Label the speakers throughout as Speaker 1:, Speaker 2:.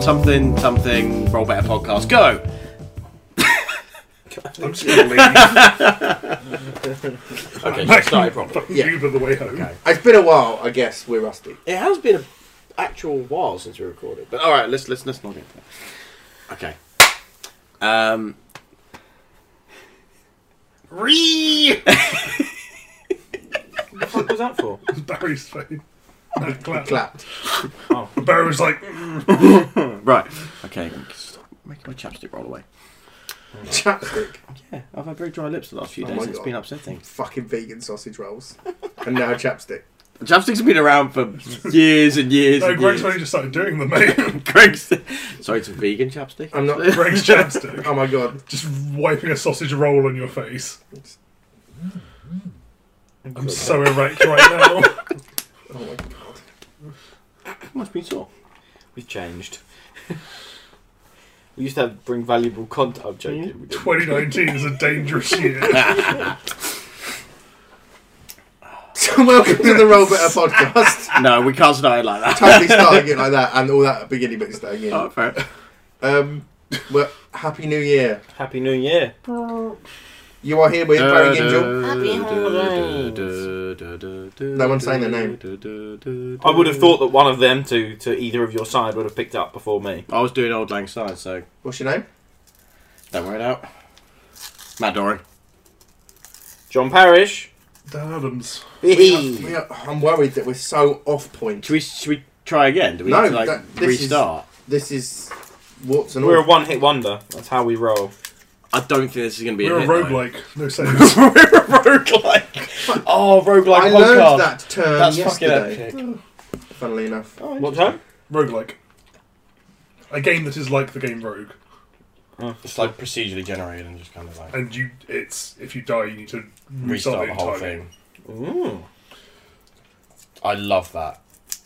Speaker 1: Something, something, roll better podcast, go!
Speaker 2: I'm just going to leave.
Speaker 3: Okay, so started properly.
Speaker 2: Fucking
Speaker 4: Yeah.
Speaker 2: Uber the way home.
Speaker 4: It's been a while, I guess. We're rusty.
Speaker 3: It has been an actual while since we recorded, but
Speaker 1: But all right, let's let's let's not get there. Okay. Um. Ree.
Speaker 3: what the fuck was that for?
Speaker 2: Barry's phone. That clap.
Speaker 4: Clapped.
Speaker 2: Barry was like,
Speaker 1: right. Okay. Stop making my chapstick roll away.
Speaker 4: Chapstick.
Speaker 1: Yeah, I've had very dry lips the last few
Speaker 4: Oh
Speaker 1: days.
Speaker 4: my
Speaker 1: It's
Speaker 4: God.
Speaker 1: been upsetting.
Speaker 4: Fucking vegan sausage rolls. and now chapstick.
Speaker 1: Chapsticks have been around for years and years.
Speaker 2: no,
Speaker 1: and
Speaker 2: Greg's
Speaker 1: years.
Speaker 2: only just started doing them, mate.
Speaker 1: Greg's. Sorry, it's a vegan chapstick.
Speaker 4: I'm not-
Speaker 2: Greg's chapstick.
Speaker 4: Oh my god.
Speaker 2: Just wiping a sausage roll on your face. I'm so erect right now.
Speaker 4: Oh my god.
Speaker 1: Must be sore.
Speaker 3: We've changed. we used to have bring valuable content. I'm joking.
Speaker 1: Mm-hmm.
Speaker 3: we didn't.
Speaker 2: 2019 is a dangerous year.
Speaker 4: So welcome to the Roll Better podcast.
Speaker 1: No, we can't start it like that.
Speaker 4: totally starting it like that, and all that beginning bit staying in.
Speaker 1: Oh, fair.
Speaker 4: Um, well, happy New Year.
Speaker 3: Happy New Year.
Speaker 4: You are here with Barry Gingell. No one's saying their
Speaker 1: name.
Speaker 3: I would have thought that one of them to to either of your side would have picked up before me.
Speaker 1: I was doing Old Lang Syne, so
Speaker 4: What's your name?
Speaker 1: don't worry it out. Matt Doran.
Speaker 3: John Parrish.
Speaker 2: Dan Adams.
Speaker 4: We are- I'm worried that we're so off point.
Speaker 1: Should we, should we try again? Do we
Speaker 4: No,
Speaker 1: need to, like,
Speaker 4: that- this is-
Speaker 1: restart?
Speaker 4: This is what's and
Speaker 3: We're a
Speaker 4: all.
Speaker 3: one hit wonder. That's how we roll.
Speaker 1: I don't think this is going to be a
Speaker 2: We're a
Speaker 1: hit,
Speaker 2: roguelike. No
Speaker 1: though.
Speaker 2: sense.
Speaker 1: We're a roguelike. Oh, roguelike
Speaker 4: I
Speaker 1: podcast.
Speaker 4: learned that term
Speaker 1: That's
Speaker 4: yesterday.
Speaker 1: fucking epic.
Speaker 4: Funnily enough,
Speaker 1: Oh,
Speaker 3: What's that?
Speaker 2: roguelike. A game that is like the game Rogue.
Speaker 1: It's like procedurally generated and just kind of like
Speaker 2: And you, it's if you die, you need to
Speaker 1: restart the whole
Speaker 2: entirely.
Speaker 1: thing.
Speaker 3: Ooh.
Speaker 1: I love that.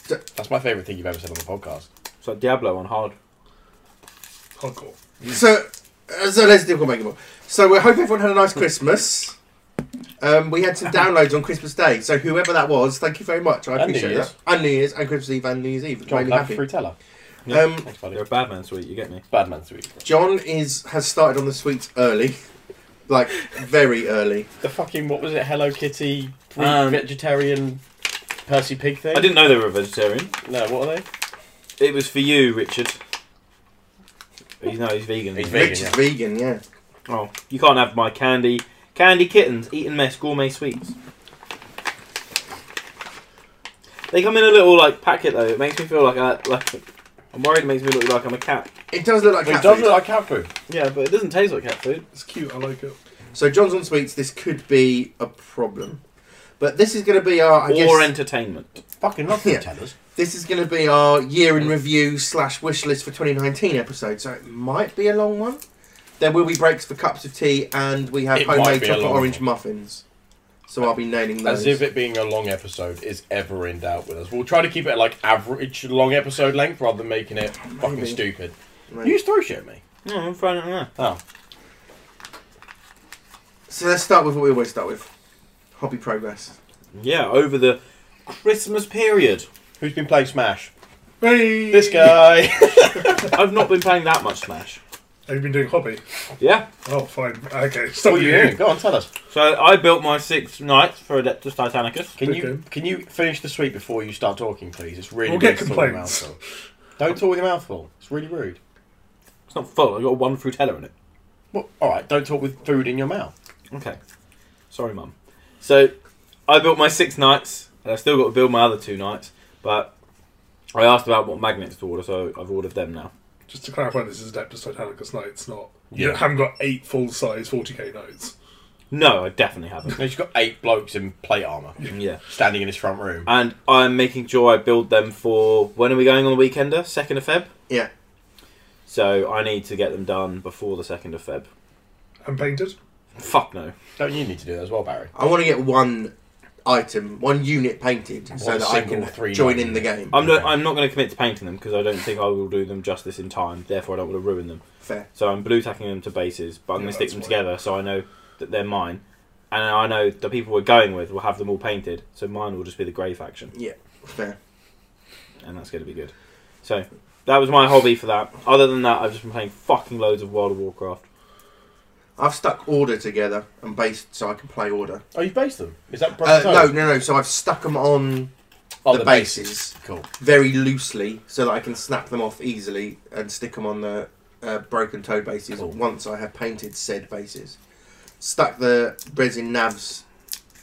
Speaker 4: D-
Speaker 1: That's my favourite thing you've ever said on the podcast.
Speaker 3: It's like Diablo on hard.
Speaker 2: Hardcore.
Speaker 4: so uh, so let's do make it more. So we hope everyone had a nice Christmas. Um, we had some downloads on Christmas Day, so whoever that was, thank you very much. I
Speaker 1: And New
Speaker 4: appreciate
Speaker 1: Year's.
Speaker 4: that. And New Year's and Christmas Eve and New Year's Eve. It
Speaker 1: John,
Speaker 4: made me
Speaker 1: that
Speaker 4: happy.
Speaker 1: free teller.
Speaker 4: Um,
Speaker 1: Thanks, buddy.
Speaker 3: You're a bad man, sweet. You get me.
Speaker 1: Bad man three.
Speaker 4: John is has started on the sweets early, like very early.
Speaker 1: The fucking what was it? Hello Kitty free
Speaker 3: Um,
Speaker 1: vegetarian Percy Pig thing.
Speaker 3: I didn't know they were a vegetarian.
Speaker 1: No, what are they?
Speaker 3: It was for you, Richard. He's no, he's vegan.
Speaker 1: He's
Speaker 4: Rich
Speaker 1: Vegan,
Speaker 4: is
Speaker 1: yeah.
Speaker 4: vegan, yeah.
Speaker 3: Oh, you can't have my candy. Candy kittens, eating mess, gourmet sweets. They come in a little like packet though. It makes me feel like I like. I'm worried. It makes me look like I'm a cat.
Speaker 4: It does look like
Speaker 1: It
Speaker 4: cat
Speaker 1: does
Speaker 4: food.
Speaker 1: look like cat food.
Speaker 3: Yeah, but it doesn't taste like cat food.
Speaker 2: It's cute. I like it.
Speaker 4: so John's on sweets. This could be a problem, but this is going to be our. I
Speaker 3: or
Speaker 4: guess
Speaker 3: entertainment.
Speaker 1: Fucking love
Speaker 4: Yeah.
Speaker 1: food tellers.
Speaker 4: this is going to be our year in review slash wish list for 2019 episode. So it might be a long one. There will be breaks for cups of tea, and we have
Speaker 1: It might
Speaker 4: homemade
Speaker 1: be a
Speaker 4: chocolate
Speaker 1: long
Speaker 4: orange
Speaker 1: one.
Speaker 4: muffins. So I'll be nailing those.
Speaker 1: As if it being a long episode is ever in doubt with us. We'll try to keep it like average long episode length rather than making it fucking
Speaker 4: Maybe.
Speaker 1: stupid.
Speaker 4: Right.
Speaker 1: You just throw shit at me.
Speaker 3: No, I'm throwing it in there.
Speaker 1: Oh.
Speaker 4: So let's start with what we always start with: hobby progress.
Speaker 3: Yeah, over the Christmas period,
Speaker 1: Who's been playing Smash?
Speaker 2: Hey,
Speaker 1: This guy.
Speaker 3: I've not been playing that much Smash.
Speaker 2: Have you been doing hobby?
Speaker 3: Yeah.
Speaker 2: Oh, fine. Okay,
Speaker 1: what
Speaker 2: stop
Speaker 1: are you
Speaker 2: you.
Speaker 1: doing? Go on, tell us.
Speaker 3: So I built my six knights for Adeptus Titanicus.
Speaker 1: Can you
Speaker 2: Okay.
Speaker 1: can you finish the sweep before you start talking, please? It's really
Speaker 2: We'll
Speaker 1: rude
Speaker 2: get
Speaker 1: to talk with a
Speaker 2: complaints.
Speaker 1: mouthful. Don't talk with your mouthful. It's really rude.
Speaker 3: It's not full. I've got one frutella in it.
Speaker 1: Well, all right. Don't talk with food in your mouth.
Speaker 3: Okay. Sorry, Mum. So, I built my six knights, and I've still got to build my other two knights, but I asked about what magnets to order, so I've ordered them now.
Speaker 2: Just to clarify, this is Adeptus Titanicus Knights, not. You
Speaker 1: Yeah.
Speaker 2: haven't got eight full size 40k knights.
Speaker 3: No, I definitely haven't.
Speaker 1: No, He's got eight blokes in plate armor
Speaker 3: yeah.
Speaker 1: standing in his front room.
Speaker 3: And I'm making sure I build them for when are we going on the weekender? 2nd of Feb?
Speaker 4: Yeah.
Speaker 3: So, I need to get them done before the 2nd of Feb.
Speaker 2: And painted.
Speaker 3: Fuck no.
Speaker 1: Don't you need to do that as well, Barry?
Speaker 4: I want to get one item, one unit painted, so
Speaker 1: One
Speaker 4: that I
Speaker 1: single
Speaker 4: can
Speaker 1: three
Speaker 4: join
Speaker 1: line
Speaker 4: in the
Speaker 1: unit.
Speaker 4: game.
Speaker 3: I'm,
Speaker 1: Okay.
Speaker 3: no, I'm not going to commit to painting them because I don't think I will do them justice in time, therefore, I don't want to ruin them.
Speaker 4: Fair.
Speaker 3: So I'm blue tacking them to bases, but I'm
Speaker 2: Yeah,
Speaker 3: going to stick
Speaker 2: that's
Speaker 3: them
Speaker 2: right.
Speaker 3: together so I know that they're mine. And I know the people we're going with will have them all painted, so mine will just be the grey faction.
Speaker 4: Yeah. Fair.
Speaker 3: and that's going to be good. So that was my hobby for that. Other than that, I've just been playing fucking loads of World of Warcraft.
Speaker 4: I've stuck order together and based so I can play order.
Speaker 1: Oh, you've based them? Is that
Speaker 4: Uh,
Speaker 1: Brother
Speaker 4: no, no, no. So I've stuck them on
Speaker 1: Oh,
Speaker 4: the, bases
Speaker 1: Cool.
Speaker 4: very loosely so that I can snap them off easily and stick them on the uh, broken toe bases
Speaker 1: Cool.
Speaker 4: once I have painted said bases. Stuck the resin navs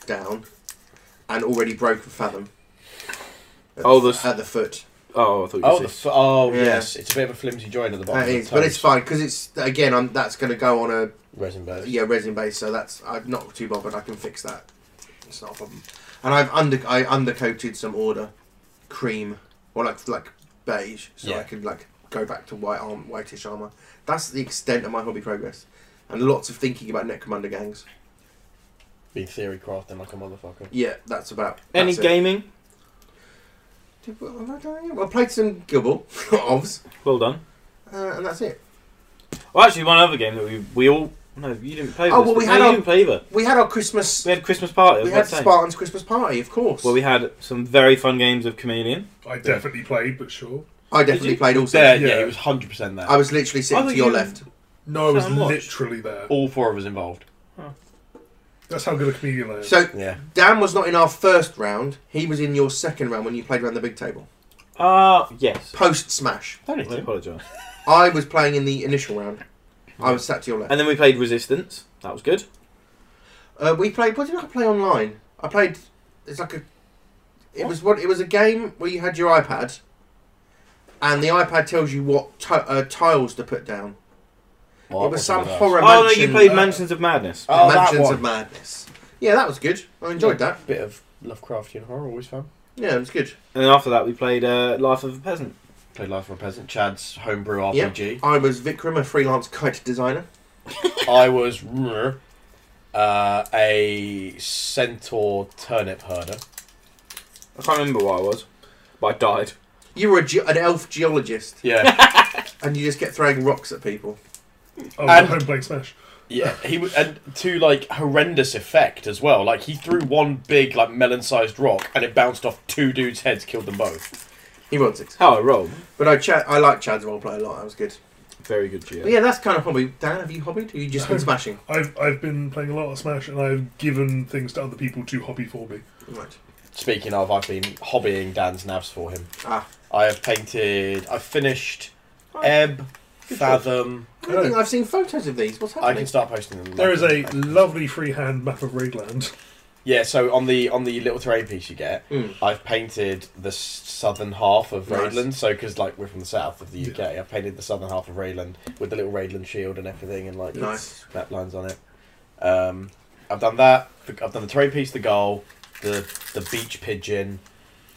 Speaker 4: down and already broke a fathom. At
Speaker 3: Oh,
Speaker 4: the,
Speaker 3: the s-
Speaker 4: at the foot.
Speaker 3: Oh, I thought you
Speaker 1: Oh,
Speaker 3: oh,
Speaker 1: the f- oh
Speaker 4: Yeah.
Speaker 1: yes, it's a bit of a flimsy joint at the bottom.
Speaker 4: That
Speaker 1: of the
Speaker 4: is, but it's
Speaker 1: toes.
Speaker 4: fine because it's again. I'm that's going to go on a
Speaker 1: Resin base.
Speaker 4: Uh, yeah resin base, so that's I'm not too bothered. I can fix that. It's not a problem. And I've under I undercoated some order cream or like like beige, so
Speaker 1: Yeah.
Speaker 4: I can like go back to white arm whitish armor. That's the extent of my hobby progress, and lots of thinking about Necromunda gangs.
Speaker 1: Been theory crafting like a motherfucker.
Speaker 4: Yeah, that's about
Speaker 3: any
Speaker 4: that's it.
Speaker 3: gaming?
Speaker 4: Did- what have I done here? Well, I played some Gibble, obvs,
Speaker 3: Well done.
Speaker 4: uh, and that's it.
Speaker 3: Well, actually, one other game that we we all no, you didn't play.
Speaker 4: Oh,
Speaker 3: this,
Speaker 4: well, we
Speaker 3: no,
Speaker 4: had
Speaker 3: you
Speaker 4: our-
Speaker 3: didn't play either.
Speaker 4: We had our Christmas.
Speaker 3: We had Christmas party.
Speaker 4: We
Speaker 3: I was
Speaker 4: had
Speaker 3: about to say.
Speaker 4: Spartan's Christmas party, of course.
Speaker 3: Well, we had some very fun games of Chameleon.
Speaker 2: I definitely played, but sure.
Speaker 4: I definitely
Speaker 3: you-
Speaker 4: played all
Speaker 1: There,
Speaker 4: six.
Speaker 1: yeah,
Speaker 2: Yeah.
Speaker 1: it was hundred percent there.
Speaker 4: I was literally
Speaker 3: I
Speaker 4: sitting
Speaker 3: thought
Speaker 4: to your
Speaker 3: you-
Speaker 4: left.
Speaker 2: No, I was
Speaker 3: Sound watch.
Speaker 2: literally there.
Speaker 1: All four of us involved.
Speaker 2: That's how good a comedian I am.
Speaker 4: So
Speaker 1: Yeah.
Speaker 4: Dan was not in our first round. He was in your second round when you played around the big table
Speaker 3: Ah, yes.
Speaker 4: post smash.
Speaker 1: Don't
Speaker 3: I apologise.
Speaker 4: I was playing in the initial round. I was sat to your left.
Speaker 3: And then we played Resistance. That was good.
Speaker 4: Uh, we played. What did I play online? I played. It's like a. It was what? It was a game where you had your iPad, and the iPad tells you what t- uh, tiles to put down. it was some horror.
Speaker 3: Oh no,
Speaker 4: mansion,
Speaker 3: you played
Speaker 2: uh,
Speaker 3: Mansions of Madness.
Speaker 1: Oh, that
Speaker 4: Mansions
Speaker 1: one.
Speaker 4: of Madness. Yeah, that was good. I enjoyed that.
Speaker 1: Bit of Lovecraftian horror, always fun.
Speaker 4: Yeah, it was good.
Speaker 3: And then after that, we played uh, Life of a Peasant.
Speaker 1: Played Life of a Peasant, Chad's homebrew
Speaker 4: Yep.
Speaker 1: RPG.
Speaker 4: I was Vikram, a freelance kite designer.
Speaker 1: I was uh, a centaur turnip herder.
Speaker 3: I can't remember what I was, but I died.
Speaker 4: You were a ge- an elf geologist,
Speaker 1: Yeah,
Speaker 4: and you just kept throwing rocks at people.
Speaker 2: I was at
Speaker 1: and-
Speaker 2: Oh, home playing Smash.
Speaker 1: yeah. He w- and to like horrendous effect as well. Like he threw one big like melon-sized rock and it bounced off two dudes' heads, killed them both.
Speaker 4: He rolled six.
Speaker 3: How I rolled.
Speaker 4: But I, Chad, I like Chad's roleplay a lot. That was good.
Speaker 3: Very good GM.
Speaker 4: But yeah, that's kind of hobby. Dan, have you hobbied? Or you just been
Speaker 2: No.
Speaker 4: smashing?
Speaker 2: I've I've been playing a lot of Smash, and I've given things to other people to hobby for me.
Speaker 4: Right.
Speaker 1: Speaking of, I've been hobbying Dan's nabs for him.
Speaker 4: Ah.
Speaker 1: I have painted. I finished Ebb, Fathom.
Speaker 4: I don't think I've seen photos of these. What's
Speaker 1: I
Speaker 4: happening?
Speaker 1: can start posting them.
Speaker 2: There is a
Speaker 1: later.
Speaker 2: lovely freehand map of Raidland.
Speaker 1: Yeah, so on the on the little terrain piece you get,
Speaker 4: Mm.
Speaker 1: I've painted the s- southern half of
Speaker 4: Nice.
Speaker 1: Raidland. So because like we're from the south of the UK, I've painted the southern half of Raidland with the little Raidland shield and everything, and like
Speaker 4: Nice.
Speaker 1: map lines on it. Um, I've done that. The- I've done the terrain piece, the goal, the the beach pigeon,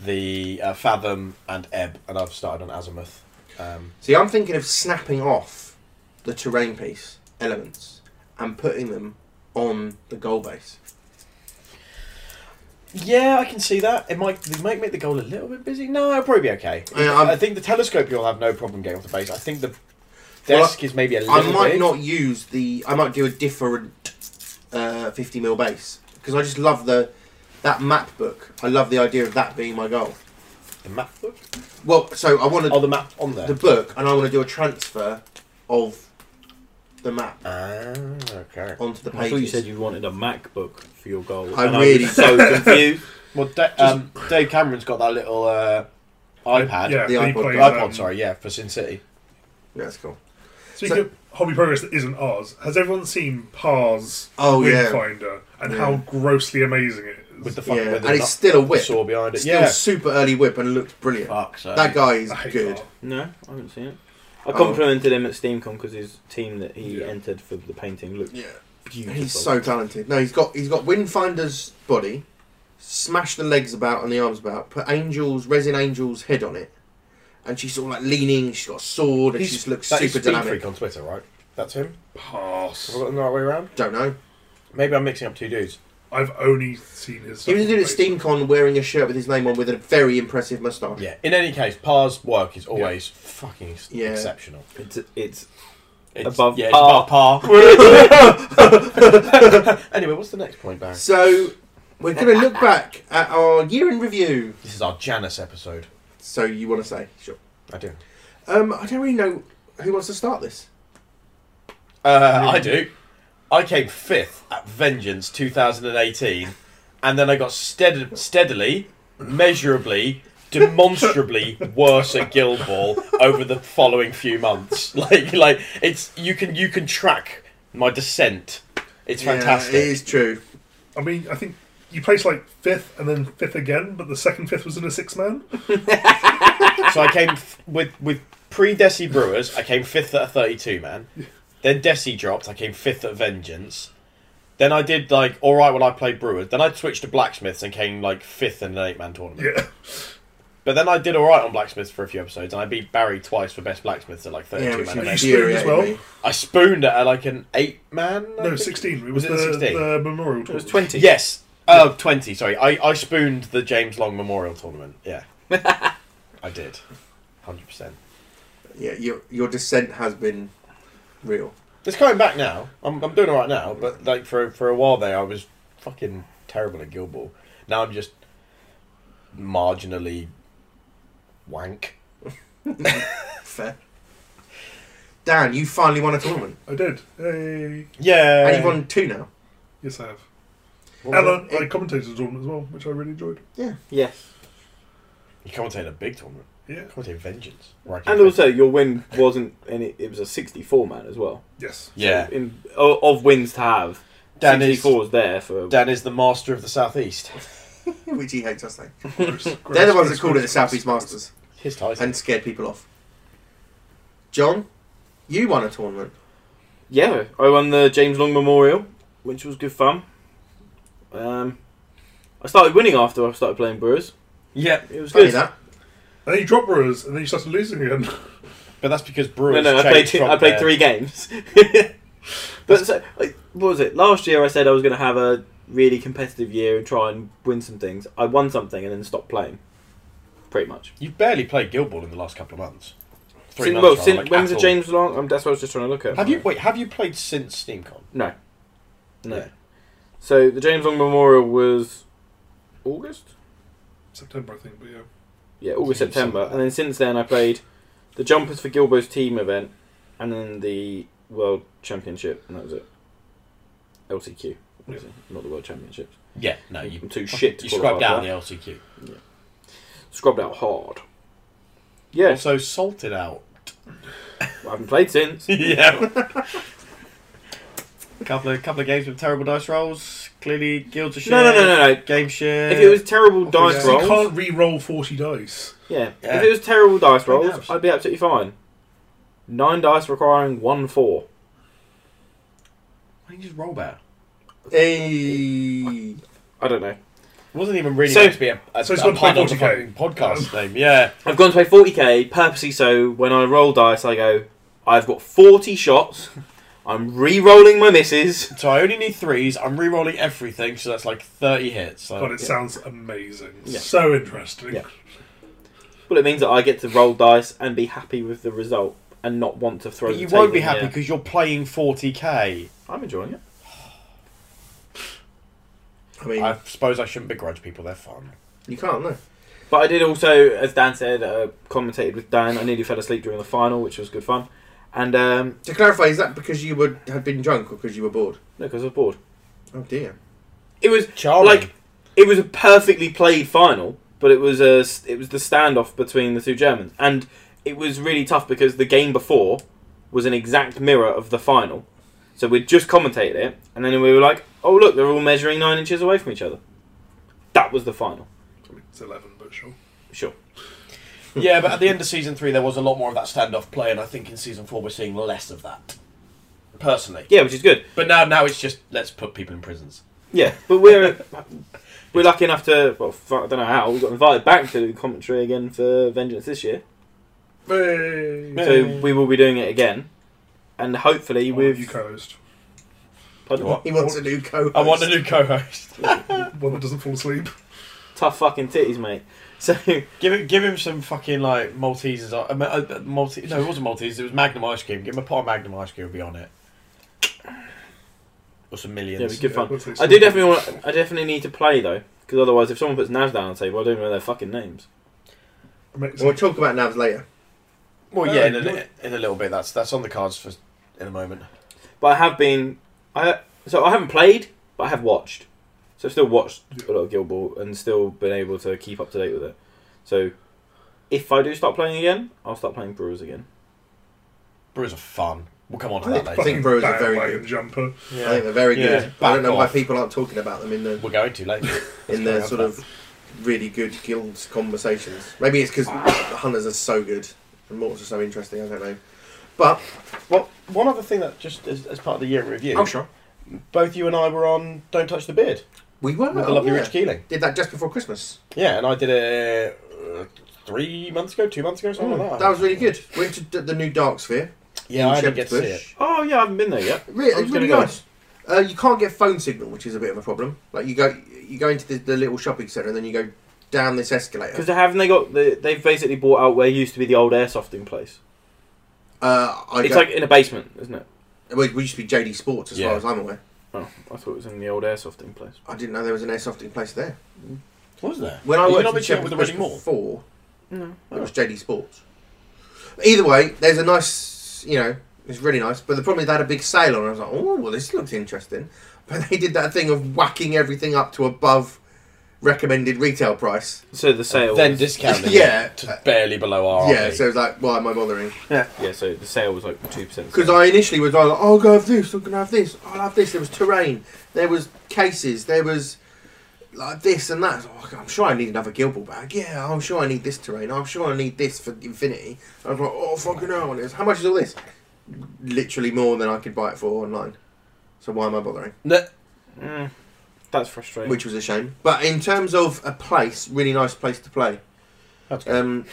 Speaker 1: the uh, fathom, and ebb, and I've started on azimuth. Um,
Speaker 4: See, I'm thinking of snapping off the terrain piece elements and putting them on the goal base.
Speaker 1: yeah, I can see that. It might it might make the goal a little bit busy. No, it'll probably be okay.
Speaker 4: Yeah, I'm-
Speaker 1: I think the telescope you'll have no problem getting off the base. I think the
Speaker 4: Well,
Speaker 1: desk is maybe a little
Speaker 4: I might
Speaker 1: big.
Speaker 4: not use the. I might do a different uh, 50 mil base because I just love the that map book. I love the idea of that being my goal.
Speaker 1: The map book?
Speaker 4: Well, so I want to
Speaker 1: Oh, the map on there.
Speaker 4: the book, and I want to do a transfer of the map
Speaker 1: ah, okay.
Speaker 4: onto the
Speaker 3: I
Speaker 4: pages.
Speaker 3: thought you said you wanted a MacBook for your goal.
Speaker 4: I
Speaker 3: and
Speaker 4: really-
Speaker 3: I was so confused.
Speaker 1: Well, da- um, Dave Cameron's got that little uh, iPad.
Speaker 2: Yeah,
Speaker 4: The
Speaker 2: he
Speaker 4: iPod.
Speaker 2: plays,
Speaker 1: iPod,
Speaker 2: um,
Speaker 1: sorry, yeah, for Sin City.
Speaker 4: Yeah, that's cool.
Speaker 2: Speaking
Speaker 4: So-
Speaker 2: of hobby progress that isn't ours, has everyone seen Par's
Speaker 4: Oh, yeah.
Speaker 2: Windfinder and
Speaker 4: Yeah.
Speaker 2: how grossly amazing it is?
Speaker 1: With the fucking
Speaker 4: Yeah,
Speaker 1: with
Speaker 4: and
Speaker 1: the
Speaker 4: it's
Speaker 1: nut-
Speaker 4: still a whip.
Speaker 1: saw behind it.
Speaker 4: Still
Speaker 1: yeah.
Speaker 4: super early whip and looked brilliant.
Speaker 1: Fuck, so.
Speaker 4: that guy is
Speaker 2: I hate
Speaker 4: good.
Speaker 2: Par.
Speaker 3: No, I haven't seen it. I
Speaker 4: Oh.
Speaker 3: complimented him at SteamCon because his team that he
Speaker 2: Yeah.
Speaker 3: entered for the painting looked
Speaker 4: Yeah,
Speaker 3: beautiful.
Speaker 4: he's so talented. No, he's got he's got Windfinder's body, smash the legs about and the arms about, put Angel's resin Angel's head on it, and she's sort of like leaning. She's got a sword and she just looks
Speaker 1: that is
Speaker 4: super
Speaker 1: Speed
Speaker 4: dynamic.
Speaker 1: Freak on Twitter, right? That's him? Have I
Speaker 2: Pass.
Speaker 1: got them the right way around?
Speaker 4: Don't know.
Speaker 1: Maybe I'm mixing up two dudes.
Speaker 2: I've only seen his.
Speaker 4: He was a dude at
Speaker 2: stuff on
Speaker 4: SteamCon wearing a shirt with his name on, with a very impressive moustache.
Speaker 1: Yeah. In any case, Par's work is always fucking
Speaker 4: Yeah.
Speaker 1: exceptional.
Speaker 3: It's, it's
Speaker 1: It's,
Speaker 3: Above
Speaker 1: yeah,
Speaker 3: par.
Speaker 1: It's above par. anyway, what's the next point, Barry?
Speaker 4: So We're going to look back at our year in review.
Speaker 1: This is our Janus episode.
Speaker 4: So you want to say? Sure.
Speaker 1: I do.
Speaker 4: Um, I don't really know who wants to start this.
Speaker 1: Uh, I do. I came fifth at Vengeance 2018, and then I got stead- steadily, measurably, demonstrably worse at Guild Ball over the following few months. Like, like it's you can you can track my descent. It's fantastic.
Speaker 4: Yeah, it is true.
Speaker 2: I mean, I think you placed like fifth and then fifth again, but the second fifth was in a six man.
Speaker 1: So I came f- with with pre Desi Brewers. I came fifth at a thirty-two man. Then Desi dropped. I came fifth at Vengeance. Then I did like all right when I played Brewers. Then I switched to Blacksmiths and came like fifth in an eight-man tournament.
Speaker 2: Yeah.
Speaker 1: But then I did all right on Blacksmiths for a few episodes, and I beat Barry twice for best Blacksmiths at like
Speaker 4: Yeah,
Speaker 1: thirty-two
Speaker 4: which
Speaker 1: man. event.
Speaker 2: is-
Speaker 4: infuriated
Speaker 2: as well.
Speaker 4: me.
Speaker 1: I spooned it at like an eight-man. I
Speaker 2: No,
Speaker 1: think?
Speaker 2: 16. It
Speaker 1: Was
Speaker 2: was,
Speaker 1: it
Speaker 2: the,
Speaker 1: 16?
Speaker 2: the memorial
Speaker 3: It was
Speaker 2: tournament.
Speaker 3: 20.
Speaker 1: Yes. Oh, 20, Sorry, I I spooned the James Long Memorial Tournament. Yeah, I did. Hundred percent.
Speaker 4: Yeah, your your descent has been real.
Speaker 1: It's coming back now. I'm, I'm doing all right now, but like for for a while there, I was fucking terrible at Guild Ball. Now I'm just marginally wank.
Speaker 4: Fair. Dan, you finally won a tournament,
Speaker 2: I did. Hey.
Speaker 1: Yeah.
Speaker 4: and you won two now.
Speaker 2: Yes, I have.
Speaker 1: What
Speaker 2: And
Speaker 1: was
Speaker 2: I, I commentated the tournament as well, which I really enjoyed.
Speaker 3: Yes.
Speaker 1: it? You commentate a big tournament.
Speaker 2: Yeah.
Speaker 1: You commentate Vengeance. Right.
Speaker 3: And also, your win wasn't any. It was a 64 man as well.
Speaker 2: Yes.
Speaker 1: yeah.
Speaker 3: In, o- of wins to have,
Speaker 1: Dan is
Speaker 3: 64 is there for.
Speaker 1: Dan is the master of the southeast.
Speaker 4: Which he hates us. They.
Speaker 2: Gross,
Speaker 4: They're the
Speaker 2: gross,
Speaker 4: ones
Speaker 2: gross,
Speaker 4: that called it the
Speaker 2: gross,
Speaker 4: Southeast
Speaker 2: gross.
Speaker 4: Masters
Speaker 1: His ties.
Speaker 4: and scared people off. John, you won a tournament.
Speaker 3: Yeah, I won the James Long Memorial, which was good fun. Um, I started winning after I started playing Brewers.
Speaker 1: yeah,
Speaker 3: It was
Speaker 4: Funny
Speaker 3: good.
Speaker 4: that.
Speaker 2: And then you dropped Brewers, and then you started losing again.
Speaker 1: but that's because
Speaker 3: No,
Speaker 1: Brewers.
Speaker 3: no, I played.
Speaker 1: changed
Speaker 3: Two,
Speaker 1: from
Speaker 3: I played
Speaker 1: their-
Speaker 3: three games. but so, like, what was it? Last year, I said I was going to have a really competitive year and try and win some things. I won something and then stopped playing. Pretty much.
Speaker 1: You've barely played Guild Ball in the last couple of months. Three
Speaker 3: Since-
Speaker 1: months.
Speaker 3: well,
Speaker 1: rather,
Speaker 3: since-
Speaker 1: like,
Speaker 3: when
Speaker 1: at
Speaker 3: was the
Speaker 1: all.
Speaker 3: James Long? Um, that's what I was just trying to look at.
Speaker 1: Have you wait? Have you played since SteamCon?
Speaker 3: No. No.
Speaker 1: Yeah.
Speaker 3: So the James Long Memorial was August.
Speaker 2: September, I think, but yeah.
Speaker 3: Yeah, August,
Speaker 1: Something
Speaker 3: September.
Speaker 1: like that.
Speaker 3: And then since then, I played the Jumpers for Gilbo's team event and then the World Championship, and that was it. LCQ, obviously, not the World Championships.
Speaker 1: Yeah, no, you
Speaker 3: I'm too shit to
Speaker 1: You
Speaker 3: qualify
Speaker 1: scrubbed
Speaker 3: for
Speaker 1: out the
Speaker 3: that.
Speaker 1: LCQ.
Speaker 3: Scrubbed out hard. Yeah,
Speaker 1: Also salted out.
Speaker 3: I haven't played since.
Speaker 1: yeah. couple of couple of games with terrible dice rolls. Clearly, guilds are shit.
Speaker 3: No, no, no, no, no.
Speaker 1: Game shit.
Speaker 3: If it was terrible dice
Speaker 2: Because You
Speaker 3: rolls,
Speaker 2: can't re roll 40 dice.
Speaker 3: yeah.
Speaker 1: Yeah.
Speaker 3: If it was terrible dice
Speaker 1: Three
Speaker 3: rolls,
Speaker 1: dabs.
Speaker 3: I'd be absolutely fine. Nine dice requiring one four.
Speaker 1: why don't you just roll better?
Speaker 4: Hey.
Speaker 3: I don't know.
Speaker 1: It wasn't even really
Speaker 3: So-
Speaker 1: meant to be a, a,
Speaker 2: so it's
Speaker 1: a
Speaker 2: not
Speaker 1: pun on the
Speaker 2: 40K.
Speaker 1: fucking podcast
Speaker 3: Oh.
Speaker 1: name. Yeah.
Speaker 3: I've gone to play 40k purposely so when I roll dice, I go, I've got 40 shots, I'm re rolling my misses.
Speaker 1: So I only need threes. I'm re-rolling everything, so that's like thirty hits. So.
Speaker 2: God, it sounds amazing.
Speaker 3: Oh, Yeah.
Speaker 2: So interesting.
Speaker 3: Yeah. Well, it means that I get to roll dice and be happy with the result and not want to throw
Speaker 1: But
Speaker 3: the
Speaker 1: you won't
Speaker 3: table
Speaker 1: be
Speaker 3: in
Speaker 1: happy
Speaker 3: the air.
Speaker 1: because you're playing forty k.
Speaker 3: I'm enjoying it.
Speaker 4: I mean,
Speaker 1: I suppose I shouldn't begrudge people their fun.
Speaker 4: you can't, no.
Speaker 3: But I did also, as Dan said, uh, commentated with Dan. I nearly fell asleep during the final, which was good fun. And, um,
Speaker 4: To clarify, is that because you were had been drunk or because you were bored?
Speaker 3: no, because I was bored.
Speaker 4: Oh dear.
Speaker 3: It was
Speaker 1: Charming.
Speaker 3: Like- it was a perfectly played final, but it was a it was the standoff between the two Germans, and it was really tough because the game before was an exact mirror of the final. So we'd just commentated it, and then we were like, "Oh look, they're all measuring nine inches away from each other." That was the final.
Speaker 2: I mean, it's 11, but sure.
Speaker 3: Sure.
Speaker 1: yeah, but at the end of season three, there was a lot more of that standoff play, and I think in season four we're seeing less of that. Personally,
Speaker 3: Yeah, which is good.
Speaker 1: but now now it's just let's put people in prisons.
Speaker 3: Yeah, but we're we're lucky enough to well, fuck, I don't know how we got invited back to do commentary again for Vengeance this year,
Speaker 2: Hey.
Speaker 1: Yeah.
Speaker 3: so we will be doing it again, and hopefully
Speaker 2: I want
Speaker 3: with
Speaker 2: you co-host.
Speaker 3: Pardon?
Speaker 1: What?
Speaker 4: He wants a new coat.
Speaker 1: I want a new co-host.
Speaker 2: One that doesn't fall asleep.
Speaker 3: tough fucking titties, mate. So
Speaker 1: give him give him some fucking like Maltesers. I mean, uh, Malte- No, it wasn't Maltesers. It was Magnum ice cream. Give him a pot of Magnum ice cream. He'll be on it. or some
Speaker 3: Yeah, it'd
Speaker 1: millions.
Speaker 3: be good fun.
Speaker 2: Yeah, what's it-
Speaker 3: I do definitely want. I definitely need to play though, because otherwise, if someone puts Nav down on the table, I don't know their fucking names.
Speaker 2: Amazing.
Speaker 4: We'll talk about navs later.
Speaker 1: well, yeah, in
Speaker 2: Oh,
Speaker 1: a, in a little bit. That's that's on the cards for in a moment.
Speaker 3: But I have been. I so I haven't played, but I have watched. So I've still watched a lot of Guild Ball and still been able to keep up to date with it. So if I do start playing again, I'll start playing Brewers again.
Speaker 1: Brewers are fun. We'll come on to
Speaker 2: I
Speaker 1: that
Speaker 2: think,
Speaker 1: later.
Speaker 4: fucking
Speaker 2: fucking
Speaker 4: Brewers are very
Speaker 2: bandwagon
Speaker 4: good.
Speaker 2: jumper.
Speaker 4: I think they're very
Speaker 3: Yeah.
Speaker 4: good. I don't
Speaker 1: Back
Speaker 4: know why
Speaker 1: off.
Speaker 4: people aren't talking about them in the
Speaker 1: We're going to later.
Speaker 4: in
Speaker 1: Let's carry
Speaker 4: the sort
Speaker 1: on.
Speaker 4: of really good guilds conversations. Maybe it's because hunters are so good and mortars are so interesting. I don't know. But
Speaker 1: Well, one other thing that just as, as part of the year in review,
Speaker 4: sure
Speaker 1: both you and I were on "Don't Touch the Beard"
Speaker 4: we were.
Speaker 1: with the
Speaker 4: oh,
Speaker 1: lovely
Speaker 4: yeah.
Speaker 1: Rich Keeling.
Speaker 4: Did that just before Christmas.
Speaker 1: Yeah, and I did it uh, three months ago, two months ago, something like that.
Speaker 4: Mm. Hmm, That was really good. Went to d- the new Dark Sphere.
Speaker 1: Yeah, I didn't
Speaker 4: Shepherd's
Speaker 1: get to see it.
Speaker 4: Bush.
Speaker 3: Oh yeah, I haven't been there yet. I
Speaker 4: Really,
Speaker 3: was
Speaker 4: it's
Speaker 3: gonna
Speaker 4: really
Speaker 3: go.
Speaker 4: nice. Uh, you can't get phone signal, which is a bit of a problem. Like you go, you go into the, the little shopping centre and then you go down this escalator.
Speaker 3: Because haven't they got the, they've basically bought out where used to be the old airsofting place.
Speaker 4: Uh, I
Speaker 3: It's
Speaker 4: go,
Speaker 3: like in a basement, isn't it?
Speaker 4: well, we used to be JD Sports as
Speaker 1: Yeah.
Speaker 4: far as I'm aware.
Speaker 3: Oh, I thought it was in the old airsofting place.
Speaker 4: I didn't know there was an airsofting place there.
Speaker 1: Was there?
Speaker 4: When I
Speaker 1: Have you
Speaker 4: worked
Speaker 1: not
Speaker 4: in
Speaker 1: been chatting with
Speaker 4: Shepherd's
Speaker 1: the Reading
Speaker 4: Bush
Speaker 1: Mall?
Speaker 4: before,
Speaker 3: No.
Speaker 4: it was JD Sports. Either way, there's a nice, you know, it's really nice. But the problem is they had a big sale on. I was like, oh, well, this looks interesting. But they did that thing of whacking everything up to above recommended retail price.
Speaker 3: So the sale.
Speaker 1: Then
Speaker 3: was,
Speaker 1: discounting
Speaker 4: Yeah.
Speaker 1: it to barely below
Speaker 3: Oh,
Speaker 1: our
Speaker 4: Yeah, so it's like, why am I bothering?
Speaker 3: yeah, so the sale was like two percent.
Speaker 4: Because I initially was like, "Oh, I'll go have this, I'm going to have this, I'll have this. There was terrain, there was cases, there was like this and that. I was like, I'm sure I need another Guild Ball bag. Yeah, I'm sure I need this terrain. I'm sure I need this for Infinity. I was like, oh, fucking hell. And it was, How much is all this? Literally more than I could buy it for online. So why am I bothering?
Speaker 1: No,
Speaker 3: Mm, that's frustrating.
Speaker 4: Which was a shame. But in terms of a place, really nice place to play.
Speaker 1: That's good.
Speaker 4: Um,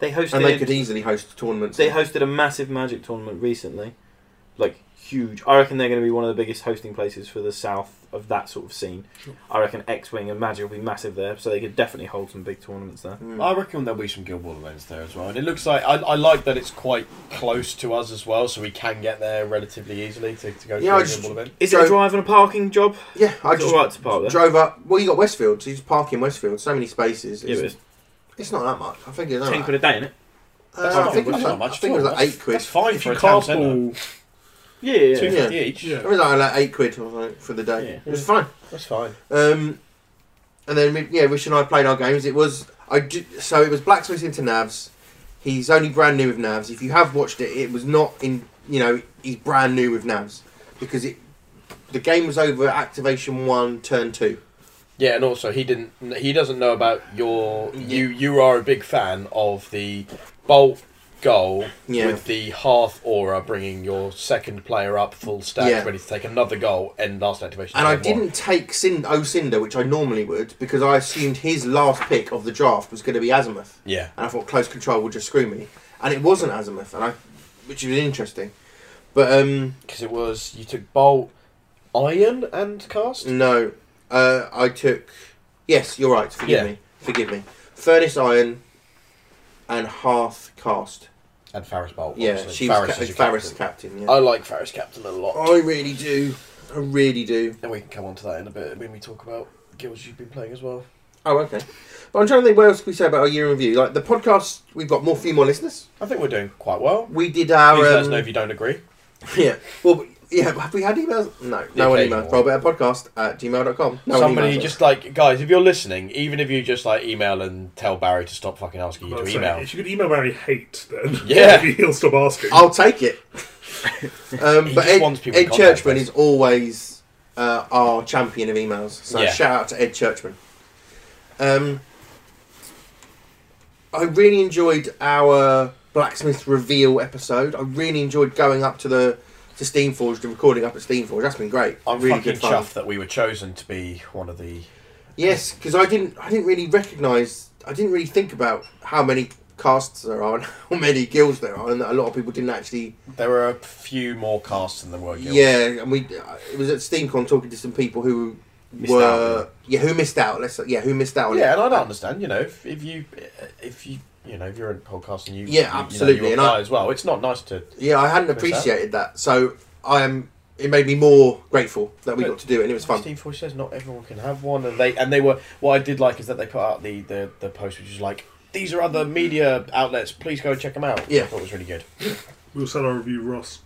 Speaker 3: they hosted.
Speaker 4: and they could easily host tournaments.
Speaker 3: They hosted a massive Magic tournament recently, like huge. I reckon they're going to be one of the biggest hosting places for the south of that sort of scene. I reckon X Wing and Magic will be massive there, so they could definitely hold some big tournaments there.
Speaker 4: Mm.
Speaker 1: I reckon there'll be some Guild Wars events there as well, and it looks like I, I like that it's quite close to us as well, so we can get there relatively easily to, to go
Speaker 4: Yeah, I
Speaker 1: to a
Speaker 4: just-
Speaker 1: Guild Ball event.
Speaker 3: Is it
Speaker 4: So-
Speaker 3: a drive and a parking job?
Speaker 4: yeah, I
Speaker 3: Is it
Speaker 4: just
Speaker 3: all right to park there?
Speaker 4: drove up. Well, you got Westfield, so you just park in Westfield. So many spaces.
Speaker 3: yeah,
Speaker 4: It's,
Speaker 3: but it's
Speaker 4: it's not that much. I think it's
Speaker 3: ten
Speaker 4: like,
Speaker 3: quid a day, innit?
Speaker 4: uh,
Speaker 1: That's
Speaker 4: I
Speaker 1: not-
Speaker 4: think it
Speaker 1: that's
Speaker 4: was
Speaker 1: not much
Speaker 4: like- I think it
Speaker 1: at
Speaker 4: was
Speaker 1: all.
Speaker 4: like
Speaker 1: That's-
Speaker 4: eight quid.
Speaker 1: That's fine
Speaker 2: If
Speaker 1: for
Speaker 2: you
Speaker 1: a town centre.
Speaker 2: carpool,
Speaker 3: Yeah, yeah.
Speaker 1: Two
Speaker 3: yeah.
Speaker 4: Yeah.
Speaker 1: fifty each.
Speaker 2: yeah.
Speaker 4: It was like, like eight quid or something for the day.
Speaker 3: Yeah.
Speaker 4: It was fine.
Speaker 1: That's fine.
Speaker 4: Um, and then we- yeah, Rich and I played our games. It was I ju- so it was Blacksmith into Navs. He's only brand new with Navs. If you have watched it, it was not in you know he's brand new with Navs because it the game was over at activation one turn two.
Speaker 1: Yeah, and also he didn't. He doesn't know about your. You you are a big fan of the bolt goal
Speaker 4: Yeah.
Speaker 1: with the hearth aura, bringing your second player up full stack,
Speaker 4: Yeah.
Speaker 1: ready to take another goal and last activation.
Speaker 4: And
Speaker 1: turn
Speaker 4: I
Speaker 1: one.
Speaker 4: didn't take Cind- Cinder, which I normally would, because I assumed his last pick of the draft was going to be Azimuth.
Speaker 1: Yeah.
Speaker 4: And I thought close control would just screw me. And it wasn't Azimuth, and I, which was interesting. But um,
Speaker 1: because it was you took bolt, iron, and cast.
Speaker 4: no, uh, I took. Yes, you're right. Forgive
Speaker 1: Yeah.
Speaker 4: me. Forgive me. Furnace Iron and Hearth Cast.
Speaker 1: And Faris bolt.
Speaker 4: Yeah,
Speaker 1: obviously.
Speaker 4: she was
Speaker 1: Faris
Speaker 4: ca-
Speaker 1: is your
Speaker 4: Faris
Speaker 1: captain. Oh.
Speaker 4: captain. Oh.
Speaker 1: I
Speaker 4: yeah.
Speaker 1: like Faris captain a lot,
Speaker 4: I really do. I really do.
Speaker 1: and we can come on to that in a bit when we talk about guilds you've been playing as well.
Speaker 4: Oh, okay. But I'm trying to think what else can we say about our year in review. Like the podcast, we've got more few more listeners.
Speaker 1: I think we're doing quite well.
Speaker 4: We did
Speaker 1: Please
Speaker 4: our.
Speaker 1: let us
Speaker 4: um,
Speaker 1: know if you don't agree.
Speaker 4: yeah. Well, we- yeah. Have we had emails? No. No one
Speaker 1: occasional
Speaker 4: emailed.
Speaker 1: one.
Speaker 4: Robertpodcast at gmail.com. No
Speaker 1: Somebody
Speaker 4: one emails
Speaker 1: just
Speaker 4: us.
Speaker 1: like guys, if you're listening, even if you just like email and tell Barry to stop fucking asking you
Speaker 2: I'd
Speaker 1: to
Speaker 2: say,
Speaker 1: email.
Speaker 2: If you could email Barry hate, then
Speaker 1: Yeah.
Speaker 2: maybe he'll stop asking.
Speaker 4: I'll take it. um,
Speaker 1: He
Speaker 4: but
Speaker 1: just
Speaker 4: Ed,
Speaker 1: wants people to
Speaker 4: Ed
Speaker 1: contact
Speaker 4: Churchman
Speaker 1: us.
Speaker 4: is always uh, our champion of emails. So
Speaker 1: Yeah.
Speaker 4: shout out to Ed Churchman. Um, I really enjoyed our blacksmith reveal episode. I really enjoyed going up to the to Steamforged and recording up at Steamforged. That's been great.
Speaker 1: I'm
Speaker 4: really
Speaker 1: fucking
Speaker 4: good fun.
Speaker 1: chuffed that we were chosen to be one of the.
Speaker 4: Yes, because I didn't. I didn't really recognise. I didn't really think about how many casts there are and how many guilds there are, and that a lot of people didn't actually.
Speaker 1: There were a few more casts than there were guilds.
Speaker 4: Yeah, and we. uh, It was at SteamCon talking to some people who
Speaker 3: Missed
Speaker 4: were
Speaker 3: out.
Speaker 4: yeah who missed out. Let's say- yeah who missed out. on
Speaker 1: Yeah,
Speaker 4: it.
Speaker 1: and I don't understand. You know, if, if you if you you know if you're in podcast and you
Speaker 4: Yeah,
Speaker 1: you- you know,
Speaker 4: absolutely,
Speaker 1: you
Speaker 4: and
Speaker 1: apply
Speaker 4: I-
Speaker 1: as well. It's not nice to
Speaker 4: Yeah, I hadn't
Speaker 1: Missed out.
Speaker 4: appreciated that. So I am it made me more grateful that we
Speaker 1: But-
Speaker 4: got to do it, and it was fun.
Speaker 1: Steve Foy says not everyone can have one, and they and they were. What I did like is that they put out the the, the post, which is like these are other media outlets. Please go and check them out.
Speaker 4: Yeah.
Speaker 1: I thought it was really good.
Speaker 2: We'll send our review, Ross.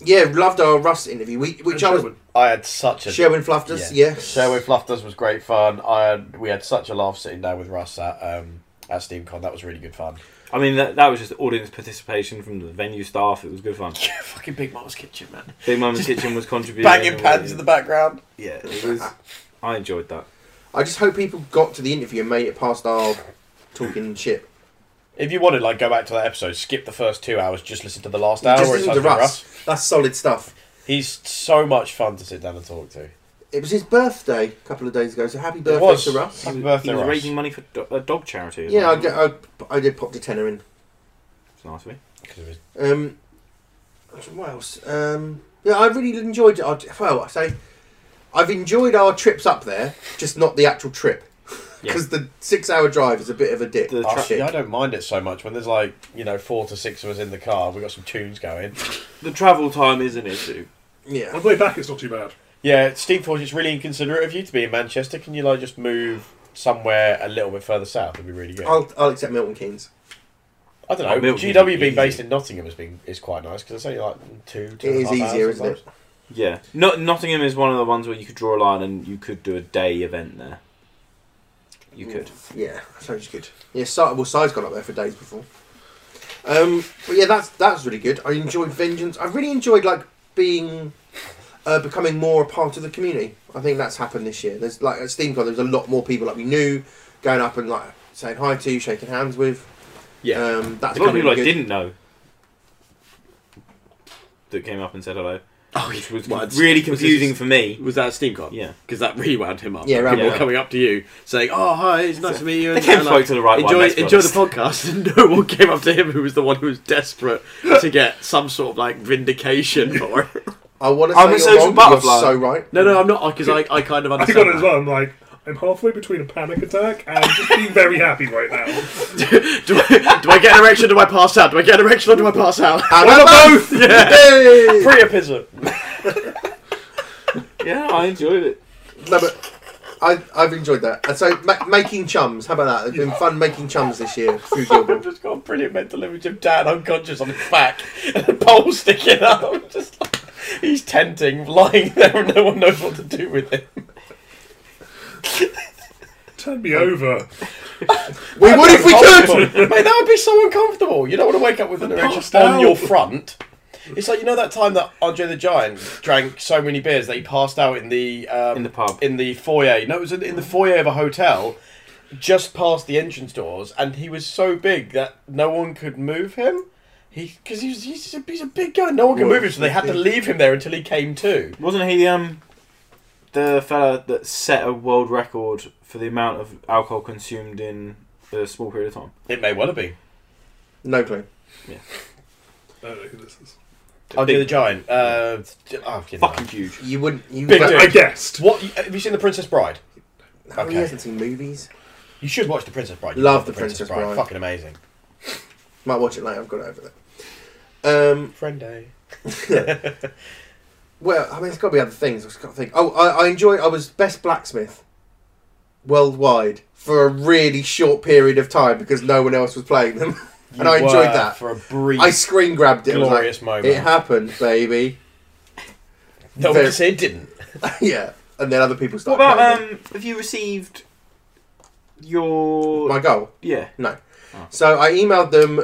Speaker 4: Yeah, loved our Russ interview. We, which I was
Speaker 2: Sherwin.
Speaker 1: I had such a
Speaker 4: Sherwin fluffed us. Yeah,
Speaker 1: Sherwin Fluffers was great fun. I had, we had such a laugh sitting down with Russ at um, at SteamCon. That was really good fun.
Speaker 3: I mean, that, that was just audience participation from the venue staff. It was good fun.
Speaker 1: Fucking Big Mom's Kitchen, man.
Speaker 3: Big Mama's Kitchen was contributing.
Speaker 1: Banging pans in the background.
Speaker 3: Yeah, it was. I enjoyed that.
Speaker 4: I just hope people got to the interview and made it past our talking shit.
Speaker 1: If you wanted, like, go back to that episode, skip the first two hours, just listen to the last hour.
Speaker 4: Just
Speaker 1: or
Speaker 4: listen to
Speaker 1: it's under
Speaker 4: Russ. That's solid stuff.
Speaker 1: He's so much fun to sit down and talk to.
Speaker 4: It was his birthday a couple of days ago, so happy birthday
Speaker 1: was.
Speaker 4: to Russ.
Speaker 1: Happy
Speaker 3: he
Speaker 1: birthday,
Speaker 3: was
Speaker 1: Russ.
Speaker 3: raising money for do- a dog charity. as
Speaker 4: Yeah, I, uh,
Speaker 3: well.
Speaker 4: d- I- I did pop the tenner in.
Speaker 3: It's nice of him.
Speaker 1: 'Cause of his-
Speaker 4: Um, what else? Um, yeah, I really enjoyed it. I- Well, I say I've enjoyed our trips up there, just not the actual trip. Because the six-hour drive is a bit of a dick.
Speaker 3: The
Speaker 4: Oh,
Speaker 3: tra-
Speaker 1: Actually,
Speaker 4: shit.
Speaker 1: Ah, I don't mind it so much when there's like you know four to six of us in the car. We got some tunes going.
Speaker 3: The travel time is an issue.
Speaker 4: Yeah.
Speaker 2: On the way back, it's not too bad.
Speaker 1: Yeah, Steve Forge, it's really inconsiderate of you to be in Manchester. Can you like just move somewhere a little bit further south? It'd be really good.
Speaker 4: I'll, I'll accept Milton Keynes.
Speaker 1: I don't
Speaker 3: Oh,
Speaker 1: know.
Speaker 3: Milton
Speaker 1: GW being
Speaker 3: would be
Speaker 1: based
Speaker 3: easy.
Speaker 1: in Nottingham has been is quite nice because it's only like two. two
Speaker 4: It
Speaker 1: and a
Speaker 4: is
Speaker 1: half hours
Speaker 4: easier, isn't it?
Speaker 1: sometimes.
Speaker 3: Yeah, Not- Nottingham is one of the ones where you could draw a line and you could do a day event there. You could.
Speaker 4: Yeah, sounds good. Yeah, Si- well, Side's gone up there for days before. Um, but yeah, that's that's really good. I enjoyed Vengeance. I really enjoyed like being, uh, becoming more a part of the community. I think that's happened this year. There's like at SteamCon, there was a lot more people like we knew, going up and like saying hi to, shaking hands with.
Speaker 3: Yeah.
Speaker 4: um, that's
Speaker 3: There's a lot of
Speaker 4: been
Speaker 3: people I
Speaker 4: really good.
Speaker 3: didn't know that came up and said hello,
Speaker 5: Oh,
Speaker 3: which was
Speaker 5: Well, it's-
Speaker 3: really
Speaker 5: was this-
Speaker 3: confusing for me.
Speaker 5: Was that a SteamCon?
Speaker 3: Yeah.
Speaker 5: Because that really wound him up.
Speaker 4: Yeah, round
Speaker 5: People
Speaker 3: him up.
Speaker 5: coming up to you saying, "Oh, hi, it's nice to meet you."
Speaker 3: They came
Speaker 5: and,
Speaker 3: spoke to the right one,
Speaker 5: enjoy,
Speaker 3: let's be
Speaker 5: enjoy the
Speaker 3: honest.
Speaker 5: podcast, and no one came up to him, who was the one who was desperate to get some sort of like vindication for it.
Speaker 4: I want to say
Speaker 3: I'm a
Speaker 4: you're
Speaker 3: social
Speaker 4: wrong,
Speaker 3: Oh, butterfly.
Speaker 4: You're so right.
Speaker 5: No, no, I'm not because I, I kind of
Speaker 2: I
Speaker 5: understand.
Speaker 2: got it as
Speaker 5: that.
Speaker 2: well. I'm like, I'm halfway between a panic attack and just being very happy right now.
Speaker 5: do, I, do I get an erection? or Do I pass out? Do I get an erection or do I pass out?
Speaker 4: And
Speaker 5: Why
Speaker 4: I'm
Speaker 5: not
Speaker 4: both. Yay!
Speaker 1: Priapism.
Speaker 3: Yeah, I enjoyed it.
Speaker 4: No, but I, I've enjoyed that. And so ma- making chums, how about that? It's been fun making chums this year through Gilbert.
Speaker 1: I've just got a brilliant mental image of Dan unconscious on his back and the pole sticking out. I'm just like, he's tenting, lying there, and no one knows what to do with him.
Speaker 2: Turn me over.
Speaker 4: We would if we could.
Speaker 1: Uncomfortable. Mate, that would be so uncomfortable. You don't want to wake up with an erection on your front. It's like you know that time that Andre the Giant drank so many beers that he passed out in the um,
Speaker 3: In the pub.
Speaker 1: in the foyer. No, it was in, in the foyer of a hotel, just past the entrance doors, and he was so big that no one could move him. He because he's he's a, he's a big guy, no one could
Speaker 4: Well,
Speaker 1: move him, so they had to leave him there until he came to.
Speaker 3: Wasn't he um the fella that set a world record for the amount of alcohol consumed in a small period of time?
Speaker 1: It may well have been
Speaker 4: No clue.
Speaker 2: I don't know who this is.
Speaker 1: Andre the
Speaker 3: Big-
Speaker 1: Giant. Uh, oh, you know.
Speaker 3: Fucking huge.
Speaker 4: You wouldn't. You
Speaker 1: Big
Speaker 4: but-
Speaker 1: deal.
Speaker 2: I guessed.
Speaker 1: What have you seen the Princess Bride?
Speaker 4: No,
Speaker 1: Okay.
Speaker 4: He hasn't seen movies.
Speaker 1: You should watch The Princess Bride. You
Speaker 4: Love The Princess Bride.
Speaker 1: Fucking amazing.
Speaker 4: Might watch it later. I've got it over there. Um,
Speaker 1: Friend day.
Speaker 4: well, I mean, it's got to be other things. I've got to think. Oh, I, I enjoyed. I was best blacksmith worldwide for a really short period of time because no one else was playing them, and I enjoyed that.
Speaker 1: for a brief,
Speaker 4: I screen grabbed it. and was like,
Speaker 1: glorious moment.
Speaker 4: It happened, baby.
Speaker 1: no one can say it didn't.
Speaker 4: yeah, and then other people
Speaker 3: What
Speaker 4: started.
Speaker 3: about
Speaker 4: playing them.
Speaker 3: um? Have you received your
Speaker 4: my goal?
Speaker 3: yeah?
Speaker 4: No.
Speaker 3: Oh.
Speaker 4: So I emailed them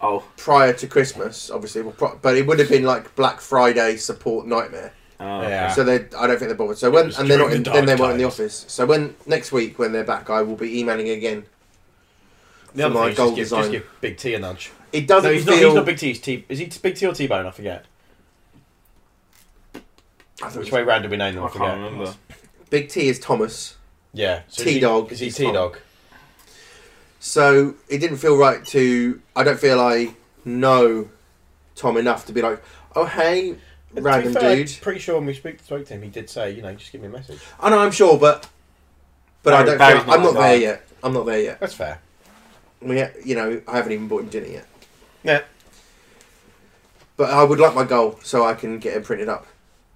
Speaker 3: Oh,
Speaker 4: prior to Christmas, obviously, well, pro- but it would have been like Black Friday support nightmare.
Speaker 3: oh,
Speaker 1: Yeah.
Speaker 4: So they, I don't think they're bothered. So when
Speaker 1: was
Speaker 4: and they're not,
Speaker 1: during
Speaker 4: in,
Speaker 1: the
Speaker 4: then they
Speaker 1: dark
Speaker 4: weren't in the
Speaker 1: times.
Speaker 4: office. So when next week when they're back, I will be emailing again.
Speaker 1: The other
Speaker 4: my
Speaker 1: thing is
Speaker 4: goal
Speaker 1: just give,
Speaker 4: design.
Speaker 1: just give Big T a nudge.
Speaker 4: It doesn't
Speaker 1: No, he's
Speaker 4: feel.
Speaker 1: not. He's not Big T. He's T. Is he Big T or T Bone? I forget.
Speaker 4: I thought
Speaker 1: Which
Speaker 4: it
Speaker 1: way round do we name them?
Speaker 3: I
Speaker 1: I
Speaker 3: can't
Speaker 1: forget.
Speaker 3: remember.
Speaker 4: was- Big T is Thomas.
Speaker 1: Yeah. So
Speaker 4: T Dog
Speaker 1: Is he
Speaker 4: is
Speaker 1: T Dog?
Speaker 4: So it didn't feel right to. I don't feel I know Tom enough to be like, oh hey, random dude.
Speaker 1: Pretty sure when we spoke, spoke to him, he did say, you know, just give me a message.
Speaker 4: I know I'm sure, but but I
Speaker 3: Barry-
Speaker 4: don't.
Speaker 3: Barry's
Speaker 4: feel,
Speaker 3: not
Speaker 4: I'm not
Speaker 3: that
Speaker 4: there
Speaker 3: guy.
Speaker 4: yet. I'm not there yet.
Speaker 1: That's fair.
Speaker 4: We, ha- you know, I haven't even bought him dinner yet.
Speaker 1: Yeah.
Speaker 4: But I would like my goal so I can get it printed up.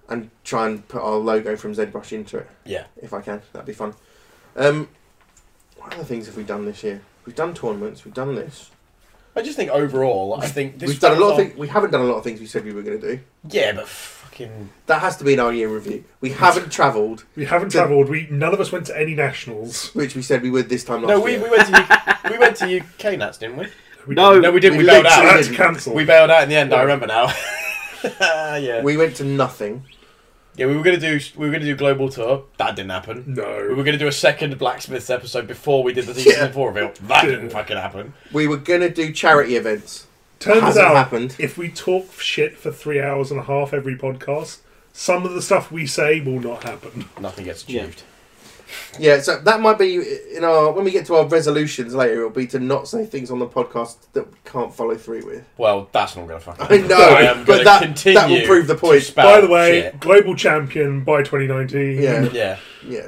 Speaker 4: and try and put our logo from ZBrush into it.
Speaker 1: Yeah.
Speaker 4: If I can, that'd be fun. Um, what other things have we done this year? We've done tournaments. We've done this.
Speaker 1: I just think overall, I think this
Speaker 4: we've done a lot of
Speaker 1: was
Speaker 4: things. We haven't done a lot of things we said we were going to do.
Speaker 1: our- Yeah, but fucking
Speaker 4: That has to be in our year review. We haven't travelled,
Speaker 2: We haven't
Speaker 4: Did-
Speaker 2: travelled. We none of us went to any nationals.
Speaker 4: which we said we would this time last
Speaker 1: no. We,
Speaker 4: year.
Speaker 1: we went to U- we went to UK Nats, didn't we?
Speaker 2: We
Speaker 3: No.
Speaker 2: didn't.
Speaker 1: No, we didn't. We,
Speaker 4: We
Speaker 1: bailed
Speaker 2: so
Speaker 1: out.
Speaker 2: that's
Speaker 4: didn't.
Speaker 2: cancelled.
Speaker 1: We bailed out in the end. I remember now. yeah.
Speaker 4: We went to nothing.
Speaker 1: yeah, we were gonna do we were gonna do global tour. That didn't happen. We
Speaker 2: no.
Speaker 1: were gonna do a second blacksmiths episode before we did the season
Speaker 4: Yeah.
Speaker 1: four reveal. That
Speaker 2: Yeah.
Speaker 1: didn't fucking happen.
Speaker 4: We were going to do charity events.
Speaker 2: Turns
Speaker 4: Hasn't
Speaker 2: out,
Speaker 4: happened.
Speaker 2: if we talk shit for three hours and a half every podcast, some of the stuff we say will not happen.
Speaker 1: Nothing gets
Speaker 3: Yeah.
Speaker 1: achieved.
Speaker 4: Yeah, so that might be in our when we get to our resolutions later. It'll be to not say things on the podcast that we can't follow through with.
Speaker 1: Well, that's not gonna fucking.
Speaker 4: I
Speaker 1: happen.
Speaker 4: know,
Speaker 1: I am
Speaker 4: but
Speaker 1: gonna
Speaker 4: that
Speaker 1: continue
Speaker 4: that will prove the
Speaker 1: to
Speaker 4: point.
Speaker 1: spout
Speaker 2: By the way,
Speaker 1: shit.
Speaker 2: global champion by 2019.
Speaker 4: Yeah,
Speaker 1: yeah.
Speaker 4: yeah.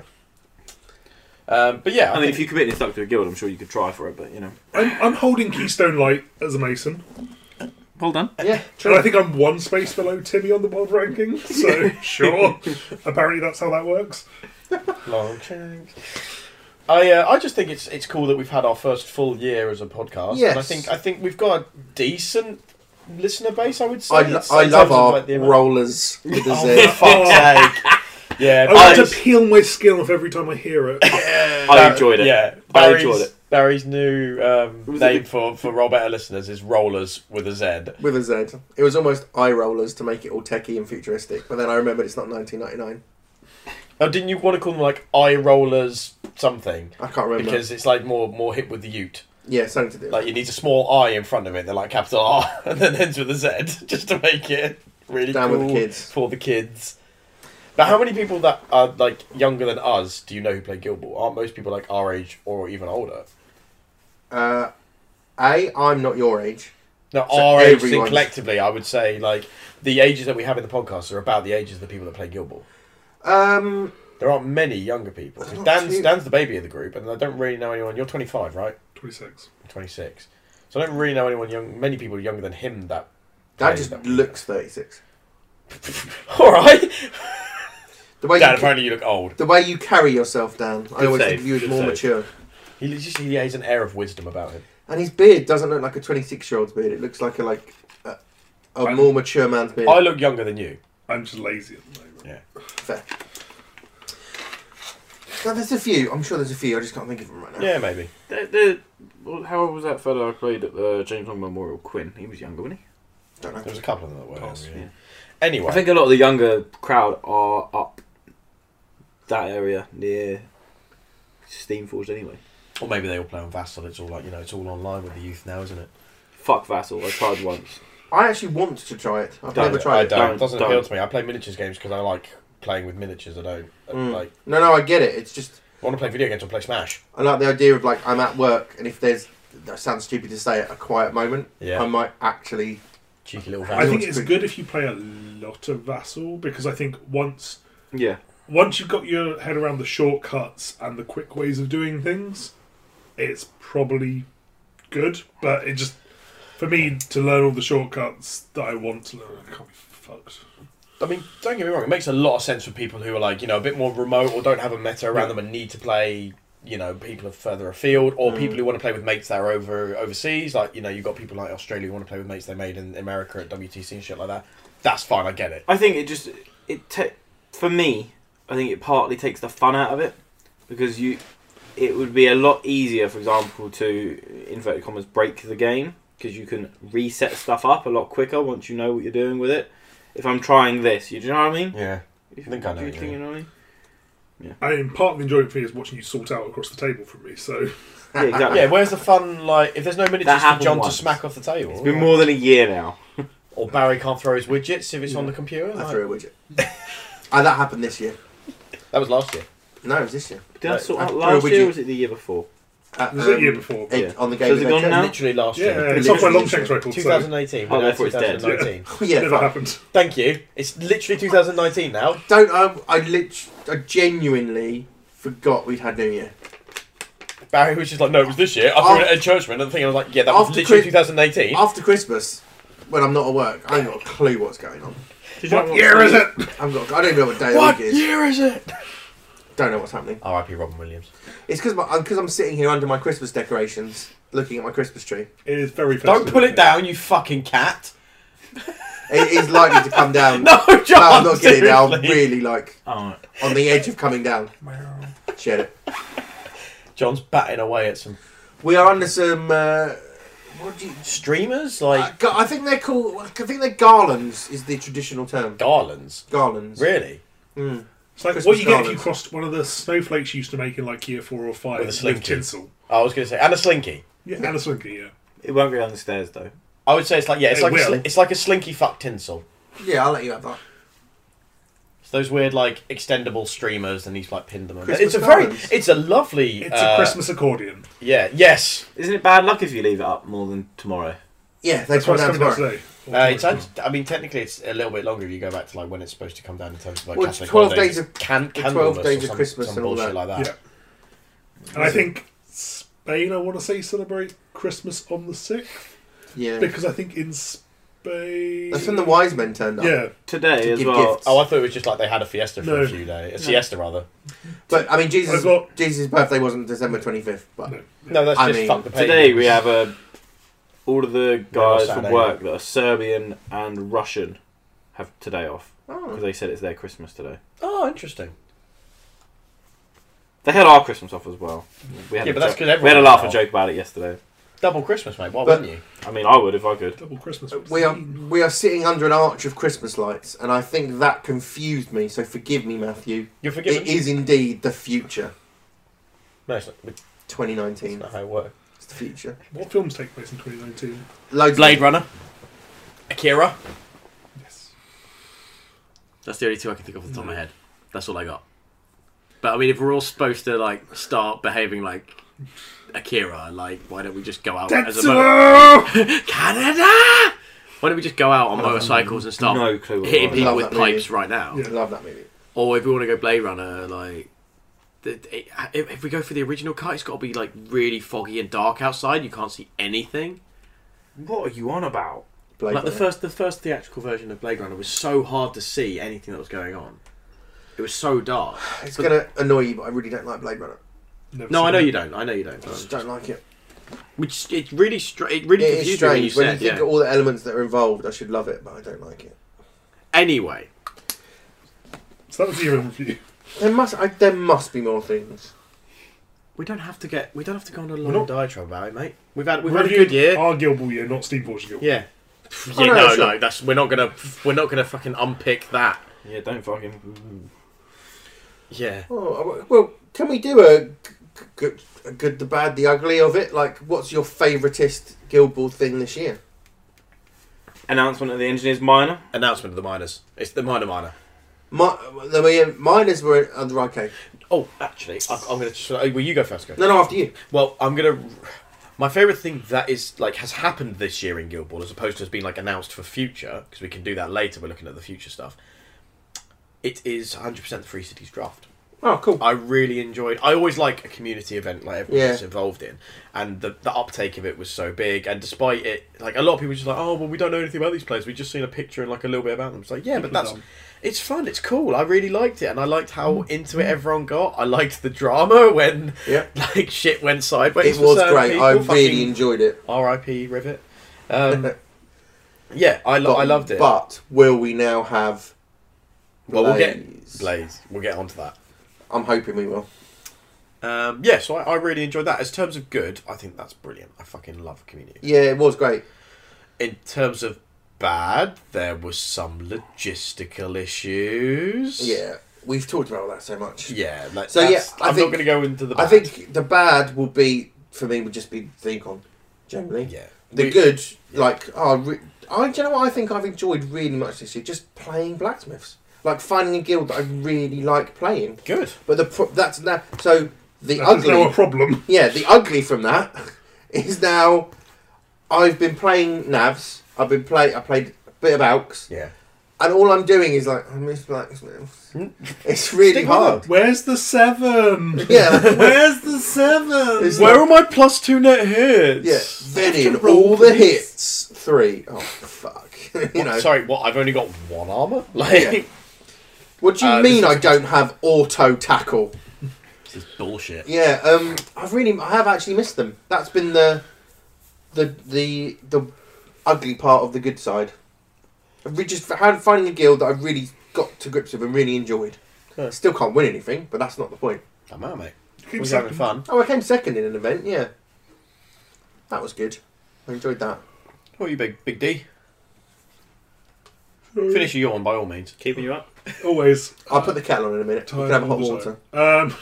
Speaker 1: Um, but yeah,
Speaker 3: I mean, if you committed stuck to a guild, I'm sure you could try for it, but you know.
Speaker 2: I'm, I'm holding Keystone Light as a Mason,
Speaker 3: Well done.
Speaker 1: Uh,
Speaker 4: Yeah,
Speaker 2: and I think I'm one space below Timmy on the world ranking. So sure, apparently that's how that works.
Speaker 1: Long chance. I uh, I just think it's it's cool that we've had our first full year as a podcast.
Speaker 4: Yes.
Speaker 1: And I think I think we've got a decent listener base. I would say.
Speaker 4: I, lo-
Speaker 1: It's-
Speaker 4: I
Speaker 1: in
Speaker 4: love
Speaker 1: terms of,
Speaker 4: our
Speaker 1: like, the amount-
Speaker 4: rollers. With the
Speaker 1: Oh,
Speaker 4: zip.
Speaker 1: for fuck's sake. Yeah,
Speaker 2: I want
Speaker 1: Barry's-
Speaker 2: to peel my skin off every time I hear it.
Speaker 3: I enjoyed it.
Speaker 1: Yeah,
Speaker 3: I
Speaker 1: Barry's,
Speaker 3: enjoyed it.
Speaker 1: Barry's new um,
Speaker 3: Was
Speaker 1: name
Speaker 3: it-
Speaker 1: for for roll better listeners is rollers with a Z.
Speaker 4: With a Z. It was almost eye rollers to make it all techie and futuristic, but then I remembered it's not 1999.
Speaker 1: Oh, didn't you want to call them like eye rollers something?
Speaker 4: I can't remember.
Speaker 1: Because it's like more more hit with the Ute.
Speaker 4: yeah, something to do. with
Speaker 1: Like you need a small I in front of it. They're like capital R and then ends with a Z just to make it really
Speaker 4: Down with the
Speaker 1: cool
Speaker 4: kids.
Speaker 1: for the kids. But how many people that are like younger than us do you know who play Guild Ball? Aren't most people like our age or even older?
Speaker 4: Uh, a, I'm not your age.
Speaker 1: No,
Speaker 4: So
Speaker 1: our age
Speaker 4: everyone-
Speaker 1: collectively, I would say like the ages that we have in the podcast are about the ages of the people that play Guild Ball.
Speaker 4: Um,
Speaker 1: There aren't many younger people.
Speaker 4: There's not
Speaker 1: Dan's,
Speaker 4: too-
Speaker 1: Dan's the baby of the group, and I don't really know anyone. You're 25, right?
Speaker 2: 26.
Speaker 1: 26. So I don't really know anyone young. Many people younger than him that.
Speaker 4: that
Speaker 1: play
Speaker 4: just
Speaker 1: that.
Speaker 4: looks 36.
Speaker 1: All right.
Speaker 4: The way,
Speaker 1: Dan,
Speaker 4: you, ca-
Speaker 1: apparently you look old.
Speaker 4: the way you carry yourself, Dan, I
Speaker 3: Good
Speaker 4: always
Speaker 3: save,
Speaker 4: think of you as
Speaker 3: good
Speaker 4: more
Speaker 3: save.
Speaker 4: mature.
Speaker 1: He just he has an air of wisdom about him.
Speaker 4: And his beard doesn't look like a 26 year old's beard. It looks like a like a, a
Speaker 2: I'm-
Speaker 4: more mature man's beard.
Speaker 1: I look younger than you.
Speaker 2: I'm just lazy at the moment.
Speaker 4: Fair. No, there's a few. I'm sure there's a few. I just can't think of them right now.
Speaker 1: Yeah, maybe.
Speaker 3: The, the, well, how old was that fellow I played at the James Long Memorial? Quinn. He was younger, wasn't he?
Speaker 4: Don't know.
Speaker 1: There was a couple of them that were.
Speaker 2: Pass,
Speaker 1: yeah.
Speaker 3: yeah.
Speaker 1: Anyway,
Speaker 3: I think a lot of the younger crowd are up that area near Steamforged anyway.
Speaker 1: or maybe they all play on Vassal. It's all like you know, it's all online with the youth now, isn't it?
Speaker 3: Fuck Vassal. I tried once.
Speaker 4: I actually want to try it. I've
Speaker 3: Don't.
Speaker 4: never
Speaker 1: I
Speaker 4: tried it.
Speaker 1: don't.
Speaker 3: Don't-
Speaker 1: it doesn't
Speaker 3: don't.
Speaker 1: appeal to me. I play miniatures games because I like playing with miniatures. I don't I
Speaker 4: Mm.
Speaker 1: like.
Speaker 4: No, no, I get it. It's just
Speaker 1: I want to play video games or play Smash.
Speaker 4: I like the idea of like I'm at work, and if there's that sounds stupid to say at a quiet moment,
Speaker 1: Yeah.
Speaker 4: I might actually.
Speaker 1: Cheeky little
Speaker 2: I
Speaker 1: valley.
Speaker 2: think
Speaker 4: Yours
Speaker 2: it's
Speaker 4: too.
Speaker 2: good if you play a lot of Vassal because I think once
Speaker 3: Yeah.
Speaker 2: once you've got your head around the shortcuts and the quick ways of doing things, it's probably good. But it just for me to learn all the shortcuts that I want to learn, I can't be fucked.
Speaker 1: I mean, don't get me wrong. It makes a lot of sense for people who are like you know a bit more remote or don't have a meta around them and need to play. You know, people of further afield, or people who want to play with mates that are over overseas. Like you know, you've got people like Australia who want to play with mates they made in America at WTC and shit like that. That's fine. I get it.
Speaker 3: I think it just it ta for me. I think it partly takes the fun out of it because you it would be a lot easier, for example, to inverted commas break the game because you can reset stuff up a lot quicker once you know what you're doing with it. If I'm trying this, you do you know what I mean?
Speaker 1: Yeah. I think I know
Speaker 3: Do you
Speaker 1: what you
Speaker 3: think
Speaker 1: mean.
Speaker 3: you know what I mean?
Speaker 2: I mean, part of the enjoyment for me is watching you sort out across the table from me. So
Speaker 3: Yeah, exactly.
Speaker 1: Yeah, where's the fun? Like, if there's no miniatures for
Speaker 3: happened
Speaker 1: John
Speaker 3: once.
Speaker 1: to smack off the table,
Speaker 3: It's been more than a year now.
Speaker 1: or Barry can't throw his widgets if it's on the computer.
Speaker 4: I
Speaker 1: like-
Speaker 4: threw a widget. Ah, that happened this year.
Speaker 1: that was last year.
Speaker 4: No, it was this year.
Speaker 3: Did I
Speaker 1: Like,
Speaker 3: sort
Speaker 4: I
Speaker 3: out
Speaker 4: threw a
Speaker 3: last year
Speaker 4: widget.
Speaker 3: or was it the year before?
Speaker 4: Uh,
Speaker 2: it was the
Speaker 4: um,
Speaker 2: year before.
Speaker 4: eh,
Speaker 3: Yeah.
Speaker 4: on the
Speaker 3: So
Speaker 4: game.
Speaker 3: is it
Speaker 4: that
Speaker 3: gone
Speaker 4: they
Speaker 3: now?
Speaker 1: Literally last
Speaker 2: Yeah,
Speaker 1: year.
Speaker 2: it's off my
Speaker 4: literally
Speaker 2: long checks record. So
Speaker 1: 2018.
Speaker 3: Oh,
Speaker 1: we're now
Speaker 3: therefore it's dead.
Speaker 1: 2019.
Speaker 4: chose. Yeah,
Speaker 2: never
Speaker 4: fuck.
Speaker 2: happened.
Speaker 1: Thank you. It's literally 2019 now.
Speaker 4: don't. um, I, I lit. I genuinely forgot we'd had New Year.
Speaker 1: Barry was just like, no, it was this year. I threw it at Churchman, and the thing I was like, yeah, that was
Speaker 4: After
Speaker 1: literally
Speaker 4: Chris-
Speaker 1: 2018.
Speaker 4: After Christmas, when I'm not at work, I ain't got a clue what's going on.
Speaker 3: Did you
Speaker 2: What
Speaker 3: not
Speaker 2: year
Speaker 3: watch
Speaker 2: is
Speaker 3: the-
Speaker 2: it?
Speaker 4: I'm got, I don't even know what day of
Speaker 5: What
Speaker 4: the week it is.
Speaker 5: year is it?
Speaker 4: Don't know what's happening.
Speaker 1: R.I.P. Robin Williams.
Speaker 4: It's because because I'm sitting here under my Christmas decorations, looking at my Christmas tree.
Speaker 2: It is very festive.
Speaker 1: Don't pull it down, you fucking cat.
Speaker 4: It is likely to come down.
Speaker 1: No,
Speaker 4: No,
Speaker 1: John.
Speaker 4: I'm not kidding. I'm
Speaker 1: seriously.
Speaker 4: really like
Speaker 3: Oh,
Speaker 4: on the edge of coming down.
Speaker 2: Meow.
Speaker 4: Shed it.
Speaker 1: John's batting away at some
Speaker 4: We are under some. Uh, what do you?
Speaker 1: streamers like
Speaker 4: Uh, ga- I think they're called. I think they're garlands. Is the traditional term
Speaker 1: garlands.
Speaker 4: garlands?
Speaker 1: Really?
Speaker 4: Mm.
Speaker 2: It's like
Speaker 4: Christmas
Speaker 2: what you get if you
Speaker 4: garlands.
Speaker 2: crossed one of the snowflakes you used to make in like year four or five
Speaker 1: With a slinky.
Speaker 2: tinsel.
Speaker 1: I was going to say, and a slinky.
Speaker 2: Yeah, and a slinky, yeah.
Speaker 3: it won't go down the stairs though.
Speaker 1: I would say it's like yeah, it's
Speaker 2: It
Speaker 1: like a
Speaker 2: will.
Speaker 1: sli- it's like a slinky fuck tinsel.
Speaker 4: Yeah, I'll let you have that.
Speaker 1: It's those weird like extendable streamers, and he's like pinned them. on.
Speaker 4: Christmas
Speaker 1: it's a very,
Speaker 4: garlands.
Speaker 1: it's a lovely.
Speaker 2: It's
Speaker 1: uh,
Speaker 2: a Christmas accordion.
Speaker 1: Yeah. Yes.
Speaker 3: Isn't it bad luck if you leave it up more than tomorrow?
Speaker 4: Yeah, they
Speaker 2: That's
Speaker 4: come
Speaker 2: what's
Speaker 4: down
Speaker 2: coming down
Speaker 4: tomorrow.
Speaker 2: today.
Speaker 1: Uh, it's. act- I mean, technically, it's a little bit longer if you go back to like when it's supposed to come down in terms of like
Speaker 4: Well, it's
Speaker 1: Catholic
Speaker 4: 12
Speaker 1: holidays.
Speaker 4: days of-
Speaker 1: can,
Speaker 4: well, 12
Speaker 1: Candlemas or
Speaker 4: days of
Speaker 1: some-
Speaker 4: Christmas
Speaker 1: some
Speaker 4: and all
Speaker 1: bullshit like
Speaker 4: that.
Speaker 1: that.
Speaker 2: Yeah. And I think Spain, I want to say, celebrate Christmas on the 6th.
Speaker 4: Yeah,
Speaker 2: Because I think in Spain.
Speaker 4: that's when the wise men turned up.
Speaker 2: Yeah,
Speaker 3: Today
Speaker 4: To
Speaker 3: as
Speaker 4: give
Speaker 3: well.
Speaker 4: gifts.
Speaker 1: Oh, I thought it was just like they had a fiesta for a
Speaker 2: No.
Speaker 1: few days, a siesta rather.
Speaker 4: but I mean,
Speaker 2: I
Speaker 4: Jesus,
Speaker 2: got-
Speaker 4: Jesus' birthday wasn't December 25th, but
Speaker 2: No.
Speaker 1: No, that's
Speaker 4: I
Speaker 1: just
Speaker 4: mean,
Speaker 1: fuck the pagans.
Speaker 3: Today we have a, all of the guys from
Speaker 1: Saturday.
Speaker 3: work that are Serbian and Russian have today off
Speaker 4: oh,
Speaker 3: because they said it's their Christmas today.
Speaker 1: Oh, interesting.
Speaker 3: They had our Christmas off as well. We had
Speaker 1: Yeah,
Speaker 3: a
Speaker 1: but that's
Speaker 3: joke-
Speaker 1: because everyone.
Speaker 3: we had a laugh and
Speaker 1: was
Speaker 3: joke about it yesterday.
Speaker 1: off. Double Christmas, mate. Why
Speaker 4: But-
Speaker 1: wouldn't you?
Speaker 3: I mean, I would if I could.
Speaker 2: double Christmas.
Speaker 4: Uh, we are we are sitting under an arch of Christmas lights, and I think that confused me. So forgive me, Matthew.
Speaker 1: You're forgiven.
Speaker 4: It is indeed the future,
Speaker 1: No, it's not, it's
Speaker 4: 2019.
Speaker 1: not how it works.
Speaker 4: It's the future.
Speaker 2: What films take place in 2019?
Speaker 4: Loads of
Speaker 5: Blade
Speaker 4: them.
Speaker 5: Runner.
Speaker 1: Akira.
Speaker 2: Yes.
Speaker 5: That's the only two I can think of off the top of my head. That's all I got. But I mean, if we're all supposed to like start behaving like Akira, like why don't we just go out as a mo-
Speaker 2: Tetsuo!
Speaker 5: Canada? Why don't we just go out on motorcycles and start
Speaker 3: No clue. What
Speaker 5: hitting
Speaker 3: it was.
Speaker 5: people
Speaker 4: Love
Speaker 5: with
Speaker 4: that movie.
Speaker 5: pipes right now?
Speaker 2: Yeah.
Speaker 4: Love that movie.
Speaker 5: Or if we want to go Blade Runner, like. th- it- If if we go for the original cut, it's got to be like really foggy and dark outside. You can't see anything.
Speaker 3: What are you on about?
Speaker 4: Blade
Speaker 5: like the
Speaker 4: Runner.
Speaker 5: first, the first theatrical version of Blade Runner was so hard to see anything that was going on. It was so dark.
Speaker 4: It's
Speaker 5: but-
Speaker 4: gonna annoy you, but I really don't like Blade Runner.
Speaker 2: Never
Speaker 5: No,
Speaker 2: seen
Speaker 5: I know
Speaker 2: it.
Speaker 5: you don't. I know you don't.
Speaker 4: I just
Speaker 5: Tom.
Speaker 4: don't like it.
Speaker 5: Which it really, stra- it really
Speaker 4: It is
Speaker 5: confused me when you
Speaker 4: strange when you
Speaker 5: said.
Speaker 4: think
Speaker 5: yeah.
Speaker 4: of all the elements that are involved. I should love it, but I don't like it.
Speaker 5: Anyway,
Speaker 2: So that was the year in review.
Speaker 4: There must I, there must be more things.
Speaker 5: we don't have to get. We don't have to go on a long
Speaker 2: We're not-
Speaker 5: diatribe about it, mate. We've had we've had a
Speaker 2: Reviewed
Speaker 5: good year.
Speaker 2: Our Gilball year, not Steve Ball's Gilball.
Speaker 5: Yeah.
Speaker 4: Oh,
Speaker 5: Yeah,
Speaker 4: no,
Speaker 5: no,
Speaker 4: sure.
Speaker 5: no, that's we're not gonna we're not gonna fucking unpick that.
Speaker 3: Yeah, don't fucking.
Speaker 5: Yeah.
Speaker 4: Oh I- well, can we do a g- g- good, a good, the bad, the ugly of it? Like, what's your favouritist Guild Ball thing this year?
Speaker 3: Announcement of the engineers minor.
Speaker 1: Announcement of the miners. It's the minor minor.
Speaker 4: My, the mi- miners were under okay.
Speaker 1: Oh, actually, I, I'm gonna.
Speaker 5: oh,
Speaker 1: just- Well, you go first. Go.
Speaker 4: No, no, after you.
Speaker 1: Well, I'm gonna. My favourite thing that is like has happened this year in Guild Ball, as opposed to as being like announced for future, because we can do that later. We're looking at the future stuff. It is 100% the Free Cities draft.
Speaker 4: Oh, cool.
Speaker 1: I really enjoyed. I always like a community event like everyone
Speaker 4: Yeah.
Speaker 1: that's involved in, and the the uptake of it was so big. And despite it, like a lot of people just like, oh well, we don't know anything about these players. We just seen a picture and like a little bit about them. It's like yeah, but
Speaker 2: People
Speaker 1: that's
Speaker 2: don't. Mm.
Speaker 1: it's fun. It's cool. I really liked it, and I liked how into it everyone got. I liked the drama when
Speaker 4: Yeah,
Speaker 1: like shit went sideways.
Speaker 4: it
Speaker 1: for
Speaker 4: was
Speaker 1: certain
Speaker 4: great. I
Speaker 1: people.
Speaker 4: really
Speaker 1: Fucking
Speaker 4: enjoyed it.
Speaker 1: R.I.P. Rivet. Um, yeah, I lo-
Speaker 4: But-
Speaker 1: I loved it.
Speaker 4: But will we now have?
Speaker 1: Well, we'll get-
Speaker 4: Blaze?
Speaker 1: Blaze, we'll get onto that.
Speaker 4: I'm hoping we will.
Speaker 1: Um, yeah, so I, I really enjoyed that. As terms of good, I think that's brilliant. I fucking love community.
Speaker 4: Yeah, it was great.
Speaker 1: in terms of bad, there was some logistical issues.
Speaker 4: Yeah, we've talked about that so much.
Speaker 1: Yeah. Like,
Speaker 4: So,
Speaker 1: so
Speaker 4: yeah, I
Speaker 1: I am
Speaker 4: think-
Speaker 1: not going to go into the. Bad.
Speaker 4: I think the bad will be for me would just be Deacon, generally.
Speaker 1: Yeah.
Speaker 4: The
Speaker 1: We-
Speaker 4: good, like oh, re- I do you know what I think I've enjoyed really much this year? Just playing blacksmiths, like finding a guild that I really like playing.
Speaker 1: Good.
Speaker 4: But the pro- that's now so the
Speaker 2: That is
Speaker 4: ugly,
Speaker 2: now a problem.
Speaker 4: yeah, the ugly from that is now I've been playing navs. I've been play I played a bit of Alks,
Speaker 1: Yeah.
Speaker 4: and all I'm doing is like I miss blacksmiths. it's really
Speaker 1: Stick with
Speaker 4: hard.
Speaker 2: Where's the seven?
Speaker 4: Yeah. like,
Speaker 2: Where's the seven?
Speaker 4: It's Where
Speaker 1: are my plus two net
Speaker 4: Yeah,
Speaker 1: hits?
Speaker 4: then in all the hits. Three. Oh, fuck. you
Speaker 1: What-
Speaker 4: know.
Speaker 1: Sorry, what? I've only got one armor. Like,
Speaker 4: Yeah. What do you
Speaker 1: Uh, this
Speaker 4: mean
Speaker 1: is-
Speaker 4: I don't have auto tackle?
Speaker 5: This is bullshit.
Speaker 4: Yeah, um, I've really, I have actually missed them. That's been the, the, the, the ugly part of the good side. I've re- just had finding a guild that I've really got to grips with and really enjoyed.
Speaker 1: Huh.
Speaker 4: Still can't win anything, but that's not the point.
Speaker 1: I'm out, mate.
Speaker 2: Keep
Speaker 1: We're having
Speaker 2: second.
Speaker 1: fun.
Speaker 4: Oh, I came second in an event. Yeah, that was good. I enjoyed that.
Speaker 1: What are you, big big D?
Speaker 2: Mm.
Speaker 1: Finish your yawn by all means.
Speaker 3: Keeping you up.
Speaker 2: Always.
Speaker 4: I'll put the kettle on in a minute. You
Speaker 2: Time
Speaker 4: can have a
Speaker 2: on
Speaker 4: hot
Speaker 2: the
Speaker 4: water.
Speaker 2: Um,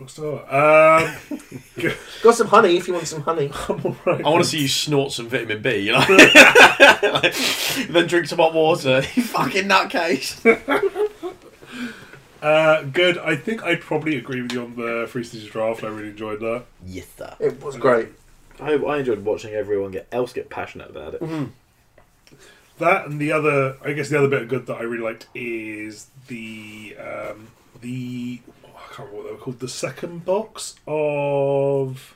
Speaker 2: Rockstar. Um,
Speaker 4: Got some honey if you want some honey.
Speaker 2: I'm alright.
Speaker 1: I want to see you snort some vitamin B, you know? then drink some hot water. You fucking nutcase.
Speaker 2: Uh, good. I think I'd probably agree with you on the Free Cities draft. I really enjoyed that.
Speaker 1: Yes, sir.
Speaker 4: It was great.
Speaker 3: I, I enjoyed watching everyone get else get passionate about it.
Speaker 2: That and the other, I guess the other bit of good that I really liked is the um, the oh, I can't remember what they were called. The second box of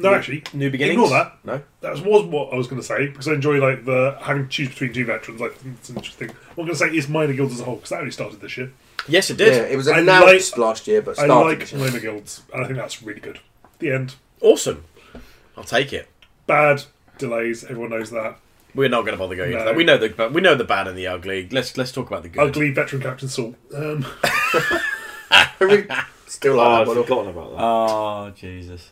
Speaker 2: no, actually,
Speaker 1: New beginnings.
Speaker 2: Ignore that.
Speaker 1: No.
Speaker 2: that was what I was going to say because I enjoy like the having to choose between two veterans. Like it's interesting. What I'm going to say is minor guilds as a whole because that only started this year.
Speaker 1: Yes, it did.
Speaker 4: Yeah, it was
Speaker 2: I
Speaker 4: announced last year, but started.
Speaker 2: I like
Speaker 4: this year.
Speaker 2: minor guilds, and I think that's really good. The end.
Speaker 1: Awesome. I'll take it.
Speaker 2: Bad delays. Everyone knows that.
Speaker 1: We're not going to bother going into
Speaker 2: No.
Speaker 1: that. We know the we know the bad and the ugly. Let's let's talk about the good.
Speaker 2: Ugly veteran Captain Salt. Um,
Speaker 4: Still
Speaker 3: Oh,
Speaker 4: like that
Speaker 3: I've
Speaker 4: model.
Speaker 3: forgotten about that.
Speaker 1: Oh Jesus!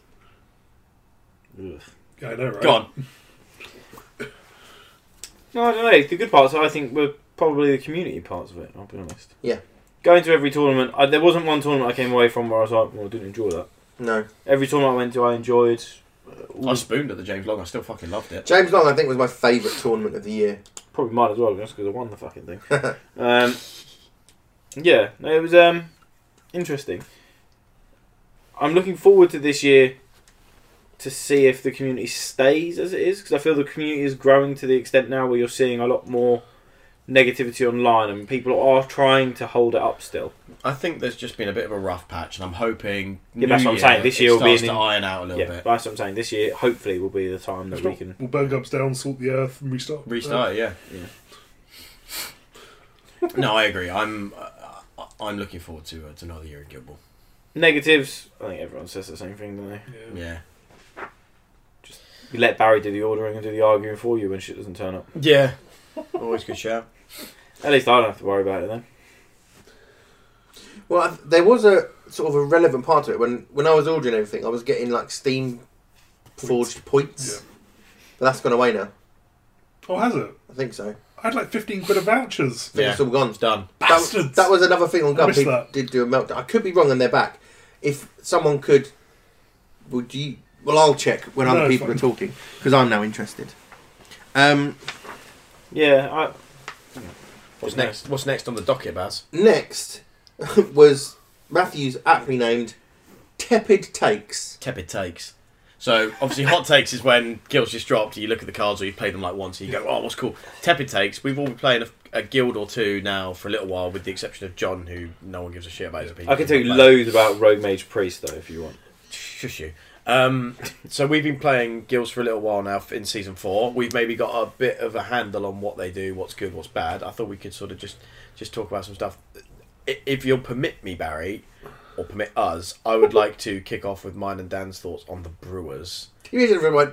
Speaker 3: Ugh.
Speaker 2: yeah, I know, right?
Speaker 1: Go on.
Speaker 3: No, I don't know. The good parts, I think, were probably the community parts of it. I'll be honest.
Speaker 4: Yeah.
Speaker 3: Going to every tournament, I, there wasn't one tournament I came away from where I was like, "Well, I didn't enjoy that."
Speaker 4: No,
Speaker 3: Every tournament I went to, I enjoyed. Uh,
Speaker 1: I spooned at the James Long. I still fucking loved it.
Speaker 4: James Long I think was my favourite tournament of the year.
Speaker 3: Probably mine as well, just because I won the fucking thing. um, yeah, no, it was um, interesting. I'm looking forward to this year to see if the community stays as it is, because I feel the community is growing to the extent now where you're seeing a lot more negativity online, and people are trying to hold it up still.
Speaker 1: I think there's just been a bit of a rough patch, and I'm hoping.
Speaker 3: Yeah,
Speaker 1: new
Speaker 3: that's what I'm
Speaker 1: year,
Speaker 3: saying. This
Speaker 1: it
Speaker 3: year will be
Speaker 1: starts
Speaker 3: an
Speaker 1: to
Speaker 3: in-
Speaker 1: iron out a little
Speaker 3: Yeah,
Speaker 1: bit.
Speaker 3: that's what I'm saying. This year, hopefully, will be the time that we can.
Speaker 2: We'll burn gups down, salt the earth, and restart.
Speaker 1: Restart, it, yeah. no, I agree. I'm uh, I'm looking forward to uh, to another year in Guild Ball.
Speaker 3: Negatives. I think everyone says the same thing, don't they?
Speaker 2: Yeah.
Speaker 1: Yeah.
Speaker 3: You let Barry do the ordering and do the arguing for you when shit doesn't turn up.
Speaker 1: Yeah. Always good shout.
Speaker 3: At least I don't have to worry about it then.
Speaker 4: Well, I- there was a sort of a relevant part to it when when I was ordering everything, I was getting like steam forged points, but that's gone away now.
Speaker 2: Oh, has it?
Speaker 4: I think so.
Speaker 2: I had like 15 quid of vouchers.
Speaker 4: I think
Speaker 1: Yeah.
Speaker 4: it's all gone.
Speaker 1: It's done.
Speaker 4: That,
Speaker 2: Bastards!
Speaker 4: that was another thing on Gun.
Speaker 2: missed
Speaker 4: People
Speaker 2: that.
Speaker 4: did do a meltdown. I could be wrong, and they're back. If someone could, would you? Well, I'll check when
Speaker 2: No,
Speaker 4: other
Speaker 2: it's
Speaker 4: people
Speaker 2: fine.
Speaker 4: are talking because I'm now interested. Um,
Speaker 3: Yeah, I,
Speaker 1: What's next? What's next on the docket, Baz?
Speaker 4: next was Matthew's aptly named Tepid Takes.
Speaker 1: Tepid takes. So obviously, hot takes is when guilds just dropped. You look at the cards, or you play them like once, and you go, "Oh, what's cool?" Tepid takes. We've all been playing a, a guild or two now for a little while, with the exception of John, who no one gives a shit about his opinion.
Speaker 3: I can tell you
Speaker 1: Like,
Speaker 3: loads about Rogue Mage Priest though, if you want.
Speaker 1: Shush you. Um, so we've been playing guilds for a little while now in season four. We've maybe got a bit of a handle on what they do, what's good, what's bad. I thought we could sort of just just talk about some stuff. I- If you'll permit me, Barry, or permit us, I would like to kick off with mine and Dan's thoughts on the Brewers.
Speaker 4: You usually everyone.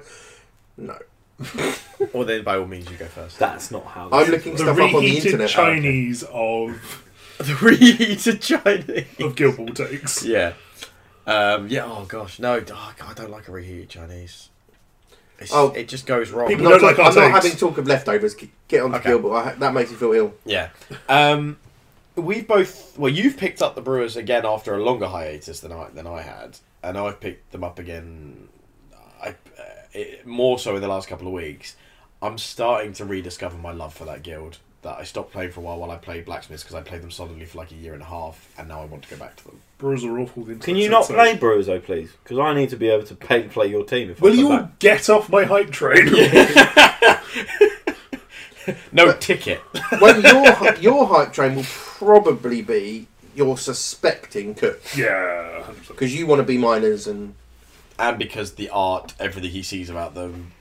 Speaker 4: No,
Speaker 1: Or then, by all means, you go first.
Speaker 3: That's not how.
Speaker 4: I'm
Speaker 3: this
Speaker 4: looking
Speaker 3: works.
Speaker 2: The
Speaker 4: stuff up on the
Speaker 2: reheated
Speaker 4: internet.
Speaker 2: Chinese of,
Speaker 1: the reheated Chinese.
Speaker 2: of Guild Ball takes.
Speaker 1: Yeah. Um, yeah. Oh gosh, no. Oh, God, I don't like a reheated Chinese. It's,
Speaker 4: Oh.
Speaker 1: it just goes wrong.
Speaker 2: People
Speaker 4: No,
Speaker 2: don't
Speaker 4: I'm
Speaker 2: like
Speaker 4: not-
Speaker 2: our
Speaker 4: I'm not
Speaker 2: takes.
Speaker 4: having talk of leftovers. G- Get on to
Speaker 1: Okay.
Speaker 4: Gilbert. I, ha- that makes me feel ill.
Speaker 1: Yeah. Um, we both. Well, you've picked up the Brewers again after a longer hiatus than I than I had, and I've picked them up again. I uh, it, more so in the last couple of weeks. I'm starting to rediscover my love for that guild. That I stopped playing for a while while I played blacksmiths because I played them solidly for like a year and a half, and now I want to go back to them.
Speaker 2: Brewers are awful. The
Speaker 3: Can
Speaker 2: internet
Speaker 3: you not
Speaker 2: said so.
Speaker 3: play Brewers though, please? Because I need to be able to pay, play your team. If
Speaker 2: Will
Speaker 3: I come
Speaker 2: you all
Speaker 3: back.
Speaker 2: get off my hype train?
Speaker 1: No ticket.
Speaker 4: Well, your hy- your hype train will probably be you're suspecting Cook
Speaker 2: yeah. 100%.
Speaker 4: because you want to be miners and
Speaker 1: and because the art, everything he sees about them,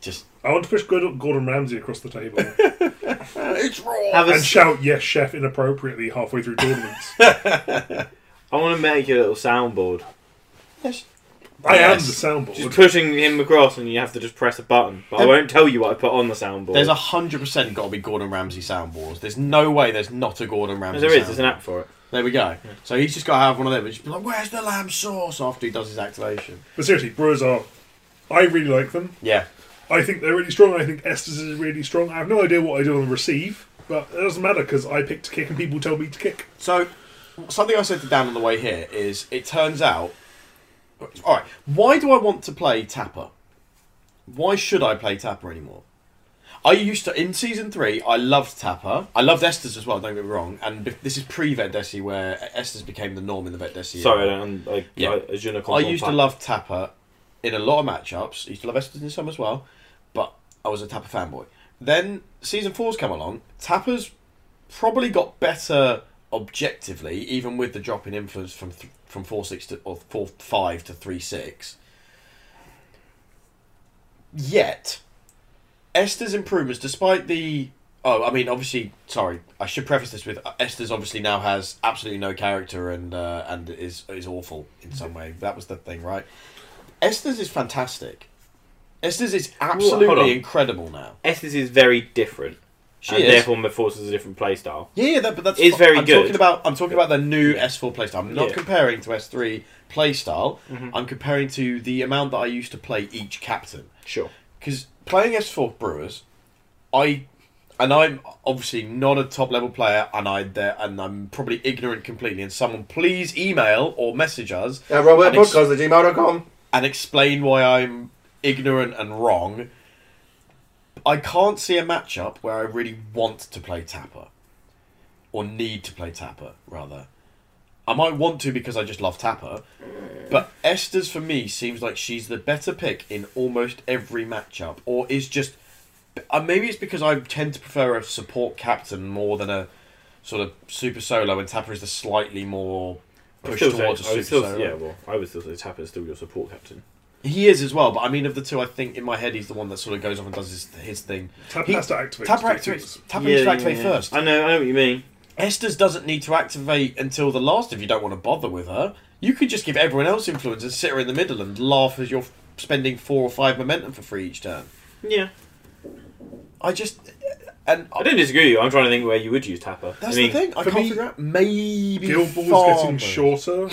Speaker 1: Just
Speaker 2: I want to push Gord- Gordon Ramsay across the table
Speaker 1: "Oh, it's raw.
Speaker 3: Have a
Speaker 2: and
Speaker 3: s-
Speaker 2: shout "Yes, chef!" inappropriately halfway through tournaments.
Speaker 3: I want to make a little soundboard.
Speaker 2: I am the
Speaker 1: Yes.
Speaker 3: Just
Speaker 2: soundboard.
Speaker 3: pushing him across, and you have to just press a button. But I
Speaker 1: Um,
Speaker 3: won't tell you what I put on the soundboard.
Speaker 1: There's a hundred percent got to be Gordon Ramsay soundboards. There's no way there's not a Gordon Ramsay.
Speaker 3: No, there is. There's
Speaker 1: soundboard.
Speaker 3: an app for it.
Speaker 1: There we go. So he's just got to have one of them. and Just be like, "Where's the lamb sauce?" After he does his activation.
Speaker 2: But seriously, Brewers are. I really like them.
Speaker 1: Yeah.
Speaker 2: I think they're really strong. I think Estes is really strong. I have no idea what I do on the receive, but it doesn't matter because I pick to kick and people tell me to kick.
Speaker 1: So something I said to Dan on the way here is, it turns out. All right. Why do I want to play Tapper? Why should I play Tapper anymore? I used to in season three. I loved Tapper. I loved Esther's as well. Don't get me wrong. And be- this is pre Vet Desi, where Esther's became the norm in the Vet Desi.
Speaker 3: Sorry, I
Speaker 1: era.
Speaker 3: don't. I,
Speaker 1: Yeah.
Speaker 3: I, I, shouldn't have
Speaker 1: I used to
Speaker 3: compact.
Speaker 1: love Tapper in a lot of matchups. I used to love Estes in some as well, but I was a Tapper fanboy. Then season four's come along. Tapper's probably got better objectively, even with the drop in influence from th- from four six to or four five to three six. Yet, Esther's improvements, despite the oh, I mean, obviously, sorry, I should preface this with uh, Esther's obviously now has absolutely no character and uh, and is is awful in some way. That was the thing, right? Esther's is fantastic. Esther's is
Speaker 3: hold on.
Speaker 1: absolutely incredible now.
Speaker 3: Estes is very different.
Speaker 1: She
Speaker 3: and
Speaker 1: is.
Speaker 3: therefore forces a different playstyle.
Speaker 1: Yeah, yeah, that, but that's
Speaker 3: It's
Speaker 1: fi-
Speaker 3: very
Speaker 1: I'm
Speaker 3: good.
Speaker 1: Talking about, I'm talking about the new S4 playstyle. I'm not
Speaker 3: Yeah. Mm-hmm.
Speaker 1: comparing to S3 playstyle. I'm comparing to the amount that I used to play each captain.
Speaker 3: Sure.
Speaker 1: Because playing S4 Brewers, I and I'm obviously not a top level player, and I there and I'm probably ignorant completely. And someone please email or message us
Speaker 4: Yeah, Robert
Speaker 1: And it's-
Speaker 4: Podcast at gmail.com.
Speaker 1: and explain why I'm ignorant and wrong. I can't see a matchup where I really want to play Tapper. Or need to play Tapper, rather. I might want to because I just love Tapper. But Esther's, for me, seems like she's the better pick in almost every matchup. Or is just. uh, Maybe it's because I tend to prefer a support captain more than a sort of super solo, and Tapper is the slightly more pushed
Speaker 3: Still say-
Speaker 1: towards a
Speaker 3: I
Speaker 1: super
Speaker 3: would still,
Speaker 1: solo.
Speaker 3: yeah, well, I would still say Tapper is still your support captain.
Speaker 1: He is as well, but I mean, of the two, I think in my head he's the one that sort of goes off and does his, his thing.
Speaker 2: Tap
Speaker 1: He-
Speaker 2: has to activate.
Speaker 1: Tapper
Speaker 2: to do things.
Speaker 1: activates. Tapper needs to activate first.
Speaker 3: I know, I know what you mean.
Speaker 1: Esther's doesn't need to activate until the last if you don't want to bother with her. You could just give everyone else influence and sit her in the middle and laugh as you're f- spending four or five momentum for free each turn.
Speaker 3: Yeah,
Speaker 1: I just and
Speaker 3: I don't disagree with you. I'm trying to think where you would use Tapper.
Speaker 1: that's
Speaker 3: I mean,
Speaker 1: the thing. I
Speaker 2: for
Speaker 1: can't
Speaker 2: me,
Speaker 1: figure out. Maybe
Speaker 2: Guild Ball's
Speaker 1: Farmer.
Speaker 2: getting shorter,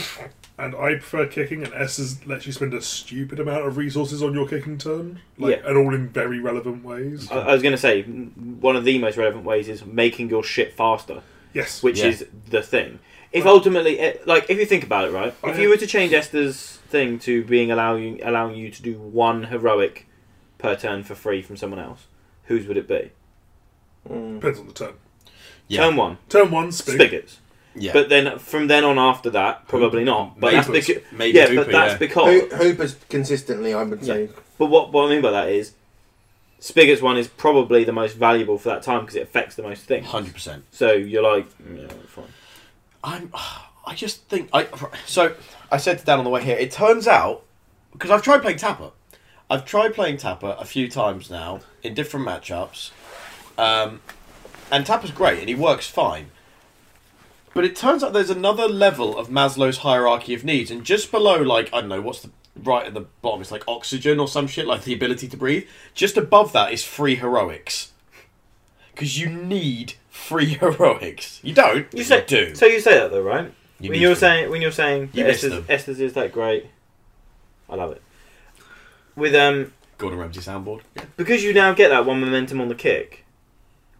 Speaker 2: and I prefer kicking, and S's lets you spend a stupid amount of resources on your kicking turn, like,
Speaker 3: Yeah. Uh,
Speaker 2: and all in very relevant ways.
Speaker 3: I, I was going to say m- one of the most relevant ways is making your shit faster,
Speaker 2: yes,
Speaker 3: which
Speaker 1: Yeah.
Speaker 3: is the thing. If ultimately, it, like, if you think about it, right? If you were to change Esther's thing to being allowing allowing you to do one heroic per turn for free from someone else, whose would it be?
Speaker 2: depends on the turn.
Speaker 1: Yeah.
Speaker 3: Turn one,
Speaker 2: Turn one, spig.
Speaker 3: spigots.
Speaker 1: Yeah,
Speaker 3: But then from then on after that, probably not. But that's
Speaker 2: Maybe.
Speaker 3: because
Speaker 1: maybe
Speaker 3: yeah,
Speaker 1: Duper,
Speaker 3: but that's
Speaker 1: yeah.
Speaker 3: because.
Speaker 4: Ho- Hoopers consistently, I would say.
Speaker 3: But what, what I mean by that is, Spigot's one is probably the most valuable for that time because it affects the most things.
Speaker 1: hundred percent.
Speaker 3: So you're like, yeah, fine.
Speaker 1: I'm. I just think I. So I said to Dan on the way here. It turns out because I've tried playing Tapper. I've tried playing Tapper a few times now in different matchups, um, and Tapper's great and he works fine. But it turns out there's another level of Maslow's hierarchy of needs, and just below, like I don't know, what's the right at the bottom? It's like oxygen or some shit, like the ability to breathe. Just above that is free heroics, because you need free heroics. You don't.
Speaker 3: You say
Speaker 1: do.
Speaker 3: So you say that though, right?
Speaker 1: You
Speaker 3: when
Speaker 1: need
Speaker 3: you're
Speaker 1: to.
Speaker 3: saying when you're saying
Speaker 1: You
Speaker 3: that
Speaker 1: miss
Speaker 3: Esther's,
Speaker 1: them.
Speaker 3: Esther's is that great, I love it. With um,
Speaker 1: Gordon Ramsay soundboard. Yeah.
Speaker 3: because you now get that one momentum on the kick,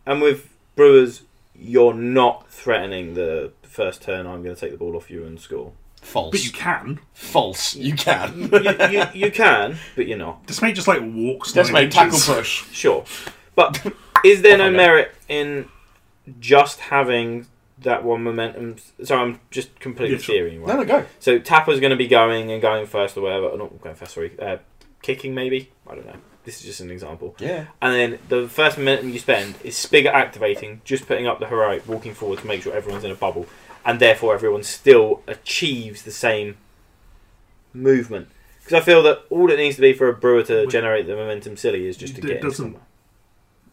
Speaker 3: and with Brewers, you're not threatening the first turn. I'm going to take the ball off you and score.
Speaker 1: False.
Speaker 2: But you can.
Speaker 1: False. You can.
Speaker 3: you, you, you can, but you're not.
Speaker 2: Just make just like walks.
Speaker 1: That's
Speaker 2: nine
Speaker 1: my tackle
Speaker 2: inches.
Speaker 1: push.
Speaker 3: Sure. But is there no
Speaker 1: Okay.
Speaker 3: merit in just having that one momentum? Sorry, I'm just completely
Speaker 2: Yeah, sure.
Speaker 3: steering. Right?
Speaker 1: No, no, go.
Speaker 3: So Tapper's going to be going and going first or whatever. Or not going first, sorry. Uh, kicking maybe? I don't know. This is just an example.
Speaker 1: Yeah.
Speaker 3: And then the first momentum you spend is Spigot activating, just putting up the heroic, walking forward to make sure everyone's in a bubble. And therefore everyone still achieves the same movement. Because I feel that all it needs to be for a brewer to
Speaker 2: Wait.
Speaker 3: generate the momentum silly is just to
Speaker 2: it
Speaker 3: get into
Speaker 2: doesn't.
Speaker 3: somewhere.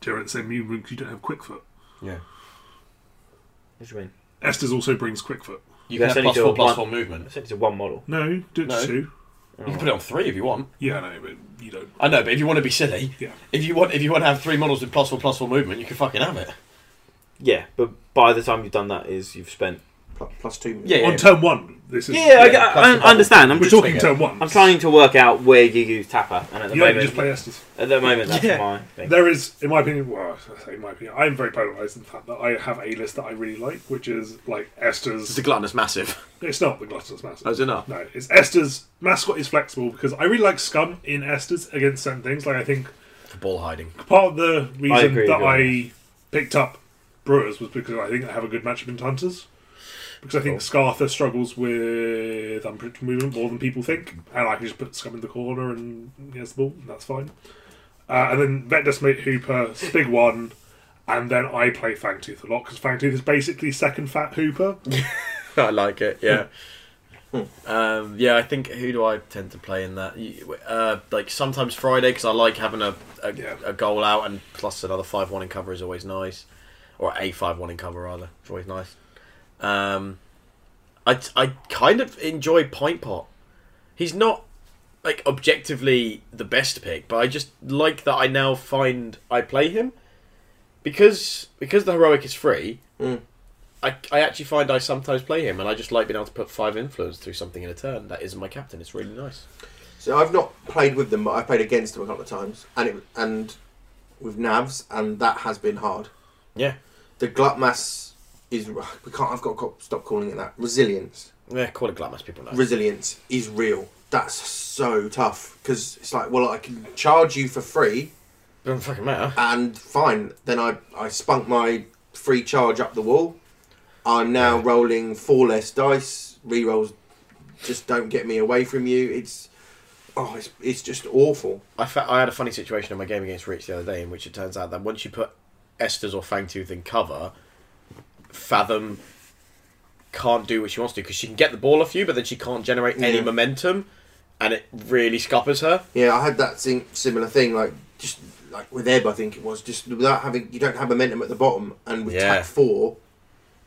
Speaker 2: Jared, same you because you don't have Quickfoot.
Speaker 3: What do you mean?
Speaker 2: Estes also brings Quickfoot.
Speaker 1: You can
Speaker 3: Yeah, so
Speaker 1: have
Speaker 3: you
Speaker 1: plus
Speaker 3: do
Speaker 1: four,
Speaker 3: a
Speaker 1: plus
Speaker 3: one.
Speaker 1: four movement.
Speaker 3: It's a one model.
Speaker 2: No, do it
Speaker 1: No.
Speaker 2: to two.
Speaker 1: You can put it on three if you want.
Speaker 2: Yeah, no, but you don't.
Speaker 1: I know, but if you want to be silly,
Speaker 2: Yeah.
Speaker 1: if you want, if you want to have three models with plus four, plus four movement, you can fucking have it.
Speaker 3: Yeah, but by the time you've done that, is you've spent.
Speaker 4: Pl- plus two.
Speaker 1: Yeah, yeah.
Speaker 2: On turn one, this is.
Speaker 3: Yeah, I-
Speaker 1: Yeah,
Speaker 3: I,
Speaker 1: that's
Speaker 3: I
Speaker 1: the problem.
Speaker 3: understand. I'm
Speaker 2: We're
Speaker 3: just.
Speaker 2: talking
Speaker 1: yeah.
Speaker 2: turn one.
Speaker 3: I'm trying to work out where you use Tapper, and at the
Speaker 2: You don't
Speaker 3: moment,
Speaker 2: just play Estes.
Speaker 3: at the moment, that's
Speaker 1: Yeah.
Speaker 3: my thing.
Speaker 2: There is, in my opinion, well, I say in my opinion, I'm very polarised in the fact that I have a list that I really like, which is like
Speaker 5: It's
Speaker 2: Esther's.
Speaker 5: a gluttonous massive.
Speaker 2: It's not the Gluttonous Massive.
Speaker 5: Oh, is it not?
Speaker 2: No, it's Esther's mascot is flexible because I really like Scum in Esther's against certain things. Like I think
Speaker 5: For ball hiding.
Speaker 2: part of the reason
Speaker 3: agree with
Speaker 2: that
Speaker 3: you on
Speaker 2: I picked up Brewers was because I think they have a good matchup in Hunters. Because I think Scartha struggles with unpredictable movement more than people think, and I can just put Scum in the corner and he has the ball, and that's fine. Uh, and then Vet Decimate Hooper, Spig One, and then I play Fangtooth a lot because Fangtooth is basically second Fat Hooper.
Speaker 5: I like it. Yeah. um, yeah, I think who do I tend to play in that? You- Uh, like sometimes Friday because I like having a a,
Speaker 2: Yeah.
Speaker 5: a goal out and plus another five one in cover is always nice, or a five one in cover rather. It's always nice. Um, I I kind of enjoy Pint Pot. He's not like objectively the best pick, but I just like that I now find I play him because because the heroic is free.
Speaker 4: Mm.
Speaker 5: I, I actually find I sometimes play him, and I just like being able to put five influence through something in a turn. That isn't my captain. It's really nice.
Speaker 4: So I've not played with them, but I've played against them a couple of times, and it and with Navs, and that has been hard.
Speaker 5: Yeah.
Speaker 4: The glut mass is we can't. I've got to stop calling it that. Resilience.
Speaker 5: Yeah, call it glamorous people know.
Speaker 4: resilience is real. That's so tough because it's like, well, I can charge you for free,
Speaker 5: Doesn't fucking matter.
Speaker 4: and fine. Then I I spunk my free charge up the wall. I'm now rolling four less dice. Rerolls just don't get me away from you. It's oh, it's it's just awful.
Speaker 5: I, fa- I had a funny situation in my game against Rich the other day in which it turns out that once you put Esther's or Fangtooth in cover, Fathom can't do what she wants to because she can get the ball off you, but then she can't generate any
Speaker 4: Yeah.
Speaker 5: momentum, and it really scuppers her.
Speaker 4: Yeah, I had that thing, similar thing, like just like with Ebb, I think it was just without having you don't have momentum at the bottom, and with
Speaker 5: Yeah.
Speaker 4: tack four,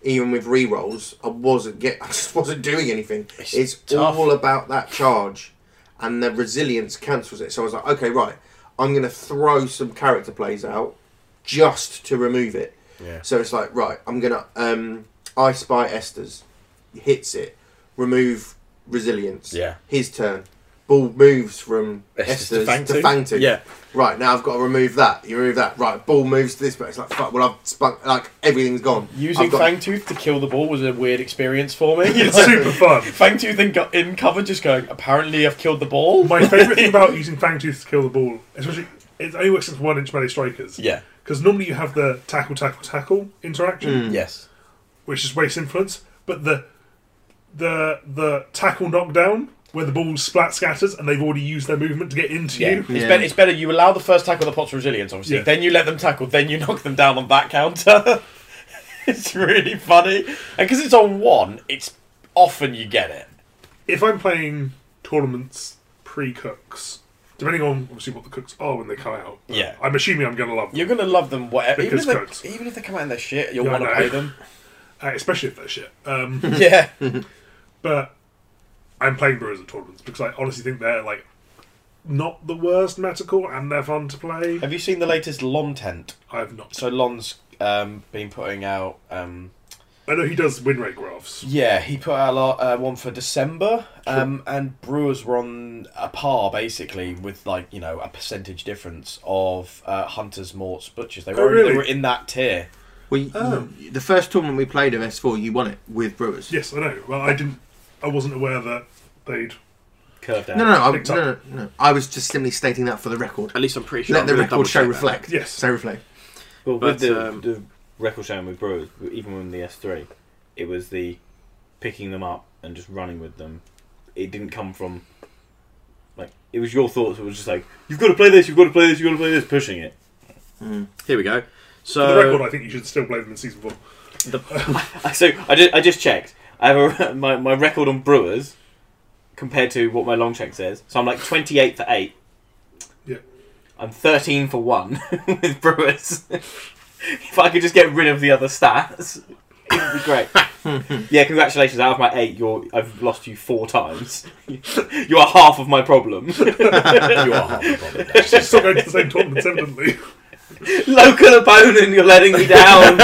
Speaker 4: even with re rolls, I wasn't get, I just wasn't doing anything.
Speaker 5: It's
Speaker 4: It's,
Speaker 5: tough.
Speaker 4: all about that charge, and the resilience cancels it. So I was like, okay, right, I'm gonna throw some character plays out just to remove it.
Speaker 5: Yeah.
Speaker 4: So it's like, right, I'm gonna um, I spy Esther's, hits it, remove resilience.
Speaker 5: Yeah.
Speaker 4: His turn. Ball moves from Esther's to Fangtooth.
Speaker 5: Yeah.
Speaker 4: Right, now I've got to remove that. You remove that. Right, ball moves to this, but it's like, fuck, well, I've spunk, like, everything's gone.
Speaker 1: Using
Speaker 4: I've got-
Speaker 1: Fangtooth to kill the ball was a weird experience for me.
Speaker 2: It's super fun.
Speaker 1: Fangtooth in, co- in cover just going, apparently I've killed the ball.
Speaker 2: My favourite thing about using Fangtooth to kill the ball, especially, it only works against one inch melee strikers.
Speaker 1: yeah.
Speaker 2: Because normally you have the tackle, tackle, tackle interaction.
Speaker 1: Yes.
Speaker 2: which is waste influence, but the the the tackle knockdown where the ball splat scatters and they've already used their movement to get into
Speaker 1: Yeah.
Speaker 2: you.
Speaker 1: It's,
Speaker 4: Yeah.
Speaker 1: bet- it's better you allow the first tackle the pot's resilience, obviously.
Speaker 2: Yeah.
Speaker 1: Then you let them tackle, then you knock them down on that counter. it's really funny. And because it's on one, it's often you get it.
Speaker 2: If I'm playing tournaments pre cooks, depending on obviously what the cooks are when they come out,
Speaker 1: Yeah.
Speaker 2: I'm assuming I'm gonna love them.
Speaker 1: You're going to love them whatever. Even if,
Speaker 2: Because
Speaker 1: they,
Speaker 2: cooks.
Speaker 1: even if they come out in their shit, you'll
Speaker 2: Yeah, I
Speaker 1: want to play
Speaker 2: know.
Speaker 1: them.
Speaker 2: Uh, especially if they're shit. Um,
Speaker 1: Yeah.
Speaker 2: but I'm playing brewers at tournaments because I honestly think they're like not the worst metacore and they're fun to play.
Speaker 1: Have you seen the latest Lon tent?
Speaker 2: I've not
Speaker 1: So Lon's um, been putting out. Um,
Speaker 2: I know he does win rate graphs.
Speaker 1: Yeah, he put out a lot, uh, one for December, um, and Brewers were on a par basically with like you know a percentage difference of uh, Hunters, Morts, Butchers. They
Speaker 5: Oh,
Speaker 1: were,
Speaker 2: really?
Speaker 1: they were in that tier.
Speaker 4: We,
Speaker 2: Oh.
Speaker 4: The first tournament we played of S4, you won it with Brewers.
Speaker 2: Yes, I know. Well I didn't I wasn't aware that they'd
Speaker 1: Curved out.
Speaker 4: No, no, no, I,
Speaker 2: Big time.
Speaker 4: no, no, no. I was just simply stating that for the record.
Speaker 5: At least I'm pretty sure.
Speaker 4: Let
Speaker 5: I'm
Speaker 4: the
Speaker 5: gonna
Speaker 4: record show
Speaker 5: double-check that.
Speaker 4: reflect.
Speaker 2: Yes.
Speaker 4: So reflect.
Speaker 3: Well,
Speaker 5: But,
Speaker 3: with the,
Speaker 5: um,
Speaker 3: the record showing with Brewers, even with the S3, it was the picking them up and just running with them. It didn't come from like it was your thoughts. It was just like you've got to play this, you've got to play this, you've got to play this, pushing it.
Speaker 5: Here we go.
Speaker 2: For the record,
Speaker 5: So
Speaker 2: I think you should still play them in season four.
Speaker 5: the,
Speaker 3: I- so I just I just checked. I have a, my my record on Brewers compared to what my long check says. So I'm like 28 for 8.
Speaker 2: Yeah.
Speaker 3: I'm 13 for 1 with Brewers. if I could just get rid of the other stats, it would be great. yeah, congratulations. Out of my 8, you're, I've lost you 4 times. you are half of my problem.
Speaker 5: you are half the problem. Dash.
Speaker 2: She's still going to the same tournaments, evidently.
Speaker 3: Local opponent, you're letting me down.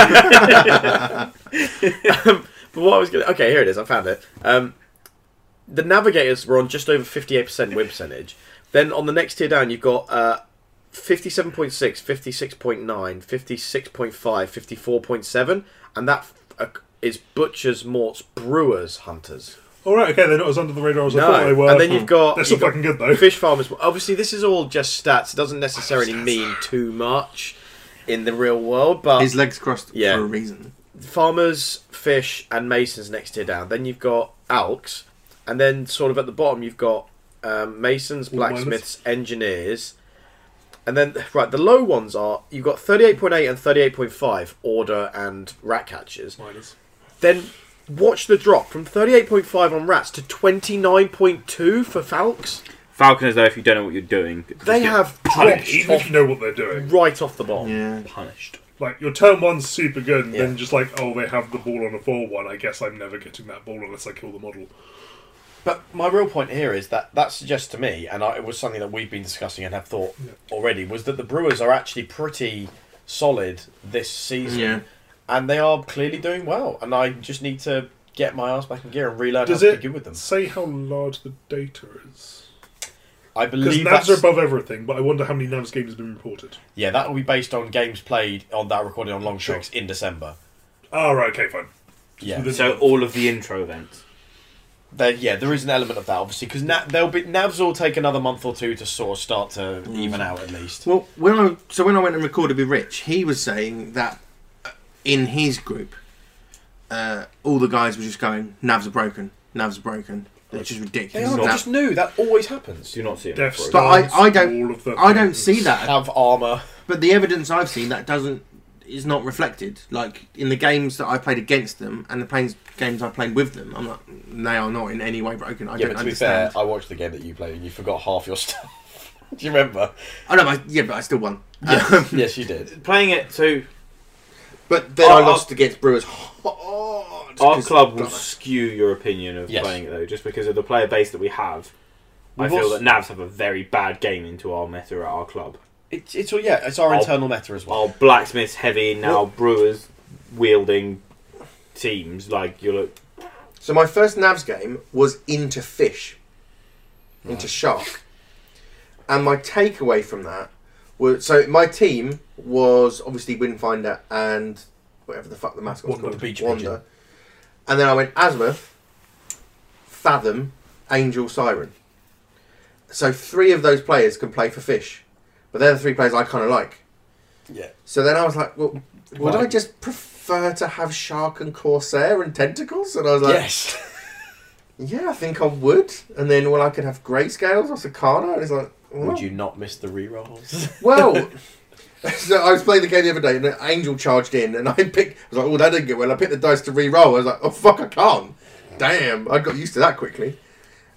Speaker 5: Um, But what I was going to. Okay, here it is. I found it. Um, the Navigators were on just over 58% win percentage. Then on the next tier down, you've got uh, 57.6, 56.9, 56.5, 54.7, and that uh, is Butchers, Morts, Brewers, Hunters.
Speaker 2: All right, okay, they're not as under the radar as I
Speaker 5: No.
Speaker 2: thought they were.
Speaker 5: And then you've got-
Speaker 2: They're still
Speaker 5: you've got
Speaker 2: fucking good, though.
Speaker 5: Fish farmers. Obviously, this is all just stats. It doesn't necessarily mean too much in the real world, but
Speaker 4: His legs crossed
Speaker 5: Yeah.
Speaker 4: for a reason.
Speaker 5: farmers, fish, and masons next tier down. Then you've got alks, and then sort of at the bottom you've got um, masons,
Speaker 2: All miners.
Speaker 5: blacksmiths, engineers, and then right the low ones are you've got thirty eight point eight and thirty eight point five order and rat catchers.
Speaker 2: Miners.
Speaker 5: Then watch the drop from thirty eight point five on rats to twenty nine point two for falcons.
Speaker 3: Falconers, though, if you don't know what you're doing,
Speaker 5: They have
Speaker 2: Well,
Speaker 5: dropped
Speaker 2: even if you know what they're doing.
Speaker 5: right off the bottom.
Speaker 4: Yeah.
Speaker 3: punished.
Speaker 2: Like, your turn one's super good, and
Speaker 5: Yeah.
Speaker 2: then just like, oh, they have the ball on a 4 1. I guess I'm never getting that ball unless I kill the model.
Speaker 1: But my real point here is that that suggests to me, and I, it was something that we've been discussing and have thought already, was that the Brewers are actually pretty solid this season,
Speaker 4: Yeah.
Speaker 1: and they are clearly doing well. And I just need to get my ass back in gear and relearn
Speaker 2: Does
Speaker 1: how to
Speaker 2: it
Speaker 1: be good with them.
Speaker 2: say how large the data is?
Speaker 1: I
Speaker 2: Because
Speaker 1: believe
Speaker 2: nabs
Speaker 1: that's,
Speaker 2: are above everything, but I wonder how many nabs games have been reported.
Speaker 1: yeah, that will be based on games played on that recording on long tracks in December.
Speaker 2: Oh, right, okay, fine.
Speaker 1: Yeah,
Speaker 2: Within-
Speaker 3: So all of the intro events.
Speaker 1: there, yeah, there is an element of that obviously because na- they'll be Navs will take another month or two to sort of start to even out at least.
Speaker 4: Well, when I so when I went and recorded with Rich, he was saying that uh, in his group, uh, all the guys were just going, "Navs are broken, Navs are broken." It's just
Speaker 1: They
Speaker 4: ridiculous.
Speaker 1: are
Speaker 4: Nav-
Speaker 1: just new. That always happens.
Speaker 3: Do not see it.
Speaker 2: Death
Speaker 3: Sorry.
Speaker 2: Star.
Speaker 4: But I- I don't-
Speaker 2: All of the
Speaker 4: I don't
Speaker 2: things.
Speaker 4: see that,
Speaker 1: Have armor.
Speaker 4: but the evidence I've seen that doesn't is not reflected. Like in the games that I played against them and the planes, games I played with them, I'm like, they are not in any way broken. I
Speaker 1: yeah,
Speaker 4: don't
Speaker 1: but to
Speaker 4: understand.
Speaker 1: be fair, I watched the game that you played and you forgot half your stuff. Do you remember?
Speaker 4: I know, but yeah, but I still won. Um,
Speaker 1: yes, you did.
Speaker 3: Playing it, so
Speaker 4: but then
Speaker 3: Our-
Speaker 4: I lost against Brewers. hard,
Speaker 3: our
Speaker 4: 'cause-
Speaker 3: club will
Speaker 4: God,
Speaker 3: skew your opinion of
Speaker 1: Yes.
Speaker 3: playing it though, just because of the player base that we have. I
Speaker 1: We've
Speaker 3: feel
Speaker 1: also-
Speaker 3: that Navs have a very bad game into our meta at our club.
Speaker 1: It's it's all yeah. It's our
Speaker 3: I'll-
Speaker 1: internal meta as
Speaker 3: Our
Speaker 1: well.
Speaker 3: blacksmiths heavy now brewers wielding teams like you look.
Speaker 4: So my first Navs game was into fish, into shark, and my takeaway from that was so my team was obviously Windfinder and whatever the fuck the mascot's
Speaker 2: Wanda,
Speaker 4: called,
Speaker 1: the beach pigeon.
Speaker 4: and then I went Azimuth, Fathom, Angel, Siren. So three of those players can play for fish, but they're the three players I kind of like.
Speaker 1: Yeah.
Speaker 4: So then I was like, well, would
Speaker 1: Why?
Speaker 4: I just prefer to have shark and corsair and tentacles? And I was like,
Speaker 1: Yes.
Speaker 4: yeah, I think I would. And then, well, I could have grayscales or Sakana. And it's like, well,
Speaker 1: Would you not miss the rerolls?
Speaker 4: well. so I was playing the game the other day and an angel charged in and I picked, I was like, oh, that didn't get well. I picked the dice to re roll. I was like, oh, fuck, I can't. Damn, I got used to that quickly.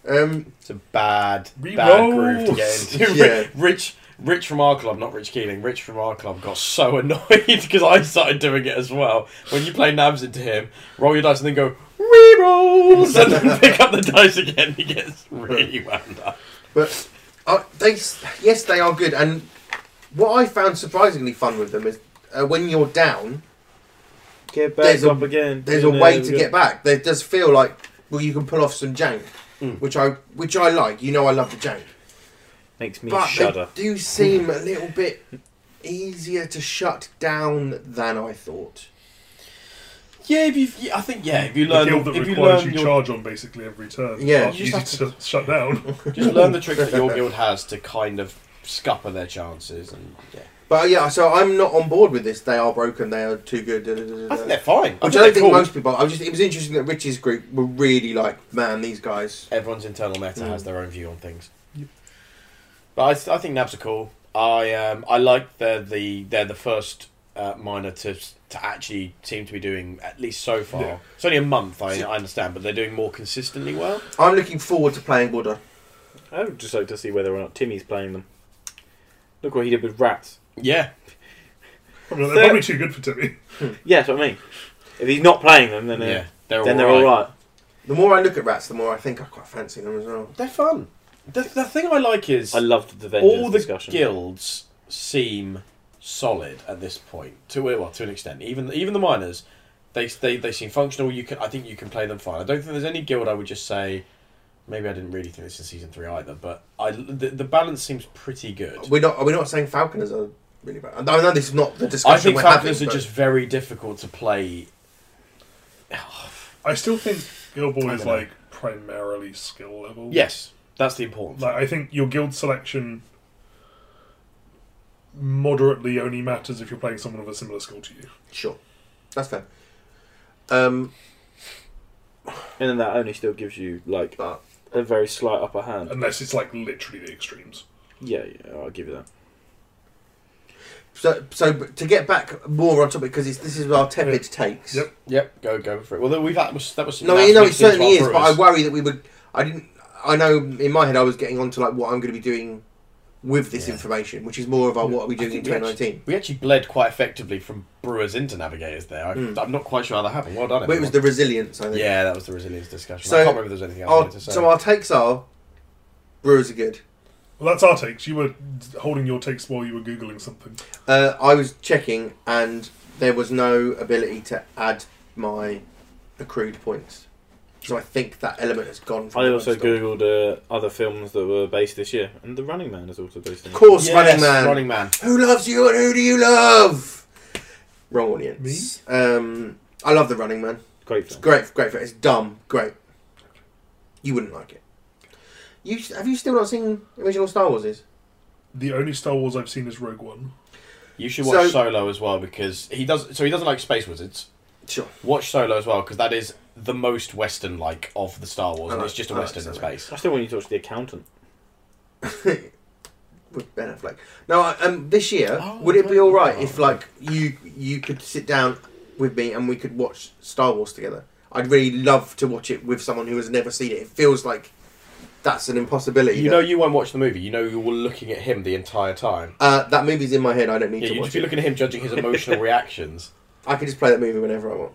Speaker 4: Um,
Speaker 1: It's a bad, bad
Speaker 2: Rerolls.
Speaker 1: groove to get into.
Speaker 4: Yeah.
Speaker 1: Rich, Rich from our club, not Rich Keeling. Rich from our club got so annoyed because I started doing it as well. When you play nabs into him, roll your dice and then go rerolls and then pick up the dice again. He gets really wound up.
Speaker 4: But uh, they, s- yes, they are good. And what I found surprisingly fun with them is uh, when you're down,
Speaker 3: Get
Speaker 4: back There's a- up
Speaker 3: again.
Speaker 4: there's a way to get back. There does feel like well, you can pull off some jank, which I which I like. You know, I love the jank,
Speaker 3: Makes me
Speaker 4: but
Speaker 3: shudder.
Speaker 4: they do seem a little bit easier to shut down than I thought.
Speaker 1: Yeah, if you, I think yeah, if you
Speaker 2: The
Speaker 1: learn,
Speaker 2: guild that
Speaker 1: if you
Speaker 2: requires
Speaker 1: learn
Speaker 2: you,
Speaker 1: your
Speaker 2: charge on basically every turn.
Speaker 4: Yeah.
Speaker 2: Are
Speaker 1: You
Speaker 2: easy
Speaker 1: just
Speaker 2: to, shut down.
Speaker 1: Just learn the tricks that your guild has to kind of scupper their chances, and yeah,
Speaker 4: But yeah, so I'm not on board with this. They are broken. They are too good. da, da, da, da,
Speaker 1: I think
Speaker 4: da.
Speaker 1: they're fine. I
Speaker 4: Which I don't
Speaker 1: think, they're
Speaker 4: think
Speaker 1: cool.
Speaker 4: most people. I was just. It was interesting that Rich's group were really like, man, these guys.
Speaker 1: Everyone's internal meta has their own view on things.
Speaker 2: Yep.
Speaker 1: But I, I think Nabs are cool. I um, I like they're the they're the first uh, Miner to to actually seem to be doing at least so far.
Speaker 2: Yeah.
Speaker 1: It's only a month, I, I understand, but they're doing more consistently well.
Speaker 4: I'm looking forward to playing Wooder.
Speaker 3: I would just like to see whether or not Timmy's playing them. Look what he did with rats.
Speaker 1: Yeah,
Speaker 2: Probably, they're
Speaker 3: They're-
Speaker 2: probably too good for Timmy.
Speaker 3: Yeah, that's what I mean. If he's not playing them, then they're,
Speaker 1: they're
Speaker 3: then they're
Speaker 1: alright.
Speaker 3: all right.
Speaker 4: The more I look at rats, the more I think I quite fancy them as well.
Speaker 1: They're fun. The, the thing I like is
Speaker 3: I loved the vengeance
Speaker 1: all the
Speaker 3: discussion.
Speaker 1: guilds seem solid at this point to well to an extent. Even even the miners, they they they seem functional. You can I think you can play them fine. I don't think there's any guild I would just say. Maybe I didn't really think this in season three either, but I the, the balance seems pretty good.
Speaker 4: We're not. We're not saying Falconers are really bad. I know this is not the discussion
Speaker 1: I think
Speaker 4: we're
Speaker 1: Falconers
Speaker 4: having.
Speaker 1: are
Speaker 4: but
Speaker 1: just very difficult to play.
Speaker 2: I still think Guild Ball
Speaker 1: I
Speaker 2: is
Speaker 1: don't know.
Speaker 2: like primarily skill level.
Speaker 1: Yes, that's the important.
Speaker 2: Like I think your guild selection moderately only matters if you're playing someone of a similar skill to you.
Speaker 4: sure. That's fair. Um,
Speaker 3: And then that only still gives you like
Speaker 4: but
Speaker 3: a very slight upper hand.
Speaker 2: Unless it's like literally the extremes.
Speaker 3: Yeah, yeah, I'll give you that.
Speaker 4: so so but to get back more on topic because this is our tepid takes.
Speaker 2: Yep.
Speaker 1: Yep, go go for it. Well, we've had, that was
Speaker 4: No,
Speaker 1: that's
Speaker 4: you know it
Speaker 1: mixed into
Speaker 4: certainly
Speaker 1: our
Speaker 4: is, but I
Speaker 1: brewers.
Speaker 4: worry that we would. I didn't. I know in my head I was getting on to like what I'm going to be doing with this information, which is more of our what are we doing
Speaker 1: think
Speaker 4: in
Speaker 1: we actually-
Speaker 4: 2019.
Speaker 1: We actually bled quite effectively from brewers into navigators there. I, I'm not quite sure how that happened. Well done.
Speaker 4: But Hmm. it was
Speaker 1: everyone.
Speaker 4: the resilience, I think.
Speaker 1: yeah, that was the resilience discussion.
Speaker 4: So,
Speaker 1: I can't remember if there's anything else I
Speaker 4: Our-
Speaker 1: wanted to say.
Speaker 4: so our takes are Brewers are good.
Speaker 2: Well, that's our takes. You were holding your takes while you were googling something.
Speaker 4: Uh, I was checking, and there was no ability to add my accrued points. So I think that element has gone. From
Speaker 3: I
Speaker 4: the
Speaker 3: also
Speaker 4: website.
Speaker 3: googled uh, other films that were based this year, and The Running Man is also based.
Speaker 4: Of
Speaker 3: on it.
Speaker 4: course,
Speaker 1: Yes,
Speaker 4: Running Man.
Speaker 1: Running Man.
Speaker 4: Who loves you and who do you love? Wrong audience. Me. Um, I love the Running Man.
Speaker 3: Great
Speaker 4: It's
Speaker 3: film.
Speaker 4: great, great for it. It's dumb, great. You wouldn't like it. You have you still not seen original Star Warses?
Speaker 2: The only Star Wars I've seen is Rogue One.
Speaker 1: You should
Speaker 4: So-
Speaker 1: watch Solo as well because he does. So he doesn't like space wizards.
Speaker 4: Sure.
Speaker 1: Watch Solo as well because that is the most Western like of the Star Wars,
Speaker 4: I
Speaker 1: and
Speaker 4: like-
Speaker 1: it's just a
Speaker 4: I like
Speaker 1: Western in
Speaker 4: Solo.
Speaker 1: space.
Speaker 3: I still want you to watch The Accountant.
Speaker 4: With Ben Affleck. Now, I- um, this year,
Speaker 1: Oh,
Speaker 4: would it be all right
Speaker 1: right.
Speaker 4: if like you you could sit down with me and we could watch Star Wars together? I'd really love to watch it with someone who has never seen it. It feels like that's an impossibility.
Speaker 1: You
Speaker 4: that-
Speaker 1: know, you won't watch the movie. You know, you were looking at him the entire time.
Speaker 4: uh, that movie's in my head. I don't need
Speaker 1: Yeah,
Speaker 4: to
Speaker 1: you'd
Speaker 4: watch
Speaker 1: just be
Speaker 4: it.
Speaker 1: looking at him, judging his emotional reactions.
Speaker 4: I could just play that movie whenever I want.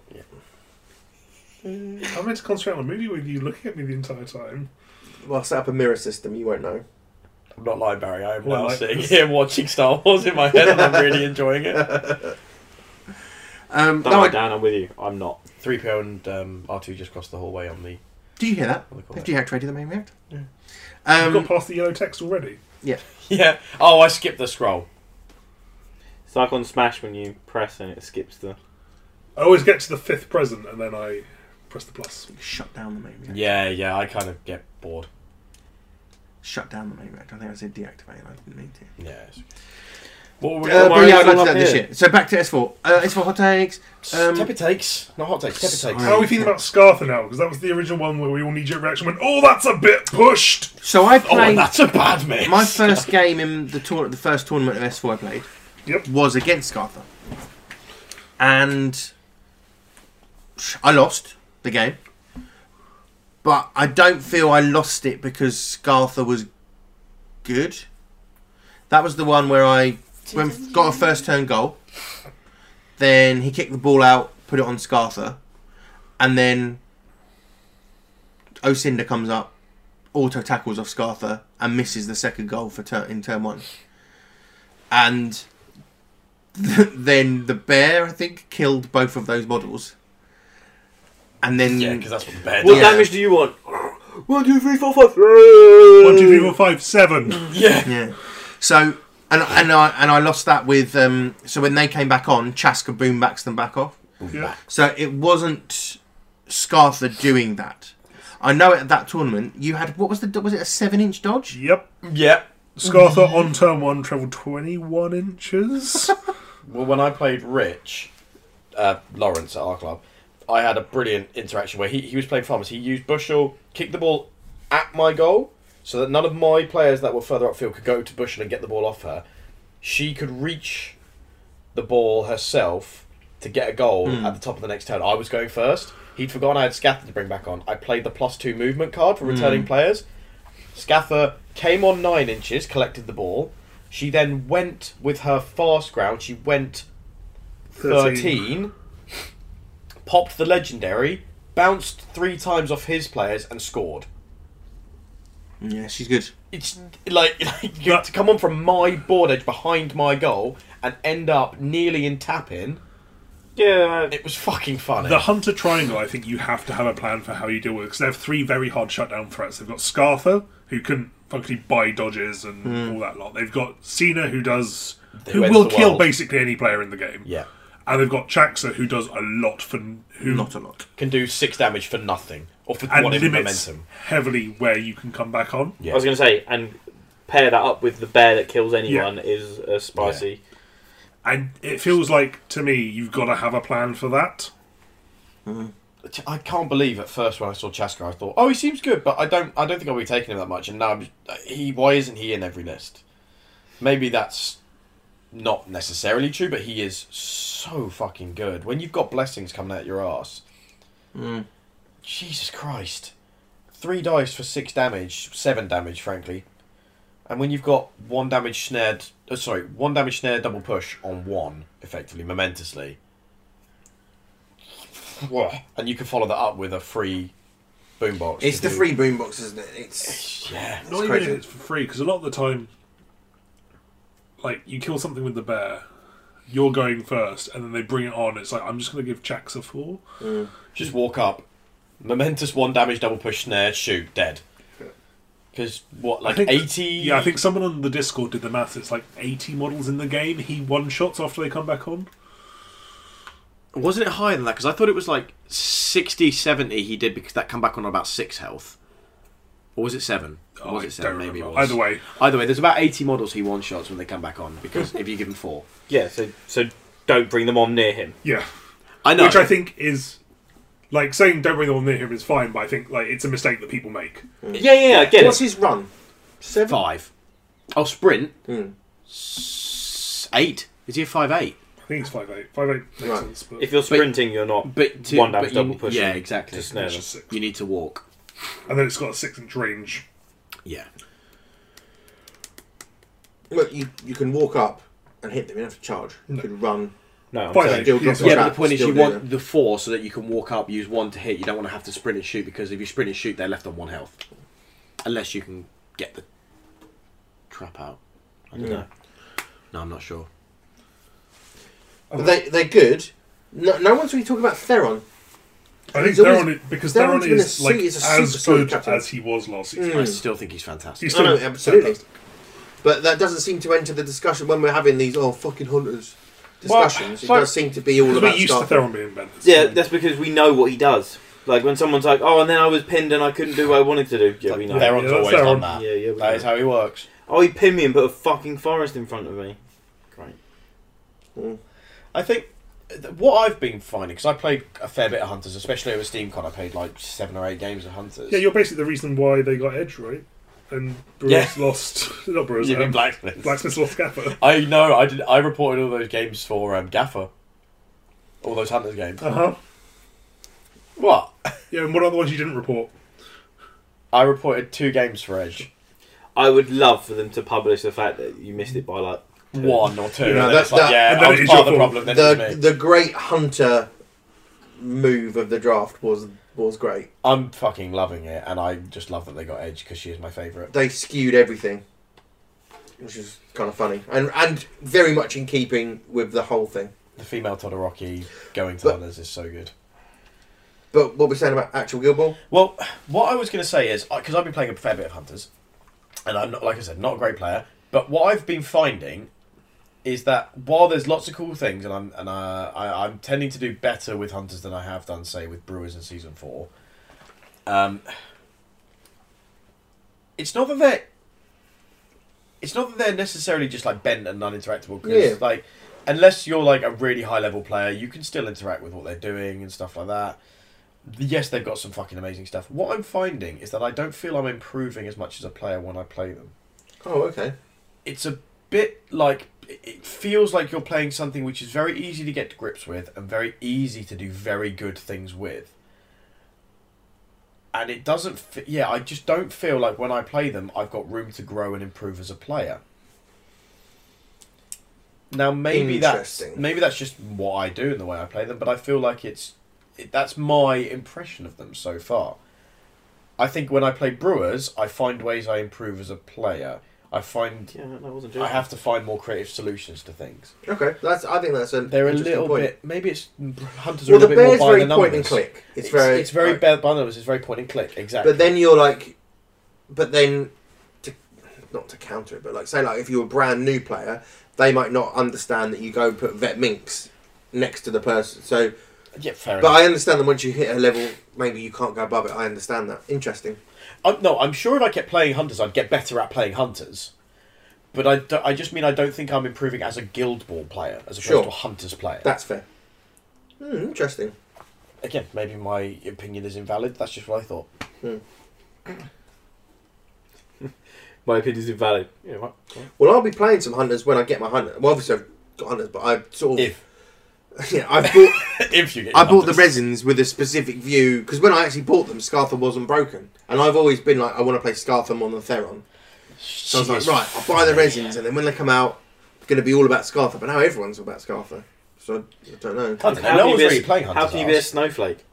Speaker 2: I meant to concentrate on a movie with you looking at me the entire time.
Speaker 4: Well, I'll set up a mirror system. You won't know.
Speaker 1: I'm not lying, Barry. I am
Speaker 2: Well,
Speaker 1: now
Speaker 2: like
Speaker 1: sitting
Speaker 2: this.
Speaker 1: here watching Star Wars in my head, and I'm really enjoying it.
Speaker 4: Um,
Speaker 3: No,
Speaker 4: no, I-
Speaker 3: Dan, I'm with you. I'm not.
Speaker 1: Three PO and um, R two just crossed the hallway on the.
Speaker 4: do you hear that?
Speaker 1: What do they call
Speaker 4: Have
Speaker 1: it?
Speaker 4: you activated the main reactor?
Speaker 1: Yeah.
Speaker 2: You've got
Speaker 4: Um,
Speaker 2: past the yellow text already.
Speaker 1: Yeah. Oh, I skipped the scroll.
Speaker 3: It's like on Smash when you press and it skips the.
Speaker 2: I always get to the fifth present and then I press the plus.
Speaker 4: shut down the main reactor.
Speaker 1: Yeah, yeah. I kind of get bored.
Speaker 4: shut down the main reactor. I think I said deactivate. I didn't mean to.
Speaker 1: Yeah. What were we?
Speaker 4: Uh,
Speaker 3: my
Speaker 4: but yeah, I'd
Speaker 3: reactor's
Speaker 4: like to do
Speaker 3: all
Speaker 4: that
Speaker 3: up
Speaker 4: this
Speaker 3: here.
Speaker 4: year. So back to S4. Uh, S4 hot takes. Um,
Speaker 1: tepid takes, not hot takes. Tepid takes.
Speaker 4: sorry.
Speaker 2: How are we feeling about Scartha now? Because that was the original one where we all need your reaction. Went, oh, that's a bit pushed.
Speaker 4: So I
Speaker 1: Oh,
Speaker 4: played
Speaker 1: that's a bad mix.
Speaker 4: my first game in the tour- the first tournament of S4 I played.
Speaker 2: Yep.
Speaker 4: Was against Scartha, and I lost the game. But I don't feel I lost it because Scartha was good. That was the one where I went, got a first turn goal. Then he kicked the ball out, put it on Scartha, and then Osinda comes up, auto tackles off Scartha, and misses the second goal for turn, in turn one. And th- then the bear, I think, killed both of those models. And then
Speaker 1: yeah, because that's what the bed.
Speaker 3: What
Speaker 1: does.
Speaker 4: Yeah.
Speaker 3: damage do you want? One, two, three, four, five.
Speaker 2: One, two, three, four, five, seven.
Speaker 1: Yeah.
Speaker 4: Yeah. So and and I and I lost that with um so when they came back on, Chaska boom backs them back off.
Speaker 2: Yeah.
Speaker 4: So it wasn't Scartha doing that. I know at that tournament you had what was the was it a seven inch dodge?
Speaker 2: Yep.
Speaker 1: Yeah.
Speaker 2: Scartha on turn one travelled 21 inches.
Speaker 1: Well, when I played Rich, uh, Lawrence at our club, I had a brilliant interaction where he, he was playing farmers. He used Bushel, kicked the ball at my goal, so that none of my players that were further upfield could go to Bushel and get the ball off her. She could reach the the ball herself to get a goal at the top of the next turn. I was going first. He'd forgotten I had Scatha to bring back on. I played the plus two movement card for returning players. Scatha came on nine inches, collected the ball. She then went with her fast ground. She went 13, popped the legendary, bounced three times off his players, and scored.
Speaker 4: Yeah, she's good.
Speaker 1: It's like, like you have to come on from my board edge behind my goal and end up nearly in tap in.
Speaker 3: Yeah,
Speaker 1: It was fucking funny.
Speaker 2: The Hunter Triangle, I think you have to have a plan for how you deal with because they have three very hard shutdown threats. They've got Scartha, who can fucking buy dodges and all that lot. They've got Cena, who does. Who
Speaker 1: ends
Speaker 2: will
Speaker 1: the
Speaker 2: kill
Speaker 1: world.
Speaker 2: basically any player in the game.
Speaker 1: yeah,
Speaker 2: And they've got Chaxa, who does a lot for. Who
Speaker 4: Not a lot.
Speaker 1: can do six damage for nothing or for
Speaker 2: and
Speaker 1: whatever
Speaker 2: limits
Speaker 1: momentum.
Speaker 2: heavily where you can come back on.
Speaker 1: Yeah.
Speaker 3: I was going to say, and pair that up with the bear that kills anyone is a spicy.
Speaker 2: And it feels like, to me, you've got to have a plan for that.
Speaker 1: Ch- I can't believe at first when I saw Chaska, I thought, oh, he seems good, but I don't, I don't think I'll be taking him that much. And now I'm, uh, he, why isn't he in every list? Maybe that's not necessarily true, but he is so fucking good. When you've got blessings coming out your ass,
Speaker 4: Mm.
Speaker 1: Jesus Christ, three dice for six damage, seven damage, frankly. And when you've got one damage snared, oh, sorry, one damage snare double push on one, effectively, momentously, and you can follow that up with a free boombox.
Speaker 4: It's
Speaker 1: to
Speaker 4: the
Speaker 1: do-
Speaker 4: free boombox, isn't it? It's
Speaker 1: Yeah.
Speaker 2: Not even
Speaker 4: crazy.
Speaker 2: if it's for free, because a lot of the time, like you kill something with the bear, you're going first, and then they bring it on. It's like I'm just going to give Chax a four.
Speaker 1: Just walk up, momentous one damage double push snare, shoot, dead. Because what, like
Speaker 2: think-
Speaker 1: eighty?
Speaker 2: Yeah, I think someone on the Discord did the maths. It's like 80 models in the game. He one shots after they come back on.
Speaker 5: Wasn't it higher than that? Because I thought it was like 60, 70 he did because that come back on about six health. Or was it seven? Or was
Speaker 2: Oh, I
Speaker 5: it seven?
Speaker 2: don't
Speaker 5: Maybe it was.
Speaker 2: remember. Either way,
Speaker 5: Either way, there's about 80 models he one shots when they come back on because if you give him four.
Speaker 3: Yeah, so so don't bring them on near him.
Speaker 2: yeah.
Speaker 5: I know.
Speaker 2: Which I think is like saying don't bring the one near him is fine, but I think like it's a mistake that people make.
Speaker 3: Yeah, yeah, yeah I get
Speaker 4: what's
Speaker 3: it.
Speaker 4: his run? Seven.
Speaker 5: Five. Oh, sprint?
Speaker 2: Hmm.
Speaker 4: Mm.
Speaker 5: S- eight. Is he a five eight?
Speaker 2: I think it's five eight. Five eight makes
Speaker 4: Right.
Speaker 2: sense, but
Speaker 3: If you're sprinting, you're not.
Speaker 5: But to,
Speaker 3: One damage
Speaker 5: but you-
Speaker 3: double push.
Speaker 5: Yeah, exactly.
Speaker 3: To snare
Speaker 2: it's
Speaker 3: them.
Speaker 2: just six.
Speaker 5: You need to walk.
Speaker 2: And then it's got a six inch range.
Speaker 5: Yeah.
Speaker 4: Look, you, you can walk up and hit them. You don't have to charge. You can run.
Speaker 3: No, I'm
Speaker 2: Fine.
Speaker 3: saying-
Speaker 4: Still
Speaker 2: Yeah,
Speaker 4: drop
Speaker 5: Yeah,
Speaker 4: a
Speaker 5: but
Speaker 4: trap,
Speaker 5: the point is
Speaker 4: still
Speaker 5: you
Speaker 4: do
Speaker 5: want
Speaker 4: them.
Speaker 5: the four so that you can walk up, use one to hit. You don't want to have to sprint and shoot because if you sprint and shoot, they're left on one health. Unless you can get the trap out. I don't know. No, I'm not sure.
Speaker 4: But they they're good. No, no one's really talking about Theron.
Speaker 2: I think
Speaker 4: He's always-
Speaker 2: Theron, because
Speaker 4: Theron's
Speaker 2: Theron
Speaker 4: been a
Speaker 2: is
Speaker 4: su-
Speaker 2: like
Speaker 4: he's a
Speaker 2: as
Speaker 4: superstar
Speaker 2: good
Speaker 4: captain. Hmm.
Speaker 2: as he was last season.
Speaker 1: Hmm.
Speaker 5: I still think he's fantastic.
Speaker 2: He's still
Speaker 4: No, no, absolutely.
Speaker 2: fantastic.
Speaker 4: But that doesn't seem to enter the discussion when we're having these oh fucking hunters discussions.
Speaker 2: Well,
Speaker 4: it does seem to be all
Speaker 2: Because
Speaker 4: about
Speaker 2: we're used to
Speaker 4: Scarf.
Speaker 2: Theron being bent.
Speaker 3: Yeah, that's because we know what he does. Like when someone's like, "Oh, and then I was pinned and I couldn't do what I wanted to do." Yeah, we know.
Speaker 1: Theron's
Speaker 2: Yeah, that's
Speaker 1: always
Speaker 2: Theron.
Speaker 1: done that.
Speaker 3: Yeah, yeah, we
Speaker 1: That is
Speaker 3: know.
Speaker 1: how he works.
Speaker 3: Oh, he pinned me and put a fucking forest in front of me. Great.
Speaker 1: I think th- what I've been finding because I played a fair bit of Hunters, especially over SteamCon. I played like seven or eight games of Hunters.
Speaker 2: Yeah, you're basically the reason why they got Edge, right? And Brewers lost. Not Brewers.
Speaker 1: You mean
Speaker 2: um,
Speaker 1: Blacksmith.
Speaker 2: Blacksmith's lost Gaffer.
Speaker 1: I know. I did. I reported all those games for um, Gaffer. All those Hunters games.
Speaker 2: Uh huh.
Speaker 1: What?
Speaker 2: Yeah, and what are the ones you didn't report?
Speaker 1: I reported two games for Edge.
Speaker 3: I would love for them to publish the fact that you missed it by like two.
Speaker 1: One or two.
Speaker 2: You know,
Speaker 1: and then
Speaker 4: that-
Speaker 1: it's like,
Speaker 4: that-
Speaker 1: yeah,
Speaker 2: and then
Speaker 1: I
Speaker 2: it
Speaker 1: was
Speaker 2: is
Speaker 1: part of
Speaker 2: your
Speaker 1: the
Speaker 2: fault.
Speaker 1: problem. Then it was
Speaker 4: The
Speaker 1: me.
Speaker 4: the great hunter move of the draft was was great.
Speaker 1: I'm fucking loving it, and I just love that they got Edge because she is my favourite.
Speaker 4: They skewed everything. Which is kind of funny. And and very much in keeping with the whole thing.
Speaker 1: The female Todoroki going to
Speaker 4: But-
Speaker 1: others is so good.
Speaker 4: But what we're saying about actual Guild Ball,
Speaker 1: Well, what I was going to say is because I've been playing a fair bit of Hunters, and I'm not, like I said, not a great player. But what I've been finding is that while there's lots of cool things, and I'm and uh, I, I'm tending to do better with Hunters than I have done, say, with Brewers in season four. Um, it's not that they're. It's not that they're necessarily just like bent and non-interactable. 'cause,
Speaker 4: Yeah.
Speaker 1: like, unless you're like a really high-level player, you can still interact with what they're doing and stuff like that yes, they've got some fucking amazing stuff. What I'm finding is that I don't feel I'm improving as much as a player when I play them.
Speaker 4: oh okay.
Speaker 1: It's a bit like it feels like you're playing something which is very easy to get to grips with and very easy to do very good things with. And it doesn't. F- yeah, I just don't feel like when I play them, I've got room to grow and improve as a player. Now maybe that's
Speaker 4: Interesting.
Speaker 1: maybe that's just what I do and the way I play them, but I feel like it's it, that's my impression of them so far. I think when I play Brewers, I find ways I improve as a player. I find
Speaker 3: Yeah, that wasn't
Speaker 1: I have to find more creative solutions to things.
Speaker 4: Okay, that's. I think that's a.
Speaker 1: They're a
Speaker 4: interesting
Speaker 1: little
Speaker 4: point.
Speaker 1: bit. Maybe it's mm, hunters are
Speaker 4: Well,
Speaker 1: a
Speaker 4: the
Speaker 1: little bit
Speaker 4: bear's
Speaker 1: more by
Speaker 4: very
Speaker 1: the numbers.
Speaker 4: point and click. It's, very.
Speaker 1: It's very
Speaker 4: like-
Speaker 1: bear by the numbers. It's very point and click. Exactly.
Speaker 4: But then you're like, but then, to, not to counter it, but like say like if you're a brand new player, they might not understand that you go put vet minx next to the person. So,
Speaker 1: yeah, fair
Speaker 4: but
Speaker 1: enough.
Speaker 4: I understand that once you hit a level, maybe you can't go above it. I understand that. Interesting.
Speaker 1: I'm, no, I'm sure if I kept playing hunters, I'd get better at playing hunters. But I, do- I just mean I don't think I'm improving as a guild ball player as opposed
Speaker 4: Sure.
Speaker 1: to a hunters player.
Speaker 4: That's fair. Hmm, interesting.
Speaker 1: Again, maybe my opinion is invalid. That's just what I thought.
Speaker 3: My opinion is invalid. Yeah, right. right.
Speaker 4: Well, I'll be playing some hunters when I get my hunter. Well, obviously I've got hunters, but I sort of
Speaker 1: If
Speaker 4: yeah, I bought
Speaker 1: if you get,
Speaker 4: I
Speaker 1: your
Speaker 4: bought the
Speaker 1: hunters.
Speaker 4: resins with a specific view because when I actually bought them, Scartha wasn't broken, and I've always been like I want to play Scartha more than Theron. So I was
Speaker 1: Jeez.
Speaker 4: like, right, I'll buy the resins, and then when they come out, it's going to be all about Scartha. But now everyone's all about Scartha, so I, I don't know.
Speaker 1: I don't know, no one's really playing hunters.
Speaker 3: how can you be a
Speaker 1: ours.
Speaker 3: snowflake?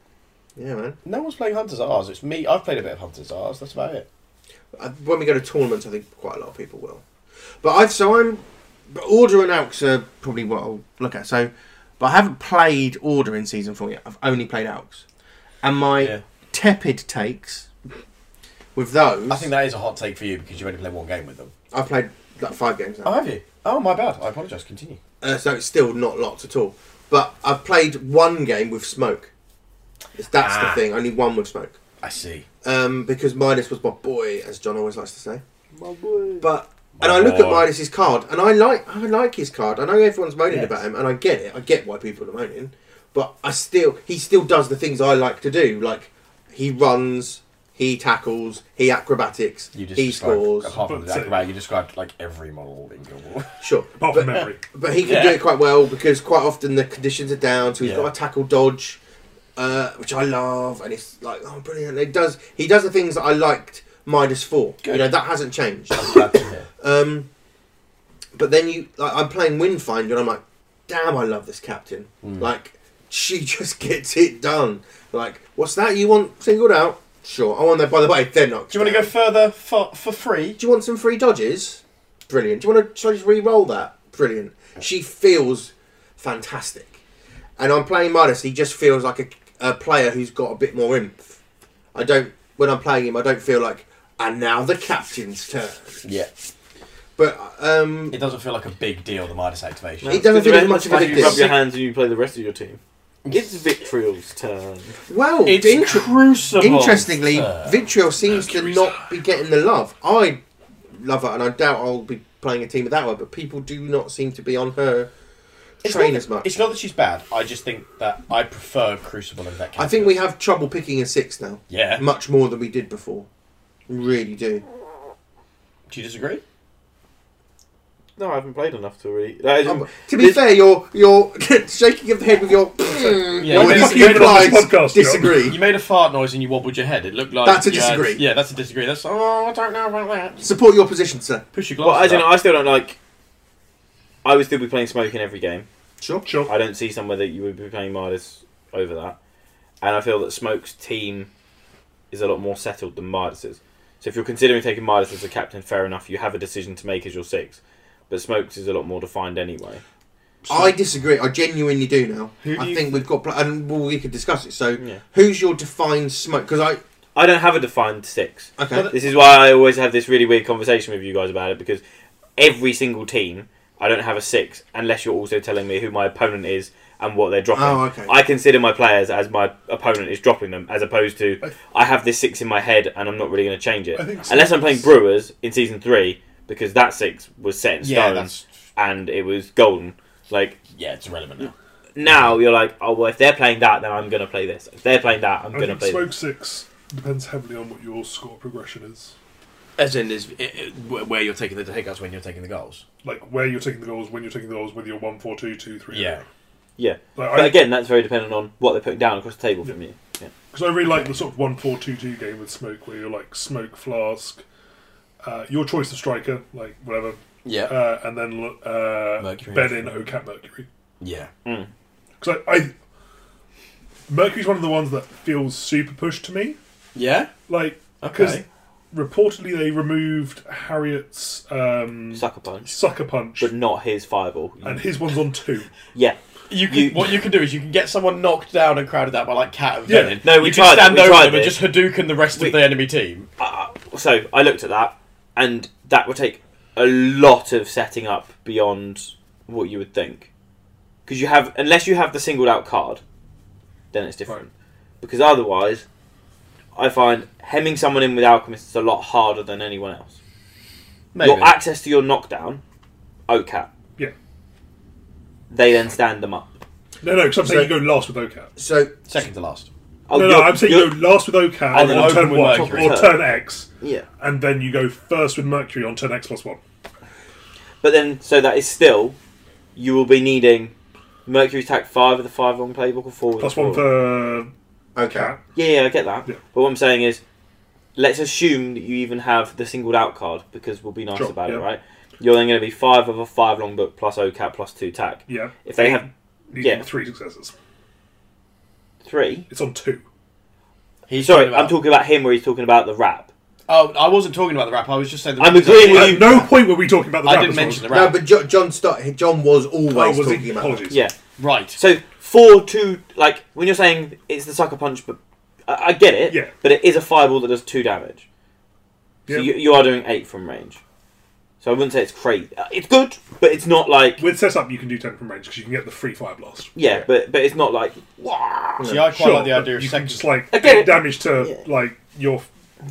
Speaker 4: Yeah, man.
Speaker 1: No one's playing hunters at ours. It's me. I've played a bit of hunters at ours. That's about it.
Speaker 4: I, Uh, when we go to tournaments, I think quite a lot of people will. But I've so I'm but Order and Alks are probably what I'll look at. So, but I haven't played Order in season four yet. I've only played Alks, and my
Speaker 1: Yeah.
Speaker 4: tepid takes with those.
Speaker 1: I think that is a hot take for you because you only play one game with them.
Speaker 4: I've played like five games now.
Speaker 1: Oh, have you? Oh, my bad. I apologise. Continue.
Speaker 4: uh, so it's still not lots at all. But I've played one game with smoke. It's, that's
Speaker 1: Ah.
Speaker 4: the thing. Only one with smoke.
Speaker 1: I see.
Speaker 4: Um, because Midas was my boy, as John always likes to say.
Speaker 3: My boy.
Speaker 4: But
Speaker 1: My
Speaker 4: and I look at
Speaker 1: boy.
Speaker 4: Midas's card, and I like I like his card. I know everyone's moaning
Speaker 1: Yes.
Speaker 4: about him, and I get it. I get why people are moaning. But I still, he still does the things I like to do. Like he runs, he tackles, he acrobatics,
Speaker 1: You just
Speaker 4: he
Speaker 1: described-
Speaker 4: scores.
Speaker 1: Apart from
Speaker 2: But
Speaker 1: the
Speaker 2: so-
Speaker 1: acrobat, you described like every model in Guild Wars.
Speaker 4: Sure,
Speaker 2: Apart
Speaker 4: But- uh,
Speaker 2: from memory.
Speaker 4: But he can
Speaker 1: Yeah.
Speaker 4: do it quite well because quite often the conditions are down, so he's
Speaker 1: Yeah.
Speaker 4: got a tackle dodge, uh, which I love, and it's like oh brilliant. It does he does the things that I liked Midas for. You
Speaker 1: Good.
Speaker 4: know that hasn't changed.
Speaker 1: I'm glad to hear.
Speaker 4: Um, but then you like I'm playing Windfinder and I'm like, damn, I love this captain.
Speaker 1: Hmm.
Speaker 4: Like she just gets it done. Like what's that? You want singled out? Sure. I want that. By the way, they're not.
Speaker 1: Do you want to go further for for free?
Speaker 4: Do you want some free dodges? Brilliant. Do you want to shall I just re-roll that? Brilliant. She feels fantastic, and I'm playing Midas. He just feels like a, a player who's got a bit more imp. I don't when I'm playing him. I don't feel like and now the captain's turn.
Speaker 1: Yeah.
Speaker 4: But um,
Speaker 1: It doesn't feel like a big deal the Midas activation.
Speaker 4: It doesn't
Speaker 3: Because
Speaker 4: feel as
Speaker 3: the
Speaker 4: much of a big
Speaker 3: moment You
Speaker 4: deal.
Speaker 3: rub your hands and you play the rest of your team. It's Vitriol's turn.
Speaker 4: well,
Speaker 1: It's
Speaker 4: inter-
Speaker 1: crucible.
Speaker 4: interestingly,
Speaker 1: Uh,
Speaker 4: Vitriol seems to not be getting the love. I love her, and I doubt I'll be playing a team with that one. But people do not seem to be on her
Speaker 1: it's
Speaker 4: train
Speaker 1: not-
Speaker 4: as much.
Speaker 1: It's not that she's bad. I just think that I prefer Crucible and that.
Speaker 4: I think we have trouble picking a six now.
Speaker 1: Yeah.
Speaker 4: Much more than we did before. We Really do.
Speaker 1: Do you disagree?
Speaker 3: No, I haven't played enough to really. That is,
Speaker 4: Um, to be
Speaker 3: this-
Speaker 4: fair, you're you're shaking of the head with your
Speaker 1: Yeah.
Speaker 4: Or
Speaker 1: Well,
Speaker 4: dis-
Speaker 2: fuck you doing on this
Speaker 4: implies
Speaker 2: podcast, John?
Speaker 1: You
Speaker 4: disagree.
Speaker 1: made a fart noise and you wobbled your head. It looked like
Speaker 4: That's a
Speaker 1: you had-
Speaker 4: disagree.
Speaker 1: yeah, that's a disagree. That's oh, I don't know about that.
Speaker 4: Support your position, sir.
Speaker 1: Push your
Speaker 3: well,
Speaker 1: glasses.
Speaker 3: as you know,
Speaker 1: up.
Speaker 3: I still don't like. I would still be playing Smoke in every game.
Speaker 4: Sure.
Speaker 2: Sure.
Speaker 3: I don't see somewhere that you would be playing Midas over that. And I feel that Smoke's team is a lot more settled than Midas's. So if you're considering taking Midas as a captain, fair enough. You have a decision to make as your six. But Smoke's is a lot more defined anyway.
Speaker 4: I disagree. I genuinely do now.
Speaker 1: Who do
Speaker 4: I
Speaker 1: you-
Speaker 4: think we've got, pl- and well, we could discuss it. So,
Speaker 3: Yeah.
Speaker 4: who's your defined smoke? Because I
Speaker 3: I don't have a defined six.
Speaker 4: okay.
Speaker 1: But-
Speaker 3: This is why I always have this really weird conversation with you guys about it because every single team, I don't have a six unless you're also telling me who my opponent is and what they're dropping.
Speaker 4: Oh, okay.
Speaker 3: I consider my players as my opponent is dropping them, as opposed to I have this six in my head and I'm not really going to change it.
Speaker 2: I think so.
Speaker 3: Unless I'm playing Brewers in season three because that six was set in
Speaker 1: yeah,
Speaker 3: stone
Speaker 1: that's
Speaker 3: and it was golden. Like
Speaker 1: yeah, it's irrelevant now.
Speaker 3: now you're like, oh well, if they're playing that, then I'm going to play this. If they're playing that, I'm
Speaker 2: I
Speaker 3: going to
Speaker 2: think
Speaker 3: play
Speaker 2: smoke
Speaker 3: this.
Speaker 2: six depends heavily on what your score progression is.
Speaker 1: As in, is it, it, wh- where you're taking the takeouts when you're taking the goals.
Speaker 2: Like where you're taking the goals, when you're taking the goals, whether you're one, four, two, two, three.
Speaker 1: Yeah.
Speaker 3: Yeah.
Speaker 2: Like,
Speaker 3: But
Speaker 2: I,
Speaker 3: again, that's very dependent on what they're putting down across the table from you. Yeah.
Speaker 2: Because I really like the sort of one four two two game with Smoke, where you're like Smoke Flask, uh, your choice of striker, like whatever,
Speaker 1: Yeah.
Speaker 2: uh, and then uh,
Speaker 1: Mercury.
Speaker 2: bed in OCAP Mercury.
Speaker 1: yeah.
Speaker 2: Because I, I Mercury's one of the ones that feels super pushed to me.
Speaker 1: Yeah.
Speaker 2: Like because
Speaker 1: Okay.
Speaker 2: reportedly they removed Harriet's um,
Speaker 3: Sucker punch.
Speaker 2: sucker punch,
Speaker 3: But not his fireball.
Speaker 2: and his one's on two.
Speaker 3: yeah.
Speaker 1: You can,
Speaker 3: You-
Speaker 1: what you can do is you can get someone knocked down and crowded out by like cat and
Speaker 2: Yeah.
Speaker 1: Venom.
Speaker 3: No, we
Speaker 1: you can
Speaker 3: tried
Speaker 1: stand
Speaker 3: it, we
Speaker 1: over
Speaker 3: tried
Speaker 1: them and
Speaker 3: it.
Speaker 1: just Hadouken the rest
Speaker 3: We-
Speaker 1: of the enemy team.
Speaker 3: Uh, so I looked at that, and that would take a lot of setting up beyond what you would think. Because you have, unless you have the singled out card, then it's different. Because otherwise, I find hemming someone in with alchemists is a lot harder than anyone else.
Speaker 1: Maybe.
Speaker 3: Your access to your knockdown, OCAP.
Speaker 2: Yeah.
Speaker 3: They then stand them up.
Speaker 2: No, no, because I'm saying
Speaker 4: So-
Speaker 2: you go last with OCAP.
Speaker 4: So
Speaker 1: Second to last.
Speaker 3: Oh,
Speaker 2: no, no,
Speaker 3: you're-
Speaker 2: I'm saying
Speaker 3: you're-
Speaker 2: you go last with OCAP
Speaker 1: And then
Speaker 2: on
Speaker 1: open
Speaker 2: turn
Speaker 1: with
Speaker 2: one
Speaker 1: Mercury.
Speaker 2: or turn X,
Speaker 3: yeah.
Speaker 2: and then you go first with Mercury on turn X plus one.
Speaker 3: But then, so that is still, you will be needing Mercury's Attack 5 with the 5 on playbook or 4 with
Speaker 2: Plus
Speaker 3: the
Speaker 2: one
Speaker 3: four.
Speaker 2: for
Speaker 4: okay,
Speaker 2: Cat.
Speaker 3: Yeah, yeah, I get that.
Speaker 2: Yeah.
Speaker 3: But what I'm saying is, let's assume that you even have the singled out card because we'll be nice
Speaker 2: Sure,
Speaker 3: about it,
Speaker 2: yeah.
Speaker 3: right? You're then going to be 5 of a 5 long book plus OCAT plus 2 tack.
Speaker 2: Yeah,
Speaker 3: If they have
Speaker 2: you
Speaker 3: Yeah.
Speaker 2: need three successes.
Speaker 3: 3.
Speaker 2: It's on two.
Speaker 1: He's
Speaker 3: Sorry,
Speaker 1: about-
Speaker 3: I'm talking about him where he's talking about the wrap.
Speaker 1: Oh, I wasn't talking about the rap. I was just saying. The
Speaker 3: I'm agreeing with
Speaker 2: At
Speaker 3: you.
Speaker 2: no point were we talking about the.
Speaker 1: I
Speaker 2: Raptors,
Speaker 1: didn't mention
Speaker 2: was
Speaker 1: the
Speaker 2: it?
Speaker 1: rap.
Speaker 4: no, but jo- John start, John was always
Speaker 2: Oh, was
Speaker 4: talking
Speaker 2: he?
Speaker 4: about.
Speaker 2: Apologies.
Speaker 3: Yeah.
Speaker 1: right.
Speaker 3: So four two like when you're saying it's the sucker punch, but I, I get it.
Speaker 2: Yeah.
Speaker 3: But it is a fireball that does two damage. So
Speaker 2: Yeah.
Speaker 3: you, you are doing eight from range. So I wouldn't say it's crazy. Uh, It's good, but it's not like
Speaker 2: With setup, you can do ten from range because you can get the free fire blast.
Speaker 3: yeah, but but it's not like
Speaker 1: See, I quite
Speaker 2: Sure,
Speaker 1: like the
Speaker 2: but
Speaker 1: idea of
Speaker 2: you
Speaker 1: second.
Speaker 2: can just like
Speaker 3: Again,
Speaker 2: take
Speaker 3: it-
Speaker 2: damage to
Speaker 3: Yeah.
Speaker 2: like your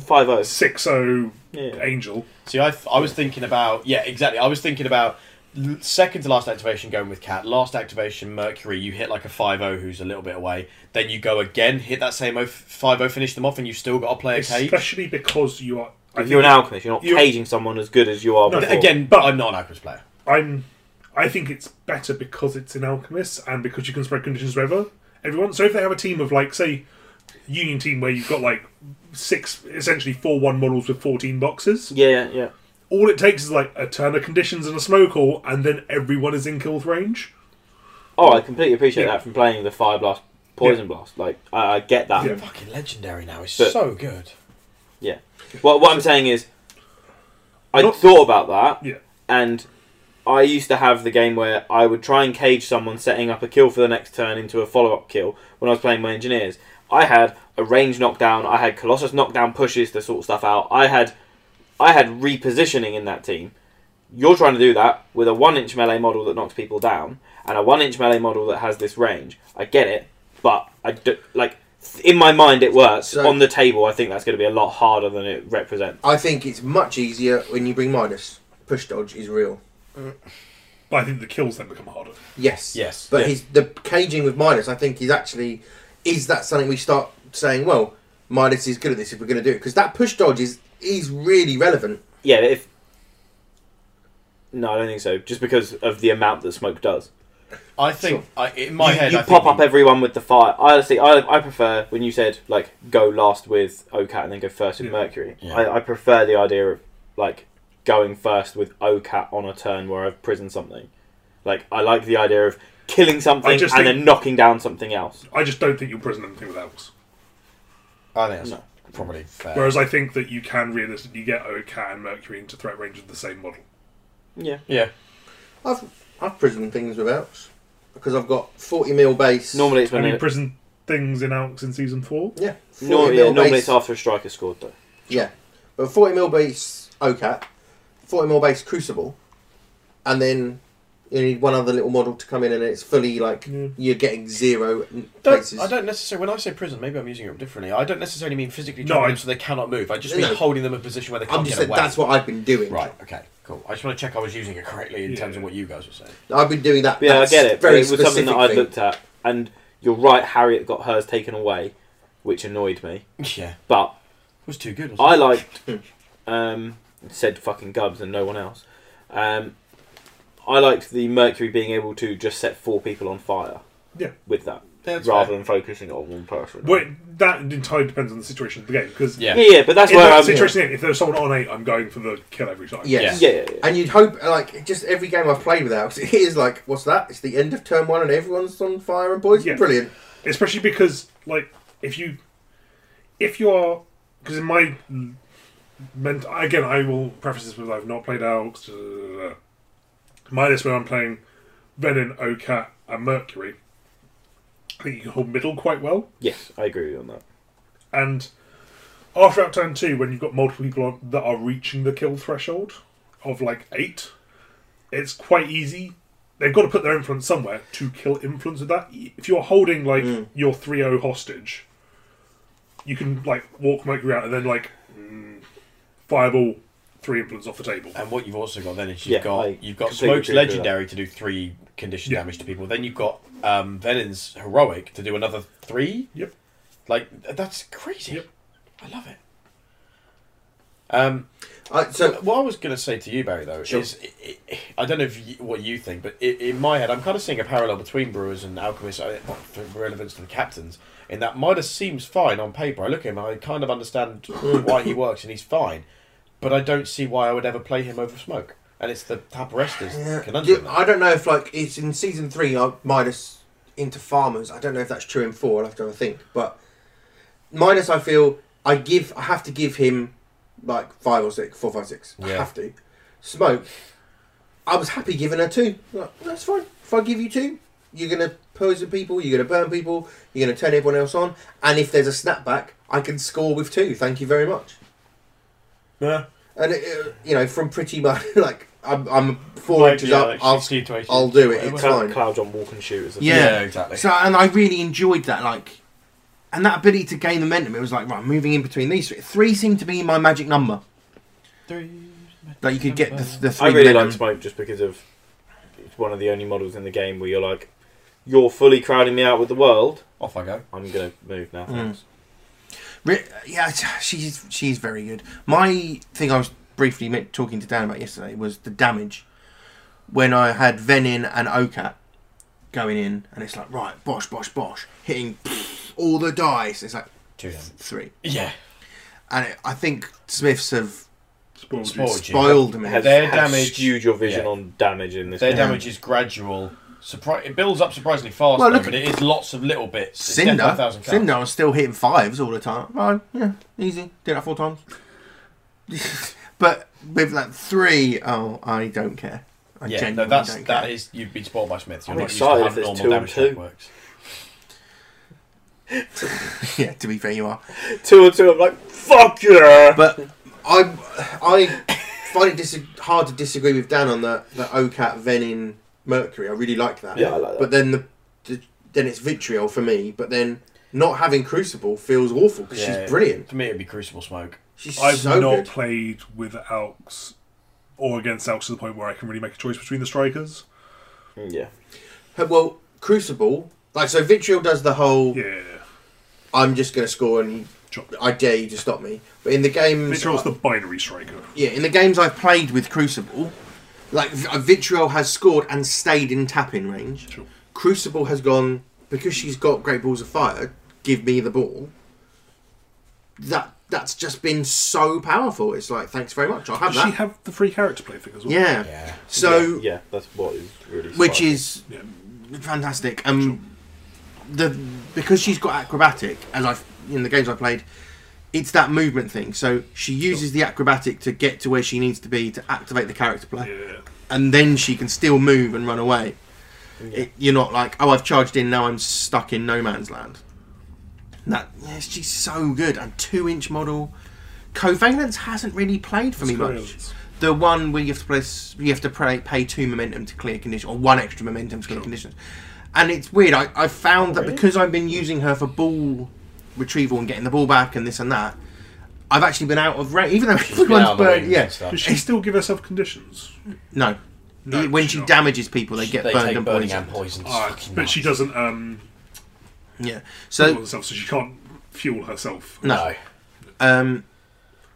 Speaker 3: five oh." zero.
Speaker 2: six zero
Speaker 3: Yeah.
Speaker 2: angel.
Speaker 1: See, I, th- I was thinking about yeah, exactly. I was thinking about l- second to last activation going with cat. Last activation Mercury, you hit like a 5-0 who's a little bit away. Then you go again, hit that same 5-0, finish them off, and you've still got to play a cage.
Speaker 2: Especially because you are. I
Speaker 3: If you're an
Speaker 2: think-
Speaker 3: alchemist, you're not
Speaker 2: you-
Speaker 3: caging someone as good as you are.
Speaker 2: No,
Speaker 3: before.
Speaker 1: Again,
Speaker 2: But-
Speaker 1: I'm not an Aquas player.
Speaker 2: I'm. I think it's better because it's in Alchemist and because you can spread conditions wherever everyone. So if they have a team of like, say, Union team where you've got like six, essentially four one models with fourteen boxes,
Speaker 3: Yeah, yeah, yeah.
Speaker 2: all it takes is like a turn of conditions and a smoke hole, and then everyone is in kill range.
Speaker 3: Oh, I completely appreciate
Speaker 2: Yeah.
Speaker 3: that from playing the fire blast, poison blast. Like I, I get that.
Speaker 2: Yeah.
Speaker 1: Fucking legendary now. It's
Speaker 3: But-
Speaker 1: so good.
Speaker 3: Yeah. Well, what I'm saying is, I
Speaker 2: Not-
Speaker 3: thought about that.
Speaker 2: Yeah.
Speaker 3: And I used to have the game where I would try and cage someone setting up a kill for the next turn into a follow up kill when I was playing my engineers. I had a range knockdown. I had Colossus knockdown pushes to sort stuff out. I had, I had repositioning in that team. You're trying to do that with a one inch melee model that knocks people down and a one inch melee model that has this range. I get it, but I do, like in my mind it works.
Speaker 4: So-
Speaker 3: On the table, I think that's going to be a lot harder than it represents.
Speaker 4: I think it's much easier when you bring Midas. Push dodge is real.
Speaker 2: But I think the kills then become harder.
Speaker 4: Yes.
Speaker 1: Yes.
Speaker 4: But
Speaker 3: Yeah.
Speaker 4: his the caging with Midas, I think, is actually is that something we start saying? Well, Midas is good at this if we're going to do it because that push dodge is is really relevant.
Speaker 3: Yeah, if no, I don't think so. Just because of the amount that smoke does,
Speaker 1: I think I, in my
Speaker 3: you,
Speaker 1: head,
Speaker 3: you
Speaker 1: I
Speaker 3: pop
Speaker 1: think
Speaker 3: up everyone with the fire. I honestly, I, I prefer when you said like go last with OCAT and then go first with
Speaker 2: Yeah.
Speaker 3: Mercury.
Speaker 1: Yeah.
Speaker 3: I, I prefer the idea of like going first with OCAT on a turn where I've prison something. Like I like the idea of killing something and
Speaker 2: just think-
Speaker 3: then knocking down something else.
Speaker 2: I just don't think you'll prison anything with elves.
Speaker 1: I think that's
Speaker 3: No.
Speaker 1: probably fair.
Speaker 2: Whereas I think that you can realistically get OCAT and Mercury into threat range of the same model.
Speaker 3: Yeah,
Speaker 1: yeah.
Speaker 4: I've I've prison things with elves because I've got forty mil base.
Speaker 3: normally it's when
Speaker 2: Have you
Speaker 3: it-
Speaker 2: prison things in Alks in season four?
Speaker 4: yeah, 40
Speaker 3: nor- yeah,
Speaker 4: mil
Speaker 3: normally
Speaker 4: base-
Speaker 3: it's after a striker scored though.
Speaker 4: yeah, but forty mil base OCAT, forty mil base Crucible, and then you need one other little model to come in, and it's fully like
Speaker 2: Yeah.
Speaker 4: you're getting zero
Speaker 1: Mm. Don't,
Speaker 4: places.
Speaker 1: I don't necessarily. When I say prison, maybe I'm using it differently. I don't necessarily mean physically
Speaker 2: No,
Speaker 1: dropping
Speaker 2: I-
Speaker 1: them so they cannot move. I just
Speaker 4: No,
Speaker 1: mean
Speaker 4: no.
Speaker 1: holding them in a position where they can't
Speaker 4: I'm just
Speaker 1: get
Speaker 4: saying
Speaker 1: away.
Speaker 4: that's what I've been doing.
Speaker 1: Right. Okay. Cool. I just want to check I was using it correctly in
Speaker 2: Yeah.
Speaker 1: terms of what you guys were saying.
Speaker 4: I've been doing that.
Speaker 3: Yeah,
Speaker 4: that's
Speaker 3: I get it. but
Speaker 4: Very
Speaker 3: it was something that I
Speaker 4: specific thing.
Speaker 3: looked at, and you're right. Harriet got hers taken away, which annoyed me.
Speaker 1: Yeah.
Speaker 3: But
Speaker 1: It was too good. Wasn't
Speaker 3: I liked Um, said fucking Gubs and no one else. Um, I liked the Mercury being able to just set four people on fire.
Speaker 2: Yeah.
Speaker 3: With that,
Speaker 5: That's
Speaker 3: rather
Speaker 5: fair.
Speaker 3: than focusing on one person.
Speaker 2: Well, that entirely depends on the situation of the game because
Speaker 5: Yeah.
Speaker 3: Yeah, yeah, but that's
Speaker 2: in
Speaker 3: where
Speaker 2: that
Speaker 3: I'm.
Speaker 2: situation, if there's someone on eight, I'm going for the kill every time.
Speaker 4: Yes.
Speaker 3: Yeah, yeah, yeah.
Speaker 4: And you'd hope, like, just every game I've played with Alex, it is like, what's that? It's the end of turn one and everyone's on fire and boys.
Speaker 2: Yeah.
Speaker 4: Brilliant.
Speaker 2: especially because like if you if you are because in my ment again i will preface this with i've not played Alx da, da, da, da. my list when i'm playing venom ocat and mercury i think you can hold middle quite well
Speaker 3: Yes, I agree with you on that.
Speaker 2: and after out turn two when you've got multiple people on, that are reaching the kill threshold of like eight it's quite easy they've got to put their influence somewhere to kill influence with that if you're holding like
Speaker 4: Hmm.
Speaker 2: your 3-0 hostage you can like walk mercury out and then like mm, fireball three influence off the table
Speaker 1: And what you've also got then is you've
Speaker 3: Yeah,
Speaker 1: got
Speaker 3: I
Speaker 1: you've got
Speaker 3: completely
Speaker 1: Smoke's
Speaker 3: agree with
Speaker 1: legendary to do three condition
Speaker 2: Yeah.
Speaker 1: damage to people. Then you've got um, Venom's heroic to do another three.
Speaker 2: Yep.
Speaker 1: Like th- that's crazy.
Speaker 2: Yep.
Speaker 1: I love it. Um,
Speaker 4: I, so,
Speaker 1: what I was going to say to you, Barry, though,
Speaker 4: Sure.
Speaker 1: is i i I don't know if you, what you think, but i in my head, I'm kind of seeing a parallel between Brewers and Alchemists uh, for relevance to the captains. In that Midas seems fine on paper. I look at him, I kind of understand why he works, and he's fine. But I don't see why I would ever play him over Smoke. And it's the Tap Resters
Speaker 4: yeah,
Speaker 1: conundrum.
Speaker 4: I don't know if, like, it's in season three, I, Midas into farmers. I don't know if that's true in four. I'll have to have a think. But Midas, I feel, I give, I have to give him, like, five or six, four, five, six. I
Speaker 1: Yeah.
Speaker 4: have to. Smoke, I was happy giving her two. Like, that's fine. If I give you two, you're going to poison people, you're going to burn people, you're going to turn everyone else on. And if there's a snapback, I can score with two. Thank you very much.
Speaker 1: Yeah.
Speaker 4: And, it, it- you know, from pretty much, like, I'm, I'm four inches up. I'll,
Speaker 1: 16 to 18.
Speaker 4: I'll do it. It's
Speaker 3: Clou-
Speaker 4: fine.
Speaker 3: Clouds on walk and shoot is a
Speaker 4: Yeah.
Speaker 1: exactly.
Speaker 4: So, and I really enjoyed that, like, and that ability to gain momentum. It was like, right, moving in between these three. Three seemed to be my magic number. That you could get the, the
Speaker 3: I
Speaker 4: three.
Speaker 3: really like
Speaker 4: momentum.
Speaker 3: Smoke just because of it's one of the only models in the game where you're like, you're fully crowding me out with the world.
Speaker 1: Off I go.
Speaker 3: I'm gonna move now.
Speaker 4: Mm. Re- yeah, she's she's very good. My thing I was briefly meant- talking to Dan about yesterday was the damage when I had Venin and Ocat going in, and it's like right, bosh, bosh, bosh, hitting all the dice. It's like
Speaker 1: Two then.
Speaker 4: three,
Speaker 1: Yeah.
Speaker 4: and it, I think Smiths have
Speaker 2: Spoiled you.
Speaker 1: Spoiled you.
Speaker 4: spoiled me.
Speaker 3: Has,
Speaker 1: Their
Speaker 3: has
Speaker 1: damage-
Speaker 3: skewed your vision
Speaker 1: yeah.
Speaker 3: on damage in this.
Speaker 1: Their
Speaker 3: game.
Speaker 1: damage is gradual. Surpri- it builds up surprisingly fast,
Speaker 4: Well,
Speaker 1: though,
Speaker 4: look
Speaker 1: but
Speaker 4: at-
Speaker 1: it is lots of little bits. It's death by a
Speaker 4: Cinder,
Speaker 1: thousand cuts.
Speaker 4: Cinder was still hitting fives all the time. Oh, yeah, easy. Did that four times. but with that three, oh, I don't care. I
Speaker 1: Yeah, no,
Speaker 4: genuinely
Speaker 1: that's
Speaker 4: don't
Speaker 1: that
Speaker 4: care.
Speaker 1: is you've been spoiled by Smith. You're
Speaker 3: I'm
Speaker 1: not used to
Speaker 3: excited if
Speaker 1: having
Speaker 3: there's
Speaker 1: normal
Speaker 3: two
Speaker 1: damage
Speaker 3: and two.
Speaker 1: networks.
Speaker 4: yeah, to be fair, you are.
Speaker 3: Two or two. I'm like, fuck yeah.
Speaker 4: But I, I find it dis- hard to disagree with Dan on the the OCAT Venin Mercury. I really like that.
Speaker 3: Yeah, I like that.
Speaker 4: But then the, the then it's vitriol for me. But then not having Crucible feels awful because
Speaker 1: Yeah.
Speaker 4: she's brilliant.
Speaker 1: For me, it'd be Crucible Smoke.
Speaker 4: She's
Speaker 2: I've
Speaker 4: so
Speaker 2: not
Speaker 4: good.
Speaker 2: played with Alks or against Alks to the point where I can really make a choice between the strikers.
Speaker 3: yeah.
Speaker 4: Her- Well, Crucible, like so, Vitriol does the whole.
Speaker 2: Yeah.
Speaker 4: I'm just going to score and
Speaker 2: Sure.
Speaker 4: I dare you to stop me. But in the games,
Speaker 2: Vitriol's the binary striker.
Speaker 4: yeah, in the games I've played with Crucible, like V- uh, Vitriol has scored and stayed in tapping range.
Speaker 2: Sure.
Speaker 4: Crucible has gone because she's got great balls of fire. Give me the ball. That that's just been so powerful. It's like thanks very much. I'll have
Speaker 2: Does she
Speaker 4: that.
Speaker 2: have the free character play thing as well?
Speaker 4: yeah.
Speaker 1: Yeah.
Speaker 4: So
Speaker 3: yeah, yeah, that's what is really.
Speaker 4: which
Speaker 3: smart.
Speaker 4: is
Speaker 2: Yeah.
Speaker 4: fantastic. Um, the because she's got acrobatic, as I've in the games I played, it's that movement thing. So she uses the acrobatic to get to where she needs to be to activate the character play,
Speaker 2: Yeah.
Speaker 4: and then she can still move and run away. It, you're not like, oh, I've charged in now. I'm stuck in no man's land. That yes, she's so good. And two inch model. Covalence hasn't really played for me much.
Speaker 2: Surveillance.
Speaker 4: The one where you have to place, you have to pay, pay two momentum to clear condition, or one extra momentum to clear conditions. And it's weird. I, I found that because I've been using her for ball retrieval and getting the ball back and this and that, I've actually been out of range. Even though
Speaker 1: Yeah,
Speaker 4: everyone's
Speaker 1: on the
Speaker 4: burned,
Speaker 1: wings
Speaker 4: yeah,
Speaker 1: and stuff.
Speaker 2: Does she still give herself conditions?
Speaker 4: no.
Speaker 2: No,
Speaker 4: when
Speaker 2: she's
Speaker 4: she
Speaker 2: not.
Speaker 4: damages people, they get
Speaker 1: they
Speaker 4: burned
Speaker 1: take
Speaker 4: and
Speaker 1: burning
Speaker 4: poisoned.
Speaker 1: and poison.
Speaker 2: Ah,
Speaker 1: Fucking
Speaker 2: but she
Speaker 1: nuts.
Speaker 2: doesn't um,
Speaker 4: Yeah.
Speaker 2: fuel
Speaker 4: So
Speaker 2: herself, so she can't fuel herself.
Speaker 4: no. Um,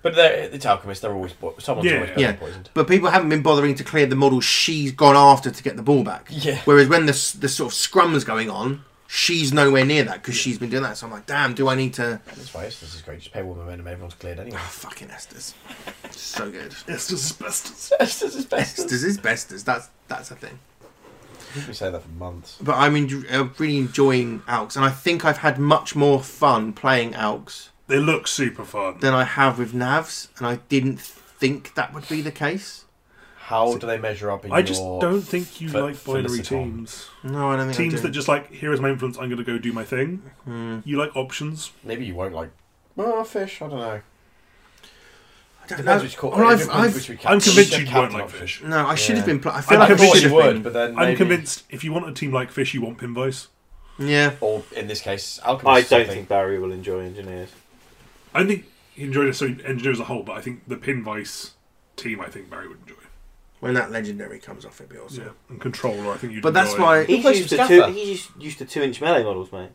Speaker 1: But they're, it's alchemists. They're always po- someone's
Speaker 2: Yeah.
Speaker 1: always better
Speaker 4: Yeah.
Speaker 1: poisoned.
Speaker 4: But people haven't been bothering to clear the model she's gone after to get the ball back.
Speaker 1: Yeah.
Speaker 4: Whereas when the s- the sort of scrum's going on, she's nowhere near that because she's been doing that. So I'm like, damn, do I need to?
Speaker 1: That's why Estes is great. Just pay one momentum. Everyone's cleared anyway.
Speaker 4: Oh, fucking Estes, so good.
Speaker 2: Estes asbestos.
Speaker 1: Estes is best.
Speaker 4: Estes is besters. That's that's a thing.
Speaker 1: We've been saying that for months.
Speaker 4: But I'm en- uh, really enjoying Alks, and I think I've had much more fun playing Alks
Speaker 2: They look super fun.
Speaker 4: than I have with Navs, and I didn't think that would be the case.
Speaker 1: How do they measure up in
Speaker 2: I just
Speaker 1: your
Speaker 2: don't think you
Speaker 1: fe-
Speaker 2: like binary
Speaker 1: feliciton?
Speaker 2: teams.
Speaker 4: No, I don't think I
Speaker 2: Teams
Speaker 4: do. Hmm.
Speaker 2: that just like, here is my influence, I'm going to go do my thing. You like options.
Speaker 1: Maybe you won't like. Oh, fish. I don't know.
Speaker 4: I don't know.
Speaker 1: Depends which call.
Speaker 4: Well, I've- I've-
Speaker 2: I'm convinced you won't like fish.
Speaker 4: no, I should have
Speaker 1: Yeah.
Speaker 4: been. Pl- I
Speaker 1: I
Speaker 4: feel like I
Speaker 2: convinced
Speaker 4: should
Speaker 1: thought
Speaker 4: have
Speaker 1: you would,
Speaker 4: been.
Speaker 1: but then
Speaker 2: I'm
Speaker 1: maybe-
Speaker 2: convinced if you want a team like Fish, you want Pinvice.
Speaker 4: Yeah.
Speaker 1: Or in this case,
Speaker 3: I
Speaker 1: alchemists.
Speaker 3: don't think Barry will enjoy engineers.
Speaker 2: I don't think he enjoyed it so engineer as a whole, but I think the Pinvice team, I think Barry would enjoy.
Speaker 4: When that legendary comes off, it'd be awesome.
Speaker 2: Yeah, and controller, I think you'd.
Speaker 4: But that's
Speaker 2: enjoy.
Speaker 4: why.
Speaker 3: He's
Speaker 1: plays
Speaker 3: used to two,
Speaker 1: Mustafa?
Speaker 3: he's used- used to two inch melee models, mate.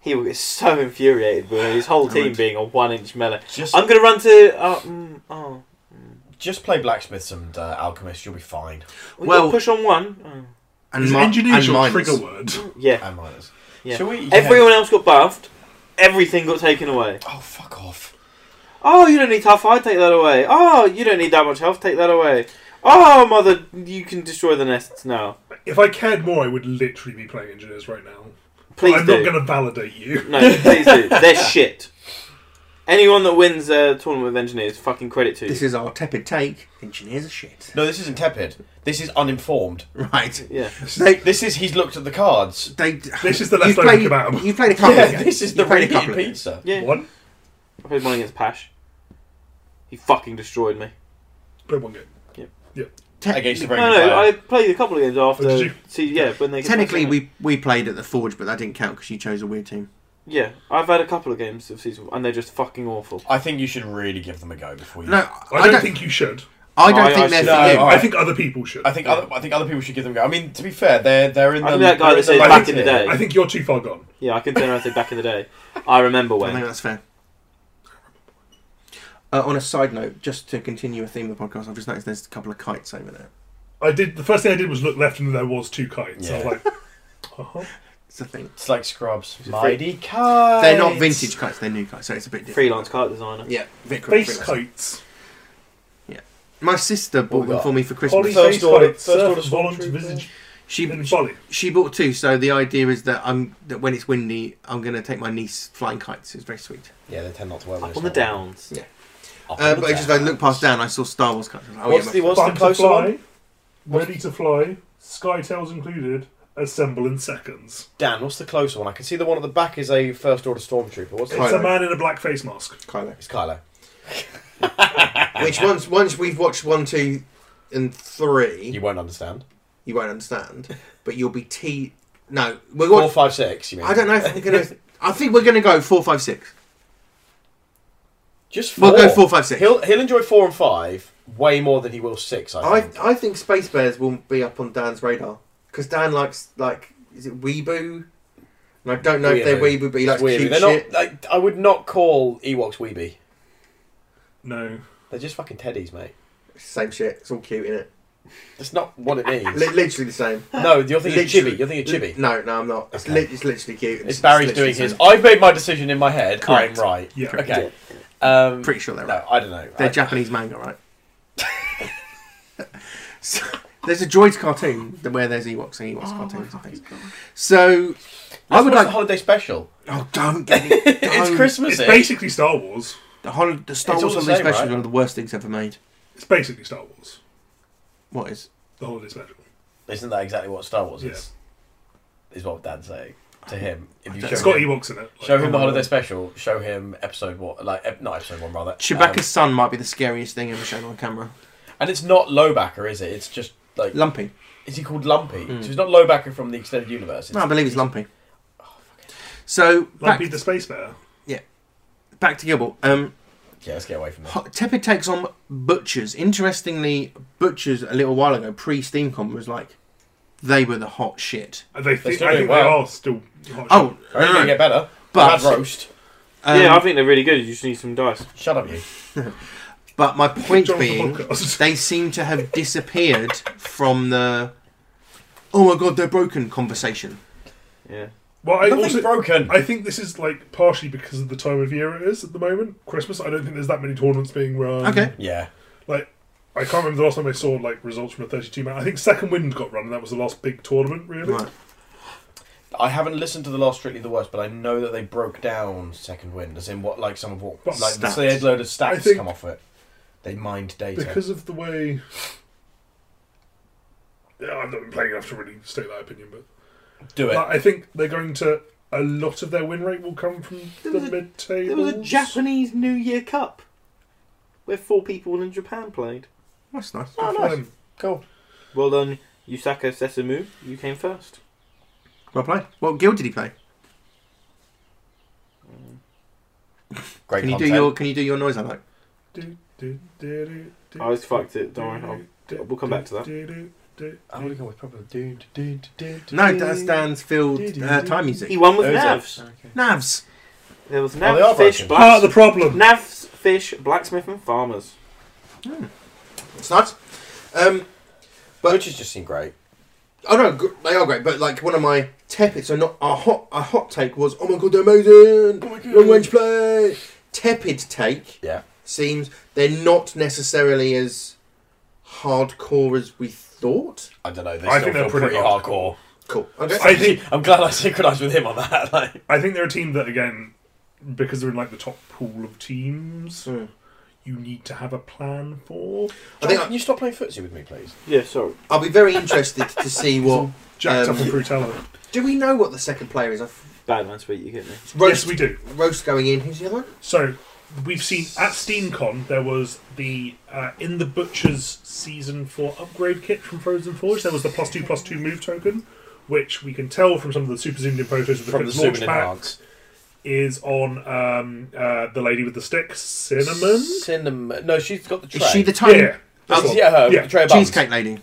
Speaker 3: He will get so infuriated with his whole team
Speaker 4: would.
Speaker 3: being a one inch melee.
Speaker 1: Just,
Speaker 3: I'm gonna run to. Uh, mm, oh,
Speaker 1: just play blacksmiths and uh, alchemists. You'll be fine.
Speaker 3: we
Speaker 4: Well-
Speaker 3: well, push on one.
Speaker 4: And
Speaker 2: Is
Speaker 4: mi-
Speaker 2: engineer
Speaker 4: and
Speaker 2: your
Speaker 4: minors.
Speaker 2: trigger word?
Speaker 3: Oh, yeah.
Speaker 1: And miners.
Speaker 3: Yeah.
Speaker 1: Shall we?
Speaker 3: Everyone else got buffed. Everything got taken away.
Speaker 1: Oh fuck off!
Speaker 3: Oh, you don't need tough hide. Take that away. Oh, you don't need that much health. Take that away. Oh, mother, you can destroy the nests now.
Speaker 2: If I cared more, I would literally be playing engineers right now.
Speaker 3: Please
Speaker 2: I'm
Speaker 3: do.
Speaker 2: not going to validate you.
Speaker 3: No, please do. They're shit. Anyone that wins a tournament of engineers, fucking credit to you.
Speaker 4: This is our tepid take. Engineers are shit.
Speaker 1: No, this isn't tepid. This is uninformed.
Speaker 4: Right.
Speaker 3: yeah.
Speaker 4: They,
Speaker 1: This is he's looked at the cards.
Speaker 4: they,
Speaker 2: This is the
Speaker 4: you've
Speaker 2: left I
Speaker 4: played,
Speaker 2: think about 'em.
Speaker 4: You've played a couple of
Speaker 1: Yeah,
Speaker 4: games.
Speaker 1: this is the
Speaker 4: You've played a
Speaker 1: repeated
Speaker 4: couple of games.
Speaker 1: pizza.
Speaker 3: Yeah.
Speaker 2: One,
Speaker 3: I played one against Pash. He fucking destroyed me.
Speaker 2: play one game.
Speaker 1: Against the very
Speaker 3: No,
Speaker 1: good
Speaker 3: no, I
Speaker 1: player.
Speaker 3: played a couple of games after.
Speaker 2: did you?
Speaker 3: See, yeah, when they
Speaker 4: Technically, we, we played at the Forge, but that didn't count because you chose a weird team.
Speaker 3: yeah, I've had a couple of games of season, and they're just fucking awful.
Speaker 1: I think you should really give them a go before you.
Speaker 4: No,
Speaker 2: I don't, think you should.
Speaker 4: I don't
Speaker 3: I- I
Speaker 4: think they're
Speaker 3: should-
Speaker 4: for
Speaker 1: No,
Speaker 4: you.
Speaker 1: I-
Speaker 2: I think other people should.
Speaker 1: I think other, I think other people should give them a go. I mean, to be fair, they're they're in
Speaker 3: I
Speaker 1: the.
Speaker 3: think that
Speaker 1: they're
Speaker 3: guy that
Speaker 1: in the
Speaker 3: said
Speaker 1: right
Speaker 3: back in the
Speaker 1: tier.
Speaker 3: day.
Speaker 2: I think you're too far gone.
Speaker 3: Yeah, I can turn around and say back in the day. I remember
Speaker 4: I think
Speaker 3: when.
Speaker 4: that's fair. Uh, on a side note, just to continue a theme of the podcast, I've just noticed there's a couple of kites over there.
Speaker 2: I did. The first thing I did was look left, and there was two kites. I
Speaker 1: Yeah.
Speaker 2: was like, uh-huh.
Speaker 4: It's a thing.
Speaker 1: It's like Scrubs.
Speaker 3: it
Speaker 1: Mighty cards.
Speaker 4: They're not vintage kites; they're new kites, so it's a bit different.
Speaker 3: Freelance cart designer.
Speaker 4: Yeah, Vic
Speaker 2: base
Speaker 4: freelance.
Speaker 2: kites.
Speaker 4: My sister
Speaker 1: What
Speaker 4: bought
Speaker 1: we
Speaker 4: them
Speaker 1: got?
Speaker 4: for me for Christmas.
Speaker 2: Polly
Speaker 1: First
Speaker 2: face
Speaker 1: order-
Speaker 2: kites.
Speaker 1: first
Speaker 2: Surf
Speaker 1: order
Speaker 2: volant
Speaker 1: stormtrooper.
Speaker 2: visage
Speaker 4: she
Speaker 2: in volley.
Speaker 4: she bought two, so the idea is that I'm that when it's windy, I'm going to take my niece flying kites. It's very sweet.
Speaker 1: Yeah, they tend not to wear. when
Speaker 3: Up
Speaker 1: it's
Speaker 3: on the
Speaker 1: not-
Speaker 3: downs.
Speaker 1: Up
Speaker 4: Uh,
Speaker 1: on
Speaker 4: but
Speaker 1: the
Speaker 4: it's just I
Speaker 1: downs.
Speaker 4: looked past down, I saw Star Wars kites. I was like, oh,
Speaker 1: What's
Speaker 4: yeah,
Speaker 1: the-
Speaker 4: mate.
Speaker 1: what's the
Speaker 2: Bound to
Speaker 1: closer
Speaker 2: fly,
Speaker 1: one?
Speaker 2: ready to fly, sky tails included, assemble in seconds.
Speaker 1: Dan, what's the closer one? I can see the one at the back is a first order stormtrooper. What's
Speaker 4: Kylo.
Speaker 1: the
Speaker 2: It's a man in a black face mask.
Speaker 4: Kylo.
Speaker 1: It's Kylo.
Speaker 4: Which once once we've watched one, two, and three,
Speaker 1: You
Speaker 4: you,
Speaker 1: won't understand.
Speaker 4: won't understand. But you'll be te. No, we're
Speaker 1: Four,
Speaker 4: going.
Speaker 1: five, six. You mean?
Speaker 4: I don't know if we're going to. I think we're going to go four, five, six.
Speaker 1: Just 4
Speaker 4: We'll go four, five, six.
Speaker 1: He'll he'll enjoy four and five way more than he will six. I
Speaker 4: I
Speaker 1: think.
Speaker 4: I think Space Bears will be up on Dan's radar because Dan likes like is it Weeboo? And I don't know if they're
Speaker 1: Weeaboo.
Speaker 4: Weeboo, but he likes
Speaker 1: Weird.
Speaker 4: cute
Speaker 1: They're
Speaker 4: shit.
Speaker 1: not. Like, I would not call Ewoks weeby.
Speaker 2: No.
Speaker 1: They're just fucking teddies, mate.
Speaker 4: Same shit. It's all cute in it.
Speaker 1: That's not what it means.
Speaker 4: Li- literally the same.
Speaker 1: no, you're thinking
Speaker 4: Literally.
Speaker 1: chibi. You're thinking chibi.
Speaker 4: No, no, I'm not. It's,
Speaker 1: Okay.
Speaker 4: li- it's literally cute.
Speaker 1: It's Barry's doing
Speaker 4: literally
Speaker 1: his.
Speaker 4: the
Speaker 1: I've made my decision in my head.
Speaker 4: Correct.
Speaker 1: I'm right.
Speaker 2: Yeah.
Speaker 1: Okay. Um,
Speaker 4: same. Pretty sure they're right.
Speaker 1: no, I don't know.
Speaker 4: They're
Speaker 1: I-
Speaker 4: Japanese manga, right? so, there's a droids cartoon that- where there's Ewoks and Ewoks
Speaker 1: Oh
Speaker 4: cartoons and things.
Speaker 1: That's
Speaker 4: So I would
Speaker 1: what's the
Speaker 4: like.
Speaker 1: holiday special.
Speaker 4: Oh, don't get me.
Speaker 1: It's
Speaker 4: don't.
Speaker 1: Christmas. eh?
Speaker 2: It's basically Star Wars.
Speaker 4: The, hol- the Star
Speaker 1: It's all
Speaker 4: Wars
Speaker 1: the
Speaker 4: Holiday
Speaker 1: same,
Speaker 4: Special
Speaker 1: right?
Speaker 4: is one of the worst things ever made.
Speaker 2: It's basically Star Wars.
Speaker 4: What is?
Speaker 2: The holiday special.
Speaker 1: Isn't that exactly what Star Wars
Speaker 2: Yeah.
Speaker 1: is? Is what Dad's saying to him. If you show
Speaker 2: It's got
Speaker 1: him,
Speaker 2: Ewoks in it. Like,
Speaker 1: show him the holiday special. Show him episode one, like ep- not episode one rather.
Speaker 4: Chewbacca's
Speaker 1: Um,
Speaker 4: son might be the scariest thing ever shown on camera.
Speaker 1: and it's not Lowbacker, is it? It's just like
Speaker 4: Lumpy.
Speaker 1: is he called Lumpy? So it's not Lowbacker from the extended universe. It's,
Speaker 4: Hmm. No, I believe he's Lumpy.
Speaker 1: Oh,
Speaker 4: So back,
Speaker 2: Lumpy the Space Bear.
Speaker 4: back to Gilbert. Um,
Speaker 1: yeah, let's get away from that.
Speaker 4: Ho- Tepid takes on Butchers. Interestingly, Butchers a little while ago, pre Steamcon, was like they were the hot shit.
Speaker 2: And They
Speaker 1: They're
Speaker 2: think,
Speaker 1: still
Speaker 2: I
Speaker 1: doing
Speaker 2: think
Speaker 1: well.
Speaker 2: they are still. hot
Speaker 4: Oh,
Speaker 1: Are you gonna
Speaker 4: no, no.
Speaker 1: get better? Bad
Speaker 4: But-
Speaker 1: roast.
Speaker 4: Um,
Speaker 3: yeah, I think they're really good. You just need some dice.
Speaker 1: Shut up, you.
Speaker 4: But my point
Speaker 2: John
Speaker 4: being,
Speaker 2: podcast.
Speaker 4: they seem to have disappeared from the "Oh my god, they're broken" conversation.
Speaker 3: Yeah.
Speaker 2: Well, I
Speaker 1: Nothing's
Speaker 2: also
Speaker 1: broken.
Speaker 2: I think this is like partially because of the time of year it is at the moment. Christmas. I don't think there's that many tournaments being run.
Speaker 4: Okay.
Speaker 1: Yeah.
Speaker 2: Like I can't remember the last time I saw like results from a 32 man. I think Second Wind got run, and that was the last big tournament. Really.
Speaker 4: Right.
Speaker 1: I haven't listened to the last Strictly the Worst, but I know that they broke down Second Wind, as in what, like some of what,
Speaker 2: But
Speaker 1: like
Speaker 4: stats.
Speaker 1: they had a load of
Speaker 2: I
Speaker 1: stats
Speaker 2: think-
Speaker 1: come off it. They mined data.
Speaker 2: because of the way. Yeah, I've not been playing enough to really state that opinion, but
Speaker 1: Do it.
Speaker 2: Like, I think they're going to. A lot of their win rate will come from
Speaker 3: There
Speaker 2: the
Speaker 3: was a-
Speaker 2: mid table.
Speaker 3: There was a Japanese New Year Cup where four people in Japan played.
Speaker 4: That's nice.
Speaker 1: Oh, nice. Cool.
Speaker 3: Well done, Yusaka Sesame. You came first.
Speaker 4: Well played. What guild did he play?
Speaker 1: Great
Speaker 4: Can you do
Speaker 1: content.
Speaker 4: your Can you do your noise? I like.
Speaker 3: I always fucked it. Don't worry. I'll, we'll come back to that.
Speaker 2: that.
Speaker 1: I'm going to go with probably... Do, do, do, do, do.
Speaker 4: No, that's Dan's field uh, time music.
Speaker 3: He won with
Speaker 1: Oh, is it?
Speaker 3: Navs.
Speaker 4: Navs.
Speaker 3: There was
Speaker 1: they
Speaker 3: Navs,
Speaker 1: are
Speaker 3: Fish,
Speaker 1: broken.
Speaker 2: Part of
Speaker 3: Blacks-
Speaker 2: the problem.
Speaker 3: Navs, Fish, Blacksmith, and Farmers.
Speaker 4: It's nice. Um,
Speaker 1: But which has just seemed great.
Speaker 4: oh no, gr- they are great. But like one of my tepid, or not a hot, a hot take was, oh my god, they're amazing.
Speaker 3: Oh
Speaker 2: my God.
Speaker 4: Long range play. Tepid take
Speaker 1: Yeah.
Speaker 4: seems they're not necessarily as hardcore as we thought.
Speaker 1: I don't know. They
Speaker 2: I
Speaker 1: still
Speaker 2: think they're
Speaker 1: feel
Speaker 2: pretty
Speaker 1: pretty, hardcore.
Speaker 4: Cool. Okay.
Speaker 2: I think
Speaker 1: I'm glad I synchronised with him on that. Like,
Speaker 2: I think they're a team that again, because they're in like the top pool of teams,
Speaker 4: Hmm.
Speaker 2: you need to have a plan for.
Speaker 4: I think
Speaker 1: can you stop playing footsie with me, please?
Speaker 3: Yeah, sorry.
Speaker 4: I'll be very interested to see what.
Speaker 2: Jacked
Speaker 4: Um,
Speaker 2: up and Brutella.
Speaker 4: Do we know what the second player is? I've-
Speaker 3: Bad man, sweet. You get me.
Speaker 2: Yes,
Speaker 4: Roast,
Speaker 2: we do.
Speaker 4: roast going in. Who's the other one?
Speaker 2: So we've seen at SteamCon there was the uh, in the Butcher's season four upgrade kit from Frozen Forge. There was the plus two plus two move token, which we can tell from some of the super zoomed in photos of the,
Speaker 1: From the
Speaker 2: kid's
Speaker 1: zoom
Speaker 2: launch
Speaker 1: in
Speaker 2: pack
Speaker 1: enhance.
Speaker 2: is on um, uh, the lady with the stick, cinnamon.
Speaker 1: Cinnamon. No, she's got the tray.
Speaker 4: Is she the
Speaker 2: Yeah,
Speaker 4: tiny
Speaker 2: yeah.
Speaker 1: This
Speaker 2: That's
Speaker 1: is-
Speaker 2: one.
Speaker 1: yeah, her.
Speaker 2: Yeah.
Speaker 1: The tray of buns.
Speaker 4: cheesecake lady?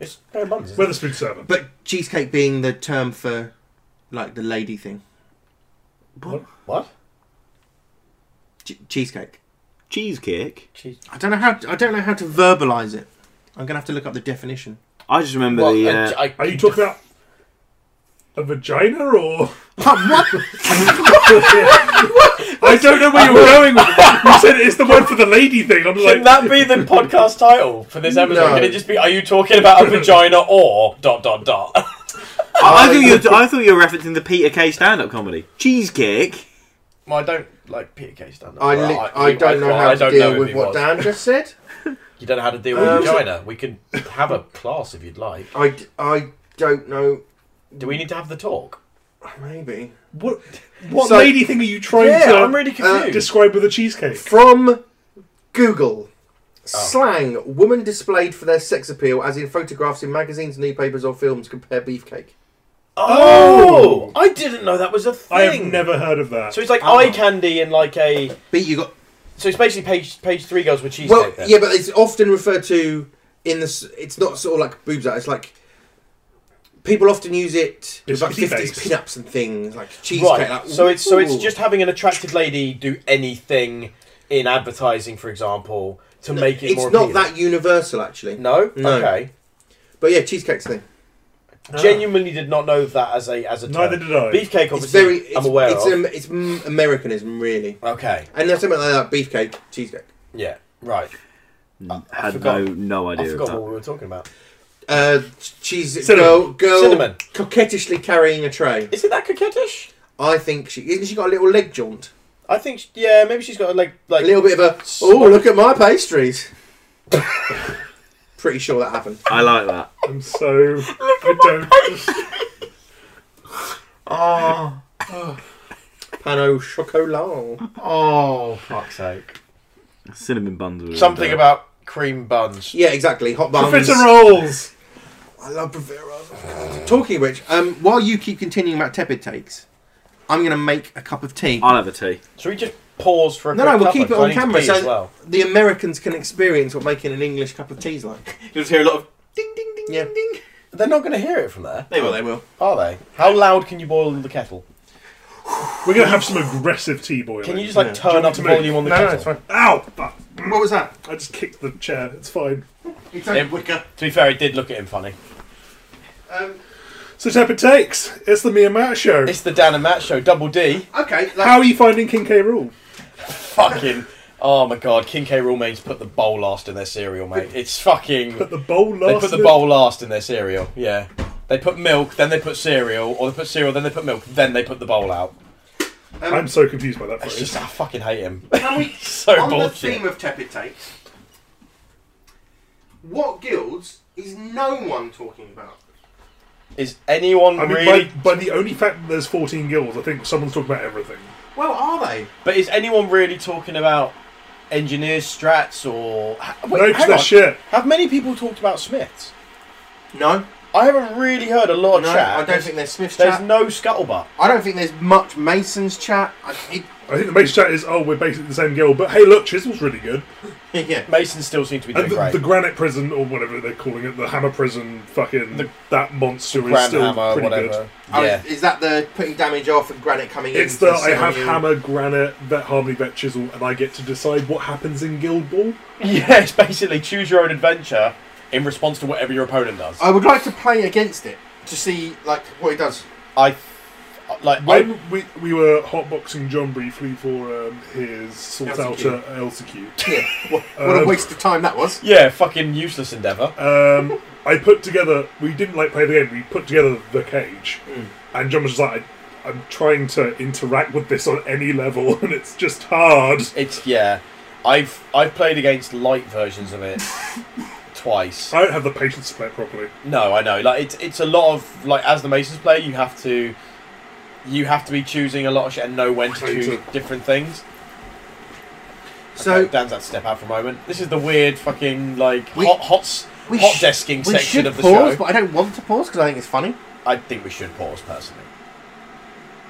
Speaker 1: It's tray of buns. isn't it?
Speaker 2: Weatherspoon server.
Speaker 4: But cheesecake being the term for like the lady thing.
Speaker 2: What?
Speaker 1: What?
Speaker 4: Che- cheesecake.
Speaker 3: Cheesecake.
Speaker 1: Cheese.
Speaker 4: I don't know how. I don't know how to verbalise it. I'm gonna have to look up the definition.
Speaker 3: I just remember
Speaker 1: What?
Speaker 3: the.
Speaker 1: I-
Speaker 3: Uh,
Speaker 1: I-
Speaker 2: Are you talking about a vagina or? I don't know where you were going with it. You said it's the word for the lady thing. I'm
Speaker 1: Can
Speaker 2: like,
Speaker 1: that be the podcast title for this episode?
Speaker 4: No.
Speaker 1: Can it just be, are you talking about a vagina or dot dot dot?
Speaker 3: I, I, thought you were, I thought you were referencing the Peter Kay stand-up comedy. Cheesecake.
Speaker 1: well, I don't like Peter K. stand
Speaker 4: I, li- I, don't know how to deal with what Dan just said.
Speaker 1: You don't know how to deal with
Speaker 4: Um,
Speaker 1: vagina. We can have a class if you'd like.
Speaker 4: I, d- I don't know.
Speaker 1: Do we need to have the talk?
Speaker 4: Maybe
Speaker 2: what, what
Speaker 4: So-
Speaker 2: lady thing are you trying
Speaker 1: Yeah,
Speaker 2: to uh,
Speaker 1: I'm really confused.
Speaker 2: describe with a cheesecake?
Speaker 4: from
Speaker 1: Oh.
Speaker 4: Google. Slang: Woman displayed for their sex appeal, as in photographs in magazines, newspapers, or films. Compare beefcake.
Speaker 1: Oh, I didn't know that was a thing.
Speaker 2: I have never heard of that.
Speaker 1: So it's like
Speaker 4: Oh.
Speaker 1: eye candy and like a.
Speaker 4: But you got
Speaker 1: So it's basically page page three girls with cheesecake.
Speaker 4: well,
Speaker 1: then.
Speaker 4: yeah, but it's often referred to in this. It's not sort of like boobs out. It's like people often use it with like
Speaker 2: Biscuity
Speaker 4: fifties
Speaker 2: base.
Speaker 4: pin-ups and things like cheesecake.
Speaker 1: right.
Speaker 4: like,
Speaker 1: so it's so it's
Speaker 4: ooh.
Speaker 1: just having an attractive lady do anything in advertising, for example, to make it
Speaker 4: It's
Speaker 1: more.
Speaker 4: not
Speaker 1: appealing.
Speaker 4: that universal, actually.
Speaker 1: No.
Speaker 4: No.
Speaker 1: Okay.
Speaker 4: But yeah, cheesecake's thing.
Speaker 2: Ah.
Speaker 1: Genuinely did not know that as a as a.
Speaker 2: Neither
Speaker 1: term.
Speaker 2: did I.
Speaker 1: Beefcake,
Speaker 4: It's
Speaker 1: obviously,
Speaker 4: very. It's,
Speaker 1: I'm aware
Speaker 4: it's,
Speaker 1: of.
Speaker 4: Um, it's m- Americanism, really.
Speaker 1: okay.
Speaker 4: And there's something like that: beefcake, cheesecake.
Speaker 1: Yeah. Right. I
Speaker 3: had
Speaker 1: forgot-
Speaker 3: no no
Speaker 1: I
Speaker 3: idea of
Speaker 1: forgot what
Speaker 3: that.
Speaker 1: we were talking about.
Speaker 4: Uh, cheese
Speaker 2: Cinnamon.
Speaker 4: girl, girl,
Speaker 1: Cinnamon.
Speaker 4: coquettishly carrying a tray.
Speaker 1: Is it that coquettish?
Speaker 4: I think she isn't. She got a little leg jaunt,
Speaker 1: I think. sh yeah. Maybe she's got a like
Speaker 4: a
Speaker 1: like.
Speaker 4: little bit of a. Oh, look at my pastries. Pretty sure that happened.
Speaker 3: I like that.
Speaker 2: I'm so. I don't.
Speaker 4: Oh. Pano chocolat.
Speaker 1: Oh fuck's sake!
Speaker 3: Cinnamon buns. were
Speaker 1: Something
Speaker 3: there.
Speaker 1: about cream buns.
Speaker 4: Yeah, exactly. Hot buns.
Speaker 2: Profiteroles.
Speaker 4: I love Bravera. Talking of which, um, while you keep continuing about tepid takes, I'm going to make a cup of tea.
Speaker 1: Uh,
Speaker 3: I'll have a tea.
Speaker 1: Should we just pause for a
Speaker 4: No,
Speaker 1: quick
Speaker 4: no, we'll
Speaker 1: cover?
Speaker 4: keep it
Speaker 1: 'Cause I
Speaker 4: on
Speaker 1: need to
Speaker 4: camera
Speaker 1: pee
Speaker 4: so
Speaker 1: as well.
Speaker 4: the Americans can experience what making an English cup of tea's like.
Speaker 3: You'll just hear a lot of ding ding ding
Speaker 4: Yeah.
Speaker 3: ding ding.
Speaker 1: They're not going to hear it from there,
Speaker 4: They will, they will.
Speaker 1: are they? How loud can you boil the kettle?
Speaker 2: We're gonna have some aggressive tea boiling.
Speaker 1: Can you just like
Speaker 4: Yeah.
Speaker 1: turn up the volume on the
Speaker 6: no, no,
Speaker 1: kettle?
Speaker 6: it's fine.
Speaker 2: Ow! Fuck.
Speaker 4: What was that?
Speaker 2: I just kicked the chair. It's fine.
Speaker 4: It's
Speaker 1: Yep.
Speaker 4: wicker.
Speaker 1: To be fair, it did look at him funny.
Speaker 4: Um,
Speaker 2: So tap it takes. It's the me and Matt show.
Speaker 1: It's the Dan and Matt show, double D.
Speaker 4: okay. Like,
Speaker 2: How are you finding King K. Rule?
Speaker 1: Fucking. Oh my god, King K. Rule mates put the bowl last in their cereal, mate. It's fucking.
Speaker 2: Put the bowl last.
Speaker 1: They put the
Speaker 2: in-
Speaker 1: bowl last in their cereal, yeah. They put milk, then they put cereal, or they put cereal, then they put milk, then they put the bowl out.
Speaker 2: I'm so confused by that
Speaker 1: It's
Speaker 2: phrase.
Speaker 1: just, I fucking hate him.
Speaker 4: Can we?
Speaker 1: So
Speaker 4: on the
Speaker 1: bullshit.
Speaker 4: theme of tepid takes, what guilds is no one talking about?
Speaker 1: Is anyone
Speaker 2: I mean,
Speaker 1: really.
Speaker 2: by, by the only fact that there's 14 guilds, I think someone's talking about everything.
Speaker 4: Well, are they?
Speaker 1: But is anyone really talking about engineers, strats, or. Ha- Wait,
Speaker 2: no, because
Speaker 1: hang
Speaker 2: they're
Speaker 1: on.
Speaker 2: shit.
Speaker 1: Have many people talked about Smiths?
Speaker 4: No,
Speaker 1: I haven't really heard a lot of
Speaker 4: no.
Speaker 1: chat.
Speaker 4: I don't think there's Smith's
Speaker 1: There's
Speaker 4: chat.
Speaker 1: no scuttlebutt.
Speaker 4: I don't think there's much Mason's chat. I, it,
Speaker 2: I think the base chat is, oh, we're basically the same guild, but hey, look, Chisel's really good.
Speaker 4: yeah.
Speaker 1: Mason still seems to be doing
Speaker 2: And Uh, the,
Speaker 1: great.
Speaker 2: the Granite Prison, or whatever they're calling it, the Hammer Prison, fucking
Speaker 1: The-
Speaker 2: that monster is
Speaker 1: Grand
Speaker 2: still
Speaker 1: Hammer,
Speaker 2: pretty
Speaker 1: whatever.
Speaker 2: good.
Speaker 4: Oh,
Speaker 1: Yeah.
Speaker 4: Is that the putting damage off and granite coming in?
Speaker 2: It's
Speaker 4: to
Speaker 2: the I
Speaker 4: sell
Speaker 2: have
Speaker 4: you-
Speaker 2: Hammer, Granite, Vet Harmony, Vet Chisel, and I get to decide what happens in Guild Ball.
Speaker 1: Yeah, it's basically choose your own adventure in response to whatever your opponent does.
Speaker 4: I would like to play against it to see like what it does.
Speaker 1: I like I,
Speaker 2: When we, we were hotboxing John briefly for um, his Salt
Speaker 4: LCQ.
Speaker 2: Outer LCQ,
Speaker 4: Yeah. What, what a
Speaker 2: Um,
Speaker 4: waste of time that was.
Speaker 1: yeah, fucking useless endeavor.
Speaker 2: um, I put together. We didn't like play the game. We put together the cage, and John was just like, I, "I'm trying to interact with this on any level, and it's just hard."
Speaker 1: It's yeah. I've I've played against light versions of it twice.
Speaker 2: I don't have the patience to play it properly.
Speaker 1: No, I know. Like it's it's a lot of like as the Masons player, you have to you have to be choosing a lot of shit and know when to
Speaker 2: Right.
Speaker 1: choose different things.
Speaker 4: So
Speaker 1: Okay, Dan's had to step out for a moment. This is the weird fucking like
Speaker 4: We-
Speaker 1: hot hot s-
Speaker 4: we
Speaker 1: hot
Speaker 4: sh-
Speaker 1: desking
Speaker 4: we should
Speaker 1: section of the
Speaker 4: pause,
Speaker 1: show.
Speaker 4: but I don't want to pause because I think it's funny.
Speaker 1: I think we should pause personally.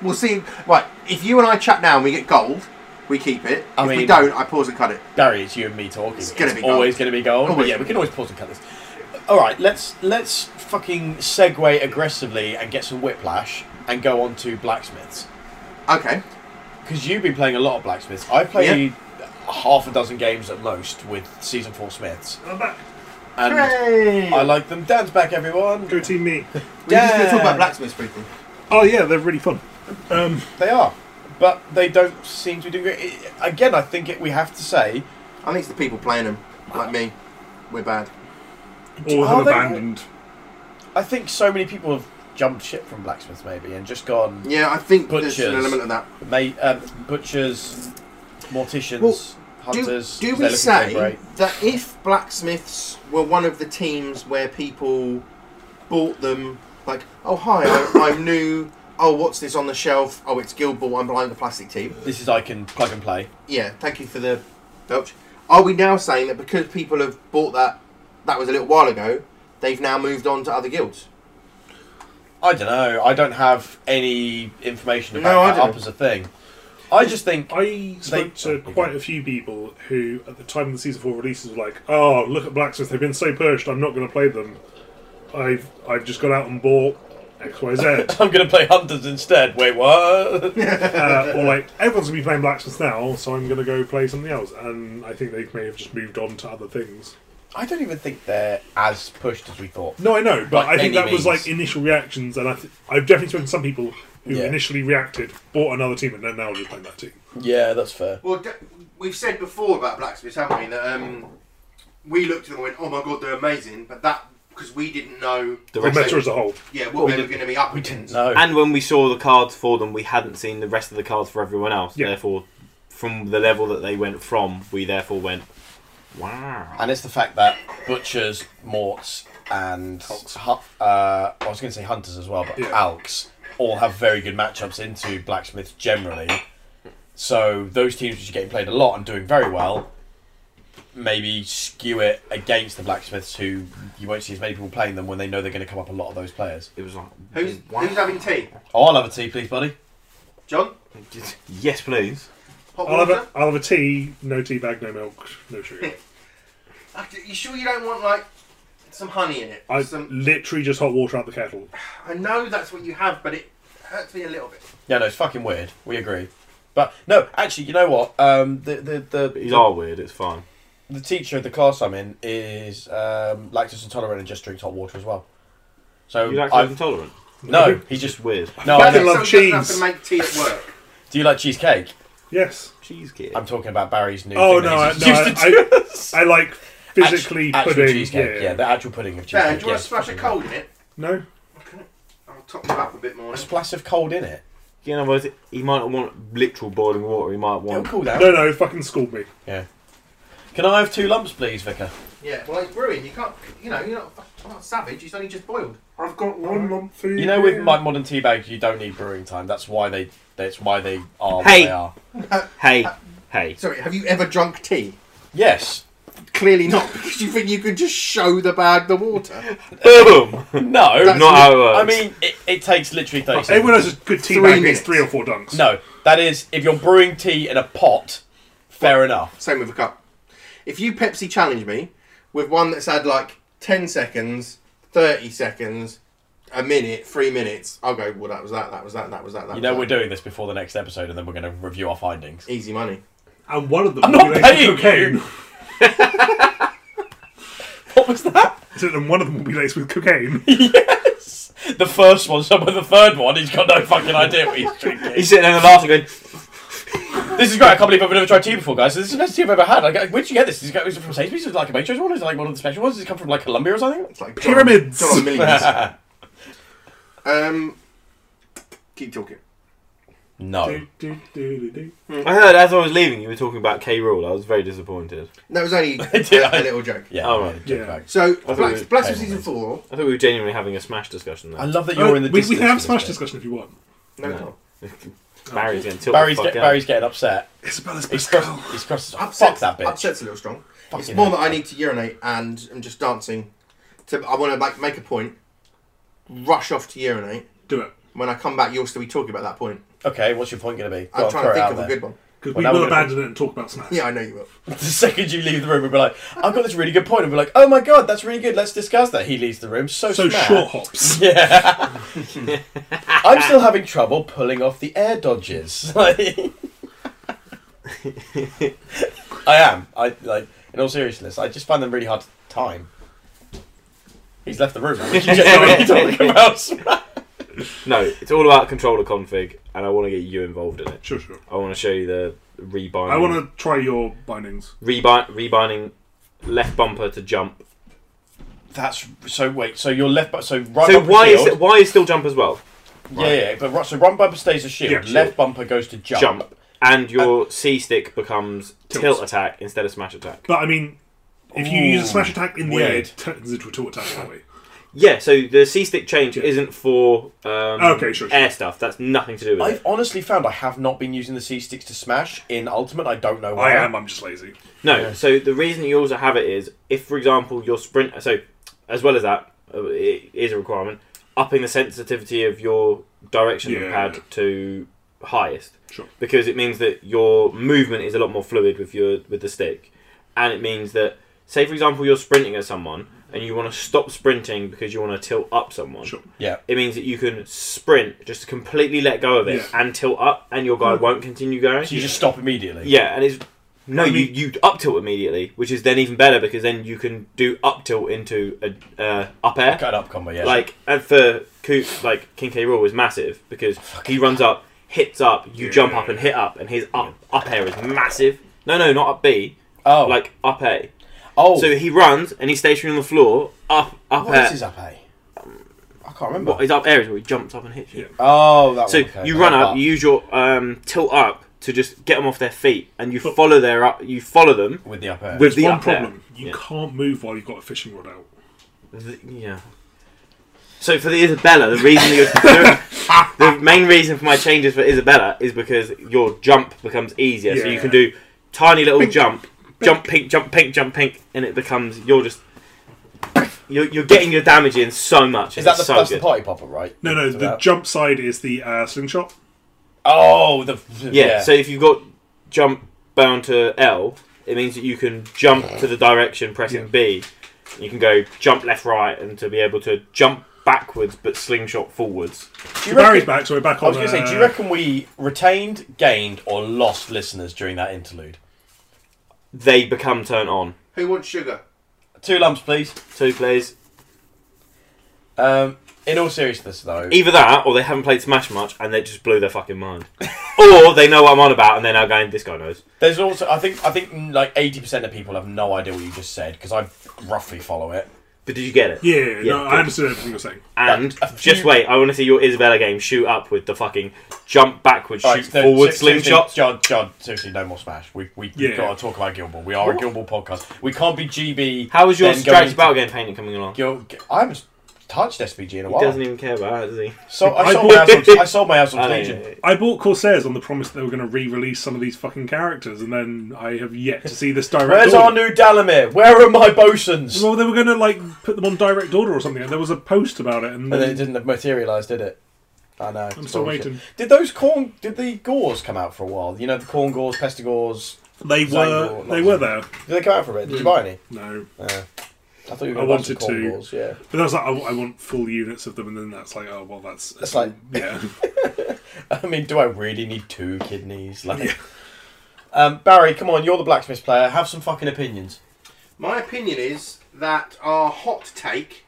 Speaker 4: We'll see. Right, if you and I chat now and we get gold, we keep it.
Speaker 1: I
Speaker 4: if we
Speaker 1: mean-
Speaker 4: don't, I pause and cut it.
Speaker 1: Gary, it's you and me talking. It's,
Speaker 4: gonna be gold.
Speaker 1: always going to be gold. But
Speaker 4: Always
Speaker 1: yeah, we
Speaker 4: gonna
Speaker 1: can always pause and cut this. All right, let's let's fucking segue aggressively and get some whiplash and go on to blacksmiths
Speaker 4: Okay.
Speaker 1: because you've been playing a lot of blacksmiths. I played half a dozen games at most with season four smiths,
Speaker 2: I'm back.
Speaker 1: and
Speaker 4: Hooray!
Speaker 1: I like them. Dan's back, everyone.
Speaker 2: Go team me.
Speaker 4: We're just going to talk
Speaker 1: Dan.
Speaker 4: about blacksmiths briefly.
Speaker 2: Oh yeah, they're really fun. Um,
Speaker 1: They are, but they don't seem to be doing great. It- Again, I think it, we have to say
Speaker 4: I think it's the people playing them, like me. We're bad.
Speaker 2: all
Speaker 1: Are
Speaker 2: have
Speaker 1: they-
Speaker 2: abandoned.
Speaker 1: I think so many people have jumped ship from blacksmiths maybe and just gone.
Speaker 4: Yeah, I think there's an
Speaker 1: Butchers.
Speaker 4: element of that.
Speaker 1: Mate, um, butchers, morticians,
Speaker 4: Do,
Speaker 1: hunters.
Speaker 4: do
Speaker 1: they're
Speaker 4: we
Speaker 1: looking
Speaker 4: say
Speaker 1: for a break.
Speaker 4: that if blacksmiths were one of the teams where people bought them, like, oh hi, I'm, I'm new. Oh, what's this on the shelf? Oh, it's Guild Ball. I'm behind the plastic team.
Speaker 1: this is I can plug and play?
Speaker 4: Yeah, thank you for the Dutch. Are we now saying that because people have bought that, that was a little while ago, they've now moved on to other guilds?
Speaker 1: I don't know. I don't have any information about
Speaker 4: No, I
Speaker 1: that
Speaker 4: don't.
Speaker 1: up as a thing. I just think
Speaker 2: I spoke
Speaker 1: They-
Speaker 2: to quite a few people who, at the time of the season four releases, were like, "Oh, look at Blacksmith! They've been so pushed. I'm not going to play them. I've I've just got out and bought X, Y, Z,
Speaker 1: I'm going to play hunters instead. Wait, what?
Speaker 2: uh, or like everyone's going to be playing Blacksmith now, so I'm going to go play something else." And I think they may have just moved on to other things.
Speaker 1: I don't even think they're as pushed as we thought.
Speaker 2: No, I know,
Speaker 1: By
Speaker 2: but I
Speaker 1: any
Speaker 2: think that
Speaker 1: means.
Speaker 2: was like initial reactions, and I th- I've definitely spoken to some people who
Speaker 1: Yeah.
Speaker 2: initially reacted, bought another team, and then now just playing that team.
Speaker 1: Yeah, that's fair.
Speaker 4: Well, d- we've said before about blacksmiths, haven't we? That um, we looked at them and went, "Oh my god, they're amazing," but that because we didn't know,
Speaker 2: The
Speaker 3: The
Speaker 2: Oh,
Speaker 3: rest
Speaker 2: meta as a whole.
Speaker 4: yeah, what
Speaker 1: Well, we
Speaker 4: they were
Speaker 1: didn't-
Speaker 4: going to be up
Speaker 1: We
Speaker 4: against.
Speaker 1: didn't know.
Speaker 3: And when we saw the cards for them, we hadn't seen the rest of the cards for everyone else.
Speaker 2: Yeah.
Speaker 3: Therefore, from the level that they went from, we therefore went, wow.
Speaker 1: And it's the fact that butchers, morts, and hu- uh, I was going to say hunters as well, but
Speaker 2: Yeah.
Speaker 1: alks all have very good matchups into blacksmiths generally. So those teams which are getting played a lot and doing very well, maybe skew it against the blacksmiths who you won't see as many people playing them when they know they're going to come up a lot of those players.
Speaker 3: It was like,
Speaker 4: Who's,
Speaker 3: wow.
Speaker 4: who's having tea?
Speaker 1: Oh, I'll have a tea, please, buddy.
Speaker 4: John,
Speaker 3: Yes, please.
Speaker 4: hot
Speaker 2: I'll have,
Speaker 4: water.
Speaker 2: a, I'll have a tea, no tea bag, no milk, no sugar.
Speaker 4: Ah, d- You sure you don't want like some honey in it?
Speaker 2: I
Speaker 4: Some-
Speaker 2: literally just hot water out the kettle.
Speaker 4: I know that's what you have, but it. hurts me a little bit.
Speaker 1: Yeah, no, it's fucking weird. We agree. But no, actually, you know what? Um, the the the,
Speaker 3: But These are weird. It's fine.
Speaker 1: the teacher of the class I'm in is um, lactose intolerant and just drinks hot water as well. So
Speaker 3: You like
Speaker 1: I've-
Speaker 3: intolerant?
Speaker 1: no, he just
Speaker 3: Just weird.
Speaker 1: no.
Speaker 2: I
Speaker 1: I
Speaker 2: Fucking
Speaker 1: don't-
Speaker 2: love
Speaker 4: Someone doesn't
Speaker 2: cheese.
Speaker 4: Have to make tea at work.
Speaker 1: do you like cheesecake?
Speaker 2: Yes.
Speaker 3: Cheesecake.
Speaker 1: I'm talking about Barry's new.
Speaker 2: Oh
Speaker 1: thing
Speaker 2: no, I,
Speaker 1: that
Speaker 2: no,
Speaker 1: he's used to do.
Speaker 2: I, I, I like physically
Speaker 1: actual
Speaker 2: pudding.
Speaker 1: cheesecake. Yeah.
Speaker 2: yeah.
Speaker 1: the actual pudding of cheesecake.
Speaker 4: Dan, do you want
Speaker 1: yes,
Speaker 4: to splash a
Speaker 1: fucking
Speaker 4: cold in it?
Speaker 2: no.
Speaker 4: Okay. I'll top you up a bit more.
Speaker 1: right. A splash of cold in it.
Speaker 3: You know, otherwise he might not want literal boiling water. He might
Speaker 1: It'll
Speaker 3: want.
Speaker 1: Oh, cool down.
Speaker 2: No, no, fucking schooled me.
Speaker 1: Can I have two lumps, please, Vicar?
Speaker 4: Yeah, well, it's brewing. You can't, you know, you're not, I'm not savage. It's only just boiled.
Speaker 2: I've got one lump for you.
Speaker 1: You know, with my modern tea bags, you don't need brewing time. That's why they. That's why they are
Speaker 3: Hey.
Speaker 1: what they are.
Speaker 3: Hey, hey.
Speaker 4: Sorry, have you ever drunk tea?
Speaker 1: Yes.
Speaker 4: Clearly not, because you think you can just show the bag the water.
Speaker 3: Boom.
Speaker 1: No.
Speaker 4: That's
Speaker 3: Not how it works.
Speaker 1: I mean, it, it takes literally thirty seconds.
Speaker 2: Everyone has a good tea
Speaker 4: Three
Speaker 2: bag
Speaker 4: minutes.
Speaker 2: gets three or four dunks.
Speaker 1: No, that is if you're brewing tea in a pot. Fair enough.
Speaker 4: Same with a cup. If you Pepsi challenge me with one that's had like 10 seconds, 30 seconds, a minute, three minutes, I'll go, well, that was that, that was that, that was that, that
Speaker 1: You
Speaker 4: was
Speaker 1: know
Speaker 4: that.
Speaker 1: we're doing this before the next episode, and then we're going to review our findings.
Speaker 4: Easy money.
Speaker 2: And one of them
Speaker 1: I'm not
Speaker 2: will be laced
Speaker 1: paying
Speaker 2: with cocaine.
Speaker 1: you. What was that?
Speaker 2: So then one of them will be laced with cocaine.
Speaker 1: yes. The first one, someone. The third one, he's got no fucking idea what he's drinking.
Speaker 3: He's sitting there and laughing, going,
Speaker 1: This is great. I can't believe I've never tried tea before, guys. This is the best tea I've ever had. I go, where'd you get this? Is it from Sainsbury's? Is it like a Waitrose one? Is it like one of the special ones? Does it come from like Colombia or something?
Speaker 4: It's like John-
Speaker 2: Pyramids.
Speaker 4: John Millions. um, keep talking.
Speaker 1: No.
Speaker 2: Do, do, do, do, do.
Speaker 3: I heard as I was leaving, you were talking about K. Rule. I was very disappointed.
Speaker 4: That was only
Speaker 1: Did
Speaker 4: a,
Speaker 1: I?
Speaker 4: a little joke.
Speaker 1: Yeah.
Speaker 3: Oh,
Speaker 1: yeah,
Speaker 3: right.
Speaker 1: joke
Speaker 2: Yeah.
Speaker 1: bag.
Speaker 4: So,
Speaker 3: we
Speaker 4: Blacks
Speaker 3: were
Speaker 4: Blacks of
Speaker 1: paying
Speaker 4: Season 4.
Speaker 3: I thought we were genuinely having a smash discussion
Speaker 1: I
Speaker 3: there.
Speaker 1: love that you're in the.
Speaker 2: Oh, we, we
Speaker 1: distance
Speaker 2: can have
Speaker 1: for
Speaker 2: smash
Speaker 1: this bit.
Speaker 2: discussion if you want.
Speaker 4: No,
Speaker 3: No.
Speaker 4: no.
Speaker 3: Barry's getting tilted.
Speaker 1: Barry's,
Speaker 3: the
Speaker 1: get,
Speaker 3: fuck out.
Speaker 1: Barry's getting upset.
Speaker 2: Isabella's
Speaker 1: He's
Speaker 2: Pascal.
Speaker 1: crossed. He's crossed.
Speaker 4: Upset's,
Speaker 1: Fuck that bitch.
Speaker 4: Upset's a little strong. it's
Speaker 1: Fucking
Speaker 4: more
Speaker 1: hell.
Speaker 4: that I need to urinate and I'm just dancing. To, I want to like make a point, rush off to urinate.
Speaker 2: Do it.
Speaker 4: When I come back, you'll still be talking about that point.
Speaker 1: Okay, what's your point going to be? Go
Speaker 4: I'm
Speaker 1: on, throw
Speaker 4: trying to
Speaker 1: it
Speaker 4: think
Speaker 1: out
Speaker 4: of
Speaker 1: there.
Speaker 4: a good one.
Speaker 2: Because
Speaker 1: Well, that
Speaker 2: we will
Speaker 1: would've been-
Speaker 2: abandon it and talk about Smash.
Speaker 4: Yeah, I know you will.
Speaker 1: The second you leave the room, we'll be like, I've got this really good point. And we're like, oh my god, that's really good. Let's discuss that. He leaves the room. So,
Speaker 2: So
Speaker 1: smart.
Speaker 2: short hops.
Speaker 1: Yeah. I'm still having trouble pulling off the air dodges. I am. I like in all seriousness, I just find them really hard to time. He's left the room. We keep talking about smash.
Speaker 3: No, it's all about controller config, and I want to get you involved in it.
Speaker 2: Sure, sure.
Speaker 3: I want to show you the rebinding.
Speaker 2: I want to try your bindings.
Speaker 3: rebind, rebinding left bumper to jump.
Speaker 1: That's so. Wait. So you're left. bu- So right.
Speaker 3: so
Speaker 1: bumper
Speaker 3: why is
Speaker 1: shield.
Speaker 3: it, why is still jump as well?
Speaker 1: Yeah, yeah. But right, so right bumper stays a shield.
Speaker 2: Yeah,
Speaker 1: left
Speaker 2: shield.
Speaker 1: bumper goes to jump.
Speaker 3: Jump. And your C stick becomes tilt. attack instead of smash attack.
Speaker 2: But I mean, if you use a smash attack in the air,
Speaker 1: weird.
Speaker 2: it turns into a tilt attack that way.
Speaker 3: Yeah, so the C stick change
Speaker 2: Yeah.
Speaker 3: isn't for um,
Speaker 2: Okay, sure, sure.
Speaker 3: air stuff. That's nothing to do with
Speaker 1: I've
Speaker 3: it.
Speaker 1: honestly found I have not been using the C sticks to smash in Ultimate. I don't know
Speaker 2: I
Speaker 1: why.
Speaker 2: am. I'm just lazy.
Speaker 3: No, so the reason you also have it is if, for example, your sprint. So, as well as that, uh, it is a requirement, upping the sensitivity of your direction
Speaker 2: Yeah.
Speaker 3: pad to highest.
Speaker 2: Sure.
Speaker 3: because it means that your movement is a lot more fluid with your with the stick, and it means that say for example you're sprinting at someone and you want to stop sprinting because you want to tilt up someone.
Speaker 2: Sure.
Speaker 1: Yeah.
Speaker 3: It means that you can sprint just completely let go of it
Speaker 2: Yeah. Hmm.
Speaker 3: and tilt up, and your guy won't continue going.
Speaker 1: So you just stop immediately.
Speaker 3: yeah, and it's no
Speaker 2: I mean-
Speaker 3: you you up tilt immediately, which is then even better because then you can do up tilt into a uh, up air.
Speaker 1: Cut up combo, yeah.
Speaker 3: Like and for Coop, like King K. Rule was massive because he runs up, hits up, you
Speaker 2: Yeah.
Speaker 3: jump up and hit up, and his up up air is massive. No, no, not up B,
Speaker 1: oh,
Speaker 3: like up A.
Speaker 1: oh,
Speaker 3: So he runs and he's stationary on the floor, up up
Speaker 1: what is
Speaker 3: air.
Speaker 1: his up A? I can't remember.
Speaker 3: Um, What his up air is where he jumps up and hits you.
Speaker 2: Yeah.
Speaker 1: Oh, that
Speaker 3: So
Speaker 1: one. okay.
Speaker 3: you run
Speaker 1: That
Speaker 3: up,
Speaker 1: one.
Speaker 3: you use your um, tilt up to just get them off their feet, and you follow their up, you follow them.
Speaker 1: with the up air.
Speaker 3: With-
Speaker 2: There's
Speaker 3: The
Speaker 2: one
Speaker 3: up air.
Speaker 2: problem. You
Speaker 3: Yeah.
Speaker 2: can't move while you've got a fishing rod out.
Speaker 3: Th- yeah. So for the Isabella, the reason that you're, the, the main reason for my changes for Isabella is because your jump becomes easier. So you
Speaker 2: Yeah.
Speaker 3: can do tiny little
Speaker 2: Pink,
Speaker 3: jump, jump pink, jump pink, jump pink, and it becomes you're just you're, you're getting your damage in so much.
Speaker 1: is
Speaker 3: and
Speaker 1: that
Speaker 3: it's
Speaker 1: the,
Speaker 3: so
Speaker 1: that's
Speaker 3: good.
Speaker 1: the party popper, right?
Speaker 2: No, no.
Speaker 1: It's
Speaker 2: The
Speaker 1: about-
Speaker 2: jump side is the uh, slingshot.
Speaker 1: oh, the
Speaker 3: Yeah,
Speaker 1: yeah.
Speaker 3: So if you've got jump bound to L, it means that you can jump to the direction pressing
Speaker 2: Yeah.
Speaker 3: B. You can go jump left, right, and to be able to jump backwards but slingshot forwards.
Speaker 1: Do you
Speaker 2: Barry's
Speaker 1: reckon,
Speaker 2: back, so we're back
Speaker 1: I was
Speaker 2: on.
Speaker 1: going to say, do you
Speaker 2: uh,
Speaker 1: reckon we retained, gained, or lost listeners during that interlude?
Speaker 3: They become turned on.
Speaker 4: Who wants sugar?
Speaker 1: Two lumps, please.
Speaker 3: Two plays.
Speaker 1: Um, in all seriousness, though,
Speaker 3: Either that, or they haven't played Smash much and they just blew their fucking mind. or they know what I'm on about and they're now going, this guy knows.
Speaker 1: there's also I think I think mm, like eighty percent of people have no idea what you just said because I roughly follow it.
Speaker 3: But did you get it?
Speaker 2: Yeah, yeah,
Speaker 3: Yeah,
Speaker 2: no,
Speaker 3: good.
Speaker 2: I understood everything you're saying.
Speaker 3: And
Speaker 1: But a few-
Speaker 3: just wait, I want to see your Isabella game shoot up with the fucking jump backwards, shoot
Speaker 1: Right, so-
Speaker 3: forward,
Speaker 1: se- seriously,
Speaker 3: slingshot.
Speaker 1: John, John, seriously, no more Smash. We we
Speaker 2: Yeah.
Speaker 1: have got to talk about Gilmore. We are a Gilmore podcast. We can't be GB.
Speaker 3: How was your
Speaker 1: then going
Speaker 3: Strags Battle game painting coming along?
Speaker 1: Gil, Gil- I haven't touched SPG in a
Speaker 3: He
Speaker 1: while.
Speaker 3: doesn't even care about it, does he?
Speaker 1: So I
Speaker 2: I
Speaker 1: sold, my
Speaker 2: bought-
Speaker 1: house on, I sold my house on
Speaker 3: I don't
Speaker 1: Legion.
Speaker 3: know.
Speaker 2: I bought Corsairs on the promise they were going to re-release some of these fucking characters, and then I have yet to see this direct.
Speaker 1: Where's
Speaker 2: order.
Speaker 1: our new Dalamir? Where are my bosuns?
Speaker 2: Well, they were going to like put them on direct order or something. and There was a post about it, and
Speaker 1: And then
Speaker 2: then
Speaker 1: it didn't materialise, did it? I know.
Speaker 2: I'm still waiting.
Speaker 1: Did those corn? Did the gores come out for a while? You know, the corn gores, pestigores.
Speaker 2: they were
Speaker 1: Zangle,
Speaker 2: they
Speaker 1: not-
Speaker 2: were there.
Speaker 1: Did they come out for a bit? Did you buy any?
Speaker 2: No,
Speaker 1: No. I thought you were
Speaker 2: I
Speaker 1: going to
Speaker 2: wanted
Speaker 1: corn
Speaker 2: to.
Speaker 1: gores. Yeah.
Speaker 2: but I was like, I, I want full units of them, and then that's like, oh well, that's
Speaker 1: It's like-
Speaker 2: yeah,
Speaker 1: I mean, do I really need two kidneys? Like, um, Barry, come on, you're the blacksmith player. Have some fucking opinions.
Speaker 4: My opinion is that our hot take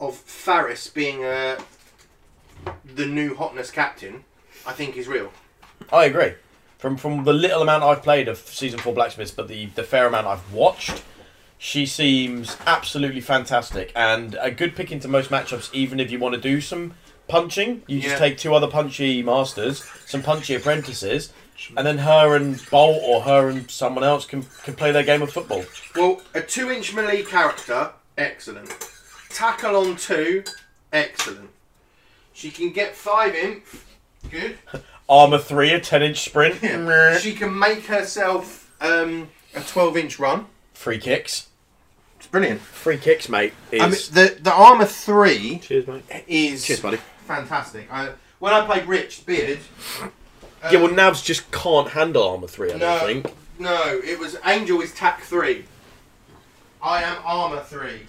Speaker 4: of Faris being uh, the new hotness captain, I think is real.
Speaker 1: I agree. From from the little amount I've played of season four blacksmiths, but the the fair amount I've watched, she seems absolutely fantastic and a good pick into most matchups. Even if you want to do some punching, you just
Speaker 4: Yeah.
Speaker 1: take two other punchy masters, some punchy apprentices, and then her and Bolt or her and someone else can can play their game of football.
Speaker 4: Well, a two-inch melee character, excellent. Tackle on two, excellent. She can get five in, good.
Speaker 1: Armor three, a ten inch sprint,
Speaker 4: She can make herself um, a twelve-inch run.
Speaker 1: free kicks.
Speaker 4: It's brilliant.
Speaker 5: Free kicks, mate. Is
Speaker 4: I mean, the the armor three
Speaker 3: Cheers, mate.
Speaker 4: is
Speaker 5: cheers, buddy.
Speaker 4: fantastic. I, when I played Rich Beard,
Speaker 1: uh,
Speaker 5: yeah, well, Nabs just can't handle armor three. I
Speaker 4: No.
Speaker 5: don't think.
Speaker 4: No, it was Angel is tack three. I am armor three.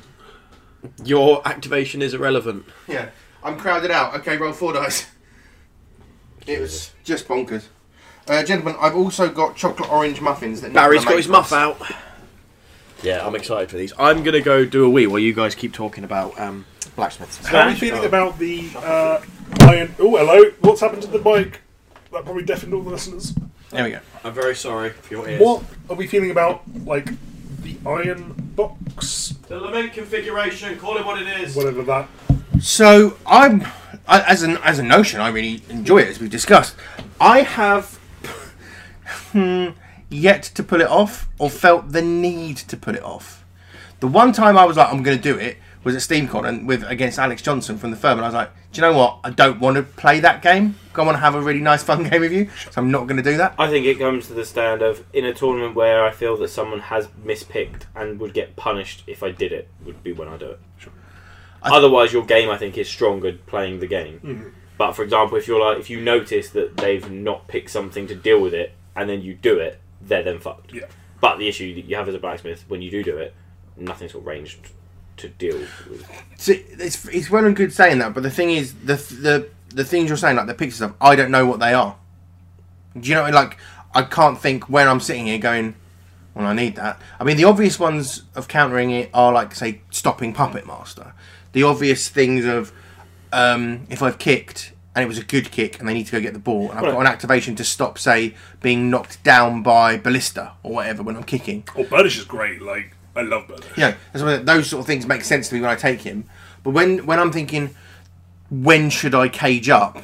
Speaker 5: Your activation is irrelevant.
Speaker 4: Yeah, I'm crowded out. Okay, roll four dice. It was just bonkers. Uh, gentlemen, I've also got chocolate orange muffins that
Speaker 5: Barry's
Speaker 4: Nicola
Speaker 5: got
Speaker 4: made
Speaker 5: his
Speaker 4: for
Speaker 5: muff
Speaker 4: us.
Speaker 5: out. Yeah, I'm excited for these. I'm gonna go do a wee while you guys keep talking about um, blacksmiths.
Speaker 2: How are you feeling about the uh, lion? Oh, hello. What's happened to the mic? That probably deafened all the listeners.
Speaker 5: There we go. I'm very sorry for your ears.
Speaker 2: What are we feeling about like the iron box,
Speaker 1: The lament configuration, call it what it is.
Speaker 2: whatever that?
Speaker 4: So I'm, I, as an as a notion, I really enjoy it as we've discussed. I have hmm, yet to put it off, or felt the need to put it off. The one time I was like, I'm going to do it was at SteamCon and with against Alex Johnson from the firm, and I was like, do you know what? I don't want to play that game. I want to have a really nice fun game with you, so I'm not going to do that.
Speaker 3: I think it comes to the stand of in a tournament where I feel that someone has mispicked and would get punished if I did it would be when I do it. Otherwise, your game I think is stronger playing the game. But for example, if you're like if you notice that they've not picked something to deal with it and then you do it, they're then fucked.
Speaker 2: Yeah.
Speaker 3: But the issue that you have as a blacksmith when you do do it, nothing's arranged to deal with.
Speaker 4: So it's it's well and good saying that, but the thing is, the the the things you're saying, like the pictures stuff, I don't know what they are. Do you know? Like, I can't think when I'm sitting here going, "Well, I need that." I mean, the obvious ones of countering it are like, say, stopping Puppet Master. The obvious things of um, if I've kicked and it was a good kick and they need to go get the ball and I've got an activation to stop, say, being knocked down by Ballista or whatever when I'm kicking
Speaker 2: Oh, Burdish is great. Like I love Burdish.
Speaker 4: you know, that's one of- those sort of things make sense to me when I take him. But when when I'm thinking, when should I cage up?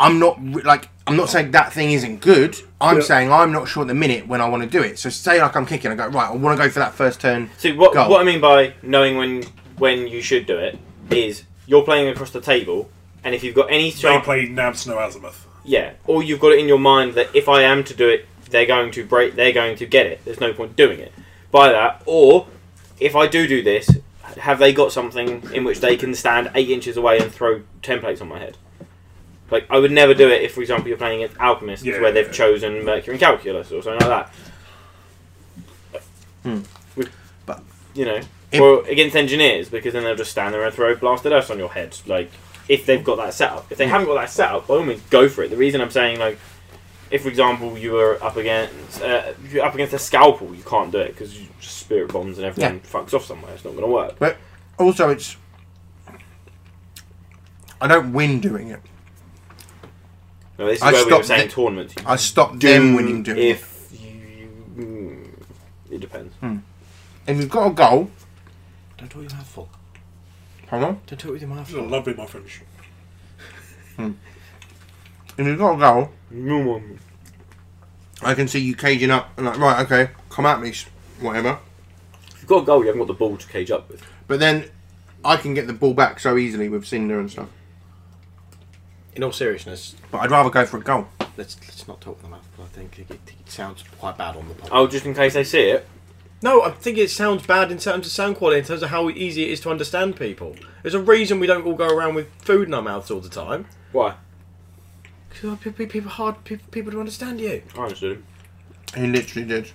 Speaker 4: I'm not re- like I'm not saying that thing isn't good. I'm
Speaker 2: Yeah.
Speaker 4: saying I'm not sure at the minute when I want to do it. So say like I'm kicking, I go right. I want to go for that first turn.
Speaker 3: See what
Speaker 4: goal.
Speaker 3: what I mean by knowing when when you should do it is you're playing across the table, and if you've got any
Speaker 2: They
Speaker 3: chance,
Speaker 2: play Nab Snow Azimuth.
Speaker 3: yeah, or you've got it in your mind that if I am to do it, they're going to break, they're going to get it. There's no point doing it by that. Or if I do do this, have they got something in which they can stand eight inches away and throw templates on my head? Like I would never do it if, for example, you're playing against alchemists
Speaker 2: Yeah,
Speaker 3: where
Speaker 2: yeah,
Speaker 3: they've
Speaker 2: yeah.
Speaker 3: chosen Mercury and Calculus or something like that. With,
Speaker 4: Hmm. But-
Speaker 3: you know,
Speaker 4: If-
Speaker 3: or against engineers because then they'll just stand there and throw blasted earth on your head. Like if they've got that set up, if they
Speaker 4: Hmm.
Speaker 3: haven't got that set up, by all means go for it. The reason I'm saying like, if for example you were up against uh, if you're up against a scalpel, you can't do it because just spirit bombs and everything fucks off somewhere. It's not going to work.
Speaker 4: Also, it's. I don't win doing it.
Speaker 3: No, this is
Speaker 4: I
Speaker 3: where we were
Speaker 4: stopped
Speaker 3: saying
Speaker 4: thi-
Speaker 3: tournaments. You
Speaker 4: I stop them
Speaker 3: do
Speaker 4: winning doing it.
Speaker 3: if you. mm, It depends.
Speaker 4: If you've got a goal,
Speaker 1: Don't do it with your mouth full.
Speaker 4: hold on.
Speaker 1: Don't do it with your mouth
Speaker 2: This is a
Speaker 1: full.
Speaker 2: lovely, my French.
Speaker 4: If you've got a goal,
Speaker 3: Mm.
Speaker 4: I can see you caging up and like, right, okay, come at me, s- whatever.
Speaker 3: If you've got a goal, you haven't got the ball to cage up with.
Speaker 4: But then I can get the ball back so easily with Cinder and stuff.
Speaker 1: In all seriousness,
Speaker 4: But I'd rather go for a goal.
Speaker 1: let's let's not talk with your mouth full. I think it, it- it sounds quite bad on the podcast.
Speaker 3: Oh, just in case they see it.
Speaker 1: No, I think it sounds bad in terms of sound quality, in terms of how easy it is to understand people. There's a reason we don't all go around with food in our mouths all the time.
Speaker 3: Why?
Speaker 1: Because people, people hard people, people to understand you.
Speaker 3: I understood.
Speaker 4: He literally did.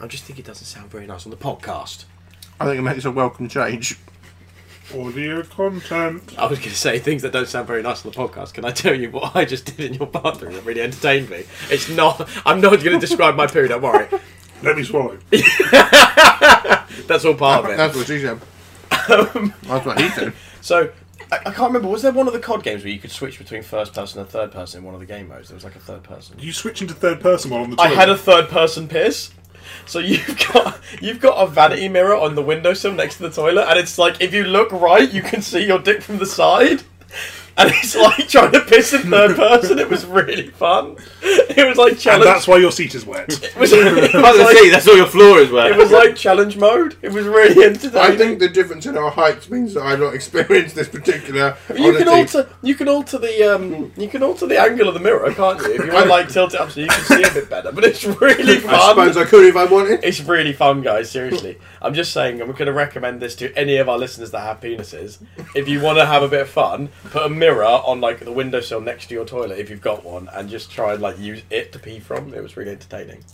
Speaker 1: I just think it doesn't sound very nice on the podcast.
Speaker 4: I think it makes a welcome change.
Speaker 2: Audio content.
Speaker 1: I was going to say things that don't sound very nice on the podcast. Can I tell you what I just did in your bathroom that really entertained me? It's not. I'm not going to describe my poo. Don't worry.
Speaker 2: Let me swallow.
Speaker 1: That's all part of it.
Speaker 4: That's what she said.
Speaker 2: Um,
Speaker 4: That's what he said.
Speaker 1: So I, I can't remember. Was there one of the COD games where you could switch between first person and third person in one of the game modes? There was like a third person.
Speaker 2: You switch into third person while on the
Speaker 1: I
Speaker 2: toilet.
Speaker 1: had a third person piss. So you've got you've got a vanity mirror on the windowsill next to the toilet, and it's like if you look right, you can see your dick from the side. And it's like trying to piss in third person. It was really fun. It was like
Speaker 2: and
Speaker 1: challenge.
Speaker 2: that's why your seat is wet.
Speaker 1: it was, it was
Speaker 3: I was gonna say,
Speaker 1: like,
Speaker 3: that's all your floor is wet.
Speaker 1: it was like challenge mode. It was really entertaining.
Speaker 4: I think the difference in our heights means that I've not experienced this particular.
Speaker 1: You can
Speaker 4: oddity.
Speaker 1: alter. You can alter the. Um, you can alter the angle of the mirror, can't you? If you want, like tilt it up so you can see a bit better. But it's really fun.
Speaker 4: I suppose I could if I wanted.
Speaker 1: it's really fun, guys. Seriously, I'm just saying. I'm going to recommend this to any of our listeners that have penises. If you want to have a bit of fun, put a mirror on like the windowsill next to your toilet if you've got one, and just try and like use it to pee from. It was really entertaining.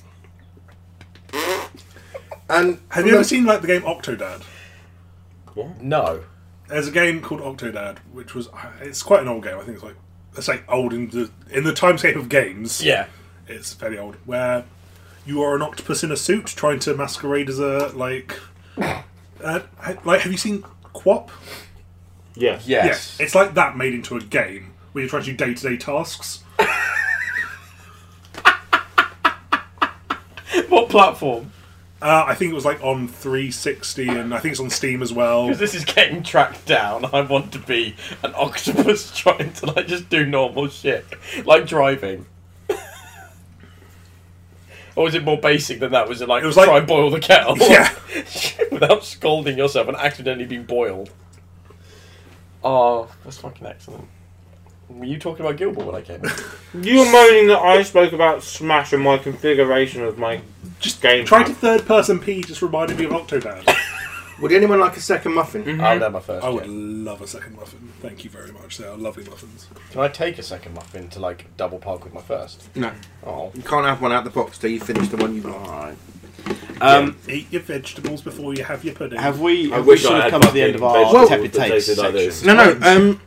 Speaker 4: And
Speaker 2: Have you ever seen like the game Octodad?
Speaker 1: No,
Speaker 2: There's a game called Octodad, which was it's quite an old game. I think it's like let's say old in the in the timescape of games.
Speaker 1: yeah,
Speaker 2: it's fairly old. Where you are an octopus in a suit trying to masquerade as a like, uh, ha- like have you seen Quap?
Speaker 3: yeah.
Speaker 1: yes.
Speaker 2: it's like that made into a game where you're trying to do day to day tasks.
Speaker 1: What platform?
Speaker 2: Uh, I think it was like on 360, and I think it's on Steam as well.
Speaker 1: Because this is getting tracked down. I want to be an octopus trying to like just do normal shit, like driving. or was it more basic than that? Was it like
Speaker 2: It was
Speaker 1: try
Speaker 2: like-
Speaker 1: and boil the kettle?
Speaker 2: Yeah.
Speaker 1: without scalding yourself and accidentally being boiled. Oh, that's fucking excellent. Were you talking about Gilbert when I came? in?
Speaker 3: You were moaning that I spoke about Smash and my configuration of my
Speaker 2: Just
Speaker 3: game.
Speaker 2: Trying to third person P just reminded me of Octodad.
Speaker 4: Would anyone like a second muffin?
Speaker 2: Mm-hmm.
Speaker 1: I'll have Oh, my first.
Speaker 2: I
Speaker 3: Oh,
Speaker 2: would
Speaker 1: Jim.
Speaker 2: love a second muffin. Thank you very much. They are lovely muffins.
Speaker 1: Can I take a second muffin to like double park with my first?
Speaker 4: No,
Speaker 1: Oh,
Speaker 4: you can't have one out the box till you finish the one you bought.
Speaker 1: Um,
Speaker 2: Eat your vegetables before you have your pudding.
Speaker 1: have we?
Speaker 3: I
Speaker 1: Have we
Speaker 3: wish
Speaker 1: sort
Speaker 3: I
Speaker 1: of
Speaker 3: had
Speaker 1: come to the end of our
Speaker 3: vegetables
Speaker 1: tepid
Speaker 3: that
Speaker 1: takes
Speaker 3: tasted like
Speaker 1: section?
Speaker 3: this.
Speaker 4: No, no. Um,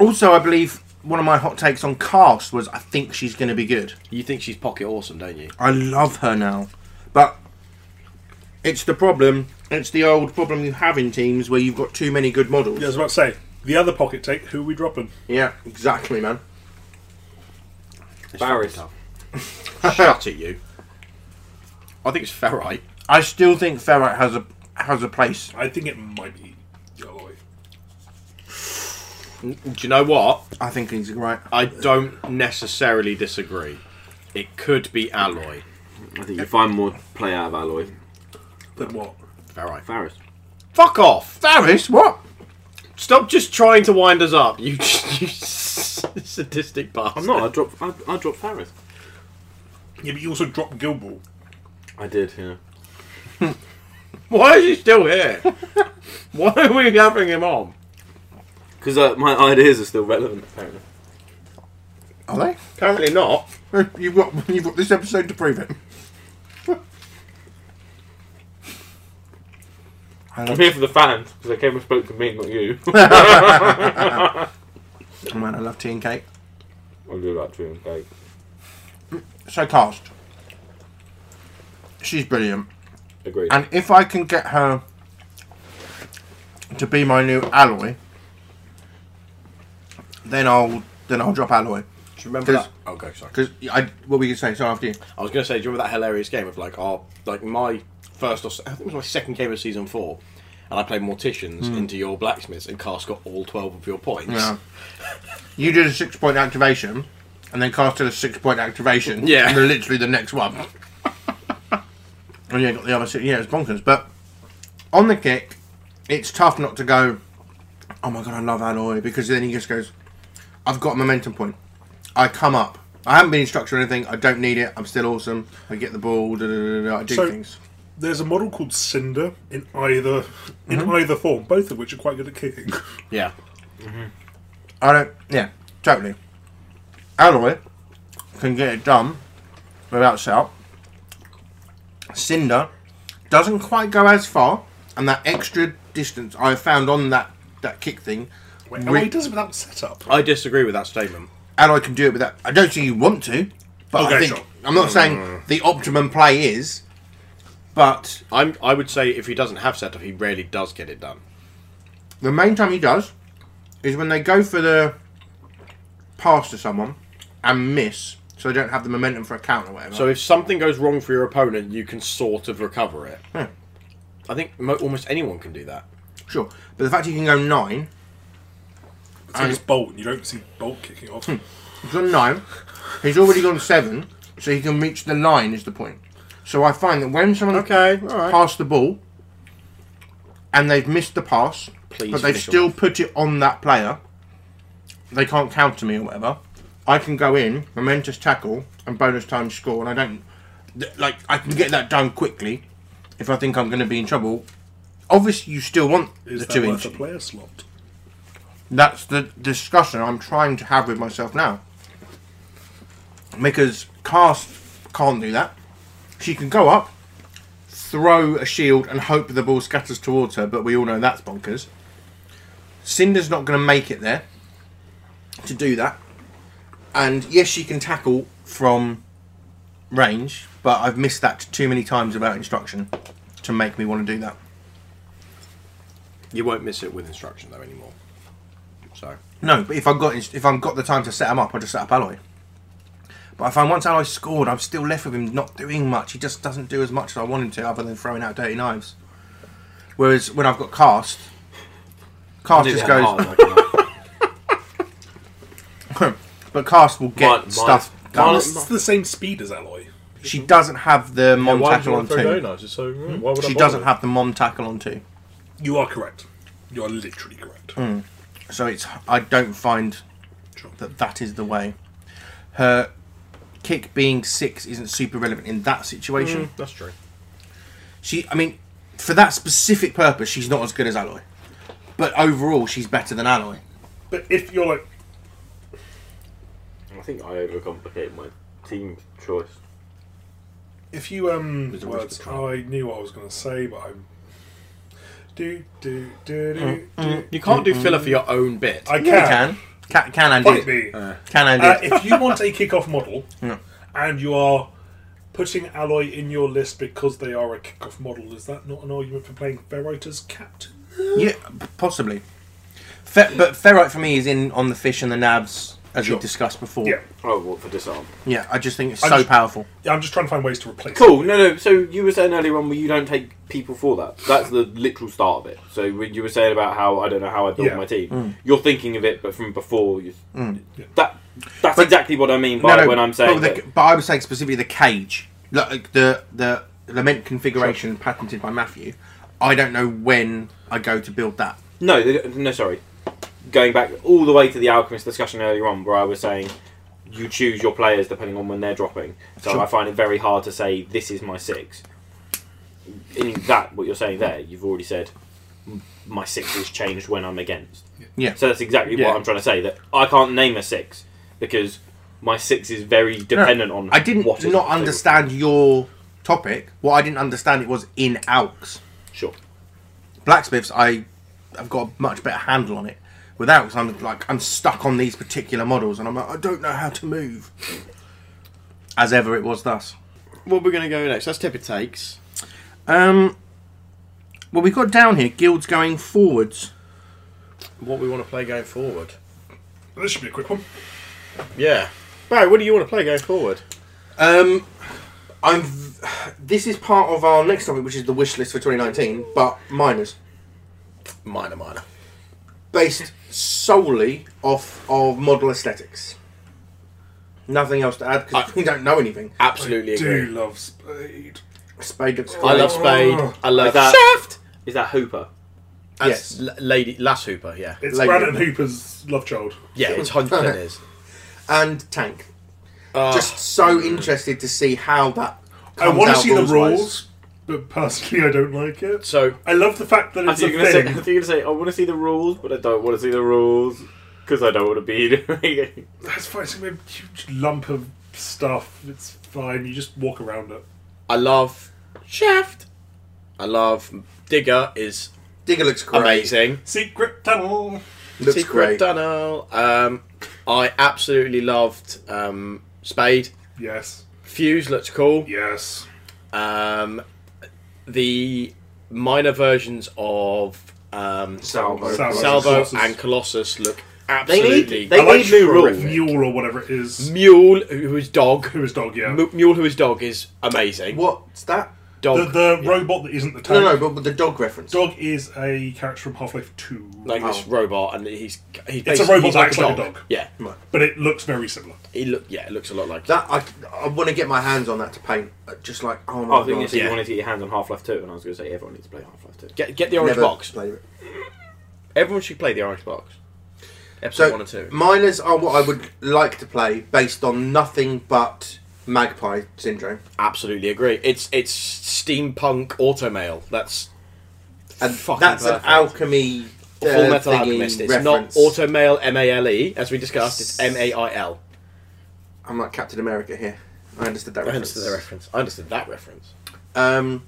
Speaker 4: also, I believe one of my hot takes on Cast was I think she's going to be good.
Speaker 1: You think she's pocket awesome, don't you?
Speaker 4: I love her now, but it's the problem. It's the old problem you have in teams where you've got too many good models.
Speaker 2: Yeah, I was about to say the other pocket take. Who are we dropping?
Speaker 4: Yeah, exactly, man.
Speaker 3: Barris.
Speaker 1: Shut at you. I think it's ferrite.
Speaker 4: I still think Ferret has a has a place.
Speaker 2: I think it might be Yoloi.
Speaker 1: Do you know what?
Speaker 4: I think he's right.
Speaker 1: I don't necessarily disagree. It could be alloy.
Speaker 3: I think you find more play out of Alloy.
Speaker 2: Then what?
Speaker 1: Ferrite.
Speaker 3: Barris.
Speaker 1: Fuck off!
Speaker 4: Ferris, what?
Speaker 1: Stop just trying to wind us up, you, you sadistic bastard.
Speaker 3: I'm not. I dropped. I, I dropped Ferris.
Speaker 2: Yeah, but you also dropped Gilball.
Speaker 3: I did. Yeah.
Speaker 1: Why is he still here? Why are we having him on?
Speaker 3: Because uh, my ideas are still relevant. Apparently.
Speaker 4: Are they?
Speaker 1: Apparently not.
Speaker 4: You've got you've got this episode to prove it.
Speaker 5: I'm here for the fans because they came and spoke to me, not you.
Speaker 4: Oh, man, I love tea and cake.
Speaker 5: I'll do that too. Okay.
Speaker 4: So cast. She's brilliant.
Speaker 5: Agreed.
Speaker 4: And if I can get her to be my new alloy, then I'll then I'll drop alloy.
Speaker 1: Do you remember
Speaker 4: Cause-
Speaker 1: that? Oh, go sorry.
Speaker 4: Because I what were you saying? So after you,
Speaker 1: I was going to say, do you remember that hilarious game of like our like my first or se- I think it was my second game of season four, and I played morticians into your blacksmiths, and Cast got all twelve of your points.
Speaker 4: Hmm. yeah, you did a six point activation, and then cast did a six point activation.
Speaker 1: Yeah.
Speaker 4: and then literally the next one. and yeah, got the other six. Yeah, it's bonkers. But on the kick, it's tough not to go. Oh my god, I love alloy because then he just goes, I've got a momentum point. I come up. I haven't been instructed or anything. I don't need it. I'm still awesome. I get the ball. Da, da, da, da, da, I do
Speaker 2: So-
Speaker 4: things.
Speaker 2: There's a model called Cinder in either in either form, both of which are quite good at kicking.
Speaker 1: Yeah.
Speaker 4: I don't. Yeah, totally. Alloy can get it done without setup. Cinder doesn't quite go as far, and that extra distance I found on that that kick thing,
Speaker 2: Wait,
Speaker 4: Re-
Speaker 2: oh, he does it without setup.
Speaker 1: I disagree with that statement.
Speaker 4: Alloy can do it with that. I don't think you want to, but I
Speaker 2: Okay,
Speaker 4: think
Speaker 2: sure. Mm.
Speaker 4: I'm not saying the optimum play is, but
Speaker 1: I'm I would say if he doesn't have setup, he rarely does get it done.
Speaker 4: The main time he does is when they go for the pass to someone and miss, so they don't have the momentum for a count or whatever.
Speaker 1: So if something goes wrong for your opponent, you can sort of recover it.
Speaker 4: Yeah.
Speaker 1: I think mo- almost anyone can do that.
Speaker 4: sure, but the fact he can go nine,
Speaker 2: So it's Bolt, and you don't see Bolt kicking off.
Speaker 4: he's gone nine, he's already gone seven, so he can reach the line is the point. So I find that when someone
Speaker 1: Okay, all right.
Speaker 4: passed the ball and they've missed the pass,
Speaker 1: Please
Speaker 4: but they've
Speaker 1: finish
Speaker 4: still put it on that player, they can't counter me or whatever. I can go in, momentous tackle, and bonus time score, and I don't th- like I can get that done quickly if I think I'm going to be in trouble. Obviously, you still want
Speaker 2: Is
Speaker 4: the
Speaker 2: that
Speaker 4: two
Speaker 2: worth
Speaker 4: inch.
Speaker 2: a player slot?
Speaker 4: That's the discussion I'm trying to have with myself now. Because Cast can't do that. She can go up, throw a shield, and hope the ball scatters towards her, but we all know that's bonkers. Cinder's not going to make it there to do that. And yes, she can tackle from range, but I've missed that too many times without instruction to make me want to do that.
Speaker 1: You won't miss it with instruction though anymore. So
Speaker 4: No, but if I've got if I've got the time to set him up, I just set up Alloy. But if I once Alloy scored, I'm still left with him not doing much. He just doesn't do as much as I want him to, other than throwing out dirty knives. Whereas when I've got cast, cast just goes. but cast will get
Speaker 5: Mine-
Speaker 4: stuff done.
Speaker 5: mine-
Speaker 2: It's the same speed as Alloy.
Speaker 4: she doesn't have the mom tackle on two.
Speaker 7: knives? It's So mm, why would
Speaker 4: She
Speaker 7: I
Speaker 4: doesn't
Speaker 7: bother?
Speaker 4: have the mom tackle on two.
Speaker 2: You are correct. You are literally correct.
Speaker 4: So it's I don't find
Speaker 2: Sure.
Speaker 4: that that is the way. Her kick being six isn't super relevant in that situation.
Speaker 1: That's true.
Speaker 4: She, I mean, for that specific purpose, she's not as good as Alloy. But overall, she's better than Alloy.
Speaker 2: But if you're like,
Speaker 5: I think I overcomplicate my team choice.
Speaker 2: if you um,
Speaker 1: There's a
Speaker 2: words,
Speaker 1: whisper
Speaker 2: I knew what I was going to say, but I'm. Do do do do. do.
Speaker 1: You can't do filler for your own bit.
Speaker 2: I
Speaker 4: Mm, Yeah,
Speaker 2: can.
Speaker 4: can. Can, can and
Speaker 2: Fight
Speaker 4: did.
Speaker 2: me.
Speaker 4: Can and
Speaker 2: Uh,
Speaker 4: did.
Speaker 2: if you want a kickoff model
Speaker 4: Yeah.
Speaker 2: and you are putting Alloy in your list because they are a kickoff model, is that not an argument for playing Ferrite as captain?
Speaker 4: yeah, p- possibly. Fer- but ferrite for me is in on the fish and the nabs, as we discussed before.
Speaker 2: Yeah.
Speaker 5: Oh, what for disarm?
Speaker 4: Yeah, I just think it's
Speaker 2: I'm
Speaker 4: so
Speaker 2: just-
Speaker 4: powerful.
Speaker 2: Yeah, I'm just trying to find ways to replace it.
Speaker 5: Cool. No, no. So you were saying earlier on, well, you don't take people for that. That's the literal start of it. So when you were saying about how I don't know how I build
Speaker 2: Yeah.
Speaker 5: my team,
Speaker 4: Mm.
Speaker 5: you're thinking of it, but from before you. That that's
Speaker 4: But-
Speaker 5: exactly what I mean by when I'm saying.
Speaker 4: but, the-
Speaker 5: that-
Speaker 4: but I was saying specifically the cage, like the the lament configuration patented by Matthew. I don't know when I go to build that.
Speaker 5: no, they don't- no, sorry. Going back all the way to the alchemist discussion earlier on, where I was saying you choose your players depending on when they're dropping. So
Speaker 4: Sure.
Speaker 5: I find it very hard to say this is my six. In that, what you're saying there, you've already said "M- my six is changed when I'm against.
Speaker 4: Yeah.
Speaker 5: So that's exactly
Speaker 1: Yeah.
Speaker 5: what I'm trying to say. That I can't name a six because my six is very dependent on.
Speaker 4: I didn't
Speaker 5: what is
Speaker 4: not
Speaker 5: my six.
Speaker 4: understand your topic. What I didn't understand it was in Alks.
Speaker 5: Sure.
Speaker 4: blacksmiths, I have got a much better handle on it. Without, because I'm like I'm stuck on these particular models, and I'm like I don't know how to move. As ever, it was thus.
Speaker 1: What we're going to go next? That's tip it takes.
Speaker 4: Um, well, we've got down here guilds going forwards.
Speaker 1: What we want to play going forward.
Speaker 2: This should be a quick one.
Speaker 1: Yeah. Barry, what do you want to play going forward?
Speaker 4: Um, I'm. v- This is part of our next topic, which is the wish list for 2019, but minors
Speaker 1: Minor, minor.
Speaker 4: based solely off of model aesthetics. Nothing else to add because
Speaker 1: I-
Speaker 4: we don't know anything.
Speaker 1: Absolutely
Speaker 2: Do
Speaker 1: agree.
Speaker 2: love Spade.
Speaker 4: Spade looks
Speaker 1: I
Speaker 4: great.
Speaker 1: love Spade. I love
Speaker 5: Like that.
Speaker 1: Shaft.
Speaker 5: Is that Hooper?
Speaker 1: That's L- Lady Lass Hooper. Yeah.
Speaker 2: It's
Speaker 4: Like-
Speaker 2: Brandon Hooper's love child.
Speaker 1: Yeah, it's hundred percent is.
Speaker 4: and tank.
Speaker 1: Uh,
Speaker 4: Just so interested to see how that.
Speaker 2: I
Speaker 4: comes
Speaker 2: want to
Speaker 4: out
Speaker 2: see the
Speaker 4: rules-wise.
Speaker 2: rules, but personally, I don't like it.
Speaker 1: so
Speaker 2: I love the fact that
Speaker 5: I
Speaker 2: it's a
Speaker 5: think, you're gonna say, I
Speaker 2: thing.
Speaker 5: think you're gonna say, I want to see the rules, but I don't want to see the rules because I don't want to be. doing
Speaker 2: That's fine. It's gonna be a huge lump of stuff. It's fine. You just walk around it.
Speaker 1: I love Shaft. I love Digger is
Speaker 4: Digger looks great.
Speaker 1: amazing.
Speaker 2: Secret tunnel.
Speaker 4: Looks
Speaker 1: Secret
Speaker 4: great.
Speaker 1: Tunnel. Um, I absolutely loved um, Spade.
Speaker 2: Yes.
Speaker 1: Fuse looks cool.
Speaker 2: Yes.
Speaker 1: Um, the minor versions of um,
Speaker 4: Salvo.
Speaker 2: Salvo.
Speaker 1: Salvo
Speaker 2: Colossus.
Speaker 1: and Colossus look
Speaker 5: They need.
Speaker 1: absolutely
Speaker 5: They
Speaker 2: I like
Speaker 5: need new
Speaker 2: Terrific.
Speaker 5: rules.
Speaker 2: Mule or whatever it is.
Speaker 1: Mule, who is dog,
Speaker 2: Who is dog? Yeah.
Speaker 1: M- Mule, who is dog, is amazing.
Speaker 4: What's that?
Speaker 2: The,
Speaker 1: Dog,
Speaker 2: the robot that isn't the
Speaker 4: No,
Speaker 2: tank.
Speaker 4: no, but, but the dog reference.
Speaker 2: Dog is a character from Half Life Two.
Speaker 1: like this
Speaker 4: Oh.
Speaker 1: robot, and he's he's
Speaker 2: It's a
Speaker 1: basically-
Speaker 2: robot
Speaker 1: he's
Speaker 2: that
Speaker 1: like
Speaker 2: acts like a dog.
Speaker 1: Yeah,
Speaker 2: But it looks very similar.
Speaker 1: he look yeah, it looks a lot like
Speaker 4: That I, I want to get my hands on that to paint. uh, Just like oh my
Speaker 5: Oh, I think you
Speaker 4: god,
Speaker 5: said
Speaker 1: yeah.
Speaker 5: you wanted to get your hands on Half Life Two, and I was gonna say everyone needs to play Half Life Two.
Speaker 1: Get get the orange
Speaker 4: Never
Speaker 1: box.
Speaker 4: played it.
Speaker 1: Everyone should play the orange box. Episode
Speaker 4: So
Speaker 1: one or two.
Speaker 4: minors are what I would like to play based on nothing but Magpie Syndrome.
Speaker 1: Absolutely agree. It's it's steampunk automail. That's
Speaker 4: And
Speaker 1: Fucking
Speaker 4: that's
Speaker 1: perfect.
Speaker 4: an alchemy. uh,
Speaker 1: Full Metal
Speaker 4: thingy
Speaker 1: Alchemist. It's
Speaker 4: reference.
Speaker 1: not automail M A L E as we discussed. It's M A I L.
Speaker 4: I'm like Captain America here. I understood that
Speaker 1: I
Speaker 4: reference.
Speaker 1: understood the reference. I understood that reference.
Speaker 4: Um,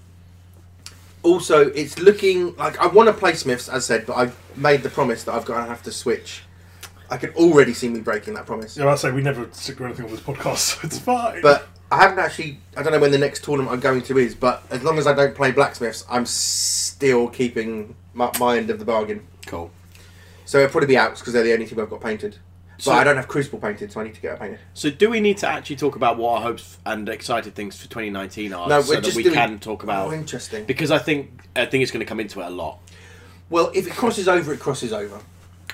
Speaker 4: also, it's looking like I want to play Smiths, as said, but I've made the promise that I've got to have to switch. I can already see me breaking that promise.
Speaker 2: Yeah, I say we never stick with anything on this podcast, so it's fine.
Speaker 4: But I haven't actually. I don't know when the next tournament I'm going to is, but as long as I don't play blacksmiths, I'm still keeping my, my end of the bargain.
Speaker 1: Cool.
Speaker 4: So it'll probably be outs because they're the only two I've got painted. But
Speaker 1: So-
Speaker 4: I don't have crucible painted, so I need to get it painted.
Speaker 1: So, do we need to actually talk about what our hopes and excited things for 2019 are,
Speaker 4: No, we're
Speaker 1: so that
Speaker 4: just
Speaker 1: we
Speaker 4: doing-
Speaker 1: can talk about?
Speaker 4: Oh, interesting.
Speaker 1: Because I think I think it's going to come into it a lot.
Speaker 4: well, if it crosses over, it crosses over.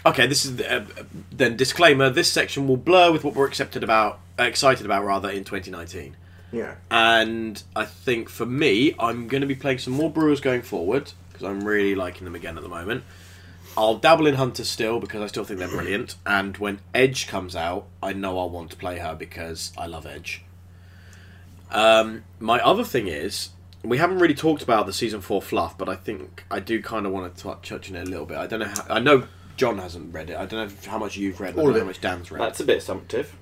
Speaker 1: Okay, this is the, uh, then disclaimer. This section will blur with what we're accepted about, uh, excited about rather in 2019.
Speaker 4: Yeah.
Speaker 1: And I think for me, I'm going to be playing some more Brewers going forward because I'm really liking them again at the moment. I'll dabble in Hunter still because I still think they're brilliant. And when Edge comes out, I know I'll want to play her because I love Edge. Um, my other thing is, we haven't really talked about the season four fluff, but I think I do kind of want to touch, touch on it a little bit. I don't know. How, I know John hasn't read it. I don't know how much you've read.
Speaker 4: All
Speaker 1: All
Speaker 4: of
Speaker 1: I don't know
Speaker 4: it.
Speaker 1: how much Dan's read.
Speaker 5: That's a bit assumptive.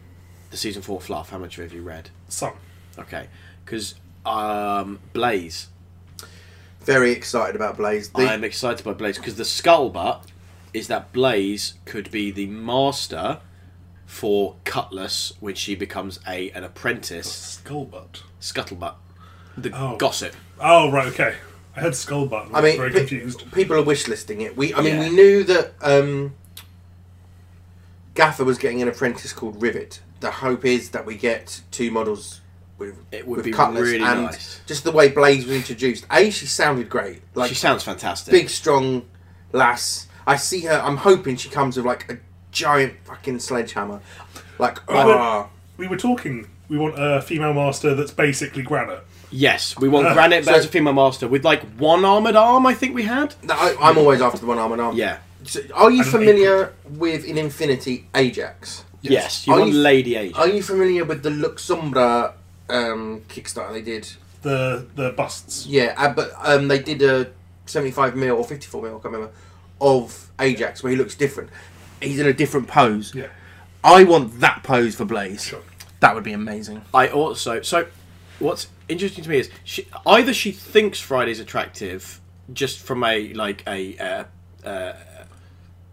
Speaker 1: The season four fluff. How much have you read?
Speaker 2: some.
Speaker 1: Okay, because um, Blaze.
Speaker 4: Very excited about Blaze. The-
Speaker 1: I'm excited by Blaze because the scuttlebutt is that Blaze could be the master for Cutlass when she becomes a an apprentice.
Speaker 2: Skullbutt.
Speaker 1: Scuttlebutt, the
Speaker 2: Oh.
Speaker 1: gossip.
Speaker 2: Oh right, okay. I had Skullbutt. And I,
Speaker 4: I
Speaker 2: was
Speaker 4: mean,
Speaker 2: very
Speaker 4: pe-
Speaker 2: confused.
Speaker 4: people are wishlisting it. We, I mean,
Speaker 1: Yeah.
Speaker 4: we knew that um, Gaffer was getting an apprentice called Rivet. The hope is that we get two models with
Speaker 1: It would
Speaker 4: with
Speaker 1: be
Speaker 4: Cutlass
Speaker 1: really
Speaker 4: and
Speaker 1: nice.
Speaker 4: just the way Blaze was introduced. A, she sounded great, like
Speaker 1: she sounds fantastic.
Speaker 4: big, strong lass. I see her. I'm hoping she comes with like a giant fucking sledgehammer, like ah,
Speaker 2: we were talking. We want a female master that's basically granite.
Speaker 1: Yes, we want
Speaker 2: Uh,
Speaker 1: Granite but
Speaker 4: so-
Speaker 1: as a female master with like one armored arm. I think we had.
Speaker 4: No, I, I'm always after the one arm and arm.
Speaker 1: Yeah.
Speaker 4: So, are you
Speaker 2: And an
Speaker 4: familiar with in Infinity Ajax?
Speaker 1: Yes, you
Speaker 4: Are
Speaker 1: want
Speaker 4: you-
Speaker 1: Lady Age.
Speaker 4: Are you familiar with the Luxombra um, Kickstarter they did?
Speaker 2: The the busts.
Speaker 4: Yeah, uh, but um, they did a 75 mil or 54 mil, I can't remember, of Ajax where he looks different. He's in a different pose.
Speaker 2: Yeah.
Speaker 4: I want that pose for Blaze.
Speaker 2: Sure.
Speaker 4: That would be amazing.
Speaker 1: I also so what's interesting to me is she, either she thinks Friday's attractive just from a like a uh, uh,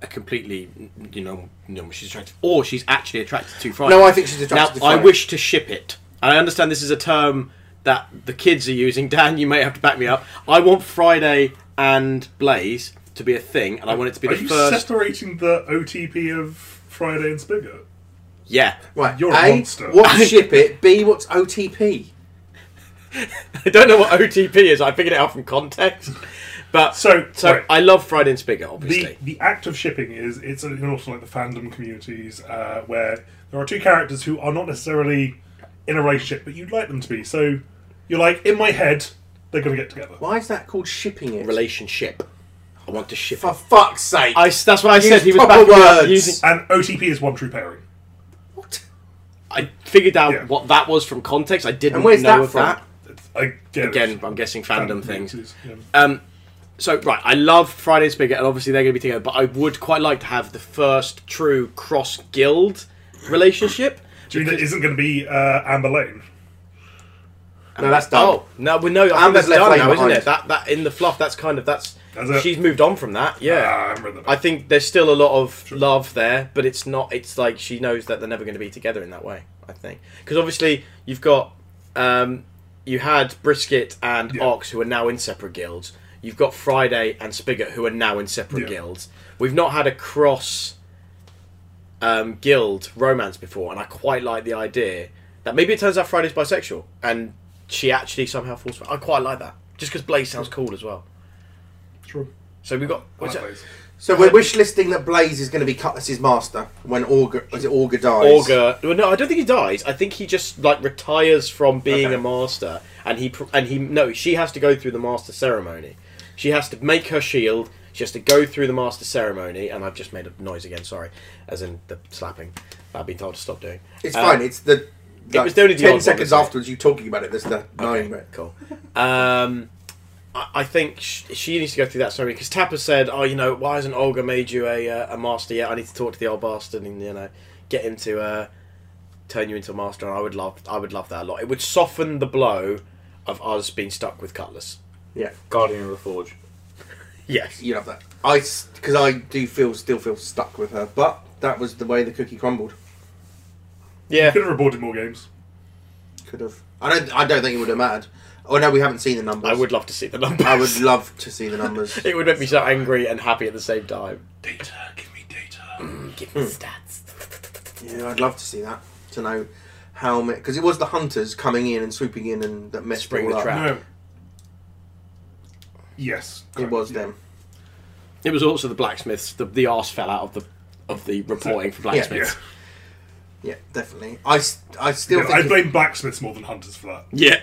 Speaker 1: a completely you know no she's attracted or she's actually attracted to Friday.
Speaker 4: No, I think she's attracted to
Speaker 1: now, I
Speaker 4: Friday.
Speaker 1: wish to ship it. I understand this is a term that the kids are using. Dan, you may have to back me up. I want Friday and Blaze to be a thing, and I want it to be
Speaker 2: Are
Speaker 1: the
Speaker 2: you
Speaker 1: first.
Speaker 2: separating the OTP of Friday and Spigot?
Speaker 1: Yeah,
Speaker 4: Right,
Speaker 2: You're a
Speaker 4: a,
Speaker 2: monster.
Speaker 4: What's ship it? B, what's OTP?
Speaker 1: I don't know what OTP is. I figured it out from context, but
Speaker 2: So-
Speaker 1: so
Speaker 2: right.
Speaker 1: I love Friday and Spigot,
Speaker 2: The,
Speaker 1: obviously.
Speaker 2: the act of shipping is it's a lot like the fandom communities uh, where there are two characters who are not necessarily in a relationship, but you'd like them to be. So you're like, in my head, they're going to get together.
Speaker 4: Why is that called shipping it?
Speaker 1: relationship. I want to ship.
Speaker 4: For fuck's sake!
Speaker 1: I, that's what I
Speaker 4: Use
Speaker 1: said. He was
Speaker 4: proper
Speaker 1: backing me up
Speaker 4: words.
Speaker 1: using.
Speaker 2: And OTP is one true pairing.
Speaker 4: what?
Speaker 1: I figured out
Speaker 2: Yeah.
Speaker 1: what that was from context. I didn't
Speaker 4: And where's
Speaker 1: know
Speaker 4: that
Speaker 1: of
Speaker 4: from?
Speaker 1: that.
Speaker 2: I get it.
Speaker 1: Again, I'm guessing fandom, things.
Speaker 2: communities, yeah.
Speaker 1: Um, so right, I love Friday Spigot, and obviously they're going to be together. But I would quite like to have the first true cross guild relationship.
Speaker 2: Do you mean that isn't going to be uh, Amber Lane?
Speaker 4: No, that's done.
Speaker 1: Oh no, well, no, I think
Speaker 4: Amber's
Speaker 1: that's
Speaker 4: left
Speaker 1: done
Speaker 4: lane
Speaker 1: now, isn't
Speaker 4: behind.
Speaker 1: it? That that in the fluff. That's kind of that's.
Speaker 2: That's it.
Speaker 1: She's moved on from that. Yeah.
Speaker 2: Ah, I remember that.
Speaker 1: I think there's still a lot of love there, but it's not. It's like she knows that they're never going to be together in that way. I think because obviously you've got um, you had Brisket and
Speaker 2: Yeah.
Speaker 1: Ox who are now in separate guilds. You've got Friday and Spigot who are now in separate
Speaker 2: Yeah.
Speaker 1: guilds. We've not had a cross um, guild romance before, and I quite like the idea that maybe it turns out Friday's bisexual and she actually somehow falls. For I quite like that just because Blaze sounds cool as well.
Speaker 2: True.
Speaker 1: So we've got what's
Speaker 2: That
Speaker 1: that?
Speaker 2: place.
Speaker 4: So we're wish listing that Blaze is going to be Cutlass's master when Augur is it Augur dies.
Speaker 1: Augur. Well, no, I don't think he dies. I think he just like retires from being
Speaker 4: Okay.
Speaker 1: a master, and he pr- and he no, she has to go through the master ceremony. She has to make her shield. She has to go through the master ceremony, and I've just made a noise again. Sorry, as in the slapping. I've been told to stop doing.
Speaker 4: It's
Speaker 1: Uh,
Speaker 4: fine. It's the.
Speaker 1: it was the only the odd
Speaker 4: ten
Speaker 1: one,
Speaker 4: seconds
Speaker 1: wasn't it?
Speaker 4: afterwards you talking about it. There's the knowing
Speaker 1: Okay,
Speaker 4: it.
Speaker 1: cool. Um, I, I think sh- she needs to go through that ceremony because Tapper said, "Oh, you know, why hasn't Olga made you a uh, a master yet? I need to talk to the old bastard and you know get him to uh, turn you into a master." And I would love, I would love that a lot. It would soften the blow of us being stuck with Cutlass.
Speaker 4: Yeah,
Speaker 5: Guardian of the Forge.
Speaker 1: Yes.
Speaker 4: you love that. I because I do feel still feel stuck with her, but that was the way the cookie crumbled.
Speaker 1: Yeah.
Speaker 2: Could have reported more games.
Speaker 4: Could have. I don't. I don't think it would have mattered. Oh no, we haven't seen the numbers.
Speaker 1: I would love to see the numbers.
Speaker 4: I would love to see the numbers.
Speaker 1: It would make me so angry and happy at the same time.
Speaker 2: Data, give me data.
Speaker 1: Give me stats.
Speaker 4: yeah, I'd love to see that to know how many because it was the hunters coming in and swooping in and that messed
Speaker 1: Spring
Speaker 4: it all
Speaker 1: the
Speaker 4: up.
Speaker 1: trap.
Speaker 2: No. Um, Yes.
Speaker 4: It
Speaker 2: correct.
Speaker 4: was them.
Speaker 1: It was also the blacksmiths. The, the arse fell out of the of the reporting for
Speaker 4: Yeah.
Speaker 1: blacksmiths.
Speaker 2: Yeah.
Speaker 4: Yeah, definitely. I, s- I still
Speaker 2: Yeah,
Speaker 4: think
Speaker 2: I
Speaker 4: if-
Speaker 2: blame blacksmiths more than hunters for that.
Speaker 1: yeah.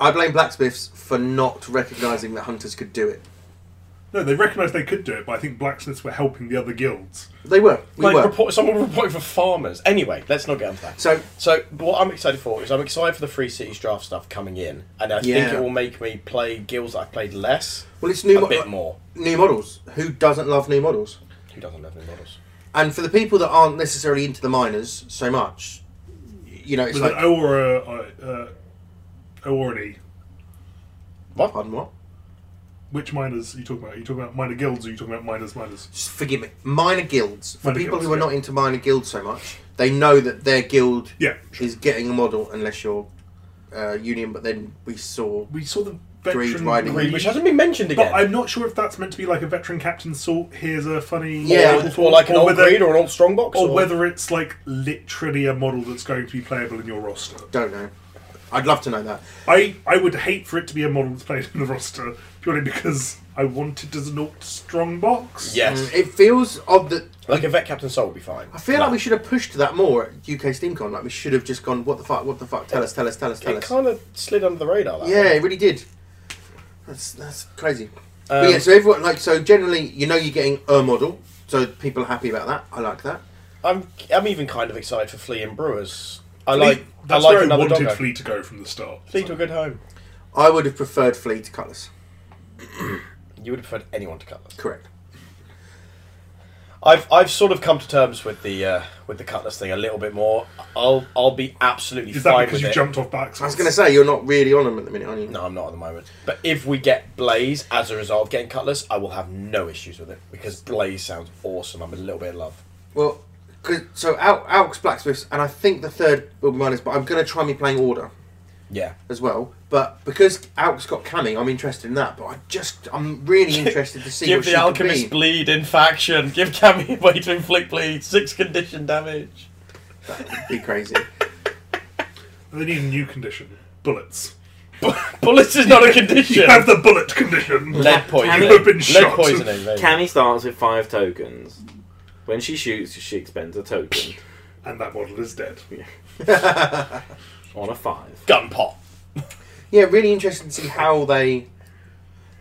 Speaker 4: I blame blacksmiths for not recognizing that hunters could do it.
Speaker 2: No, they recognised they could do it, but I think blacksmiths were helping the other guilds.
Speaker 4: They were. We
Speaker 1: like
Speaker 4: were.
Speaker 1: report, someone reporting for farmers. Anyway, let's not get into that.
Speaker 4: So-
Speaker 1: so but what I'm excited for is I'm excited for the free cities draft stuff coming in, and I think
Speaker 4: Yeah.
Speaker 1: it will make me play guilds I've played less
Speaker 4: well, it's new
Speaker 1: a
Speaker 4: mo-
Speaker 1: bit more.
Speaker 4: new models. Who doesn't love new models?
Speaker 1: Who doesn't love new models?
Speaker 4: And for the people that aren't necessarily into the miners so much, you know, it's
Speaker 2: With an
Speaker 4: like
Speaker 2: O or a, uh, O or an E.
Speaker 1: What?
Speaker 4: pardon what?
Speaker 2: Which miners are you talking about? Are you talking about minor guilds or are you talking about miners, miners?
Speaker 4: Just forgive me. Minor guilds. For
Speaker 2: Minor
Speaker 4: people
Speaker 2: guilds,
Speaker 4: who are
Speaker 2: yeah.
Speaker 4: not into minor guilds so much, they know that their guild
Speaker 2: Yeah. sure.
Speaker 4: is getting a model unless you're uh, union. But then we saw
Speaker 2: We saw the
Speaker 4: Greed
Speaker 2: veteran
Speaker 4: riding.
Speaker 1: Greed, which hasn't been mentioned again.
Speaker 2: But I'm not sure if that's meant to be like a veteran captain sort. Here's a funny.
Speaker 4: Yeah.
Speaker 1: or, or like an
Speaker 2: or
Speaker 1: old
Speaker 2: whether-
Speaker 1: greed or an old strongbox,
Speaker 2: Or whether it's like literally a model that's going to be playable in your roster.
Speaker 4: don't know. I'd love to know that.
Speaker 2: I, I would hate for it to be a model that's played in the roster purely because I want it as an alt strong box.
Speaker 1: yes,
Speaker 4: Mm, It feels odd that
Speaker 1: like a vet captain soul would be fine.
Speaker 4: I feel like we should have pushed that more at UK SteamCon. Like we should have just gone, what the fuck, what the fuck, tell us, tell us, tell us, tell
Speaker 1: It
Speaker 4: us.
Speaker 1: kind of slid under the radar. That
Speaker 4: Yeah,
Speaker 1: one.
Speaker 4: it really did. That's that's crazy. but
Speaker 1: Um,
Speaker 4: yeah, so everyone like so generally, you know, you're getting a model, so people are happy about that. I like that.
Speaker 1: I'm. I'm even kind of excited for Flea and Brewers. I
Speaker 2: Flea-
Speaker 1: like. I
Speaker 2: that's
Speaker 1: like
Speaker 2: where I
Speaker 1: another
Speaker 2: wanted
Speaker 1: doggo. Flea.
Speaker 2: Flea to go from the start.
Speaker 1: to a good home.
Speaker 4: I would have preferred Flea to Cutlass.
Speaker 1: You would have preferred anyone to cut this.
Speaker 4: Correct.
Speaker 1: I've I've sort of come to terms with the uh, with the cutlass thing a little bit more. I'll I'll be absolutely
Speaker 2: Is that
Speaker 1: fine
Speaker 2: because
Speaker 1: with
Speaker 2: you
Speaker 1: it.
Speaker 2: jumped off backwards?
Speaker 4: I was going to say you're not really on them at the minute, are you?
Speaker 1: No, I'm not at the moment. But if we get Blaze as a result of getting Cutlass, I will have no issues with it because Blaze sounds awesome. I'm a little bit in love.
Speaker 4: Well, 'cause- so Al- Alex Blacksmiths, and I think the third will be mine is, but I'm going to try me playing order
Speaker 1: Yeah,
Speaker 4: as well. But because Alex got Cammy, I'm interested in that. But I just, I'm really interested to see
Speaker 1: give
Speaker 4: what she
Speaker 1: the alchemist
Speaker 4: could be.
Speaker 1: bleed in faction. Give Cammy a way to inflict bleed. Six condition damage.
Speaker 4: be crazy.
Speaker 2: They need a new condition. Bullets.
Speaker 1: Bullets is not a condition.
Speaker 2: You have the bullet condition.
Speaker 1: Lead poisoning.
Speaker 3: Cammy-
Speaker 2: You've been
Speaker 1: Lead
Speaker 2: shot.
Speaker 1: poisoning. there you go.
Speaker 3: Cammy starts with five tokens. When she shoots, she expends a token
Speaker 2: And that model is dead.
Speaker 3: on a five.
Speaker 1: Gun pot.
Speaker 4: Yeah, really interesting to see how they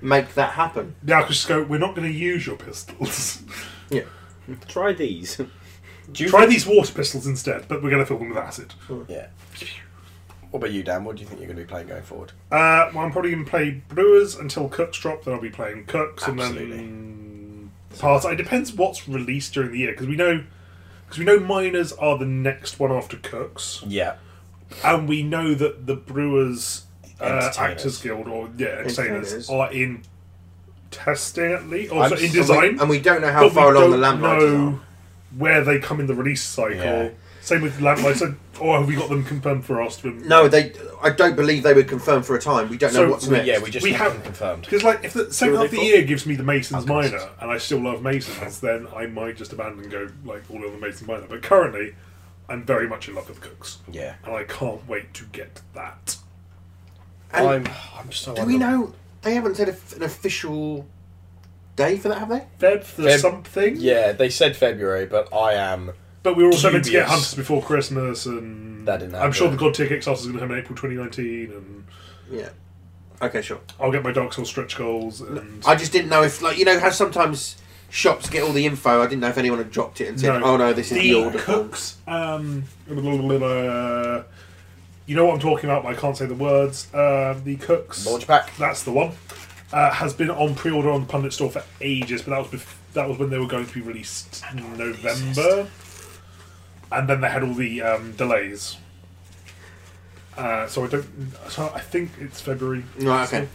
Speaker 4: make that happen.
Speaker 2: Now, because go, we're not going to use your pistols.
Speaker 3: Try these.
Speaker 1: Do you
Speaker 2: Try
Speaker 1: think-
Speaker 2: these water pistols instead, but we're going to fill them with acid.
Speaker 1: Yeah. What about you, Dan? What do you think you're going to be playing going forward?
Speaker 2: Uh, well, I'm probably going to play Brewers until Cooks drop. Then I'll be playing Cooks, and then part. It depends what's released during the year because we know because we know Miners are the next one after Cooks,
Speaker 1: Yeah.
Speaker 2: and we know that the Brewers uh,
Speaker 1: Entertainers.
Speaker 2: Actors Guild or yeah
Speaker 4: Entertainers.
Speaker 2: entertainers are in testing at least, or
Speaker 1: I'm
Speaker 2: so in
Speaker 1: s-
Speaker 4: And we-
Speaker 2: design.
Speaker 4: and we don't know
Speaker 2: but
Speaker 4: how
Speaker 2: we
Speaker 4: far along the
Speaker 2: don't
Speaker 4: lamplighters
Speaker 2: know
Speaker 4: are.
Speaker 2: where they come in the release cycle.
Speaker 1: Yeah.
Speaker 2: Same with lamplighters, or have we got them confirmed for Ostrom?
Speaker 4: No, they. I don't believe they were confirmed for a time. We don't know
Speaker 2: So,
Speaker 4: what's
Speaker 2: we-
Speaker 4: next.
Speaker 1: Yeah, we just
Speaker 2: We
Speaker 1: haven't
Speaker 2: have-
Speaker 1: confirmed.
Speaker 2: Because like if the second
Speaker 3: Who are
Speaker 2: half of
Speaker 3: they
Speaker 2: the
Speaker 3: for?
Speaker 2: year gives me the Masons
Speaker 1: Alchemists.
Speaker 2: Minor and I still love Masons, then I might just abandon and go like all other Masons Minor. But currently, I'm very much in love with Cooks,
Speaker 1: Yeah.
Speaker 2: and I can't wait to get that.
Speaker 4: And
Speaker 1: I'm, I'm so.
Speaker 4: do we know? They haven't said a- an official day for that, have they?
Speaker 2: Feb the
Speaker 1: Feb-
Speaker 2: something.
Speaker 1: Yeah, they said February, but I am.
Speaker 2: But we were also meant to get
Speaker 1: Dubious.
Speaker 2: Hunters before Christmas, and
Speaker 1: That didn't
Speaker 2: I'm sure the
Speaker 1: happen.
Speaker 2: God Tier Kickstarter is going to happen in April 2019, and
Speaker 4: Yeah. Okay, sure.
Speaker 2: I'll get my Dark Souls stretch goals. And
Speaker 4: I just didn't know if, like, you know how sometimes shops get all the info. I didn't know if anyone had dropped it and said, "Oh no, this is the order." form."
Speaker 2: Cooks. Um, blah, blah, blah, blah. you know what I'm talking about, but I can't say the words. Um, the Cooks.
Speaker 1: Launch pack.
Speaker 2: That's the one. Uh, has been on pre-order on the pundit store for ages, but that was bef- that was when they were going to be released in November, and then they had all the um, delays. Uh, so I don't. So I think it's February.
Speaker 4: Right. Okay.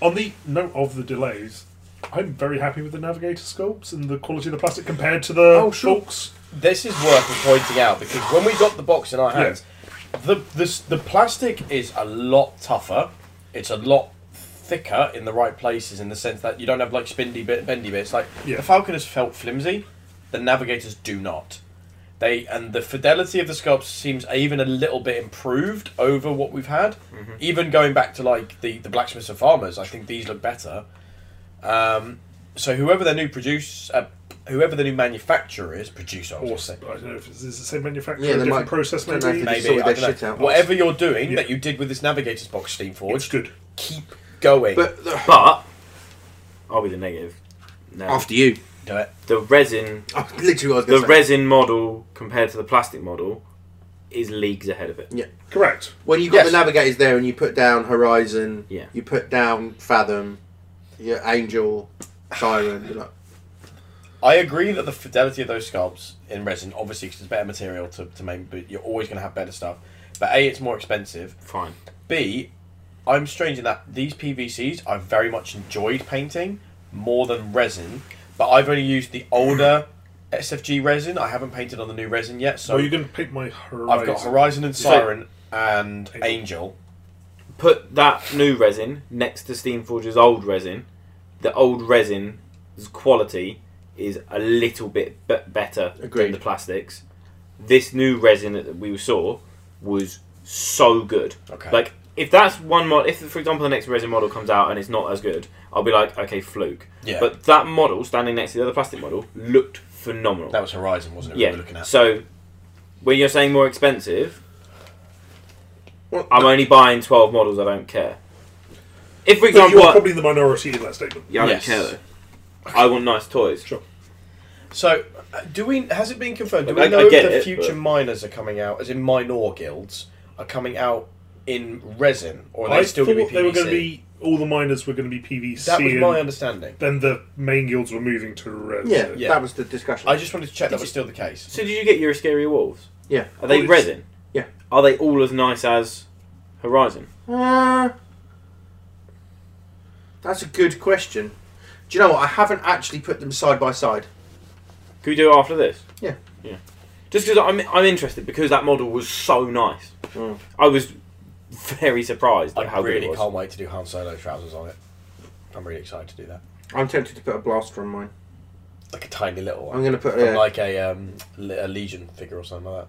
Speaker 2: On the note of the delays, I'm very happy with the navigator sculpts and the quality of the plastic compared to the
Speaker 4: Oh, sure.
Speaker 2: forks.
Speaker 1: This is worth pointing out because when we got the box in our hands, the this, the plastic is a lot tougher. It's a lot thicker in the right places in the sense that you don't have like spindy bit, bendy bits. Like
Speaker 2: Yeah.
Speaker 1: the Falcon has felt flimsy, the Navigators do not. They and the fidelity of the sculpts seems even a little bit improved over what we've had.
Speaker 4: Mm-hmm.
Speaker 1: Even going back to like the the blacksmiths and farmers, I think these look better. Um, so whoever the new produce, uh, whoever the new manufacturer is, producer, I was
Speaker 2: Or,
Speaker 1: gonna
Speaker 2: s-
Speaker 1: say.
Speaker 2: I don't know if it's, is it the same manufacturer,
Speaker 4: Yeah, they
Speaker 2: different
Speaker 4: might-
Speaker 2: process
Speaker 4: don't know if
Speaker 2: maybe.
Speaker 4: it's-
Speaker 1: Maybe
Speaker 4: sorted
Speaker 1: I
Speaker 4: their
Speaker 1: don't know.
Speaker 4: shit out.
Speaker 1: Whatever you're doing
Speaker 2: Yeah.
Speaker 1: that you did with this navigator's box steam forward,
Speaker 2: It's good.
Speaker 1: keep going.
Speaker 4: But uh, the,
Speaker 3: But I'll be the negative. No.
Speaker 4: after you,
Speaker 1: Do it.
Speaker 3: the resin,
Speaker 4: oh, literally, what I was
Speaker 3: the
Speaker 4: going to say.
Speaker 3: resin model compared to the plastic model is leagues ahead of it.
Speaker 4: Yeah.
Speaker 2: Correct.
Speaker 4: when you got
Speaker 1: Yes.
Speaker 4: the navigators there and you put down Horizon,
Speaker 3: Yeah.
Speaker 4: you put down Fathom, your Angel, Siren. you're like,
Speaker 1: I agree that the fidelity of those sculpts in resin, obviously, 'cause it's better material to, to make, but you're always going to have better stuff. But A, it's more expensive.
Speaker 3: Fine.
Speaker 1: B, I'm strange in that these PVCs I've very much enjoyed painting more than resin, but I've only used the older SFG resin. I haven't painted on the new resin yet, so
Speaker 2: So you're going to pick my horizon.
Speaker 1: I've got Horizon and
Speaker 3: So-
Speaker 1: Siren and Angel.
Speaker 3: Put that new resin next to Steamforge's old resin. The old resin's quality is a little bit b- better than
Speaker 4: Agreed.
Speaker 3: the plastics. This new resin that we saw was so good.
Speaker 1: Okay.
Speaker 3: Like if that's one mod, if for example the next resin model comes out and it's not as good, I'll be like, okay, fluke.
Speaker 1: Yeah.
Speaker 3: But that model standing next to the other plastic model looked phenomenal.
Speaker 1: That was Horizon, wasn't it?
Speaker 3: yeah.
Speaker 1: We were looking at.
Speaker 3: So when you're saying more expensive,
Speaker 4: well,
Speaker 3: I'm only buying twelve models. I don't care. If for
Speaker 2: But
Speaker 3: example,
Speaker 2: you're
Speaker 3: I-
Speaker 2: probably the minority in that statement.
Speaker 3: yeah, I don't
Speaker 1: Yes.
Speaker 3: care though. I want nice toys.
Speaker 2: Sure.
Speaker 1: So, uh, do we? Has it been confirmed? Do
Speaker 3: I-
Speaker 1: we
Speaker 3: I
Speaker 1: know if
Speaker 3: get
Speaker 1: the
Speaker 3: it,
Speaker 1: future
Speaker 3: but-
Speaker 1: miners are coming out, as in minor guilds, are coming out in resin, or are
Speaker 2: I
Speaker 1: they still
Speaker 2: thought
Speaker 1: going to be PVC?
Speaker 2: they were going to be all the miners were going to be PVC.
Speaker 1: That was
Speaker 2: and
Speaker 1: my understanding.
Speaker 2: then the main guilds were moving to red.
Speaker 4: Yeah,
Speaker 1: Yeah.
Speaker 4: that was the discussion.
Speaker 1: I just wanted to check that was still the case.
Speaker 3: So did you get your Iscaria wolves?
Speaker 4: Yeah.
Speaker 3: Are they
Speaker 2: Well, it's-
Speaker 3: resin?
Speaker 4: Yeah.
Speaker 3: Are they all as nice as Horizon?
Speaker 4: Uh, that's a good question. Do you know what? I haven't actually put them side by side.
Speaker 3: Can we do it after this?
Speaker 4: Yeah.
Speaker 3: Yeah. Just because I'm, I'm interested because that model was so nice.
Speaker 4: Mm.
Speaker 3: I was very surprised at
Speaker 1: I
Speaker 3: how
Speaker 1: really
Speaker 3: good it was.
Speaker 1: can't wait to do Han Solo trousers on it. I'm really excited to do that.
Speaker 4: I'm tempted to put a blaster on mine.
Speaker 1: Like a tiny little one.
Speaker 4: I'm going to put
Speaker 1: From
Speaker 4: a.
Speaker 1: like a, um, le- a Legion figure or something like that.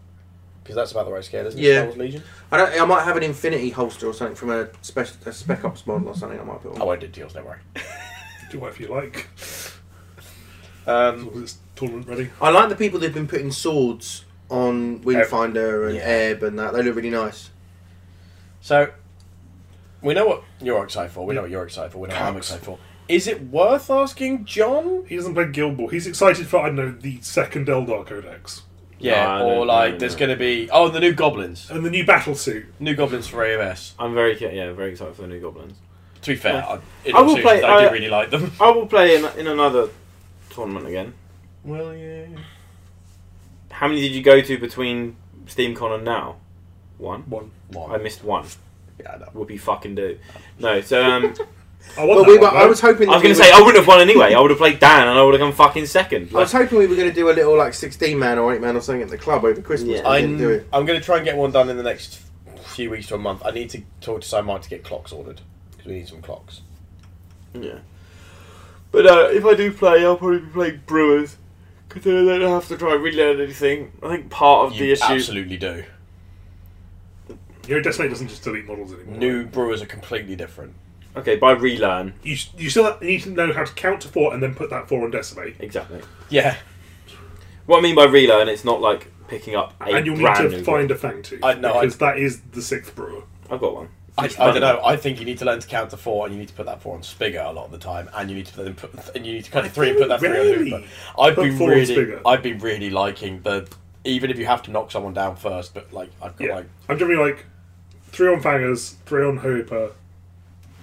Speaker 1: Because that's about the right scale, isn't it?
Speaker 4: Yeah.
Speaker 1: Star Wars Legion?
Speaker 4: I, don't, I might have an infinity holster or something from a spec, a spec ops model or something. I might put
Speaker 1: I
Speaker 4: on.
Speaker 1: won't do deals, don't worry.
Speaker 2: Do whatever you like. As
Speaker 1: Um,
Speaker 2: long as it's tournament ready.
Speaker 4: I like the people that've been putting swords on Windfinder and
Speaker 1: Yeah.
Speaker 4: Ebb and that. They look really nice.
Speaker 1: so, we know what you're excited for. We know what you're excited for. We know what I'm
Speaker 2: Cocks.
Speaker 1: excited for. Is it worth asking John?
Speaker 2: He doesn't play Guild Ball. He's excited for, I don't know, the second Eldar Codex.
Speaker 1: Yeah,
Speaker 3: No, I
Speaker 1: or
Speaker 3: don't
Speaker 1: like
Speaker 3: know,
Speaker 1: there's
Speaker 3: no.
Speaker 1: going to be oh the new goblins,
Speaker 2: And the new battle suit.
Speaker 1: new goblins for AMS.
Speaker 3: I'm very ca- yeah very excited for the new goblins.
Speaker 1: To be fair, I, in
Speaker 3: I
Speaker 1: all
Speaker 3: will
Speaker 1: seriousness,
Speaker 3: play-
Speaker 1: I
Speaker 3: I-
Speaker 1: do really like them.
Speaker 3: I will play in, in another tournament again.
Speaker 1: Well, yeah.
Speaker 3: How many did you go to between SteamCon and now? One.
Speaker 2: One.
Speaker 3: I missed one.
Speaker 1: Yeah, I know.
Speaker 3: Whoop you fucking do. No, so um,
Speaker 2: I want
Speaker 4: Well,
Speaker 2: that
Speaker 4: we were,
Speaker 2: one,
Speaker 4: I
Speaker 2: though.
Speaker 4: was hoping.
Speaker 3: I
Speaker 4: that we
Speaker 3: was going to
Speaker 4: would-
Speaker 3: say
Speaker 5: oh,
Speaker 3: I wouldn't have won anyway. I would have played Dan and I would have come fucking second.
Speaker 4: I was hoping we were going to do a little like sixteen man or eight man or something at the club over Christmas.
Speaker 3: Yeah.
Speaker 4: but we didn't
Speaker 1: I'm,
Speaker 4: do it.
Speaker 1: I'm going to try and get one done in the next few weeks to a month. I need to talk to Simon to get clocks ordered because we need some clocks.
Speaker 3: Yeah. But uh, if I do play, I'll probably be playing Brewers. Because then I don't have to try and relearn anything. I think part of the
Speaker 1: You
Speaker 3: issue.
Speaker 1: absolutely do.
Speaker 2: Your Decimate doesn't just delete models anymore.
Speaker 1: New brewers are completely different.
Speaker 3: Okay, by relearn.
Speaker 2: You, you still need to know how to count to four and then put that four on Decimate.
Speaker 3: Exactly.
Speaker 1: Yeah,
Speaker 3: What I mean by relearn, it's not like picking up a
Speaker 2: and you'll need
Speaker 3: brand
Speaker 2: to
Speaker 3: new
Speaker 2: find a fang tooth.
Speaker 1: I know, I-
Speaker 2: Because that is the sixth brewer.
Speaker 3: one. I've got one. Um,
Speaker 1: I, I
Speaker 3: It's fun.
Speaker 1: don't know. I think you need to learn to count to four, and you need to put that four on Spigot a lot of the time, and you need to put them put, and you need to count to three and put that three
Speaker 2: Really?
Speaker 1: on Hooper. I've
Speaker 2: Put
Speaker 1: been
Speaker 2: four on
Speaker 1: really,
Speaker 2: Spigot.
Speaker 1: I've been really liking the even if you have to knock someone down first, but like I've got
Speaker 2: Yeah.
Speaker 1: like
Speaker 2: I'm generally like three on fangers, three on hooper,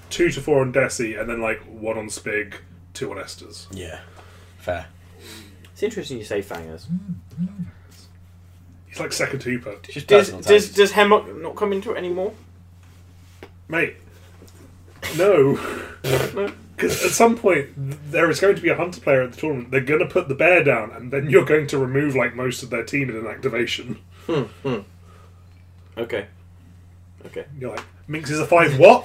Speaker 2: two to four on desi, and then like one on spig, two on esters.
Speaker 1: yeah, fair.
Speaker 3: It's interesting you say fangers.
Speaker 2: He's like second hooper,
Speaker 1: It's just
Speaker 3: Does,
Speaker 1: personal
Speaker 3: does,
Speaker 1: taste.
Speaker 3: does Hemlock not come into it anymore?
Speaker 2: mate. No,
Speaker 3: No.
Speaker 2: because at some point th- there is going to be a hunter player at the tournament. They're going to put the bear down, and then you're going to remove like most of their team in an activation.
Speaker 3: Okay. Okay.
Speaker 2: You're like, Minx is a five. What?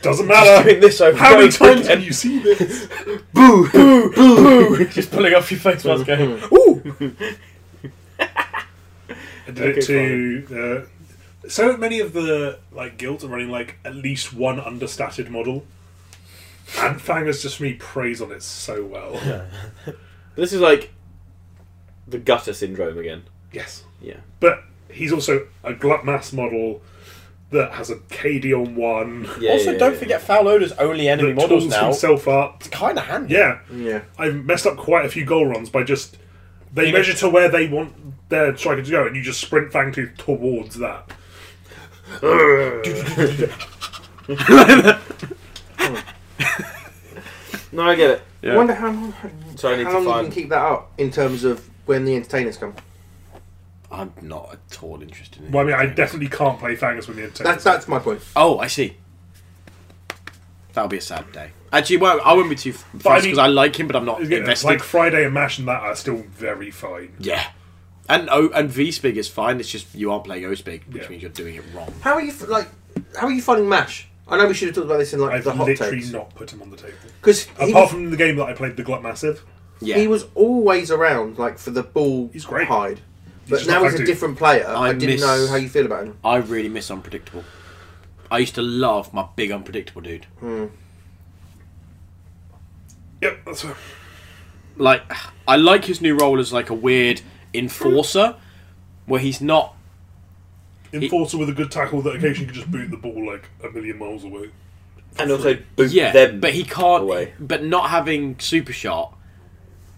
Speaker 2: Doesn't matter.
Speaker 1: doing this over
Speaker 2: How
Speaker 1: and
Speaker 2: many
Speaker 1: over
Speaker 2: times
Speaker 1: again.
Speaker 2: have you seen this?
Speaker 3: Boo! Boo! Boo!
Speaker 1: just pulling off your face mask? Going,
Speaker 2: I did
Speaker 3: Okay,
Speaker 2: it to uh, so many of the like guilds are running like at least one understated model, and Fang has just me praise on it so well.
Speaker 3: This is like the gutter syndrome again.
Speaker 2: Yes,
Speaker 3: Yeah.
Speaker 2: but he's also a glut mass model that has a KD on one.
Speaker 3: yeah
Speaker 1: also,
Speaker 3: yeah,
Speaker 1: don't
Speaker 3: yeah.
Speaker 1: forget foul odors only enemy
Speaker 2: That
Speaker 1: models
Speaker 2: tools
Speaker 1: now. Mm.
Speaker 2: himself up.
Speaker 1: It's kind of handy.
Speaker 2: Yeah,
Speaker 4: Yeah.
Speaker 2: I've messed up quite a few goal runs by just they
Speaker 1: You know-
Speaker 2: measure to where they want their striker to go, and you just sprint Fangtooth towards that.
Speaker 3: No, I get it.
Speaker 4: I wonder how long,
Speaker 3: So I need
Speaker 4: how
Speaker 3: to
Speaker 4: long you can
Speaker 3: find.
Speaker 4: keep that up in terms of when the entertainers come.
Speaker 1: I'm not at all interested in. it.
Speaker 2: Well, I mean, I definitely can't play Fangers with the intent.
Speaker 4: That's that's my point.
Speaker 1: Oh, I see. That'll be a sad day. Actually, well, I wouldn't be too f-
Speaker 2: I
Speaker 1: fussed
Speaker 2: mean-
Speaker 1: because I like him, but I'm not
Speaker 2: Yeah,
Speaker 1: invested.
Speaker 2: Like Friday and Mash and that are still very fine.
Speaker 1: yeah, and oh, and Vspig is fine. It's just you aren't playing Ospig, which
Speaker 2: Yeah.
Speaker 1: means you're doing it wrong.
Speaker 4: How are you f- like? How are you finding Mash? I know we should have talked about this in like
Speaker 2: I've
Speaker 4: the hot
Speaker 2: literally
Speaker 4: takes
Speaker 2: not put him on the table.
Speaker 4: because he,
Speaker 2: Apart
Speaker 4: was-
Speaker 2: from the game that I played, the Glut Massive.
Speaker 1: Yeah,
Speaker 4: he was always around like for the ball
Speaker 2: He's great.
Speaker 4: hide,
Speaker 2: just
Speaker 4: but now
Speaker 2: not
Speaker 4: he's a
Speaker 2: Fangtooth.
Speaker 4: different player. I,
Speaker 1: I
Speaker 4: didn't
Speaker 1: miss-
Speaker 4: know how you feel about him.
Speaker 1: I really miss unpredictable. I used to love my big unpredictable dude.
Speaker 2: Yep, that's fair.
Speaker 1: Like, I like his new role as like a weird enforcer, where he's not.
Speaker 2: Enforcer with a good tackle that occasionally can just boot the ball like a million miles away.
Speaker 3: And also boot
Speaker 1: Yeah,
Speaker 3: them.
Speaker 1: but he can't.
Speaker 3: away.
Speaker 1: But not having super shot,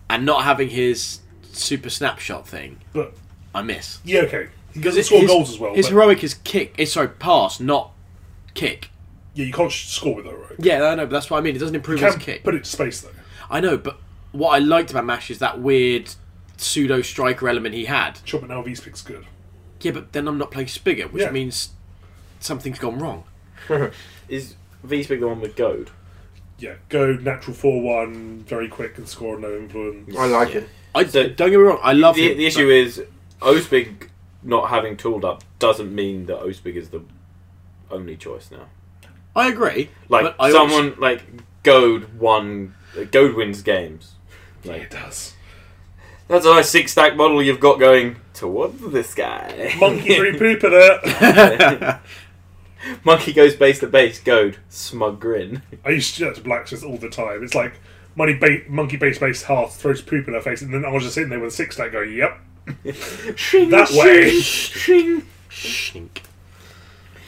Speaker 1: and not having his super snapshot thing,
Speaker 2: But
Speaker 1: I miss.
Speaker 2: yeah, okay. He doesn't
Speaker 1: His-
Speaker 2: score
Speaker 1: his-
Speaker 2: goals as well.
Speaker 5: eh,
Speaker 1: His
Speaker 2: but
Speaker 1: heroic is kick. Is sorry, pass, not kick.
Speaker 2: yeah, you can't sh- score with that rogue.
Speaker 5: Yeah, I know, but that's what I mean. It doesn't
Speaker 2: You
Speaker 5: improve his
Speaker 2: can
Speaker 5: kick.
Speaker 2: put it to space though.
Speaker 5: I know, but what I liked about Mash is that weird pseudo striker element he had.
Speaker 2: Chop and Alves pick's good.
Speaker 5: Yeah, but then I'm not playing Spigot, which
Speaker 2: Yeah.
Speaker 5: means something's gone wrong.
Speaker 3: Is Vspig the one with goad?
Speaker 2: Yeah, go natural four one, very quick and score no influence.
Speaker 4: I like it.
Speaker 5: I
Speaker 3: So-
Speaker 5: don't get me wrong. I love
Speaker 3: The,
Speaker 5: him,
Speaker 3: the issue
Speaker 5: but
Speaker 3: is Ospig not having tooled up doesn't mean that Ospig is the only choice now.
Speaker 5: I agree.
Speaker 3: Like
Speaker 5: but I also-
Speaker 3: someone like goad won. Goad wins games.
Speaker 2: Yeah,
Speaker 3: Like
Speaker 2: it does.
Speaker 3: That's a nice six stack model you've got going towards this guy.
Speaker 2: Monkey three poop at it.
Speaker 3: Monkey goes base to base, goad, smug grin.
Speaker 2: I used to do that to Blacksmith all the time. It's like money ba- monkey base base half throws poop in her face, and then I was just sitting there with a six stack going, "Yep,
Speaker 3: Shing,
Speaker 2: That way.
Speaker 3: shing, shing.
Speaker 5: Shink.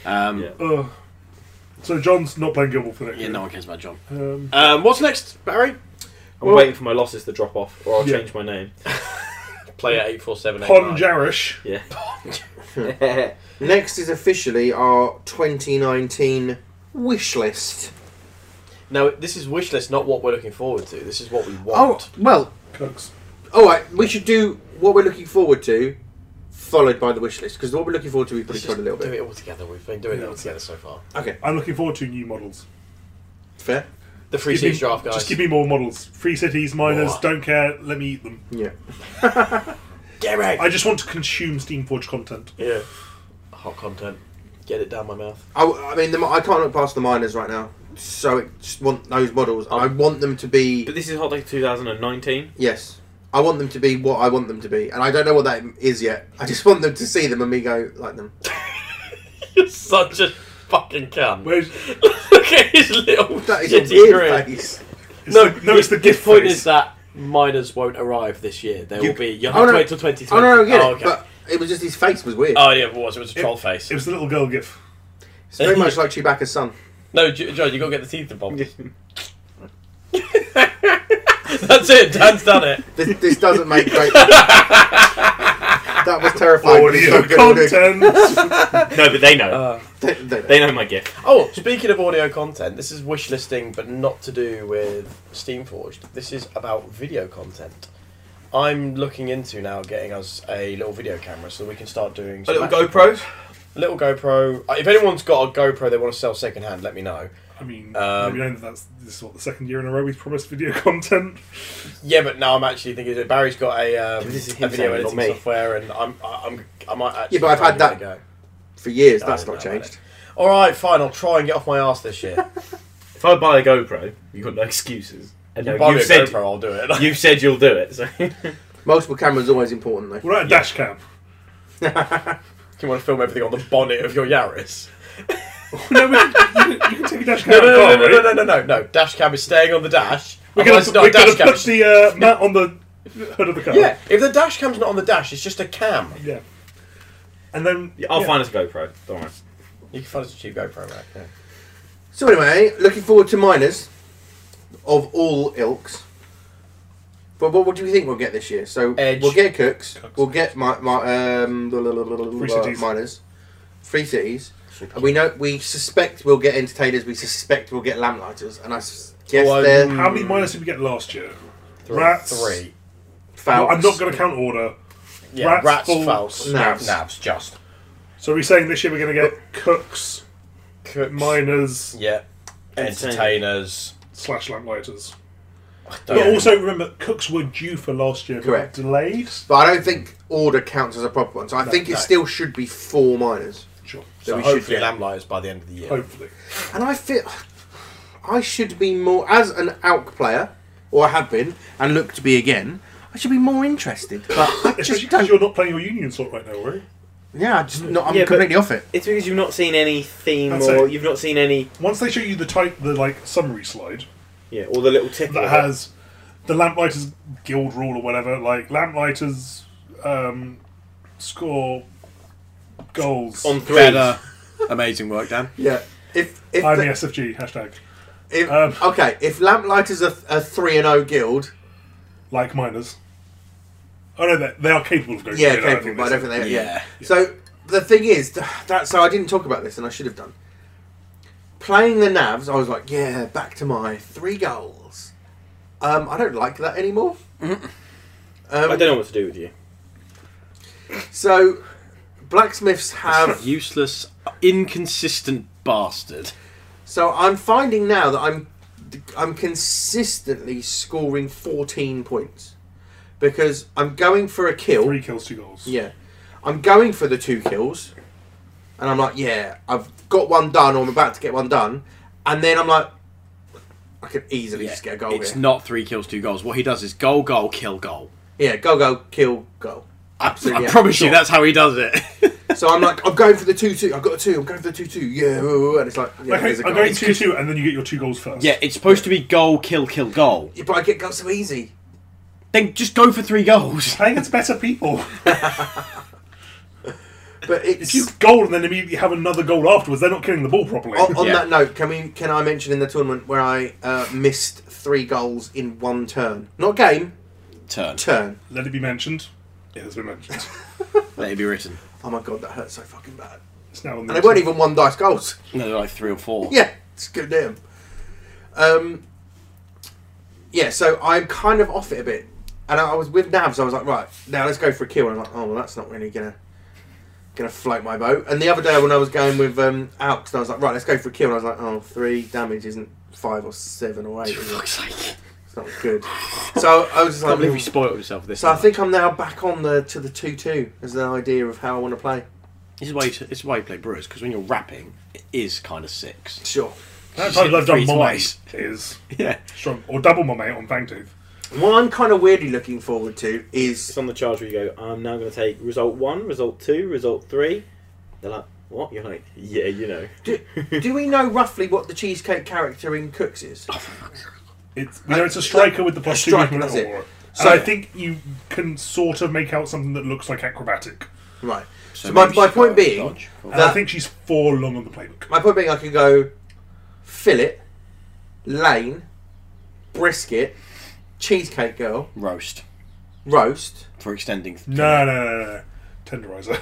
Speaker 5: Um, yeah.
Speaker 3: Yeah.
Speaker 2: Ugh. So John's not playing Guild Wars for next year.
Speaker 5: no one cares about John.
Speaker 2: Um,
Speaker 5: Um, what's next, Barry?
Speaker 3: I'm
Speaker 2: Well-
Speaker 3: waiting for my losses to drop off, or I'll
Speaker 2: Yeah.
Speaker 3: change my name.
Speaker 1: Player eight four seven eight.
Speaker 2: Pon Jarish.
Speaker 3: Yeah.
Speaker 4: Next is officially our 2019 wish list.
Speaker 1: No, this is wish list, not what we're looking forward to. This is what we want.
Speaker 4: Oh, well,
Speaker 2: Cooks.
Speaker 4: all right. We should do what we're looking forward to, followed by the wish list because what we're looking forward to we
Speaker 1: Let's
Speaker 4: pretty
Speaker 1: just
Speaker 4: covered a little
Speaker 1: do
Speaker 4: bit.
Speaker 1: it all together. We've been doing
Speaker 2: Yeah.
Speaker 1: it all together so far.
Speaker 4: Okay,
Speaker 2: I'm looking forward to new models.
Speaker 4: fair.
Speaker 1: The free
Speaker 2: Give me-
Speaker 1: seats draft, guys.
Speaker 2: Just give me more models. Free cities, miners,
Speaker 1: Oh.
Speaker 2: don't care. Let me eat them.
Speaker 4: Yeah.
Speaker 1: Get ready.
Speaker 2: I just want to consume Steamforge content.
Speaker 1: Yeah. Hot content. Get it down my mouth.
Speaker 4: I, I mean, the, mi- I can't look past the miners right now. So I just want those models. I
Speaker 1: Um,
Speaker 4: want them to
Speaker 3: but
Speaker 4: be
Speaker 3: this is Hot Take 2019.
Speaker 4: yes. I want them to be what I want them to be, and I don't know what that is yet. I just want them to see them and me go like them.
Speaker 1: You're such a fucking cunt.
Speaker 2: Where's,
Speaker 1: Look at his little
Speaker 4: That is
Speaker 1: shitty
Speaker 4: a weird
Speaker 1: grin.
Speaker 4: face.
Speaker 2: it's no, the, no, it's the
Speaker 1: his
Speaker 2: gift
Speaker 1: point
Speaker 2: face.
Speaker 1: is that miners won't arrive this year. They
Speaker 4: You-
Speaker 1: will be. You'll
Speaker 4: Oh,
Speaker 1: have to
Speaker 4: no.
Speaker 1: wait till 2020.
Speaker 4: Oh no, no, I get
Speaker 1: oh,
Speaker 4: it. But it was just his face was weird.
Speaker 1: oh, yeah, it was. It was a troll face.
Speaker 2: It was the little girl gif.
Speaker 4: it's very much like Chewbacca's son.
Speaker 1: No, J- John, you got to get the teeth involved. That's it. Dan's done it.
Speaker 4: This, this doesn't make great. that was
Speaker 1: Oh,
Speaker 4: terrifying. but it's
Speaker 2: Audio
Speaker 4: not gonna do-
Speaker 2: content.
Speaker 3: No, but they know.
Speaker 1: Uh,
Speaker 4: They- they-
Speaker 3: they know my gift.
Speaker 1: Oh, speaking of audio content, this is wish listing, but not to do with Steamforged. This is about video content. I'm looking into now getting us a little video camera so we can start doing
Speaker 3: A
Speaker 1: some
Speaker 3: little
Speaker 1: action
Speaker 3: GoPro.
Speaker 1: videos. A little GoPro. Uh, If anyone's got a GoPro they want to sell second hand, let me know.
Speaker 2: I mean,
Speaker 1: Um,
Speaker 2: we know that that's this is what the second year in a row we've promised video content.
Speaker 1: Yeah, but now I'm actually thinking that Barry's got a, um,
Speaker 3: This is
Speaker 1: a
Speaker 3: him
Speaker 1: video
Speaker 3: saying, not
Speaker 1: editing
Speaker 3: me.
Speaker 1: software, and I'm I- I'm I might actually.
Speaker 4: Yeah, but I've
Speaker 1: try
Speaker 4: had
Speaker 1: and give it
Speaker 4: that.
Speaker 1: a go.
Speaker 4: for years,
Speaker 1: I
Speaker 4: that's
Speaker 1: don't
Speaker 4: not
Speaker 1: know about
Speaker 4: changed.
Speaker 1: All right, fine. I'll try and get off my ass this year.
Speaker 3: If I buy a GoPro, you've got no excuses. And
Speaker 1: you
Speaker 3: no,
Speaker 1: buy me
Speaker 3: you've
Speaker 1: a
Speaker 3: said
Speaker 1: GoPro, I'll do it.
Speaker 3: you've said you'll do it. So
Speaker 4: Multiple cameras always important though.
Speaker 2: We're at a dash cam.
Speaker 1: you want to film everything on the bonnet of your Yaris?
Speaker 2: no, we can, you, can, you can take a dash cam.
Speaker 1: No, no, no,
Speaker 2: car,
Speaker 1: no, no,
Speaker 2: right?
Speaker 1: no, no, no, no. Dash cam is staying on the dash.
Speaker 2: We're
Speaker 1: Otherwise, it's not
Speaker 2: gonna, we're
Speaker 1: a dash cam.
Speaker 2: gonna put the uh, mat on the hood of the car.
Speaker 1: Yeah, if the dash cam's not on the dash, it's just a cam.
Speaker 2: Yeah. And then
Speaker 3: I'll
Speaker 2: yeah.
Speaker 3: find us a GoPro. Don't worry.
Speaker 1: You can find us a cheap GoPro rack. Yeah.
Speaker 4: So anyway, looking forward to miners of all ilks. But what, what do we think we'll get this year? So
Speaker 1: Edge.
Speaker 4: we'll get Cooks,
Speaker 2: Cooks.
Speaker 4: we'll get my, my um blah, blah, blah, blah,
Speaker 2: Free
Speaker 4: blah,
Speaker 2: cities.
Speaker 4: miners, free cities. And we know we suspect we'll get entertainers. We suspect we'll get lamplighters, and I s- guess
Speaker 1: Oh, I'm-
Speaker 4: they're
Speaker 2: How many minus did we get last year?
Speaker 1: Three.
Speaker 2: Rats.
Speaker 1: Three.
Speaker 2: No,
Speaker 4: Falcons.
Speaker 2: I'm not going to count order.
Speaker 1: Yeah,
Speaker 2: Rats,
Speaker 1: rats,
Speaker 2: Fouls,
Speaker 1: Fouls,
Speaker 4: Nabs.
Speaker 1: Nabs, just.
Speaker 2: So are we saying this year we're going to get cooks,
Speaker 1: Cooks.
Speaker 2: miners,
Speaker 1: Yeah. Entertainers.
Speaker 2: slash lamplighters.
Speaker 1: I
Speaker 2: But
Speaker 1: don't
Speaker 2: also remember, cooks were due for last year, but
Speaker 4: Correct.
Speaker 2: Delayed.
Speaker 4: But I don't think order counts as a proper one. So I think it
Speaker 1: no.
Speaker 4: still should be four minors.
Speaker 2: Sure.
Speaker 1: so
Speaker 4: we should
Speaker 1: hopefully
Speaker 4: get-
Speaker 1: Lamlighters by the end of the year.
Speaker 2: Hopefully.
Speaker 4: And I feel I should be more as an ALK player, or I have been, and look to be again. I should be more interested, but I
Speaker 2: Especially
Speaker 4: just
Speaker 2: because
Speaker 4: don't.
Speaker 2: you're not playing your union slot right now, are you?
Speaker 4: Yeah, I just not, I'm
Speaker 3: Yeah, but-
Speaker 4: completely off it.
Speaker 3: It's because you've not seen any theme,
Speaker 2: That's
Speaker 3: or
Speaker 2: it.
Speaker 3: you've not seen any,
Speaker 2: Once they show you the type, the like summary slide
Speaker 3: yeah, or the little tick
Speaker 2: that has the lamplighters guild rule or whatever, like lamplighters um, score goals.
Speaker 3: on three.
Speaker 5: Better. uh, Amazing work, Dan.
Speaker 4: Yeah. If if,
Speaker 2: I'm
Speaker 4: the-
Speaker 2: the SFG hashtag
Speaker 4: if
Speaker 2: um,
Speaker 4: okay, if lamplighters are a three and O guild,
Speaker 2: like miners. Oh no, they, they are capable of going.
Speaker 4: yeah,
Speaker 2: to Vienna,
Speaker 4: capable. But I don't
Speaker 2: they
Speaker 4: think they. Yeah.
Speaker 5: Yeah.
Speaker 4: So the thing is th- that. So I didn't talk about this, and I should have done. playing the Navs, I was like, yeah, back to my three goals. Um, I don't like that anymore.
Speaker 3: I
Speaker 4: Um,
Speaker 3: don't know what to do with you.
Speaker 4: so, blacksmiths
Speaker 1: Um,
Speaker 4: have.
Speaker 5: Useless, inconsistent bastard.
Speaker 4: so I'm finding now that I'm I'm consistently scoring 14 points because I'm going for a kill.
Speaker 2: Three kills, two goals.
Speaker 4: Yeah. I'm going for the two kills. And I'm like, yeah, I've got one done or I'm about to get one done. And then I'm like, I could easily just get a goal
Speaker 5: it's
Speaker 4: here.
Speaker 5: not three kills, two goals. What he does is goal, goal, kill, goal.
Speaker 4: yeah, go, go, kill, goal.
Speaker 5: I,
Speaker 4: Absolutely,
Speaker 5: I
Speaker 4: yeah,
Speaker 5: promise
Speaker 4: sure.
Speaker 5: you, that's how he does it.
Speaker 4: So I'm like, I'm going for the 2 2. I've got a 2. I'm going for the 2 2. Yeah. And it's like, yeah,
Speaker 2: okay,
Speaker 4: there's a
Speaker 2: I'm
Speaker 4: goal.
Speaker 2: going 2 2, and then you get your two goals first.
Speaker 5: yeah, it's supposed to be goal, kill, kill, goal.
Speaker 4: Yeah, but I get goals so easy.
Speaker 5: Then just go for three goals.
Speaker 2: Playing against better people.
Speaker 4: But
Speaker 2: If
Speaker 4: it's.
Speaker 2: you goal and then immediately have another goal afterwards, they're not killing the ball properly.
Speaker 4: on on
Speaker 5: Yeah.
Speaker 4: that note, can we can I mention in the tournament where I uh, missed three goals in one turn? Not game,
Speaker 5: Turn.
Speaker 4: turn.
Speaker 2: Let it be mentioned. It has been mentioned.
Speaker 5: Let it be written.
Speaker 4: Oh my god, that hurts so fucking bad.
Speaker 2: It's now on the
Speaker 4: And they weren't even one dice goals.
Speaker 5: No, they're like three or four.
Speaker 4: Yeah, it's good damn. Um, yeah, so I'm kind of off it a bit, and I, I was with Navs. I was like, right now let's go for a kill. And I'm like, oh well, that's not really gonna gonna float my boat. And the other day when I was going with um, Alks, I was like, right, let's go for a kill. And I was like, oh, three damage isn't five or seven or eight. Is it?
Speaker 5: Fuck's sake.
Speaker 4: It's not good. So I was just
Speaker 5: I can't believe you
Speaker 4: like.
Speaker 5: spoiled yourself this.
Speaker 4: So I
Speaker 5: much.
Speaker 4: think I'm now back on the to the two two as the idea of how I want to play.
Speaker 5: this is why you, this is why you play Brewers because when you're rapping, it is kind of six.
Speaker 4: Sure.
Speaker 2: That's how I've done
Speaker 5: Three
Speaker 2: mine
Speaker 5: twice.
Speaker 2: is
Speaker 5: Yeah,
Speaker 2: strong. Or double my mate on Fangtooth.
Speaker 4: What I'm kind of weirdly looking forward to is
Speaker 3: It's on the charge where you go, I'm now going to take result one, result two, result three. They're like, what? You're like, yeah, you know.
Speaker 4: Do, do we know roughly what the cheesecake character in Cooks is?
Speaker 2: It's, we know it's a striker with the plus two
Speaker 4: striker,
Speaker 2: movement
Speaker 4: that's it.
Speaker 2: or-
Speaker 4: So-
Speaker 2: and I think you can sort of make out something that looks like acrobatic.
Speaker 4: Right. So, my,
Speaker 5: maybe
Speaker 4: my
Speaker 5: she's
Speaker 4: point
Speaker 5: got a
Speaker 4: being,
Speaker 5: dodge.
Speaker 2: And I
Speaker 4: That-
Speaker 2: think she's four long on the playbook.
Speaker 4: my point being, I could go fillet, lane, brisket, cheesecake girl,
Speaker 5: roast
Speaker 4: roast.
Speaker 5: for extending.
Speaker 2: No, no, no, no. Tenderizer.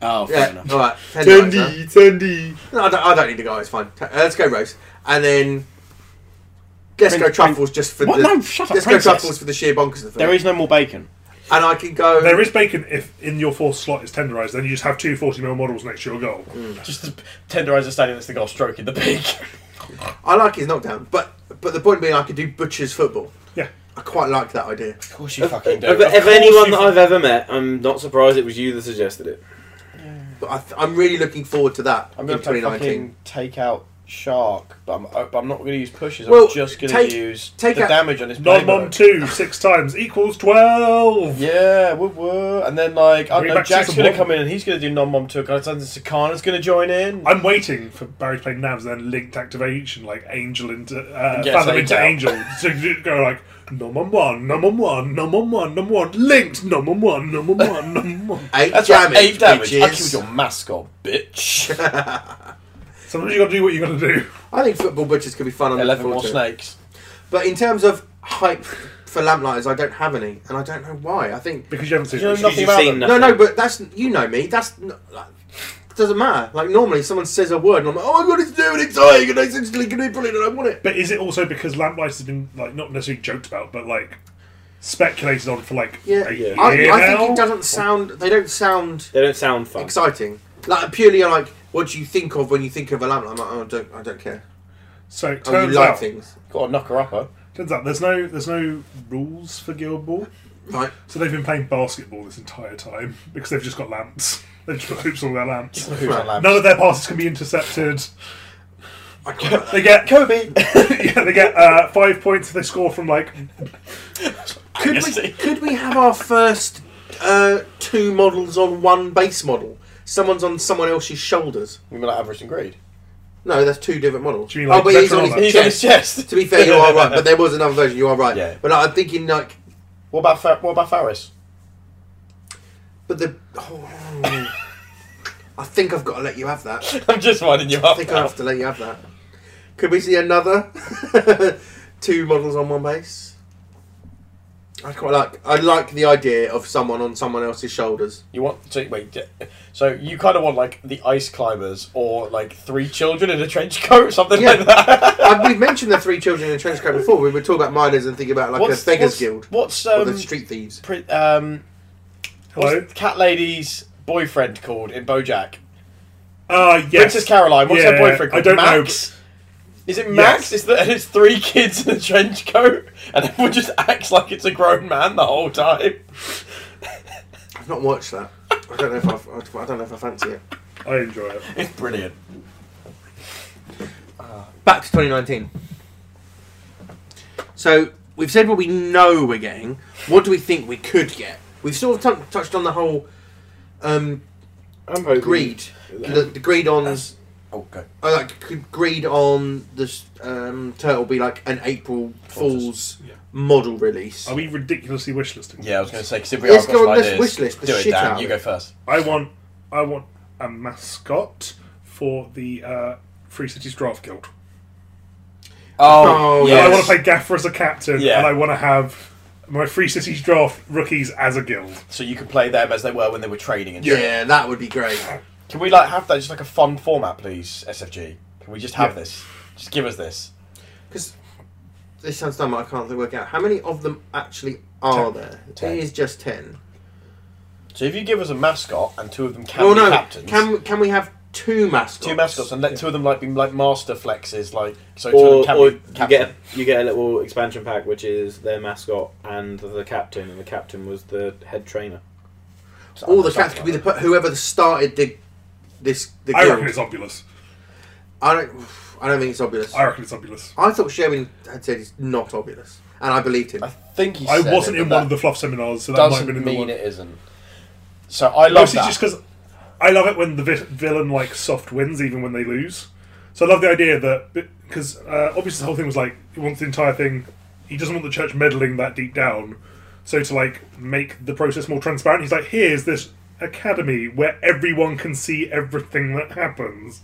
Speaker 5: Oh, fair
Speaker 4: Yeah.
Speaker 5: enough.
Speaker 4: All right. tenderizer.
Speaker 3: tendy.
Speaker 4: No, I don't, I don't need to go. It's fine. Ta- uh, let's go roast, and then let's
Speaker 5: Prin-
Speaker 4: go truffles just for
Speaker 5: What?
Speaker 4: the.
Speaker 5: No, shut up,
Speaker 4: let's
Speaker 5: princess.
Speaker 4: go truffles for the sheer bonkers of the
Speaker 5: There
Speaker 4: thing.
Speaker 5: is no more bacon.
Speaker 4: And I can go.
Speaker 2: There is bacon if in your fourth slot is tenderized, then you just have two 40 mil models next to your goal.
Speaker 4: Mm.
Speaker 1: Just the tenderizer standing next to the goal, stroking the pig.
Speaker 4: I like his knockdown, but but the point being, I could do butcher's football.
Speaker 2: Yeah.
Speaker 4: I quite like that idea.
Speaker 1: Of course you fucking
Speaker 3: Of,
Speaker 1: do.
Speaker 3: of
Speaker 1: Of course
Speaker 3: anyone
Speaker 1: you
Speaker 3: that I've ever met, I'm not surprised it was you that suggested it.
Speaker 4: But I th- I'm really looking forward to that
Speaker 1: I'm
Speaker 4: in
Speaker 1: going to play
Speaker 4: 2019.
Speaker 1: fucking take out shark, but I'm, uh, but I'm not going to use pushes.
Speaker 4: Well,
Speaker 1: I'm just going
Speaker 4: take-
Speaker 1: to use
Speaker 4: take
Speaker 1: the
Speaker 4: out-
Speaker 1: damage on his
Speaker 2: Non
Speaker 1: playbook.
Speaker 2: mom two six times equals twelve.
Speaker 1: Yeah, woo woo. And then like I don't
Speaker 2: Bring
Speaker 1: know,
Speaker 2: back
Speaker 1: Jack's
Speaker 2: season
Speaker 1: going to
Speaker 2: one.
Speaker 1: come in and he's going to do non mom two. And Sakana's going to join in.
Speaker 2: I'm waiting for Barry to play navs, then linked activation like angel into uh,
Speaker 1: Yeah,
Speaker 2: fathom
Speaker 1: take
Speaker 2: into
Speaker 1: out.
Speaker 2: angel. So you go like num on one, num on one, num on one, num on one, linked, num on one, num on one, num on one.
Speaker 4: Eight
Speaker 1: That's
Speaker 4: damage.
Speaker 1: right, eight damage. I
Speaker 4: bitches.
Speaker 1: killed your mascot, bitch.
Speaker 2: Sometimes you got to do what you got to do.
Speaker 4: I think football butchers could be fun. I'm
Speaker 1: Eleven more
Speaker 4: looking forward to it.
Speaker 1: snakes.
Speaker 4: But in terms of hype for lamplighters, I don't have any, and I don't know why. I think
Speaker 2: Because you haven't seen
Speaker 1: You know
Speaker 2: it.
Speaker 1: nothing
Speaker 3: you've
Speaker 1: about
Speaker 3: seen
Speaker 1: them.
Speaker 4: no, no. But that's you know me. That's n- like, it doesn't matter. Like normally, someone says a word, and I'm like, oh my god, it's new and exciting, and it's instantly going to be brilliant, and I want it.
Speaker 2: But is it also because lamplight has been like not necessarily joked about, but like speculated on for like
Speaker 4: Yeah,
Speaker 2: a year
Speaker 4: I, I think
Speaker 2: now?
Speaker 4: it doesn't sound. They don't sound
Speaker 3: They don't sound fun.
Speaker 4: exciting. Like purely like what do you think of when you think of a lamplight? I'm like, oh, I don't, I don't care.
Speaker 2: So it
Speaker 4: Oh, you
Speaker 2: turns
Speaker 4: like
Speaker 2: out,
Speaker 4: things,
Speaker 1: Got a knocker upper.
Speaker 2: turns out there's no there's no rules for Guild Ball.
Speaker 4: right?
Speaker 2: So they've been playing basketball this entire time because they've just got lamps. They've just got hoops on their lamps.
Speaker 1: Who's on lamp?
Speaker 2: None of their passes can be intercepted.
Speaker 4: I quite like that.
Speaker 2: They get
Speaker 1: Kobe.
Speaker 2: yeah, they get uh, five points if they score from like
Speaker 4: Could we, could we have our first uh, two models on one base model? Someone's on someone else's shoulders.
Speaker 1: We might have Everest and Greed.
Speaker 4: No, that's two different models.
Speaker 2: Do you mean like
Speaker 4: oh, but he's on
Speaker 2: veteran
Speaker 4: his
Speaker 2: or
Speaker 1: He's
Speaker 4: chest.
Speaker 1: on his chest.
Speaker 4: To be fair, you are right. But there was another version. You are right.
Speaker 1: Yeah.
Speaker 4: But like, I'm thinking like,
Speaker 1: What about Fa- what about Faris?
Speaker 4: but the. Oh, I think I've got to let you have that. I
Speaker 1: I'm just winding you up.
Speaker 4: think I
Speaker 1: now.
Speaker 4: have to let you have that. Could we see another two models on one base? I quite like. I like the idea of someone on someone else's shoulders.
Speaker 1: You want to wait? d- So you kind of want like the ice climbers or like three children in a trench coat, something
Speaker 4: Yeah.
Speaker 1: like that.
Speaker 4: Uh, we've mentioned the three children in a trench coat before. We were talking about miners and thinking about like a beggars guild
Speaker 1: What's
Speaker 4: or
Speaker 1: um,
Speaker 4: the street thieves.
Speaker 1: pri- um what's
Speaker 2: Hello?
Speaker 1: the cat lady's boyfriend called in BoJack?
Speaker 2: Uh, yes.
Speaker 1: Princess Caroline. What's her
Speaker 2: Yeah,
Speaker 1: boyfriend called?
Speaker 2: I don't know.
Speaker 1: Max? Is it Max?
Speaker 2: Yes.
Speaker 1: Is that it's three kids in a trench coat and everyone just acts like it's a grown man the whole time?
Speaker 4: I've not watched that. I don't know if I've, I don't know if I fancy it.
Speaker 2: I enjoy it.
Speaker 1: It's brilliant.
Speaker 4: Back to 2019. So we've said what we know we're getting. What do we think we could get? We've sort of t- touched on the whole um,
Speaker 3: I'm hoping.
Speaker 4: greed, the, the greed on
Speaker 1: Oh, go.
Speaker 4: I like could greed on this um, turtle be like an April Fool's
Speaker 2: yeah.
Speaker 4: model release.
Speaker 1: Um,
Speaker 2: Are we ridiculously wishlisting?
Speaker 1: Yeah, I was going to say because if we
Speaker 4: Let's
Speaker 1: are
Speaker 4: go
Speaker 1: got
Speaker 4: on
Speaker 1: some
Speaker 4: this
Speaker 1: ideas,
Speaker 4: wish list, the
Speaker 1: do it,
Speaker 4: shit
Speaker 1: Dan.
Speaker 4: out
Speaker 1: You
Speaker 4: of
Speaker 1: go
Speaker 4: it.
Speaker 1: first.
Speaker 2: I want, I want a mascot for the uh, Free Cities Draft Guild.
Speaker 4: Oh,
Speaker 2: And
Speaker 4: Yes.
Speaker 2: I want to play Gaffer as a captain,
Speaker 1: Yeah.
Speaker 2: and I want to have my Free Cities Draft rookies as a guild.
Speaker 1: So you can play them as they were when they were training and
Speaker 4: yeah.
Speaker 1: shit.
Speaker 4: that would be great.
Speaker 1: Can we like have that just like a fun format, please, SFG? Can we just have
Speaker 2: Yeah.
Speaker 1: this? Just give us this.
Speaker 4: Because this sounds dumb, but I can't work out how many of them actually are there.
Speaker 1: Ten.
Speaker 4: It is just ten.
Speaker 1: So if you give us a mascot and two of them can
Speaker 4: well,
Speaker 1: be
Speaker 4: no,
Speaker 1: captains,
Speaker 4: can can we have two mascots?
Speaker 1: two mascots and let two of them like be like master flexes, like so two of them
Speaker 3: Or,
Speaker 1: can
Speaker 3: or
Speaker 1: be
Speaker 3: you
Speaker 1: captain.
Speaker 3: get you get a little expansion pack, which is their mascot and the captain, and the captain was the head trainer.
Speaker 4: All the cats could be the per- whoever started the this the
Speaker 2: I reckon it's
Speaker 4: guild.
Speaker 2: obvious.
Speaker 4: I don't. I don't think it's obvious.
Speaker 2: I
Speaker 4: I,
Speaker 2: reckon it's obvious.
Speaker 4: thought Sherwin had said it's not obvious, and I believed him.
Speaker 1: I think he.
Speaker 2: I
Speaker 1: said
Speaker 2: wasn't
Speaker 1: it,
Speaker 2: in
Speaker 1: but
Speaker 2: one of the fluff seminars, so
Speaker 1: that
Speaker 2: that might have been
Speaker 1: Doesn't
Speaker 2: in the
Speaker 1: mean
Speaker 2: one.
Speaker 1: it isn't. So I love
Speaker 2: Mostly
Speaker 1: that.
Speaker 2: just because I love it when the vi- villain like soft wins, even when they lose. So I love the idea that because uh, obviously the whole thing was like he wants the entire thing. He doesn't want the church meddling that deep down. So to like make the process more transparent, he's like, here's this academy where everyone can see everything that happens.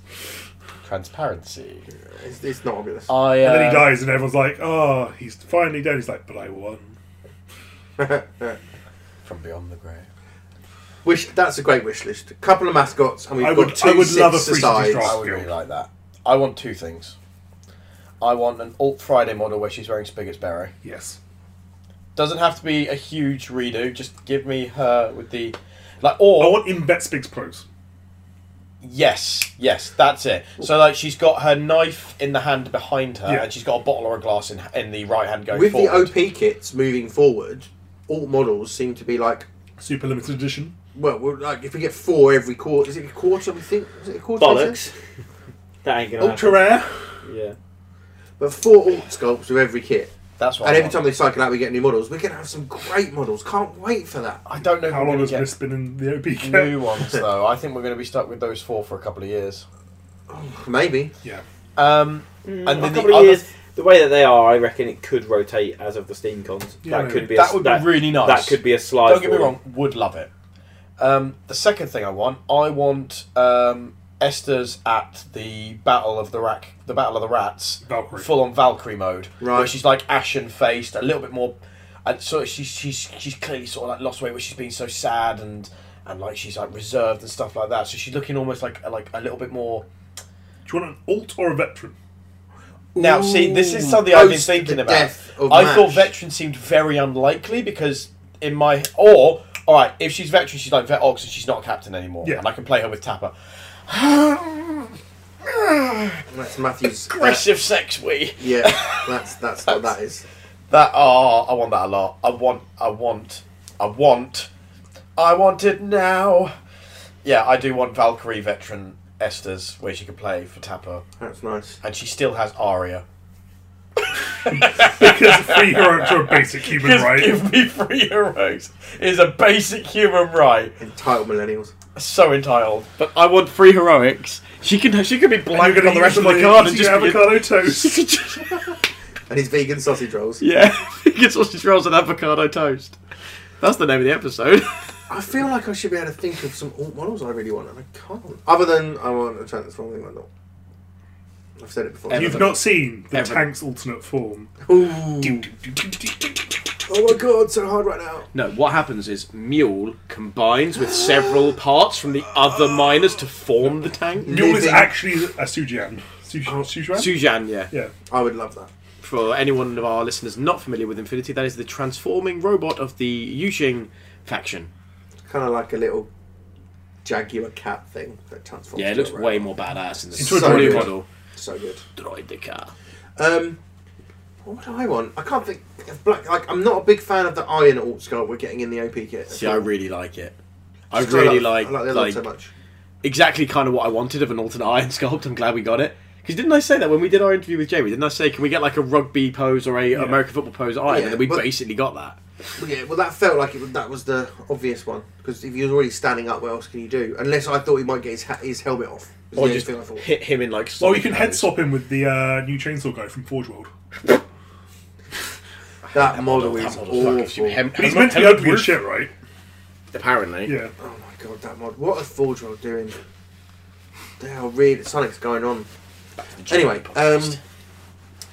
Speaker 1: Transparency.
Speaker 4: It's, it's not obvious.
Speaker 1: I.
Speaker 2: And then
Speaker 1: uh,
Speaker 2: he dies, and everyone's like, oh, he's finally dead. He's like, but I won.
Speaker 1: from beyond the grave.
Speaker 4: Wish that's a great wish list. A couple of mascots, and we've
Speaker 2: I
Speaker 4: got
Speaker 2: would-
Speaker 4: two
Speaker 2: I would
Speaker 4: six
Speaker 2: love a Free Cities
Speaker 4: sides.
Speaker 2: Draft.
Speaker 1: I would really like that. I want two things. I want an alt Friday model where she's wearing Spigot's beret.
Speaker 2: Yes.
Speaker 1: Doesn't have to be a huge redo. Just give me her with the like,
Speaker 2: I
Speaker 4: Oh.
Speaker 1: or
Speaker 2: want Imbetspig's pros.
Speaker 1: yes, yes, that's it. So like, she's got her knife in the hand behind her,
Speaker 2: Yeah.
Speaker 1: and she's got a bottle or a glass in in the right hand going
Speaker 4: With
Speaker 1: forward.
Speaker 4: the OP kits moving forward, all models seem to be like
Speaker 2: Super limited edition.
Speaker 4: well, we're like if we get four every quarter, is it a quarter? We think is it a quarter?
Speaker 3: Bollocks. that ain't gonna
Speaker 2: Ultra rare.
Speaker 3: happen. Yeah.
Speaker 4: But four alt sculpts with every kit,
Speaker 1: That's what.
Speaker 4: and
Speaker 1: I,
Speaker 4: every
Speaker 1: want.
Speaker 4: time they cycle out, we get new models. We're gonna have some great models. Can't wait for that.
Speaker 1: I don't know
Speaker 2: How
Speaker 1: if we're
Speaker 2: long
Speaker 1: gonna
Speaker 2: has
Speaker 1: get
Speaker 2: this been in the OP kit?
Speaker 1: new ones though. I think we're going to be stuck with those four for a couple of years.
Speaker 4: Maybe
Speaker 2: Yeah.
Speaker 1: Um, and
Speaker 3: Mm. A
Speaker 1: then the
Speaker 3: couple of
Speaker 1: other
Speaker 3: years, the way that they are, I reckon it could rotate as of the steam cons.
Speaker 2: Yeah,
Speaker 3: that could be
Speaker 1: that
Speaker 3: a,
Speaker 1: would be really nice.
Speaker 3: That could be a slide.
Speaker 1: Don't get me
Speaker 3: for you.
Speaker 1: wrong, would love it. Um, the second thing I want, I want um, Esther's at the Battle of the Rack, the Battle of the Rats,
Speaker 2: Valkyrie.
Speaker 1: full on Valkyrie mode, where
Speaker 4: Right.
Speaker 1: she's like ashen faced, a little bit more, and so she's she's she's clearly sort of like lost weight, where she's been so sad and and like she's like reserved and stuff like that. So she's looking almost like like a little bit more.
Speaker 2: Do you want an alt or a veteran?
Speaker 1: Now, see, this is
Speaker 4: Ooh,
Speaker 1: something I've been
Speaker 4: post the
Speaker 1: thinking about.
Speaker 4: death of
Speaker 1: I
Speaker 4: Mash.
Speaker 1: thought veteran seemed very unlikely because in my or all right, if she's veteran, she's like vet ox and she's not captain anymore,
Speaker 2: Yeah.
Speaker 1: and I can play her with Tapper.
Speaker 4: that's Matthew's.
Speaker 1: Aggressive sex we
Speaker 4: yeah, that's that's what that is.
Speaker 1: that are. I want that a lot. I want. I want. I want. I want it now. Yeah, I do want Valkyrie veteran Esther's where she could play for Tapper,
Speaker 4: That's nice.
Speaker 1: and she still has Aria.
Speaker 2: Because free heroics are a basic human
Speaker 1: Just
Speaker 2: right.
Speaker 1: give me free heroes is a basic human right.
Speaker 4: Entitled millennials.
Speaker 1: so entitled. But I want free heroics. She can she could be blank on the rest of my card and just
Speaker 2: avocado toast.
Speaker 1: be
Speaker 4: And his vegan sausage rolls.
Speaker 1: yeah, get sausage rolls and avocado toast. That's the name of the episode.
Speaker 4: I feel like I should be able to think of some alt models I really want, and I can't. Other than I want a transforming model. I've said it before.
Speaker 2: You've not seen the
Speaker 1: Everything.
Speaker 2: tank's alternate form.
Speaker 4: Ooh.
Speaker 2: Doo, doo, doo, doo, doo, doo, doo, doo, doo.
Speaker 4: Oh my god, so hard right now.
Speaker 1: No, what happens is Mule combines with several parts from the other miners to form the tank.
Speaker 2: Mule is
Speaker 4: Living-
Speaker 2: actually a Sujian. Suj-
Speaker 1: Oh,
Speaker 2: Sujuan?
Speaker 1: Sujan, yeah.
Speaker 2: yeah.
Speaker 4: I would love that.
Speaker 1: For anyone of our listeners not familiar with Infinity, that is the transforming robot of the Yuxing faction.
Speaker 4: It's kind of like a little Jaguar cat thing that transforms.
Speaker 1: Yeah, it
Speaker 4: into a
Speaker 1: looks way
Speaker 4: robot.
Speaker 1: more badass in the
Speaker 2: Into a
Speaker 1: story
Speaker 4: droid.
Speaker 1: model.
Speaker 4: So good.
Speaker 1: Droid the car.
Speaker 4: Um, what would I want? I can't think. Of black, like, I'm not a big fan of the iron alt sculpt we're getting in the OP kit.
Speaker 1: See, I really like it. I
Speaker 4: Just 'cause
Speaker 1: really
Speaker 4: love-
Speaker 1: like,
Speaker 4: I like the other one
Speaker 1: like
Speaker 4: so much.
Speaker 1: exactly kind of what I wanted of an alternate iron sculpt. I'm glad we got it. Because didn't I say that when we did our interview with Jamie? Didn't I say can we get like a rugby pose or a American football pose iron?
Speaker 4: Yeah,
Speaker 1: and then we
Speaker 4: but-
Speaker 1: basically got that.
Speaker 4: Well, Yeah, well, that felt like it, that was the obvious one because if he was already standing up, what else can you do? Unless I thought he might get his ha- his helmet off. Was
Speaker 1: Or
Speaker 4: the only
Speaker 1: just
Speaker 4: thing I thought.
Speaker 1: hit him in like.
Speaker 2: Well, you can head
Speaker 1: head
Speaker 2: swap him with the uh, new chainsaw guy from Forge World.
Speaker 4: That model is awful.
Speaker 2: But he's meant to be ugly as shit, right?
Speaker 1: Apparently.
Speaker 2: Yeah.
Speaker 4: Oh my god, that mod! What are Forge World doing? They are really something's going on. Anyway, um,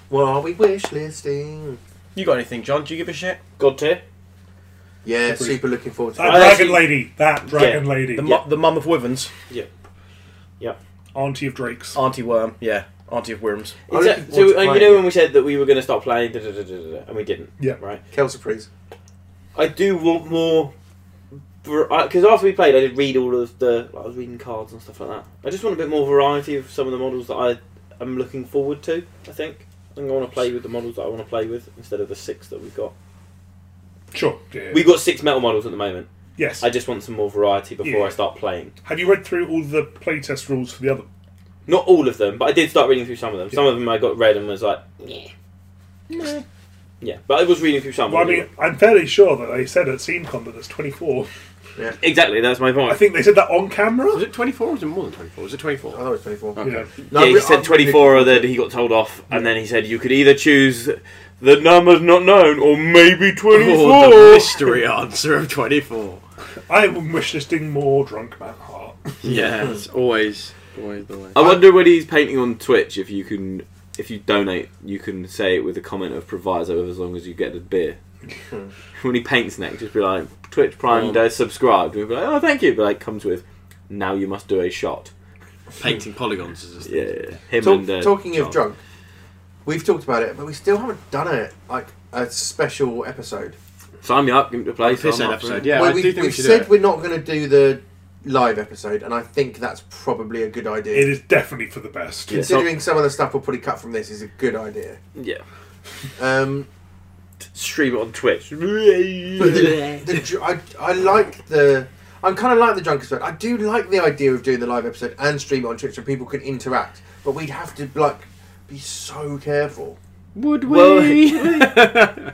Speaker 4: what are we wish listing?
Speaker 1: You got anything, John? Do you give a shit?
Speaker 5: God tier.
Speaker 4: Yeah, super looking forward to
Speaker 2: That
Speaker 4: that.
Speaker 5: I
Speaker 2: dragon
Speaker 5: actually-
Speaker 2: lady. That dragon
Speaker 5: Yeah.
Speaker 2: lady.
Speaker 1: The, mu- the mum of Wivens.
Speaker 2: Auntie of Drake's.
Speaker 1: Auntie Worm. Yeah. Auntie of Worms.
Speaker 4: I'm
Speaker 5: Is that-
Speaker 4: looking forward
Speaker 5: so,
Speaker 4: to
Speaker 5: and you
Speaker 4: playing
Speaker 5: know
Speaker 4: it.
Speaker 5: when we said that we were going to start playing, da, da, da, da, da, da, and we didn't.
Speaker 2: Yeah.
Speaker 5: Right.
Speaker 4: Kel surprise.
Speaker 5: I do want more. Because after we played, I did read all of the. I was reading cards and stuff like that. I just want a bit more variety of some of the models that I am looking forward to. I think. I think I want to play with the models that I want to play with instead of the six that we've got.
Speaker 2: Sure. Yeah.
Speaker 5: We've got six metal models at the moment.
Speaker 2: yes.
Speaker 5: I just want some more variety before
Speaker 2: Yeah.
Speaker 5: I start playing.
Speaker 2: Have you read through all the playtest rules for the other?
Speaker 5: Not all of them, but I did start reading through some of them. Some of them I got read and was like, yeah. Yeah, but I was reading through some. of
Speaker 2: Well, I
Speaker 5: them.
Speaker 2: mean, I'm fairly sure that they said at SceneCon that there's 24.
Speaker 5: exactly, that's my point.
Speaker 2: I think they said that on
Speaker 1: Was
Speaker 2: camera.
Speaker 1: it 24 or was it more than 24? Was it
Speaker 4: I
Speaker 2: Uh,
Speaker 1: 24?
Speaker 4: thought it Oh, was twenty four.
Speaker 2: Yeah.
Speaker 5: yeah, he said 24 or that he got told off, and then he said you could either choose the numbers not known or maybe 24.
Speaker 1: Oh, the mystery answer of 24.
Speaker 2: I am wishlisting more drunk man heart.
Speaker 1: Yeah, it's always, always the way.
Speaker 5: I wonder when he's painting on Twitch if you can. If you donate, you can say it with a comment of proviso of as long as you get the beer. when he paints next, just be like, Twitch Prime
Speaker 1: Mm.
Speaker 5: Day subscribed. We'll be like, oh, thank you. But like, comes with, now you must do a shot.
Speaker 1: Painting polygons is
Speaker 5: Yeah, him
Speaker 4: Talk,
Speaker 5: and uh,
Speaker 4: talking
Speaker 5: John.
Speaker 4: of drunk, we've talked about it, but we still haven't done it like a special episode.
Speaker 5: Sign me up, give him the place.
Speaker 1: Piss
Speaker 5: I'm up for
Speaker 1: episode,
Speaker 5: it.
Speaker 1: yeah.
Speaker 4: Well,
Speaker 1: I do
Speaker 4: we've,
Speaker 1: think we
Speaker 4: we've
Speaker 1: should
Speaker 4: said
Speaker 1: do it.
Speaker 4: we're not going to do the live episode, and I think that's probably a good idea.
Speaker 2: It is definitely for the best.
Speaker 5: Yeah.
Speaker 4: Considering some of the stuff we'll probably cut from this is a good idea.
Speaker 5: Yeah.
Speaker 4: Um,
Speaker 5: Stream it on Twitch.
Speaker 4: but the, the, dr- I, I like the. I'm kind of like the drunk episode. I do like the idea of doing the live episode and stream it on Twitch so people can interact, but we'd have to like be so careful.
Speaker 1: Would
Speaker 5: Well-
Speaker 1: we?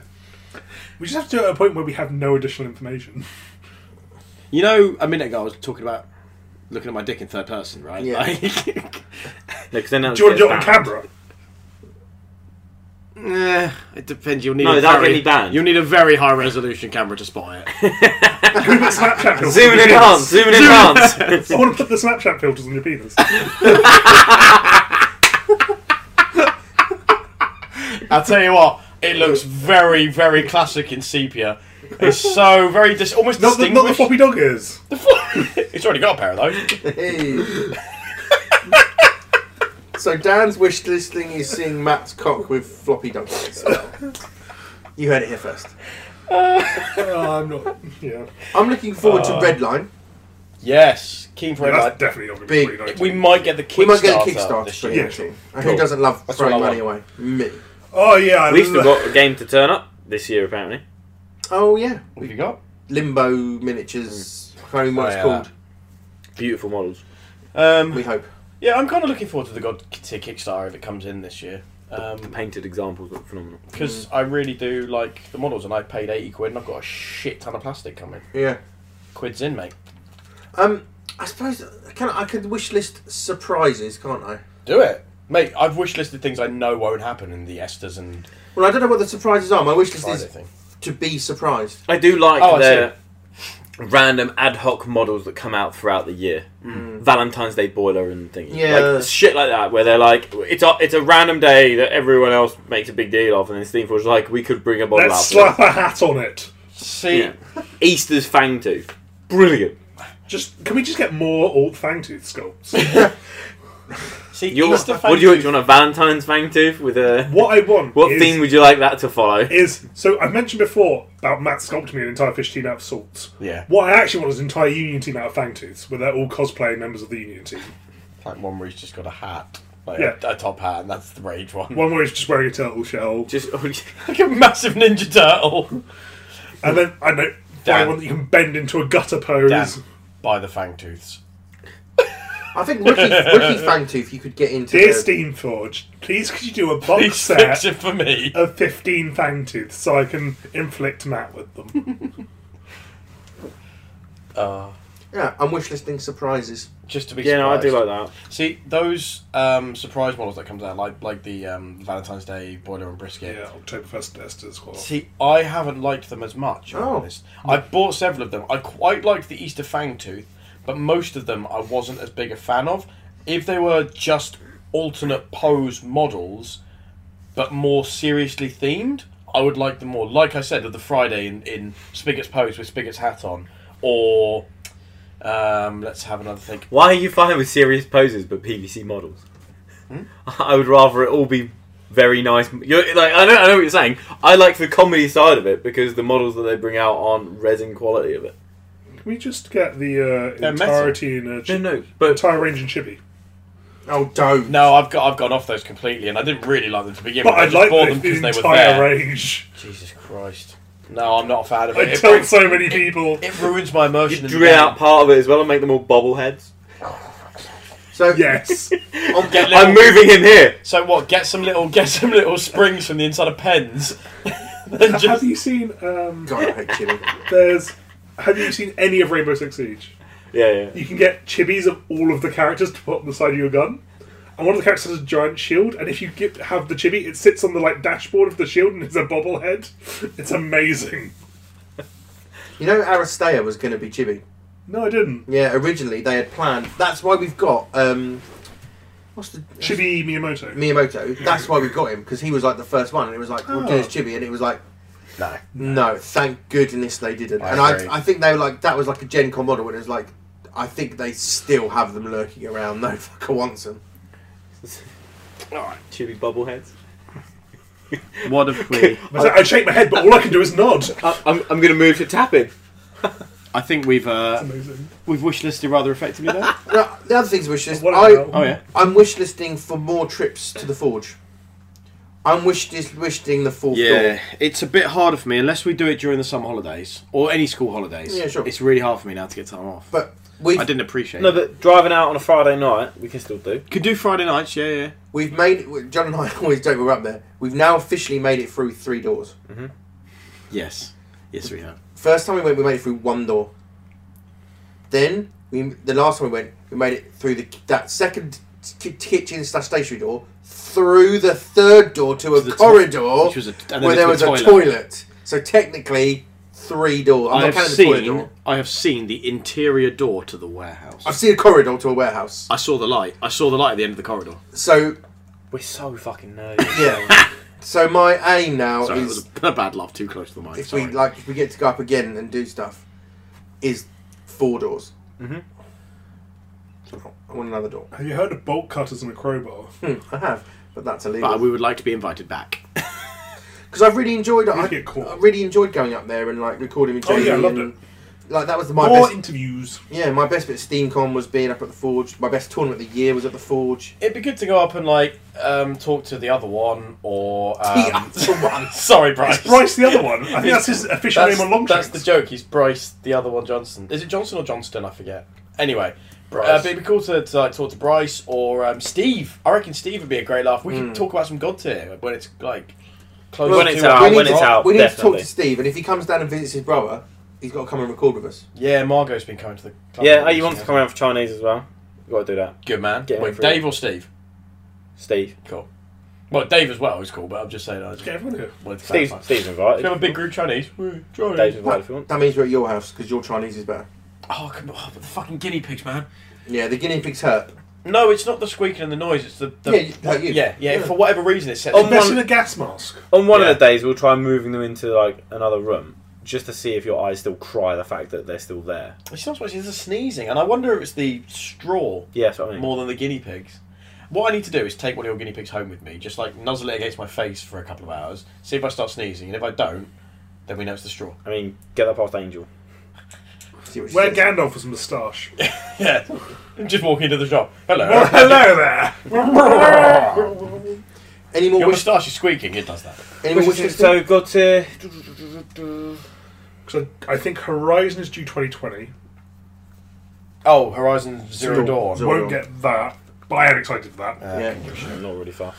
Speaker 2: We just have to do it at a point where we have no additional information.
Speaker 1: you know, a minute ago I was talking about looking at my dick in third person, right?
Speaker 4: Yeah.
Speaker 1: Like,
Speaker 5: No, 'cause then that
Speaker 2: Do you want to do it on
Speaker 5: gets banned.
Speaker 2: camera?
Speaker 1: eh, it depends. You'll need
Speaker 5: No,
Speaker 1: a
Speaker 5: that'll
Speaker 1: very,
Speaker 5: get me banned.
Speaker 1: You'll need a very high resolution camera to spy it.
Speaker 2: Put the Snapchat filters
Speaker 5: Zoom
Speaker 2: on
Speaker 5: in
Speaker 2: your
Speaker 5: advance. Zoom in advance.
Speaker 2: penis. I want to put the Snapchat filters on your penis.
Speaker 1: I'll tell you what, it looks very, very classic in sepia. It's so very dis- almost
Speaker 2: Not the, not the
Speaker 1: distinguished.
Speaker 2: floppy dog ears.
Speaker 1: it's already got a pair of those.
Speaker 4: Hey. so Dan's wish list thing is seeing Matt's cock with floppy donkeys. You heard it here first.
Speaker 2: Oh, I'm not. Yeah.
Speaker 4: I'm looking forward
Speaker 1: Uh,
Speaker 4: to Redline.
Speaker 1: Yes, keen for
Speaker 2: Yeah,
Speaker 1: a
Speaker 2: that's
Speaker 1: ride.
Speaker 2: definitely not going to be
Speaker 4: Big-
Speaker 2: 2019.
Speaker 1: We might get the Kickstarter.
Speaker 4: We might get a Kickstarter
Speaker 1: this
Speaker 4: for
Speaker 1: year.
Speaker 2: Yeah,
Speaker 4: it.
Speaker 2: sure.
Speaker 4: And who doesn't love
Speaker 1: That's
Speaker 4: throwing
Speaker 1: what I
Speaker 4: money away? Me.
Speaker 2: Oh, yeah. I
Speaker 5: We've still
Speaker 2: love-
Speaker 5: got a game to turn up this year, apparently.
Speaker 4: Oh yeah,
Speaker 1: What have you got?
Speaker 4: Limbo miniatures. I can't remember what it's
Speaker 1: Oh, yeah.
Speaker 4: called.
Speaker 5: Beautiful models.
Speaker 4: We
Speaker 1: Um,
Speaker 4: hope.
Speaker 1: yeah, I'm kind of looking forward to the God to Kickstarter if it comes in this year.
Speaker 5: The
Speaker 1: Um
Speaker 5: painted examples look phenomenal.
Speaker 1: 'cause because
Speaker 3: Mm.
Speaker 1: I really do like the models, and I paid eighty quid, and I've got a shit ton of plastic coming.
Speaker 4: Yeah.
Speaker 1: Quids in, mate.
Speaker 4: Um, I suppose can I, I could wish list surprises, can't I?
Speaker 1: Do it, mate. I've wishlisted things I know won't happen in the Estes and
Speaker 4: Well, I don't know what the surprises are. My wish list
Speaker 1: Friday
Speaker 4: is
Speaker 1: thing.
Speaker 4: to be surprised.
Speaker 5: I do like
Speaker 1: Oh, I
Speaker 5: their
Speaker 3: random ad hoc models that come out throughout the year.
Speaker 5: Mm.
Speaker 3: Valentine's Day boiler and things.
Speaker 4: Yeah.
Speaker 3: Like, shit like that, where they're like, it's a, it's a random day that everyone else makes a big deal of, and then Steamforge's like, we could bring a model
Speaker 2: Let's
Speaker 3: out.
Speaker 2: slap a hat on it.
Speaker 1: See,
Speaker 3: Yeah. Easter's Fangtooth. Brilliant.
Speaker 2: Just can we just get more old fangtooth sculpts?
Speaker 1: see,
Speaker 3: You're,
Speaker 1: Easter
Speaker 3: what do you, want?
Speaker 1: Fangtooth-
Speaker 3: do you want a Valentine's Fangtooth with a.
Speaker 2: what I want.
Speaker 3: What
Speaker 2: is,
Speaker 3: theme would you like that to follow?
Speaker 2: is so I've mentioned before about Matt sculpting me an entire fish team out of salts.
Speaker 1: Yeah,
Speaker 2: What I actually want is an entire union team out of fangtooths, where they're all cosplaying members of the union team.
Speaker 1: like one where he's just got a hat, like
Speaker 2: Yeah.
Speaker 1: a, a top hat, and that's the rage one.
Speaker 2: One where he's just wearing a turtle shell,
Speaker 3: Just
Speaker 1: oh, like a massive ninja turtle.
Speaker 2: and then I know
Speaker 1: Dan.
Speaker 2: find one that you can bend into a gutter pose.
Speaker 1: Dan, by the fangtooths.
Speaker 4: I think Ricky, Ricky Fangtooth, you could get into.
Speaker 2: Dear
Speaker 4: the-
Speaker 2: Steamforge, please could you do a box
Speaker 1: He's
Speaker 2: set
Speaker 1: fix it for me.
Speaker 3: Uh,
Speaker 2: of 15 fangtooths so I can inflict Matt with them?
Speaker 1: Uh,
Speaker 4: yeah, I'm wishlisting surprises.
Speaker 1: just to be
Speaker 3: yeah, no, I do
Speaker 1: surprised.
Speaker 3: like that.
Speaker 1: See those um, surprise models that comes out, like like the um, Valentine's Day boiler and brisket.
Speaker 2: yeah, Oktoberfest Nest as well.
Speaker 1: See, I haven't liked them as much.
Speaker 4: Oh.
Speaker 1: Oh. Honest. I bought several of them. I quite liked the Easter Fangtooth, but most of them I wasn't as big a fan of. If they were just alternate pose models, but more seriously themed, I would like them more. Like I said, of the Friday in, in Spigot's pose with Spigot's hat on, or um, let's have another think.
Speaker 3: Why are you fine with serious poses but PVC models? Hmm? I would rather it all be very nice. You're, like I know, I know what you're saying. I like the comedy side of it because the models that they bring out aren't resin quality of it.
Speaker 2: Can we just get the uh,
Speaker 1: They're metal.
Speaker 2: entirety in a
Speaker 3: No,
Speaker 2: chi-
Speaker 3: no, but
Speaker 2: entire range in chibi?
Speaker 4: Oh, don't.
Speaker 1: No, I've got I've gone off those completely, and I didn't really like them to begin
Speaker 2: But
Speaker 1: with. I
Speaker 2: I'd
Speaker 1: just
Speaker 2: like
Speaker 1: bought them
Speaker 2: the,
Speaker 1: because
Speaker 2: the
Speaker 1: they were there.
Speaker 2: entire range.
Speaker 1: Jesus Christ! No, I'm not a fan of it.
Speaker 2: I
Speaker 1: It
Speaker 2: told
Speaker 1: breaks-
Speaker 2: so many people.
Speaker 1: It ruins my
Speaker 3: you
Speaker 1: emotion. in the
Speaker 3: drill
Speaker 1: game.
Speaker 3: out part of it as well and make them all bobbleheads.
Speaker 4: So
Speaker 2: Yes.
Speaker 4: on,
Speaker 1: Get little-
Speaker 3: I'm moving him here.
Speaker 1: So what? Get some little, get some little springs from the inside of pens. Then
Speaker 2: have
Speaker 1: just,
Speaker 2: you seen? Um,
Speaker 4: God, I hate chili.
Speaker 2: there's. Have you seen any of Rainbow Six Siege?
Speaker 3: Yeah, yeah.
Speaker 2: You can get chibis of all of the characters to put on the side of your gun. And one of the characters has a giant shield, and if you get, have the chibi, it sits on the like dashboard of the shield and it's a bobblehead. It's amazing.
Speaker 4: You know, Aristea was going to be Chibi.
Speaker 2: No, I didn't.
Speaker 4: Yeah, originally they had planned. That's why we've got um, what's the
Speaker 2: Chibi Miyamoto.
Speaker 4: Miyamoto. That's why we got him because he was like the first one, and it was like we'll do
Speaker 1: Oh.
Speaker 4: his Chibi, and it was like
Speaker 1: no,
Speaker 4: no, thank goodness they didn't.
Speaker 1: I
Speaker 4: and
Speaker 1: agree.
Speaker 4: I, I think they were like that was like a Gen Con model, and it was like I think they still have them lurking around. No fucker wants them.
Speaker 3: Chibi bobbleheads.
Speaker 5: What if we?
Speaker 2: I, was like, I shake my head, but all I can do is nod.
Speaker 3: I- Uh, I'm, I'm going to move to tapping.
Speaker 5: I think we've uh,
Speaker 2: Amazing.
Speaker 5: we've wishlisted rather effectively there.
Speaker 4: Now, the other things wish list.
Speaker 2: What
Speaker 4: I,
Speaker 2: about-
Speaker 5: Oh yeah.
Speaker 4: I'm wish listing for more trips to the forge. I'm wish listing the fourth door.
Speaker 5: Yeah, it's a bit harder for me unless we do it during the summer holidays or any school holidays.
Speaker 4: Yeah, sure.
Speaker 5: It's really hard for me now to get time off.
Speaker 4: But we've
Speaker 5: I didn't appreciate.
Speaker 3: No,
Speaker 5: it.
Speaker 3: but driving out on a Friday night, we can still do.
Speaker 5: Could do Friday nights. Yeah, yeah.
Speaker 4: We've made John and I always joke we're up there. We've now officially made it through three doors.
Speaker 5: Yes, yes, we have.
Speaker 4: First time we went, we made it through one door. Then we, the last time we went, we made it through the that second ki- kitchen slash stationery door, through the third door to a
Speaker 5: the to-
Speaker 4: corridor
Speaker 5: Which was a, and then
Speaker 4: where there was
Speaker 5: a
Speaker 4: a toilet. So technically, three doors. I'm
Speaker 5: I
Speaker 4: not
Speaker 5: have
Speaker 4: counting the toilet
Speaker 5: seen.
Speaker 4: door.
Speaker 5: I have seen the interior door to the warehouse.
Speaker 4: I've seen a corridor to a warehouse.
Speaker 5: I saw the light. I saw the light at the end of the corridor.
Speaker 4: So
Speaker 3: We're so fucking nerdy.
Speaker 4: yeah. so my aim now
Speaker 5: Sorry, it
Speaker 4: is
Speaker 5: was a, a bad laugh. Too close to the mic.
Speaker 4: if
Speaker 5: Sorry.
Speaker 4: we like if we get to go up again and do stuff is four doors
Speaker 3: Mhm.
Speaker 4: i want another door
Speaker 2: Have you heard of bolt cutters and a crowbar?
Speaker 4: hmm, i have but that's
Speaker 5: but
Speaker 4: illegal
Speaker 5: we would like to be invited back.
Speaker 4: because i've really enjoyed I,
Speaker 2: get caught.
Speaker 4: I really enjoyed going up there and like recording with
Speaker 2: Oh, yeah, I
Speaker 4: Jamie
Speaker 2: loved
Speaker 4: and- like that was my
Speaker 2: More
Speaker 4: best
Speaker 2: interviews.
Speaker 4: yeah my best bit of steamcon was being up at the forge my best tournament of the year was at the forge
Speaker 1: it'd be good to go up and like um, talk to the other one or
Speaker 4: The
Speaker 1: um,
Speaker 4: other one.
Speaker 1: sorry, Bryce.
Speaker 2: It's Bryce the other one. I think that's his official
Speaker 1: That's,
Speaker 2: name on
Speaker 1: that's the
Speaker 2: Longshanks.
Speaker 1: joke. He's Bryce, the other one, Johnson. Is it Johnson or Johnston? I forget. Anyway, uh, but it'd be cool to, to like, talk to Bryce or um, Steve. I reckon Steve would be a great laugh. We could talk about some God tier when it's like close
Speaker 3: Hmm. When
Speaker 1: to
Speaker 3: it's
Speaker 1: our
Speaker 3: out,
Speaker 4: we need,
Speaker 3: when
Speaker 4: to-
Speaker 3: it's uh, out,
Speaker 4: we need to talk
Speaker 3: definitely.
Speaker 4: to steve and if he comes down and visits his brother he's got to come and record with us
Speaker 1: Yeah, Margot's been coming to the club.
Speaker 3: yeah, oh, you want to come around for Chinese as well? you got to do that.
Speaker 1: Good man.
Speaker 3: Get him
Speaker 1: Wait,
Speaker 3: for
Speaker 1: Dave or Steve?
Speaker 3: Steve.
Speaker 1: Cool. Well, Dave as well was cool, but I'm just saying. I just
Speaker 2: Get everyone here.
Speaker 1: wanted to
Speaker 3: Steve's,
Speaker 1: clarify.
Speaker 3: Steve's
Speaker 1: If
Speaker 3: invited.
Speaker 1: you have a big group Chinese, we're Chinese.
Speaker 3: Dave's invited if you want.
Speaker 4: That means we're at your house because your Chinese is better.
Speaker 1: Oh, come on, oh, but the fucking guinea pigs, man.
Speaker 4: Yeah, the guinea pigs hurt.
Speaker 1: No, it's not the squeaking and the noise. It's the, the
Speaker 4: Yeah, you- like you.
Speaker 1: yeah, yeah,
Speaker 4: Yeah.
Speaker 1: For whatever reason, it sets.
Speaker 3: Oh,
Speaker 1: it.
Speaker 2: Best in a gas mask.
Speaker 3: On one
Speaker 1: Yeah.
Speaker 3: of the days, we'll try moving them into like another room just to see if your eyes still cry the fact that they're still there.
Speaker 1: It's not so much. It's the sneezing, and I wonder if it's the straw
Speaker 3: Yeah, that's what I mean.
Speaker 1: more than the guinea pigs. What I need to do is take one of your guinea pigs home with me, just like nuzzle it against my face for a couple of hours, see if I start sneezing, and if I don't, then we know it's the straw.
Speaker 3: I mean, get that past Angel.
Speaker 4: See what she
Speaker 2: Wear
Speaker 4: says.
Speaker 2: Gandalf's moustache.
Speaker 1: Yeah, just walk into the shop.
Speaker 2: Well,
Speaker 1: Hello.
Speaker 3: Oh,
Speaker 2: hello there.
Speaker 4: Any more
Speaker 1: Your
Speaker 4: wish?
Speaker 1: moustache is squeaking. It does that.
Speaker 4: Any more wishes?
Speaker 3: So we've got to.
Speaker 2: So I think Horizon is due 2020.
Speaker 1: Oh, Horizon Zero
Speaker 4: Zero-
Speaker 1: Dawn.
Speaker 4: Zero-
Speaker 2: Won't get that, but I am excited for that.
Speaker 1: Uh,
Speaker 4: Yeah.
Speaker 3: Not really far.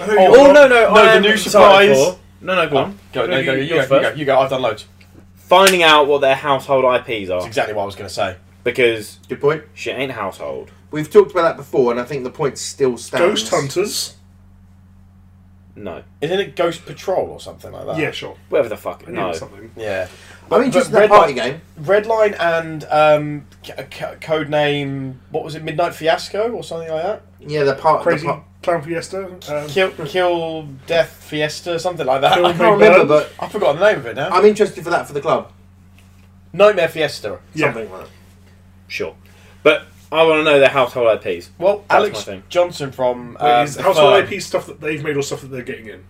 Speaker 2: I know
Speaker 1: Oh,
Speaker 2: you're-
Speaker 3: Oh, no, no,
Speaker 1: no,
Speaker 3: I
Speaker 1: the
Speaker 3: am
Speaker 1: new
Speaker 3: excited
Speaker 1: surprise.
Speaker 3: for- No, no, go on.
Speaker 1: Oh, Go, no,
Speaker 2: No,
Speaker 1: go,
Speaker 2: you-
Speaker 1: you,
Speaker 2: you
Speaker 1: go,
Speaker 2: go
Speaker 1: you go, you go. I've done loads.
Speaker 3: Finding out what their household IPs
Speaker 1: That's
Speaker 3: are
Speaker 1: exactly what I was going to say.
Speaker 3: because
Speaker 4: Good point.
Speaker 3: shit ain't household.
Speaker 4: We've talked about that before, and I think the point still stands.
Speaker 2: Ghost Hunters.
Speaker 3: No,
Speaker 1: Isn't it Ghost Patrol or something like that?
Speaker 2: Yeah, sure.
Speaker 3: whatever the fuck.
Speaker 2: I knew it
Speaker 3: Uh, No,
Speaker 2: was something.
Speaker 1: Yeah.
Speaker 4: I'm interested in
Speaker 1: But
Speaker 4: that
Speaker 1: Red
Speaker 4: party game.
Speaker 1: Redline and um, c- c- code name. What was it? Midnight Fiasco or something like that.
Speaker 4: Yeah, the part.
Speaker 2: Crazy
Speaker 4: The part
Speaker 2: Clown Fiesta. Um,
Speaker 1: Kill, kill, death, fiesta, something like that.
Speaker 2: Kill
Speaker 1: I
Speaker 4: I
Speaker 1: can't-
Speaker 4: can't
Speaker 2: Big
Speaker 4: remember,
Speaker 2: Bird.
Speaker 4: but
Speaker 1: I forgot the name of it now.
Speaker 4: I'm interested for that for the club.
Speaker 1: Nightmare Fiesta.
Speaker 2: yeah.
Speaker 4: Something like that.
Speaker 3: sure, but I want to know their household IPs.
Speaker 1: Well, Alex
Speaker 3: my thing.
Speaker 1: Johnson from
Speaker 2: Wait,
Speaker 1: um,
Speaker 2: is
Speaker 1: The
Speaker 2: household
Speaker 1: Firm.
Speaker 2: IP stuff that they've made or stuff that they're getting in.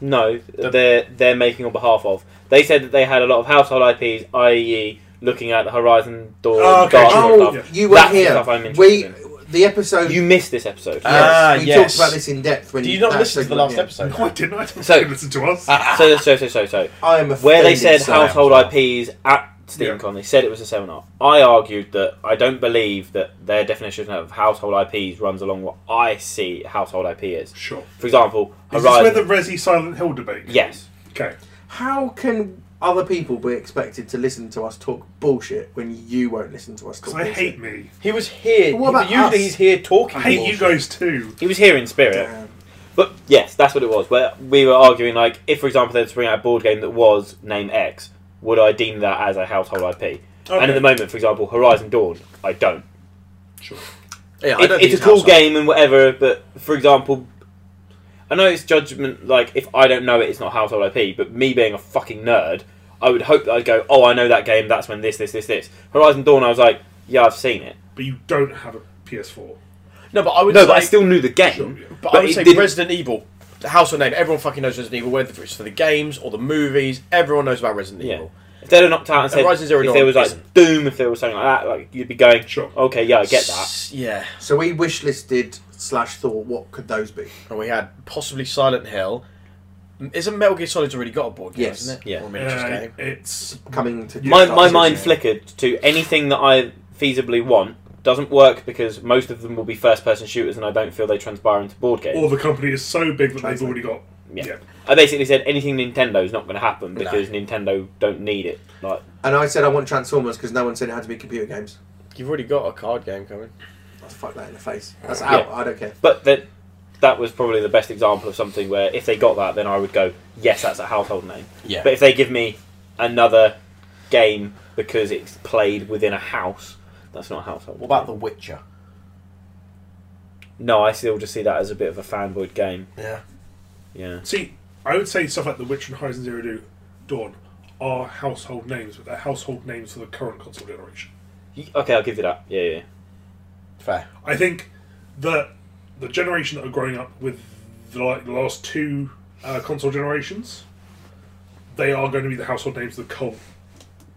Speaker 3: No, they're they're making on behalf of. They said that they had a lot of household IPs, i.e., looking at Horizon Dawn,
Speaker 2: Oh, okay,
Speaker 3: Dark
Speaker 2: sure.
Speaker 3: Lord
Speaker 4: Oh,
Speaker 3: stuff.
Speaker 2: Yeah.
Speaker 4: you were
Speaker 3: That's the
Speaker 4: here.
Speaker 3: stuff I'm
Speaker 4: We
Speaker 3: interested
Speaker 4: the episode.
Speaker 3: You missed this episode,
Speaker 4: yes,
Speaker 1: Ah,
Speaker 4: we
Speaker 1: yes.
Speaker 4: talked about this in depth when
Speaker 1: Do you not
Speaker 4: that
Speaker 1: listen to the
Speaker 4: segment,
Speaker 1: last
Speaker 4: yeah.
Speaker 1: episode?
Speaker 2: No, I didn't. I didn't
Speaker 3: So- uh,
Speaker 2: fucking listen to us.
Speaker 3: so so so so so.
Speaker 4: I am
Speaker 3: where they
Speaker 4: offended,
Speaker 3: said
Speaker 4: sir.
Speaker 3: household
Speaker 1: seminar.
Speaker 3: IPs at SteamCon, they said it was a seminar. I argued that I don't believe that their definition of household IPs runs along what I see household IP is.
Speaker 2: Sure.
Speaker 3: For example,
Speaker 2: Is this where
Speaker 3: Horizon.
Speaker 2: the Resi Silent Hill debate?
Speaker 3: yes,
Speaker 2: Okay.
Speaker 4: How can other people be expected to listen to us talk bullshit when you won't listen to us talk
Speaker 2: Because I
Speaker 4: bullshit?
Speaker 2: hate me.
Speaker 1: He was here.
Speaker 4: But what about
Speaker 1: usually
Speaker 4: us?
Speaker 1: he's here talking.
Speaker 2: I hate you
Speaker 1: bullshit.
Speaker 2: guys too.
Speaker 3: he was here in spirit,
Speaker 4: Damn.
Speaker 3: but yes, that's what it was. Where we were arguing, like, if for example they were to bring out a board game that was name X, would I deem that as a household IP? And at the moment, for example, Horizon Dawn, I don't.
Speaker 2: Sure.
Speaker 5: Yeah, I
Speaker 3: It-
Speaker 5: don't think
Speaker 3: it's a cool
Speaker 5: household.
Speaker 3: game and whatever, but for example, I know it's judgment. Like if I don't know it, it's not household IP. But me being a fucking nerd, I would hope that I'd go, "Oh, I know that game. That's when this, this, this, this." Horizon Dawn. I was like, "Yeah, I've seen it."
Speaker 2: But you don't have a PS4.
Speaker 1: No, but I would
Speaker 3: No,
Speaker 1: say,
Speaker 3: but I still knew the game.
Speaker 2: Sure, yeah.
Speaker 1: but
Speaker 3: but
Speaker 1: I would
Speaker 3: it
Speaker 1: say
Speaker 3: didn't-
Speaker 1: Resident Evil, the household name. Everyone fucking knows Resident Evil, whether it's for the games or the movies. Everyone knows about Resident
Speaker 3: Yeah.
Speaker 1: Evil.
Speaker 3: If they'd have knocked out and said,
Speaker 5: Horizon Zero
Speaker 3: if
Speaker 5: Dawn
Speaker 3: there was like
Speaker 5: isn't.
Speaker 3: Doom, if there was something like that, like you'd be going,
Speaker 2: Sure.
Speaker 3: "Okay, yeah, I get that."
Speaker 1: S- Yeah.
Speaker 4: So we wish listed slash thought what could those be?
Speaker 1: and we had possibly Silent Hill. M- Isn't Metal Gear Solid's already got a board game,
Speaker 4: Yes.
Speaker 1: isn't it?
Speaker 3: Yeah.
Speaker 1: Or a miniatures
Speaker 2: Uh,
Speaker 1: game.
Speaker 2: it's
Speaker 4: Coming to
Speaker 3: My my
Speaker 4: Discord.
Speaker 3: mind flickered to anything that I feasibly want. Doesn't work because most of them will be first-person shooters, and I don't feel they transpire into board games.
Speaker 2: or the company is so big that they've
Speaker 4: Translate.
Speaker 2: already got.
Speaker 3: Yeah.
Speaker 2: Yeah.
Speaker 3: I basically said anything Nintendo is not going to happen
Speaker 1: No.
Speaker 3: because Nintendo don't need it. Like,
Speaker 4: And I said I want Transformers because no one said it had to be computer games.
Speaker 1: You've already got a card game coming.
Speaker 4: I'll fuck that in the face. That's out. I don't care.
Speaker 3: but that that was probably the best example of something where if they got that, then I would go, yes, that's a household name.
Speaker 1: Yeah.
Speaker 3: But if they give me another game because it's played within a house, that's not a household.
Speaker 1: what about The Witcher?
Speaker 3: No, I still just see that as a bit of a fanboy game.
Speaker 1: Yeah.
Speaker 3: Yeah.
Speaker 2: See, I would say stuff like The Witcher and Horizon Zero Do- Dawn are household names, but they're household names for the current console generation.
Speaker 3: Y- Okay, I'll give you that. Yeah, yeah.
Speaker 1: Fair.
Speaker 2: I think that the generation that are growing up with the, like, the last two uh, console generations, they are going to be the household names of the cult.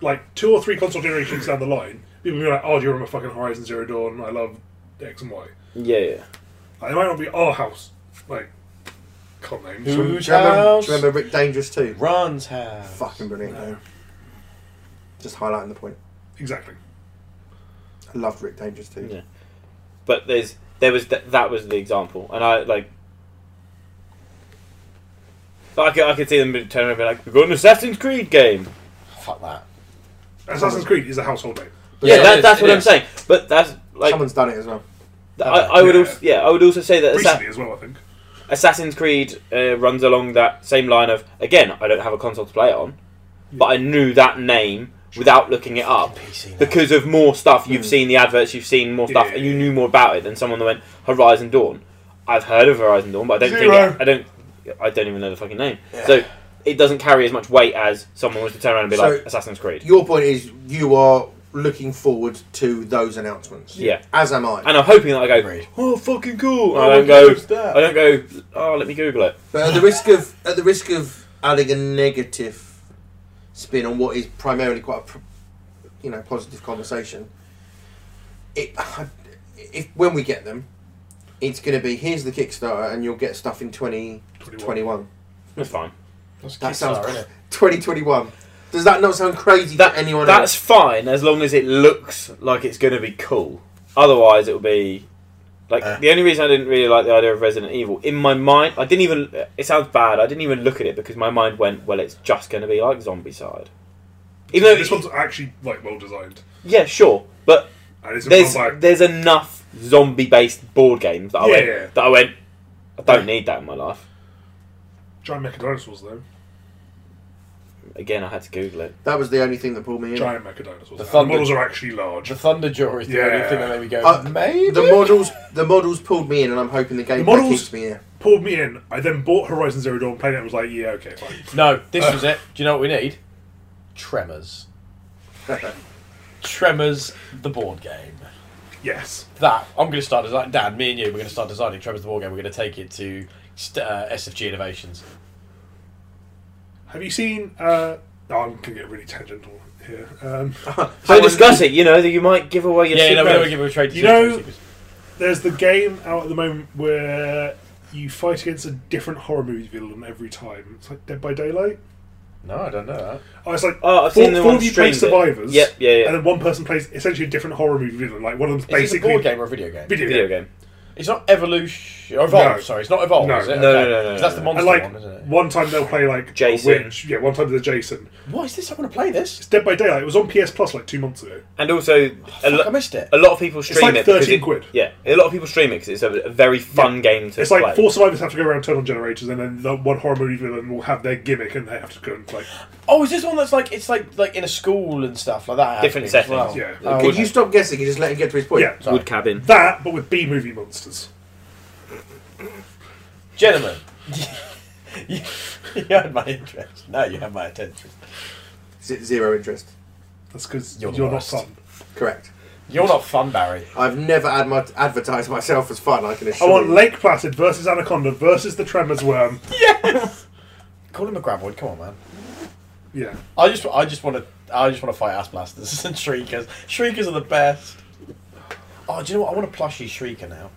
Speaker 2: Like two or three console generations down the line, people will be like, "Oh, do you remember fucking Horizon Zero Dawn? I love X and Y."
Speaker 3: Yeah, yeah.
Speaker 2: Like, they might not be our house, like cult names.
Speaker 4: Do you
Speaker 1: Whose
Speaker 4: remember,
Speaker 1: house?
Speaker 4: do you remember Rick Dangerous too?
Speaker 1: Ron's house.
Speaker 4: Fucking brilliant though. Just highlighting the point.
Speaker 2: Exactly.
Speaker 4: I loved Rick Dangerous too.
Speaker 3: Yeah. But there's there was th- that was the example, and I like. I could, I could see them turning around and be like, we've got an Assassin's Creed game.
Speaker 1: Fuck that.
Speaker 2: Assassin's Creed is a household name.
Speaker 4: But
Speaker 3: yeah,
Speaker 4: yeah,
Speaker 3: that,
Speaker 1: it
Speaker 3: that's
Speaker 1: is,
Speaker 3: what
Speaker 1: it
Speaker 3: I'm
Speaker 1: is.
Speaker 3: saying. But that's like
Speaker 4: Someone's done it as well.
Speaker 3: I, I would
Speaker 2: Yeah.
Speaker 3: also yeah I would also say that Assa-
Speaker 2: Recently as well, I think.
Speaker 3: Assassin's Creed uh, runs along that same line of again, I don't have a console to play it on, but I knew that name without looking it up
Speaker 1: PC now.
Speaker 3: because of more stuff you've seen the adverts, you've seen more stuff,
Speaker 2: Yeah.
Speaker 3: and you knew more about it than someone that went Horizon Dawn. I've heard of Horizon Dawn, but I don't
Speaker 2: Zero.
Speaker 3: think it, I don't I don't even know the fucking name. So it doesn't carry as much weight as someone was to turn around and be
Speaker 4: So-
Speaker 3: like Assassin's Creed.
Speaker 4: Your point is you are looking forward to those announcements.
Speaker 3: Yeah.
Speaker 4: As am I.
Speaker 3: And I'm hoping that I go,
Speaker 1: Agreed.
Speaker 3: oh fucking cool.
Speaker 2: Oh,
Speaker 3: I don't
Speaker 2: my
Speaker 3: go.
Speaker 2: goodness, that.
Speaker 3: I don't go. Oh, let me Google it.
Speaker 4: But at the risk of at the risk of adding a negative spin on what is primarily quite a pr- you know positive conversation, it if when we get them, it's going to be here's the Kickstarter and you'll get stuff in 2021.
Speaker 2: 21.
Speaker 3: That's fine.
Speaker 1: That's
Speaker 4: That
Speaker 1: Kickstarter,
Speaker 4: sounds-
Speaker 1: innit?
Speaker 4: 2021. Does that not sound crazy
Speaker 3: That-
Speaker 4: to anyone
Speaker 3: That's
Speaker 4: else?
Speaker 3: fine as long as it looks like it's going to be cool. Otherwise, it'll be like
Speaker 1: Uh.
Speaker 3: the only reason I didn't really like the idea of Resident Evil in my mind. I didn't even. It sounds bad. I didn't even look at it because my mind went, well, it's just going to be like Zombie Side. Even though
Speaker 2: This one's actually like well designed,
Speaker 3: yeah, sure, but
Speaker 2: and it's
Speaker 3: there's
Speaker 2: run by
Speaker 3: there's enough zombie-based board games that I went
Speaker 2: Yeah.
Speaker 3: that I went. I don't need that in my life.
Speaker 2: giant mechadinosaurs though.
Speaker 3: Again, I had to Google it.
Speaker 4: That was the only thing that pulled me in.
Speaker 2: Giant mechadinosaurs.
Speaker 1: The
Speaker 2: The,
Speaker 1: thunder-
Speaker 2: models are actually large.
Speaker 1: The Thunder Jaw is the only
Speaker 2: Yeah.
Speaker 1: thing that made me go,
Speaker 4: Uh,
Speaker 1: maybe?
Speaker 4: The models, the models pulled me in, and I'm hoping the game
Speaker 2: models-
Speaker 4: keeps me in.
Speaker 2: Pulled me in. I then bought Horizon Zero Dawn, played it, and was like, yeah, okay, fine.
Speaker 1: no, this was it. Do you know what we need? Tremors. Tremors, the board game.
Speaker 2: Yes.
Speaker 1: That, I'm going to start designing, Dan, me and you, we're going to start designing Tremors the board game. We're going to take it to st- uh, SFG Innovations.
Speaker 2: Have you seen? Uh, oh, I'm gonna get really tangential here. Um,
Speaker 3: So discuss it. You know that you might give away your
Speaker 1: Yeah, you know,
Speaker 3: secret.
Speaker 1: we're going to give it a trade to
Speaker 2: You
Speaker 1: Secret
Speaker 2: know-
Speaker 1: Secrets.
Speaker 2: there's the game out at the moment where you fight against a different horror movie villain every time. It's like Dead by Daylight.
Speaker 1: No, I don't know that.
Speaker 2: Oh, it's like
Speaker 3: Oh, I've
Speaker 2: four,
Speaker 3: seen the
Speaker 2: four
Speaker 3: one
Speaker 2: of you play
Speaker 3: streamed it.
Speaker 2: survivors.
Speaker 3: Yep, yeah, yeah.
Speaker 2: And then one person plays essentially a different horror movie villain. Like one of them's
Speaker 1: Is this a
Speaker 2: basically
Speaker 1: board game or a video game?
Speaker 2: video,
Speaker 3: video
Speaker 2: game.
Speaker 3: game.
Speaker 1: It's not Evolution. Or Evolve,
Speaker 2: No.
Speaker 1: sorry. It's not Evolve,
Speaker 2: No.
Speaker 1: is it?
Speaker 3: No,
Speaker 1: Okay.
Speaker 3: no, no, no,
Speaker 1: 'Cause that's
Speaker 3: no,
Speaker 1: the
Speaker 3: no.
Speaker 1: monster
Speaker 2: And like
Speaker 1: one, isn't it?
Speaker 2: one time they'll play like a
Speaker 3: Jason.
Speaker 2: witch. Yeah, one time there's Jason.
Speaker 1: What is this? I want to play this.
Speaker 2: It's Dead by Daylight. It was on PS Plus like two months ago.
Speaker 3: And also, a,
Speaker 1: Fuck, I
Speaker 3: lo-
Speaker 1: missed it.
Speaker 3: a lot of people stream
Speaker 2: like
Speaker 3: it. because
Speaker 2: 13
Speaker 3: it-
Speaker 2: quid.
Speaker 3: Yeah, a lot of people stream it because it's a, a very fun game to
Speaker 2: It's like
Speaker 3: play.
Speaker 2: four survivors have to go around and turn on generators, and then the one horror movie villain will have their gimmick, and they have to go and like
Speaker 1: Oh, is this one that's like it's like like in a school and stuff like that?
Speaker 3: Different
Speaker 1: happening as
Speaker 3: settings.
Speaker 2: yeah,
Speaker 1: Oh,
Speaker 4: Can
Speaker 1: okay.
Speaker 4: you stop guessing and just let him get to his point?
Speaker 2: yeah.
Speaker 1: Sorry.
Speaker 3: Wood cabin.
Speaker 2: That, but with B movie monsters.
Speaker 1: Gentlemen, you, you had my interest. Now you have my attention.
Speaker 4: Z- Zero interest.
Speaker 2: That's because
Speaker 1: You're
Speaker 2: you're,
Speaker 1: the worst.
Speaker 2: not fun.
Speaker 4: Correct.
Speaker 1: You're not fun, Barry.
Speaker 4: I've never ad- my- advertised myself as fun. I can
Speaker 2: I
Speaker 4: assure
Speaker 2: want
Speaker 4: you.
Speaker 2: Lake Placid versus Anaconda versus the Tremors worm.
Speaker 1: Call him a graboid. Come on, man.
Speaker 2: Yeah,
Speaker 1: I just I just want to I just want to fight ass blasters and shriekers. Shriekers are the best. Oh, do you know what? I want a plushy shrieker now.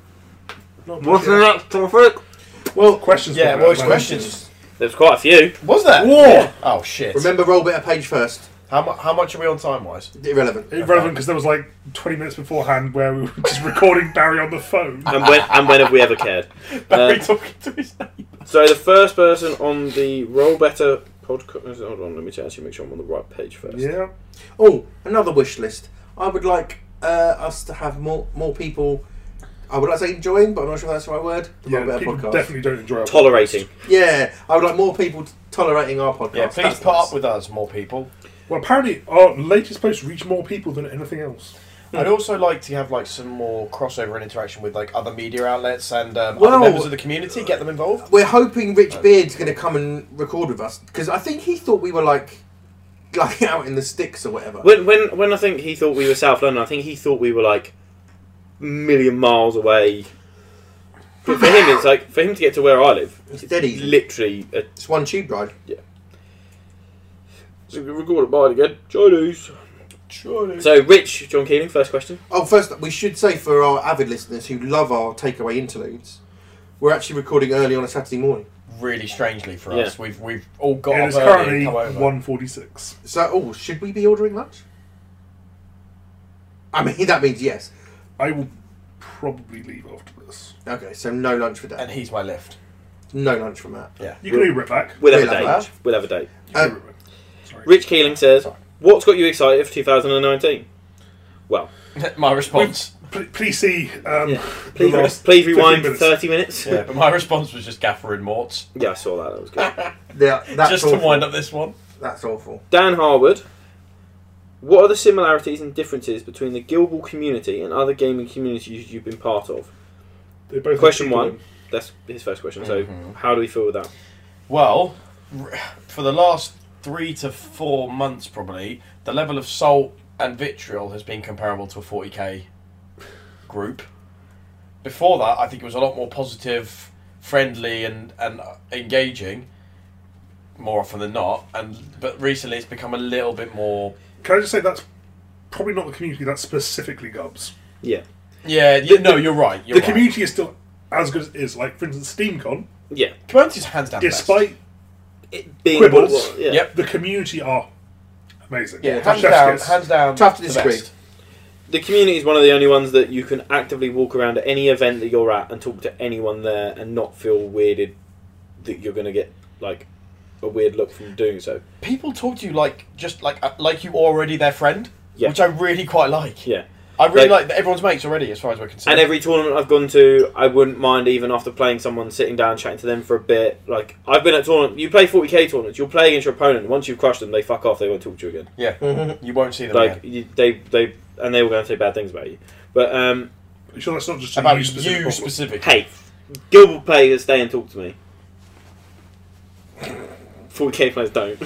Speaker 3: What's the next topic?
Speaker 2: well, questions.
Speaker 1: Yeah,
Speaker 2: coming
Speaker 1: well,
Speaker 2: out
Speaker 1: it's
Speaker 2: at the moment.
Speaker 1: questions.
Speaker 3: There's quite a few.
Speaker 1: Was that?
Speaker 2: War.
Speaker 1: Oh shit!
Speaker 4: Remember, roll bit of page first.
Speaker 1: how, mu- how much are we on time wise?
Speaker 4: Irrelevant.
Speaker 2: Irrelevant because there was like 20 minutes beforehand where we were just recording Barry on the phone.
Speaker 3: And when, and when have we ever cared?
Speaker 1: Barry
Speaker 3: Uh,
Speaker 1: talking to his neighbour.
Speaker 3: So the first person on the Roll Better podcast. Hold on, let me actually make sure I'm on the right page first.
Speaker 2: Yeah,
Speaker 4: Oh, another wish list. I would like uh, us to have more more people. I would like to say enjoying, but I'm not sure that's the right word.
Speaker 2: yeah.
Speaker 4: Roll bit of
Speaker 2: people
Speaker 4: podcast.
Speaker 2: definitely don't enjoy our
Speaker 3: Tolerating.
Speaker 4: Yeah, I would like more people t- tolerating our podcast.
Speaker 1: Yeah, please
Speaker 4: That's
Speaker 1: put
Speaker 4: nice.
Speaker 1: up with us, more people.
Speaker 2: podcast. Well, apparently our latest posts reach more people than anything else.
Speaker 1: I'd also like to have like some more crossover and interaction with like other media outlets and um,
Speaker 4: Well-
Speaker 1: other members of the community. Get them involved.
Speaker 4: We're hoping Rich Beard's going to come and record with us because I think he thought we were like like out in the sticks or whatever.
Speaker 3: When, when, when I think he thought we were South London, I think he thought we were like a million miles away. But for him, it's like, for him to get to where I live,
Speaker 4: It's dead easy.
Speaker 3: literally a
Speaker 4: It's one tube ride.
Speaker 3: So we record it by again. Chinese.
Speaker 1: Surely.
Speaker 3: So Rich, John Keeling, first question.
Speaker 4: Oh, first we should say for our avid listeners who love our takeaway interludes, we're actually recording early on a Saturday morning.
Speaker 1: really strangely for
Speaker 3: Yeah.
Speaker 1: us, we've we've all got
Speaker 2: It
Speaker 1: up
Speaker 2: is
Speaker 1: early
Speaker 2: currently
Speaker 1: and come over.
Speaker 2: 146.
Speaker 4: So, oh, should we be ordering lunch? I mean, that means yes.
Speaker 2: I will probably leave after this.
Speaker 4: Okay, so no lunch for
Speaker 1: and
Speaker 4: Dan.
Speaker 1: he's my lift.
Speaker 4: No lunch for Matt.
Speaker 2: You can Uber it back.
Speaker 3: We'll have a
Speaker 4: We'll have
Speaker 3: date.
Speaker 4: that.
Speaker 3: We'll have a date.
Speaker 2: You can
Speaker 4: Uh,
Speaker 2: Uber it back. Sorry.
Speaker 3: Rich Keeling says, "What's got you excited for 2019?" Well,
Speaker 1: my response.
Speaker 2: P- please see. Um,
Speaker 5: Yeah. Please,
Speaker 2: the last
Speaker 5: please
Speaker 2: 15
Speaker 5: rewind
Speaker 2: minutes.
Speaker 5: thirty minutes.
Speaker 1: Yeah, but my response was just Gaffer and Morts,
Speaker 5: Yeah, I saw that. That was good.
Speaker 4: Yeah, that's
Speaker 1: just
Speaker 4: awful.
Speaker 1: to wind up this one.
Speaker 4: That's awful.
Speaker 5: Dan Harwood. What are the similarities and differences between the Gilball community and other gaming communities you've been part of?
Speaker 2: They both
Speaker 5: Question
Speaker 2: have people
Speaker 5: one. That's his first question. So, how do we feel with that?
Speaker 1: Well, r- for the last three to four months, probably the level of salt and vitriol has been comparable to a 40k group. Before that, I think it was a lot more positive, friendly, and and uh, engaging. More often than not, and but recently it's become a little bit more.
Speaker 2: in- Can I just say that's probably not the community. That's specifically Gubs.
Speaker 5: Yeah.
Speaker 1: Yeah, you, no, you're right. You're
Speaker 2: the
Speaker 1: right.
Speaker 2: community is still as good as it is. Like for instance, SteamCon,
Speaker 5: Yeah.
Speaker 1: community's hands down. the best.
Speaker 2: despite
Speaker 5: It being
Speaker 2: Quibbles.
Speaker 5: what- what- yeah.
Speaker 1: Yep.
Speaker 2: the community are amazing.
Speaker 1: yeah,
Speaker 2: Chef's
Speaker 1: hands down,
Speaker 2: kiss.
Speaker 1: hands down,
Speaker 4: Tough to
Speaker 1: the
Speaker 4: disagree.
Speaker 1: best.
Speaker 5: The community is one of the only ones that you can actively walk around at any event that you're at and talk to anyone there and not feel weirded that you're going to get like a weird look from doing so.
Speaker 1: people talk to you like just like uh, like you already their friend,
Speaker 5: Yeah.
Speaker 1: which I really quite like.
Speaker 5: Yeah.
Speaker 1: I really
Speaker 5: Like-
Speaker 1: like, that everyone's mates already, as far as we're concerned.
Speaker 5: And every tournament I've gone to, I wouldn't mind even after playing someone sitting down chatting to them for a bit. Like I've been at tournament, you play 40k tournaments, you'll play against your opponent. Once you've crushed them, they fuck off. They won't talk to you again.
Speaker 1: you won't see them
Speaker 5: Like
Speaker 1: again.
Speaker 5: you, they they and they were going to say bad things about you. But um,
Speaker 2: You sure that's not just a
Speaker 1: about
Speaker 2: you
Speaker 1: you
Speaker 2: specific problem?
Speaker 1: specifically.
Speaker 5: hey, Gilbert players stay and talk to me. 40k players don't.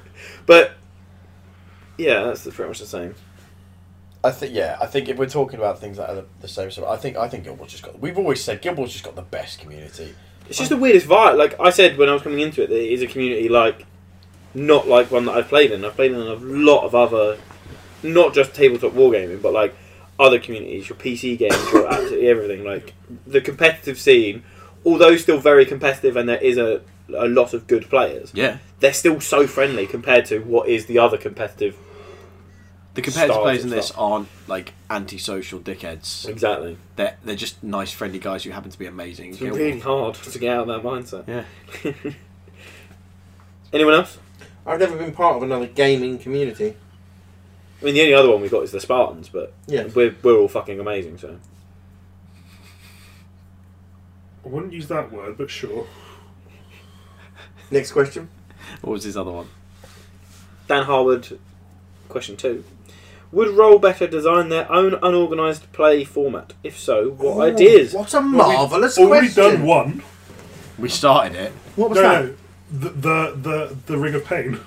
Speaker 5: but yeah, that's pretty much the same.
Speaker 1: I think yeah, I think if we're talking about things that are the, the same, so I think I think Gilmore's just got. We've always said Gilmore's just got the best community.
Speaker 5: It's just the weirdest vibe. Like I said when I was coming into it, that it is a community like not like one that I've played in. I've played in a lot of other, not just tabletop wargaming, but like other communities, your PC games, your absolutely everything. Like the competitive scene, although still very competitive, and there is a a lot of good players.
Speaker 8: Yeah.
Speaker 5: They're still so friendly compared to what is the other competitive.
Speaker 8: The competitive
Speaker 5: Stars
Speaker 8: players in
Speaker 5: and
Speaker 8: this
Speaker 5: stuff.
Speaker 8: aren't like antisocial dickheads.
Speaker 5: Exactly.
Speaker 8: They're they're just nice, friendly guys who happen to be amazing.
Speaker 5: It's
Speaker 8: Gil-
Speaker 5: really hard to get out of that mindset.
Speaker 8: Yeah.
Speaker 5: Anyone else?
Speaker 4: I've never been part of another gaming community.
Speaker 5: I mean, the only other one we got is the Spartans, but
Speaker 4: Yeah.
Speaker 5: we're, we're all fucking amazing. So
Speaker 2: I wouldn't use that word, but sure.
Speaker 4: Next question.
Speaker 8: What was his other one?
Speaker 5: Dan Harwood, question two: Would Roll Better design their own unorganised play format? If so, what
Speaker 4: Ooh,
Speaker 5: ideas?
Speaker 4: What a
Speaker 2: Well, we've
Speaker 4: marvelous
Speaker 2: Already
Speaker 4: question.
Speaker 2: done one.
Speaker 8: We started it.
Speaker 4: What was
Speaker 2: No,
Speaker 4: that?
Speaker 2: no, the, the the the ring of pain.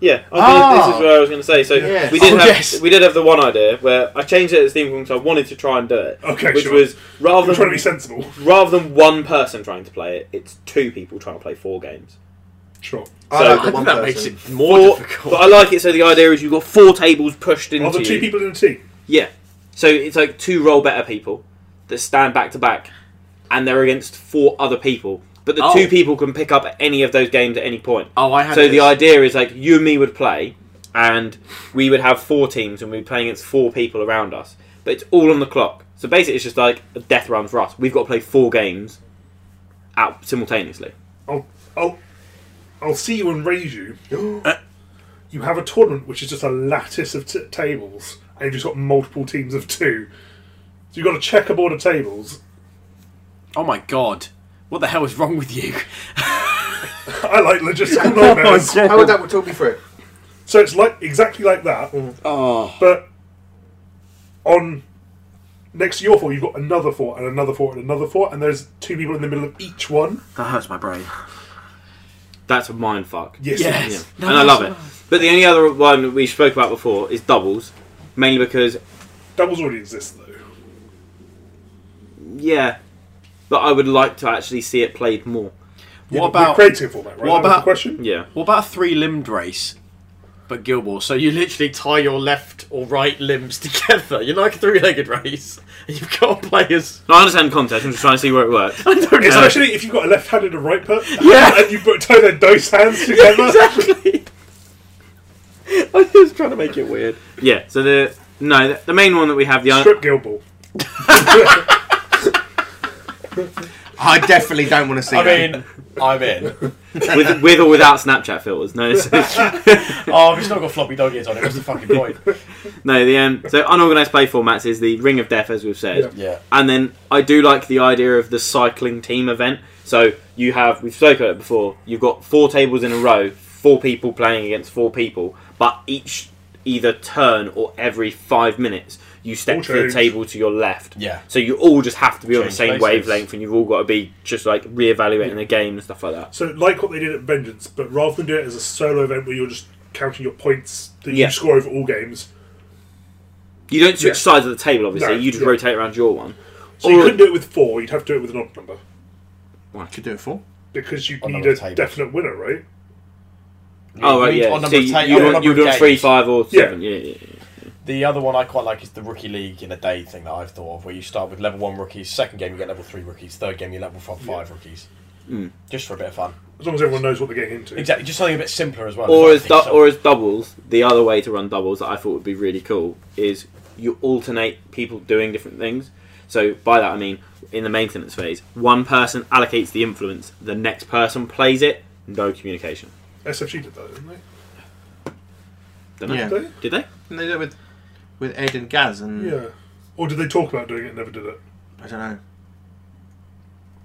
Speaker 5: Yeah, I was gonna- this
Speaker 4: Ah.
Speaker 5: is what I was going to say. So
Speaker 4: Yeah.
Speaker 5: we did
Speaker 8: Oh,
Speaker 5: have
Speaker 8: yes.
Speaker 5: we did have the one idea where I changed it at Steam because I wanted to try and do it,
Speaker 2: Okay,
Speaker 5: which
Speaker 2: sure.
Speaker 5: was rather
Speaker 2: I'm trying to
Speaker 5: than
Speaker 2: be sensible.
Speaker 5: rather than one person trying to play it, it's two people trying to play four games.
Speaker 2: Sure.
Speaker 4: I
Speaker 5: So-
Speaker 4: like
Speaker 8: I
Speaker 4: the
Speaker 8: think
Speaker 4: one
Speaker 8: that
Speaker 4: person.
Speaker 8: makes it more
Speaker 5: Four-
Speaker 8: difficult.
Speaker 5: but I like it. So the idea is you've got four tables pushed into
Speaker 2: Are the two
Speaker 5: you.
Speaker 2: people in a team?
Speaker 5: Yeah. So it's like two roll better people that stand back to back and they're against four other people. But the
Speaker 8: Oh.
Speaker 5: two people can pick up any of those games at any point.
Speaker 8: oh, I had.
Speaker 5: So the
Speaker 8: this.
Speaker 5: idea is like you and me would play and we would have four teams and we'd be playing against four people around us. But it's all on the clock. So basically it's just like a death run for us. We've got to play four games out simultaneously.
Speaker 2: I'll I'll I'll see you and raise you. you have a tournament which is just a lattice of t- tables, and you've just got multiple teams of two. So you've got a checkerboard of tables.
Speaker 8: Oh my god. What the hell is wrong with you?
Speaker 2: I like logistical
Speaker 1: Oh,
Speaker 5: Oh,
Speaker 2: nightmares.
Speaker 4: How would that talk me through? it?
Speaker 2: so it's like exactly like that.
Speaker 8: Oh.
Speaker 2: But on next to your four, you've got another four and another four and another four, and there's two people in the middle of each one.
Speaker 8: That hurts my brain.
Speaker 5: That's a mind fuck.
Speaker 2: Yes.
Speaker 8: Yes.
Speaker 5: Yeah.
Speaker 8: No,
Speaker 5: and I
Speaker 8: that's
Speaker 5: love it. But the only other one we spoke about before is doubles. Mainly because
Speaker 2: Doubles already exist though.
Speaker 5: Yeah, but I would like to actually see it played more.
Speaker 2: Yeah,
Speaker 8: What
Speaker 2: but we're
Speaker 8: about-
Speaker 2: creating a format?
Speaker 8: what
Speaker 2: Right? That was the
Speaker 8: about-
Speaker 2: question?
Speaker 5: Yeah,
Speaker 8: What about a three-limbed race? But Gilmore, so you literally tie your left or right limbs together. You're like a three-legged race. And you've got players.
Speaker 5: no, I understand the concept. I'm just trying to see where it works.
Speaker 8: I don't know.
Speaker 2: Especially if you've got a left-handed and right hand,
Speaker 8: Yeah.
Speaker 2: and you put tie their dice hands together.
Speaker 8: exactly. I'm just trying to make it weird.
Speaker 5: Yeah, so the no, the, the main one that we have the un-
Speaker 2: Strip Gilball.
Speaker 4: I definitely don't want to see
Speaker 1: I
Speaker 4: that.
Speaker 1: mean, I'm in.
Speaker 5: with, with or without Snapchat filters. No, it's-
Speaker 1: Oh, if it's not got floppy dog ears on it, what's the fucking point?
Speaker 5: no. The um, so unorganized play formats is the Ring of Death, as we've said,
Speaker 2: Yeah.
Speaker 1: Yeah.
Speaker 5: and then I do like the idea of the cycling team event. So you have we've spoken about it before. You've got four tables in a row, four people playing against four people, but each either turn or every five minutes you
Speaker 2: All
Speaker 5: step to the
Speaker 2: change.
Speaker 5: table to your left.
Speaker 1: Yeah.
Speaker 5: So you all just have to be on the
Speaker 1: Change
Speaker 5: same
Speaker 1: places.
Speaker 5: wavelength, and you've all got to be just like reevaluating the game and stuff like that.
Speaker 2: So, like what they did at Vengeance, but rather than do it as a solo event where you're just counting your points that
Speaker 5: Yeah.
Speaker 2: you score over all games,
Speaker 5: You don't switch
Speaker 2: Yeah.
Speaker 5: sides of the table, obviously.
Speaker 2: No,
Speaker 5: you just
Speaker 2: yeah.
Speaker 5: rotate around your one.
Speaker 2: so you
Speaker 5: Or-
Speaker 2: couldn't do it with four. You'd have to do it with an odd number
Speaker 4: could do it for.
Speaker 2: because you
Speaker 1: On
Speaker 2: need
Speaker 1: number
Speaker 2: a
Speaker 1: of tables.
Speaker 2: definite winner, right?
Speaker 5: Oh, right,
Speaker 1: We-
Speaker 5: yeah.
Speaker 1: on
Speaker 5: So
Speaker 1: number
Speaker 5: you,
Speaker 1: of ta-
Speaker 5: you
Speaker 1: on
Speaker 5: want,
Speaker 1: number
Speaker 5: you
Speaker 1: of
Speaker 5: want
Speaker 1: games.
Speaker 5: three, five, or
Speaker 2: Yeah.
Speaker 5: seven. Yeah, yeah, yeah.
Speaker 1: The other one I quite like is the rookie league in a day thing that I've thought of, where you start with level one rookies, second game you get level three rookies, third game you level five, five rookies,
Speaker 5: Mm.
Speaker 1: just for a bit of fun.
Speaker 2: As long as everyone knows what they're getting into.
Speaker 1: Exactly, just something a bit simpler as well.
Speaker 5: Or
Speaker 1: I
Speaker 5: as
Speaker 1: think,
Speaker 5: du-
Speaker 1: so-
Speaker 5: or as doubles, the other way to run doubles that I thought would be really cool is you alternate people doing different things. So by that I mean in the maintenance phase, one person allocates the influence, the next person plays it, no communication.
Speaker 2: SFG did that, didn't they?
Speaker 5: Don't know.
Speaker 4: Yeah.
Speaker 2: Did
Speaker 5: Did they?
Speaker 4: And they did it with with Ed and Gaz and
Speaker 2: they? Yeah. Or did they talk about doing it and never did it?
Speaker 4: I don't know.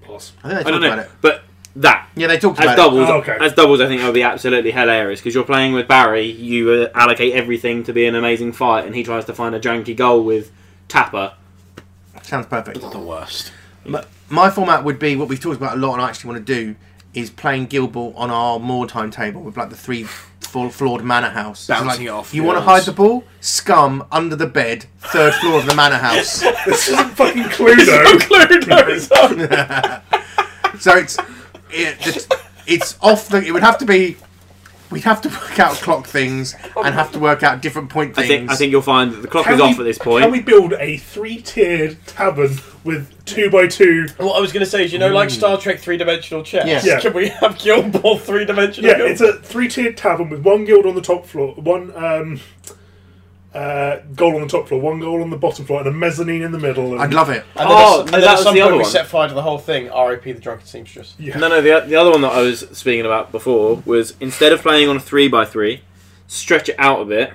Speaker 2: Pass.
Speaker 4: I think they talked
Speaker 5: I don't
Speaker 4: about
Speaker 5: know.
Speaker 4: it.
Speaker 5: But that
Speaker 4: Yeah, they talked
Speaker 5: as
Speaker 4: about
Speaker 5: doubles,
Speaker 2: Oh, okay.
Speaker 5: as doubles, I think that would be absolutely hilarious because you're playing with Barry. You uh, allocate everything to be an amazing fight, and he tries to find a janky goal with Tapper.
Speaker 4: it. Sounds perfect.
Speaker 9: The worst.
Speaker 4: My, my format would be what we've talked about a lot, and I actually want to do is playing Gilball on our more timetable with like the three full floored manor house. So,
Speaker 9: Bouncing
Speaker 4: like,
Speaker 9: it off
Speaker 4: You want to
Speaker 9: walls.
Speaker 4: hide the ball? Scum under the bed, third floor of the manor house.
Speaker 2: This isn't fucking Cluedo.
Speaker 4: So it's it, it's- it's off the. It would have to be. We'd have to work out clock things and have to work out different point
Speaker 5: I
Speaker 4: things.
Speaker 5: think I think you'll find that the clock
Speaker 2: Can
Speaker 5: is
Speaker 2: we-
Speaker 5: off at this point.
Speaker 2: Can we build a three-tiered tavern with two by two?
Speaker 1: What I was going to say is, you know,
Speaker 5: Hmm.
Speaker 1: like Star Trek three dimensional chess.
Speaker 4: Yeah.
Speaker 2: Yeah.
Speaker 1: Can we have Guild Ball three dimensional?
Speaker 2: Yeah, it's a three-tiered tavern with one guild on the top floor, one um, uh, goal on the top floor, one goal on the bottom floor, and a mezzanine in the middle. And
Speaker 4: I'd love it.
Speaker 1: And then, at, s-
Speaker 5: Oh,
Speaker 1: and
Speaker 5: no,
Speaker 1: then
Speaker 5: that
Speaker 1: at
Speaker 5: was
Speaker 1: some
Speaker 5: the
Speaker 1: point
Speaker 5: other
Speaker 1: we
Speaker 5: one.
Speaker 1: set fire to the whole thing. R.I.P. the drunken seamstress.
Speaker 2: Yeah.
Speaker 5: No, no. The, the other one that I was speaking about before was instead of playing on a three by three, stretch it out a bit,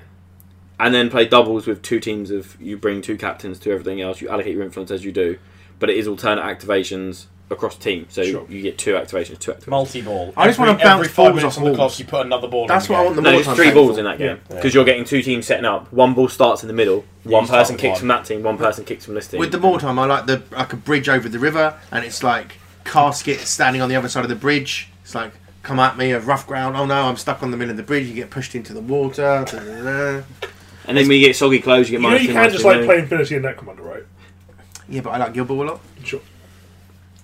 Speaker 5: and then play doubles with two teams of you bring two captains to everything else. You allocate your influence as you do, but it is alternate activations across team. So
Speaker 2: Sure.
Speaker 5: you get two activations, two activations.
Speaker 1: Multi ball.
Speaker 4: I just wanna
Speaker 1: Every- every
Speaker 4: bounce
Speaker 1: five
Speaker 4: balls
Speaker 1: minutes
Speaker 4: off
Speaker 1: on the
Speaker 4: walls.
Speaker 1: clock. You put another ball.
Speaker 4: That's
Speaker 1: in
Speaker 4: what I want the
Speaker 5: No,
Speaker 4: more
Speaker 5: it's three
Speaker 4: timetable.
Speaker 5: balls in that game
Speaker 1: Yeah.
Speaker 5: because you're getting two teams setting up. One ball starts in the middle. one
Speaker 1: start
Speaker 5: person
Speaker 1: with
Speaker 5: kicks
Speaker 1: one.
Speaker 5: from that team. One person kicks from this team.
Speaker 4: With the more time, I like the like a bridge over the river, and it's like casket standing on the other side of the bridge. It's like come at me, a rough ground. Oh no, I'm stuck on the middle of the bridge. You get pushed into the water. da, da, da.
Speaker 5: and then when you get soggy clothes, you
Speaker 2: you
Speaker 5: get
Speaker 2: know
Speaker 5: minus
Speaker 2: you
Speaker 5: two,
Speaker 2: can
Speaker 5: minus
Speaker 2: just
Speaker 5: two,
Speaker 2: like
Speaker 5: no.
Speaker 2: play Infinity and Necromunda, right?
Speaker 4: Yeah, but I like Gilball a lot.
Speaker 2: Sure.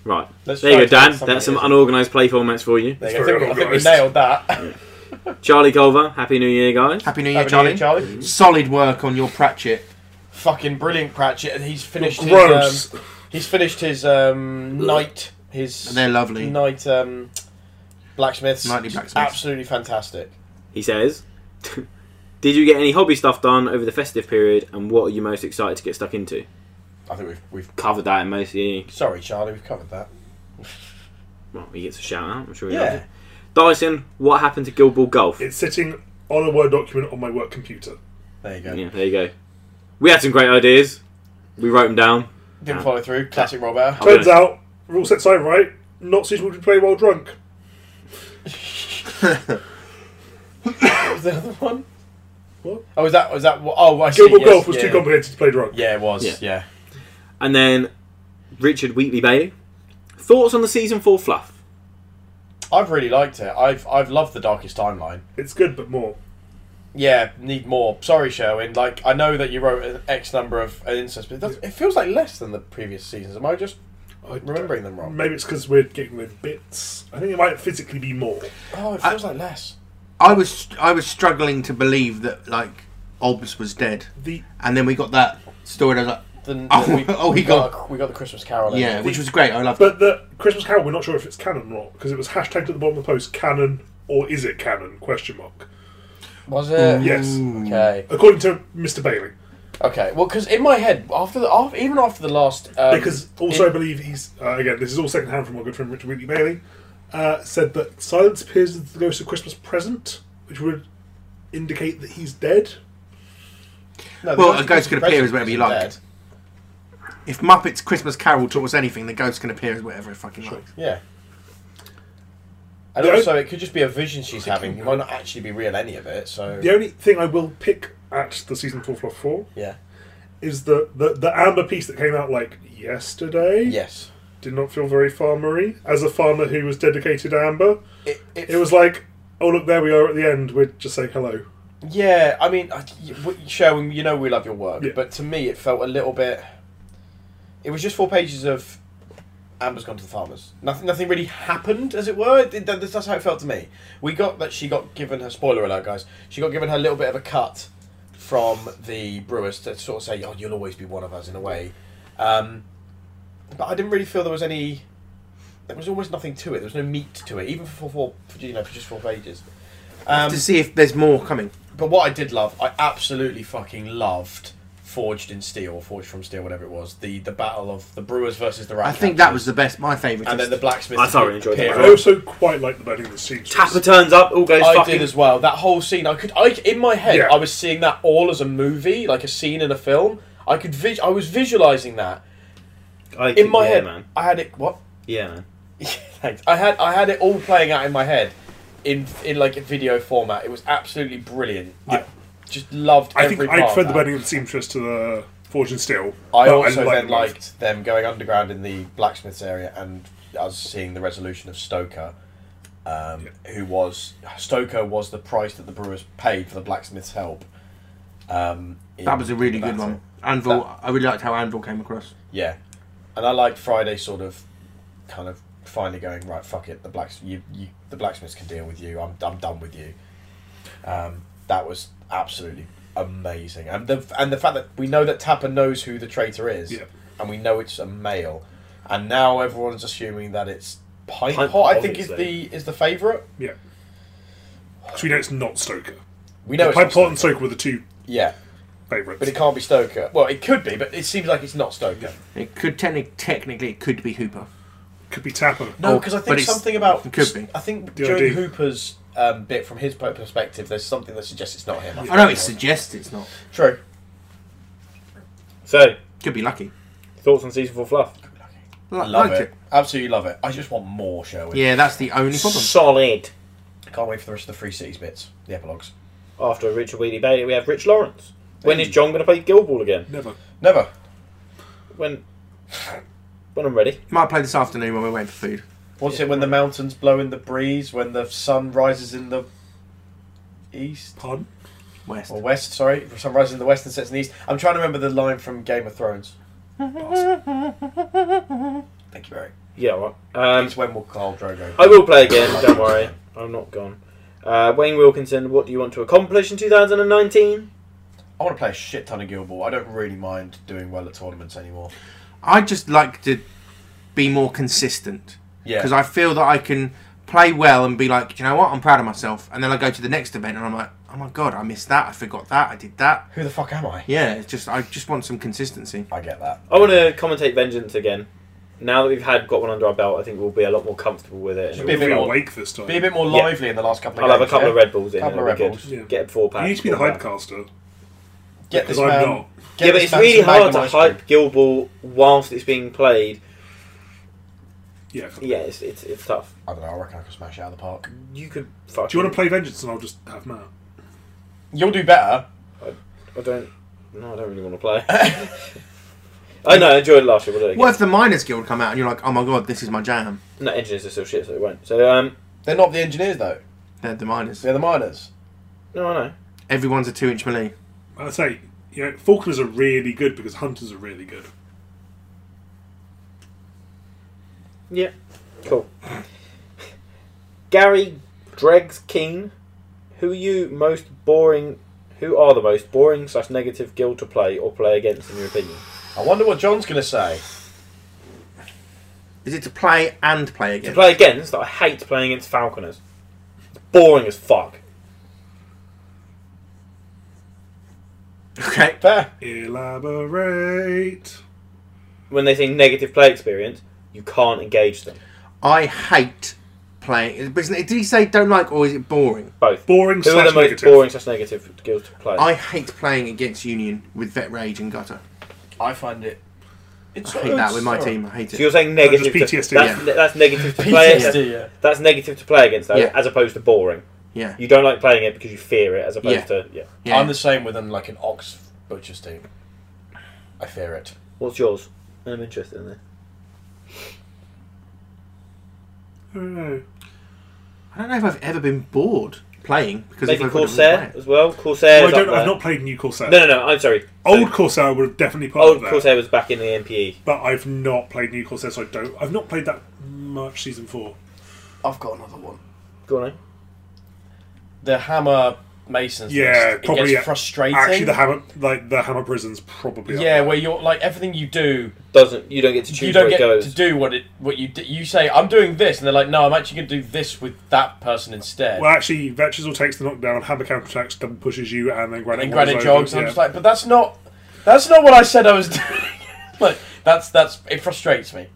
Speaker 5: Right.
Speaker 1: Let's
Speaker 5: there
Speaker 1: try
Speaker 5: you go,
Speaker 1: to
Speaker 5: Dan.
Speaker 1: get something
Speaker 5: That's some
Speaker 1: that isn't-
Speaker 5: unorganised play formats for you.
Speaker 1: There you
Speaker 2: It's
Speaker 1: go. I
Speaker 2: very
Speaker 1: think, I think we
Speaker 2: organised.
Speaker 1: nailed that. Happy
Speaker 5: Charlie Culver, Happy New Year, guys.
Speaker 4: Happy
Speaker 1: New
Speaker 4: New Year,
Speaker 1: Year,
Speaker 4: Charlie.
Speaker 1: Charlie.
Speaker 4: Solid work on your Pratchett.
Speaker 1: Fucking brilliant, Pratchett. and He's finished. His, um,
Speaker 2: Gross.
Speaker 1: he's finished his um, night. His
Speaker 4: They're lovely.
Speaker 1: night um, blacksmiths.
Speaker 4: Nightly blacksmiths.
Speaker 1: Absolutely fantastic.
Speaker 5: He says, "Did you get any hobby stuff done over the festive period, and what are you most excited to get stuck into?"
Speaker 1: I think we've we've.
Speaker 5: Covered that in mostly.
Speaker 1: Sorry, Charlie. We've covered that.
Speaker 5: Well, he gets a shout out. I'm sure he
Speaker 1: Yeah.
Speaker 5: loves it. Dyson, what happened to Guild Ball Golf?
Speaker 2: It's sitting on a Word document on my work computer.
Speaker 1: There you go.
Speaker 5: Yeah, there you go. We had some great ideas. We wrote them down.
Speaker 1: Didn't follow through. Classic Robert.
Speaker 5: Oh.
Speaker 2: Turns out, rule sets I'm right, not suitable to play while drunk.
Speaker 1: What was the other one?
Speaker 2: What?
Speaker 1: Oh, was that was that? Oh, I see.
Speaker 2: Global
Speaker 1: yes,
Speaker 2: golf was
Speaker 1: yeah.
Speaker 2: too complicated to play drunk.
Speaker 1: Yeah, it was.
Speaker 5: Yeah.
Speaker 1: Yeah.
Speaker 5: And then Richard Wheatley Bailey. Thoughts on the season four fluff?
Speaker 1: I've really liked it. I've I've loved the Darkest Timeline.
Speaker 2: It's good, but more.
Speaker 1: Yeah, need more. Sorry, Sherwin. Like I know that you wrote an X number of uh, instances, but it, does- it feels like less than the previous seasons. Am I just
Speaker 2: I
Speaker 1: remembering them wrong?
Speaker 2: Maybe it's because we're getting rid of bits. I think it might physically be more.
Speaker 1: Oh, it feels like less.
Speaker 4: I was I was struggling to believe that like Obs was dead,
Speaker 2: The
Speaker 4: and then we got that story. And I was
Speaker 1: Than,
Speaker 4: Oh,
Speaker 1: than we,
Speaker 4: oh,
Speaker 1: we
Speaker 4: he
Speaker 1: got, a- we got the Christmas Carol.
Speaker 4: like,
Speaker 1: in.
Speaker 4: yeah, which was great. I loved it.
Speaker 2: but the Christmas Carol, we're not sure if it's canon or not because it was hashtagged at the bottom of the post canon or is it canon? Question mark.
Speaker 1: was it?
Speaker 2: Yes,
Speaker 1: Okay.
Speaker 2: according to Mr. Bailey.
Speaker 1: Okay, well, because in my head, after the after, even after the last, um,
Speaker 2: Because also, I believe he's uh, again. This is all second hand from our good friend Richard Wheatley Bailey. Uh, said that silence appears as the ghost of Christmas present, which would indicate that he's dead.
Speaker 1: no, the
Speaker 4: Well, a
Speaker 1: of
Speaker 4: ghost
Speaker 1: Christmas
Speaker 4: can appear
Speaker 1: Present
Speaker 4: as whatever you
Speaker 1: isn't
Speaker 4: like.
Speaker 1: dead.
Speaker 4: If Muppets Christmas Carol taught us anything, the ghost can appear as whatever it fucking likes.
Speaker 1: Yeah. And
Speaker 2: The
Speaker 1: also, it could just be a vision she's having. It might not actually be real, any of it. So
Speaker 2: The only thing I will pick at the season four flop four
Speaker 1: yeah,
Speaker 2: is the, the the amber piece that came out like yesterday.
Speaker 1: yes,
Speaker 2: Did not feel very farmery. As a farmer who was dedicated to amber,
Speaker 1: it, it,
Speaker 2: it was like, oh look, there we are at the end. We're just saying hello.
Speaker 1: Yeah, I mean, I- y- w- Sherwin, you know we love your work,
Speaker 2: Yeah.
Speaker 1: but to me, it felt a little bit. It was just four pages of Amber's gone to the farmers. Nothing, nothing really happened, as it were. It, did- that- that's how it felt to me. We got that she got given her spoiler alert, guys. She got given her little bit of a cut from the brewers to sort of say, "Oh, you'll always be one of us" in a way. Um, but I didn't really feel there was any. There was almost nothing to it. There was no meat to it, even for four, for, you know, for just four pages. Um,
Speaker 4: to see if there's more coming.
Speaker 1: but what I did love, I absolutely fucking loved Forged in Steel, or Forged from Steel, whatever it was. The the battle of the Brewers versus the Rat.
Speaker 4: I think that
Speaker 1: Catchers.
Speaker 4: was the best, my favourite.
Speaker 1: And then the blacksmith.
Speaker 5: I thoroughly enjoyed that.
Speaker 1: appear-
Speaker 2: I also quite like the burning of the seams.
Speaker 5: Tapper turns up, all goes
Speaker 1: I
Speaker 5: fucking.
Speaker 1: did as well. That whole scene, I could, I in my head,
Speaker 2: Yeah.
Speaker 1: I was seeing that all as a movie, like a scene in a film. I could, vis- I was visualizing that
Speaker 5: I
Speaker 1: in my
Speaker 5: yeah,
Speaker 1: head.
Speaker 5: man.
Speaker 1: I had it. What?
Speaker 5: Yeah, man.
Speaker 1: Thanks. I had, I had it all playing out in my head, in in like a video format. It was absolutely brilliant.
Speaker 2: Yeah.
Speaker 1: I just loved.
Speaker 2: I
Speaker 1: every
Speaker 2: think
Speaker 1: part
Speaker 2: I
Speaker 1: of
Speaker 2: prefer the
Speaker 1: that.
Speaker 2: burning of the seamstress to the forge and steel.
Speaker 1: I
Speaker 2: but
Speaker 1: also
Speaker 2: like
Speaker 1: then
Speaker 2: them both.
Speaker 1: liked them going underground in the blacksmiths area and us seeing the resolution of Stoker, um, who was Stoker was the price that the brewers paid for the blacksmith's help. Um, in
Speaker 4: that was a really
Speaker 1: the
Speaker 4: good
Speaker 1: battle.
Speaker 4: one. Anvil, I really liked how Anvil came across.
Speaker 1: Yeah, and I liked Friday sort of, kind of finally going right. Fuck it, the blacks you, you the blacksmiths can deal with you. I'm I'm done with you. Um, that was absolutely amazing, and the and the fact that we know that Tapper knows who the traitor is,
Speaker 2: Yeah.
Speaker 1: and we know it's a male, and now everyone's assuming that it's Pint
Speaker 5: Pint
Speaker 1: Pot. I
Speaker 5: Pot,
Speaker 1: think is the
Speaker 5: obviously.
Speaker 1: is the favourite.
Speaker 2: Yeah. Because we know it's not Stoker.
Speaker 1: We know it's
Speaker 2: Pipe
Speaker 1: not
Speaker 2: Pot and
Speaker 1: Stoker.
Speaker 2: Stoker were the two
Speaker 1: Yeah,
Speaker 2: favourites.
Speaker 1: but it can't be Stoker. Well, it could be, but it seems like it's not Stoker.
Speaker 4: It could techni- technically it could be Hooper.
Speaker 2: could be Tapper.
Speaker 1: No,
Speaker 4: Oh,
Speaker 1: because I
Speaker 4: but
Speaker 1: think
Speaker 4: it's-
Speaker 1: something about
Speaker 4: it could be.
Speaker 1: I think
Speaker 2: The
Speaker 1: during
Speaker 2: idea.
Speaker 1: Hooper's um, bit from his po- perspective, there's something that suggests it's not him.
Speaker 4: I know it suggests it's not.
Speaker 1: true.
Speaker 5: So,
Speaker 4: Could be lucky.
Speaker 5: thoughts on season four fluff?
Speaker 4: Li-
Speaker 1: I love
Speaker 4: liked
Speaker 1: it. absolutely love it. I just want more Sherwin.
Speaker 4: Yeah, that's the only problem.
Speaker 5: Solid.
Speaker 1: Can't wait for the rest of the Three Cities bits, the epilogues.
Speaker 5: After Richard Wheatley Bailey, we have Rich Lawrence. When is John going to play Guild Ball again?
Speaker 2: Never.
Speaker 1: Never.
Speaker 5: When. When I'm ready.
Speaker 4: Might play this afternoon when we're waiting for food.
Speaker 1: What's it when the mountains blow in the breeze, when the sun rises in the east
Speaker 2: Pardon?
Speaker 4: West.
Speaker 1: or west? Sorry, the sun rises in the west and sets in the east. I'm trying to remember the line from Game of Thrones. Thank you, Barry.
Speaker 5: Yeah, all right. Um,
Speaker 1: it's when will Khal Drogo?
Speaker 5: I will play again, don't worry. I'm not gone. Uh, Wayne Wilkinson, what do you want to accomplish in 2019?
Speaker 1: I want to play a shit ton of Guild Ball. I don't really mind doing well at tournaments anymore.
Speaker 4: I just like to be more consistent
Speaker 1: Yeah.
Speaker 4: because I feel that I can play well and be like, you know what, I'm proud of myself. And then I go to the next event and I'm like, oh my god, I missed that, I forgot that, I did that.
Speaker 1: Who the fuck am I?
Speaker 4: Yeah, it's just I just want some consistency.
Speaker 1: I get that.
Speaker 5: I want to commentate Vengeance again. Now that we've had got one under our belt, I think we'll be a lot more comfortable with it.
Speaker 1: Should
Speaker 5: And
Speaker 1: be a
Speaker 2: We'll
Speaker 1: bit
Speaker 2: be
Speaker 1: more-
Speaker 2: awake this time.
Speaker 1: Be a bit more
Speaker 5: Yeah.
Speaker 1: lively in the last couple of
Speaker 5: I'll have a
Speaker 1: games,
Speaker 5: couple
Speaker 1: yeah?
Speaker 5: of Red Bulls in.
Speaker 1: Couple
Speaker 5: and
Speaker 1: of
Speaker 5: it'll
Speaker 1: Red
Speaker 5: be
Speaker 1: Bulls.
Speaker 5: good.
Speaker 2: Yeah.
Speaker 5: Get four packs.
Speaker 2: You need to be the
Speaker 5: four
Speaker 2: hype
Speaker 5: packs.
Speaker 2: caster.
Speaker 1: Get this
Speaker 2: Because I'm
Speaker 1: man.
Speaker 2: not.
Speaker 1: get
Speaker 5: yeah, but
Speaker 1: this
Speaker 5: it's
Speaker 1: man
Speaker 5: really
Speaker 1: some
Speaker 5: hard to
Speaker 1: Magnum ice cream.
Speaker 5: hype Guild Ball whilst it's being played.
Speaker 2: Yeah.
Speaker 5: Yeah, it's, it's, it's tough.
Speaker 1: I don't know. I reckon I could smash it out of the park.
Speaker 5: You could fuck.
Speaker 2: Do you want to play Vengeance and I'll just have Matt?
Speaker 1: You'll do better.
Speaker 5: I don't. No, I don't really want to play. I know. I enjoyed it last year. We'll do it again.
Speaker 4: What if the Miners Guild come out and you're like, oh my god, this is my jam?
Speaker 5: No, engineers are still shit, so they won't. So um,
Speaker 1: They're not the engineers though.
Speaker 4: They're the Miners.
Speaker 1: They're the miners.
Speaker 5: no, I know.
Speaker 4: Everyone's a two inch melee.
Speaker 2: I say, you know, Falconers are really good because Hunters are really good.
Speaker 5: Yeah. Cool. Gary Dregs Keen, who are you most boring? Who are the most boring slash negative guild to play or play against in your opinion?
Speaker 1: I wonder what John's gonna say.
Speaker 4: Is it to play and play
Speaker 5: To
Speaker 4: again?
Speaker 5: play against, that I hate playing against Falconers. It's boring as fuck. Okay.
Speaker 1: Fair.
Speaker 2: Elaborate.
Speaker 3: When they say negative play experience, you can't engage them.
Speaker 4: I hate playing. but isn't it- Did he say don't like or is it boring?
Speaker 3: Both.
Speaker 2: Boring
Speaker 3: Who are the
Speaker 2: slash
Speaker 3: most
Speaker 2: negative.
Speaker 3: boring slash negative skills to play?
Speaker 4: I hate playing against Union with Vet Rage and Gutter.
Speaker 1: I find it.
Speaker 4: I
Speaker 1: It's
Speaker 4: hate that with my team. I hate
Speaker 3: so
Speaker 4: it.
Speaker 3: you're saying
Speaker 2: just
Speaker 3: negative.
Speaker 2: PTSD.
Speaker 3: To, that's, that's negative to play.
Speaker 1: PTSD. yeah.
Speaker 3: That's negative to play against, though,
Speaker 4: Yeah.
Speaker 3: as opposed to boring.
Speaker 4: Yeah.
Speaker 3: You don't like playing it because you fear it, as opposed
Speaker 4: Yeah.
Speaker 3: to yeah.
Speaker 4: yeah.
Speaker 1: I'm the same with an like an ox butcher's team. I fear it.
Speaker 3: What's yours? I'm interested in this.
Speaker 2: I don't know.
Speaker 4: I don't know if I've ever been bored playing because if
Speaker 3: Maybe
Speaker 4: I would
Speaker 3: Corsair
Speaker 4: have
Speaker 3: as well. Corsair.
Speaker 2: Well, I
Speaker 3: is
Speaker 2: don't,
Speaker 3: up
Speaker 2: I've
Speaker 3: there.
Speaker 2: not played new Corsair.
Speaker 3: No, no, no. I'm sorry.
Speaker 2: Old Corsair would have definitely part
Speaker 3: Old
Speaker 2: of that.
Speaker 3: Corsair was back in the E. MPE.
Speaker 2: But I've not played new Corsair, so I don't. I've not played that much season four.
Speaker 1: I've got another one.
Speaker 3: Go on. eh?
Speaker 1: The hammer masons.
Speaker 2: Yeah,
Speaker 1: list. it
Speaker 2: probably,
Speaker 1: gets
Speaker 2: yeah.
Speaker 1: frustrating.
Speaker 2: Actually, the hammer, like the hammer prisons, probably.
Speaker 1: yeah,
Speaker 2: up there.
Speaker 1: where you're like everything you do,
Speaker 3: Doesn't you don't get to choose
Speaker 1: you don't
Speaker 3: where
Speaker 1: get
Speaker 3: it goes.
Speaker 1: to do what it what you d you say. I'm doing this, and they're like, no, I'm actually going to do this with that person instead.
Speaker 2: Well, actually, Vetrizel takes the knockdown, Hammer counterattacks, double pushes you, and then Granite
Speaker 1: and
Speaker 2: Wall's
Speaker 1: granite
Speaker 2: over,
Speaker 1: jogs. and
Speaker 2: yeah.
Speaker 1: I'm just like, but that's not that's not what I said I was doing. like that's that's it frustrates me.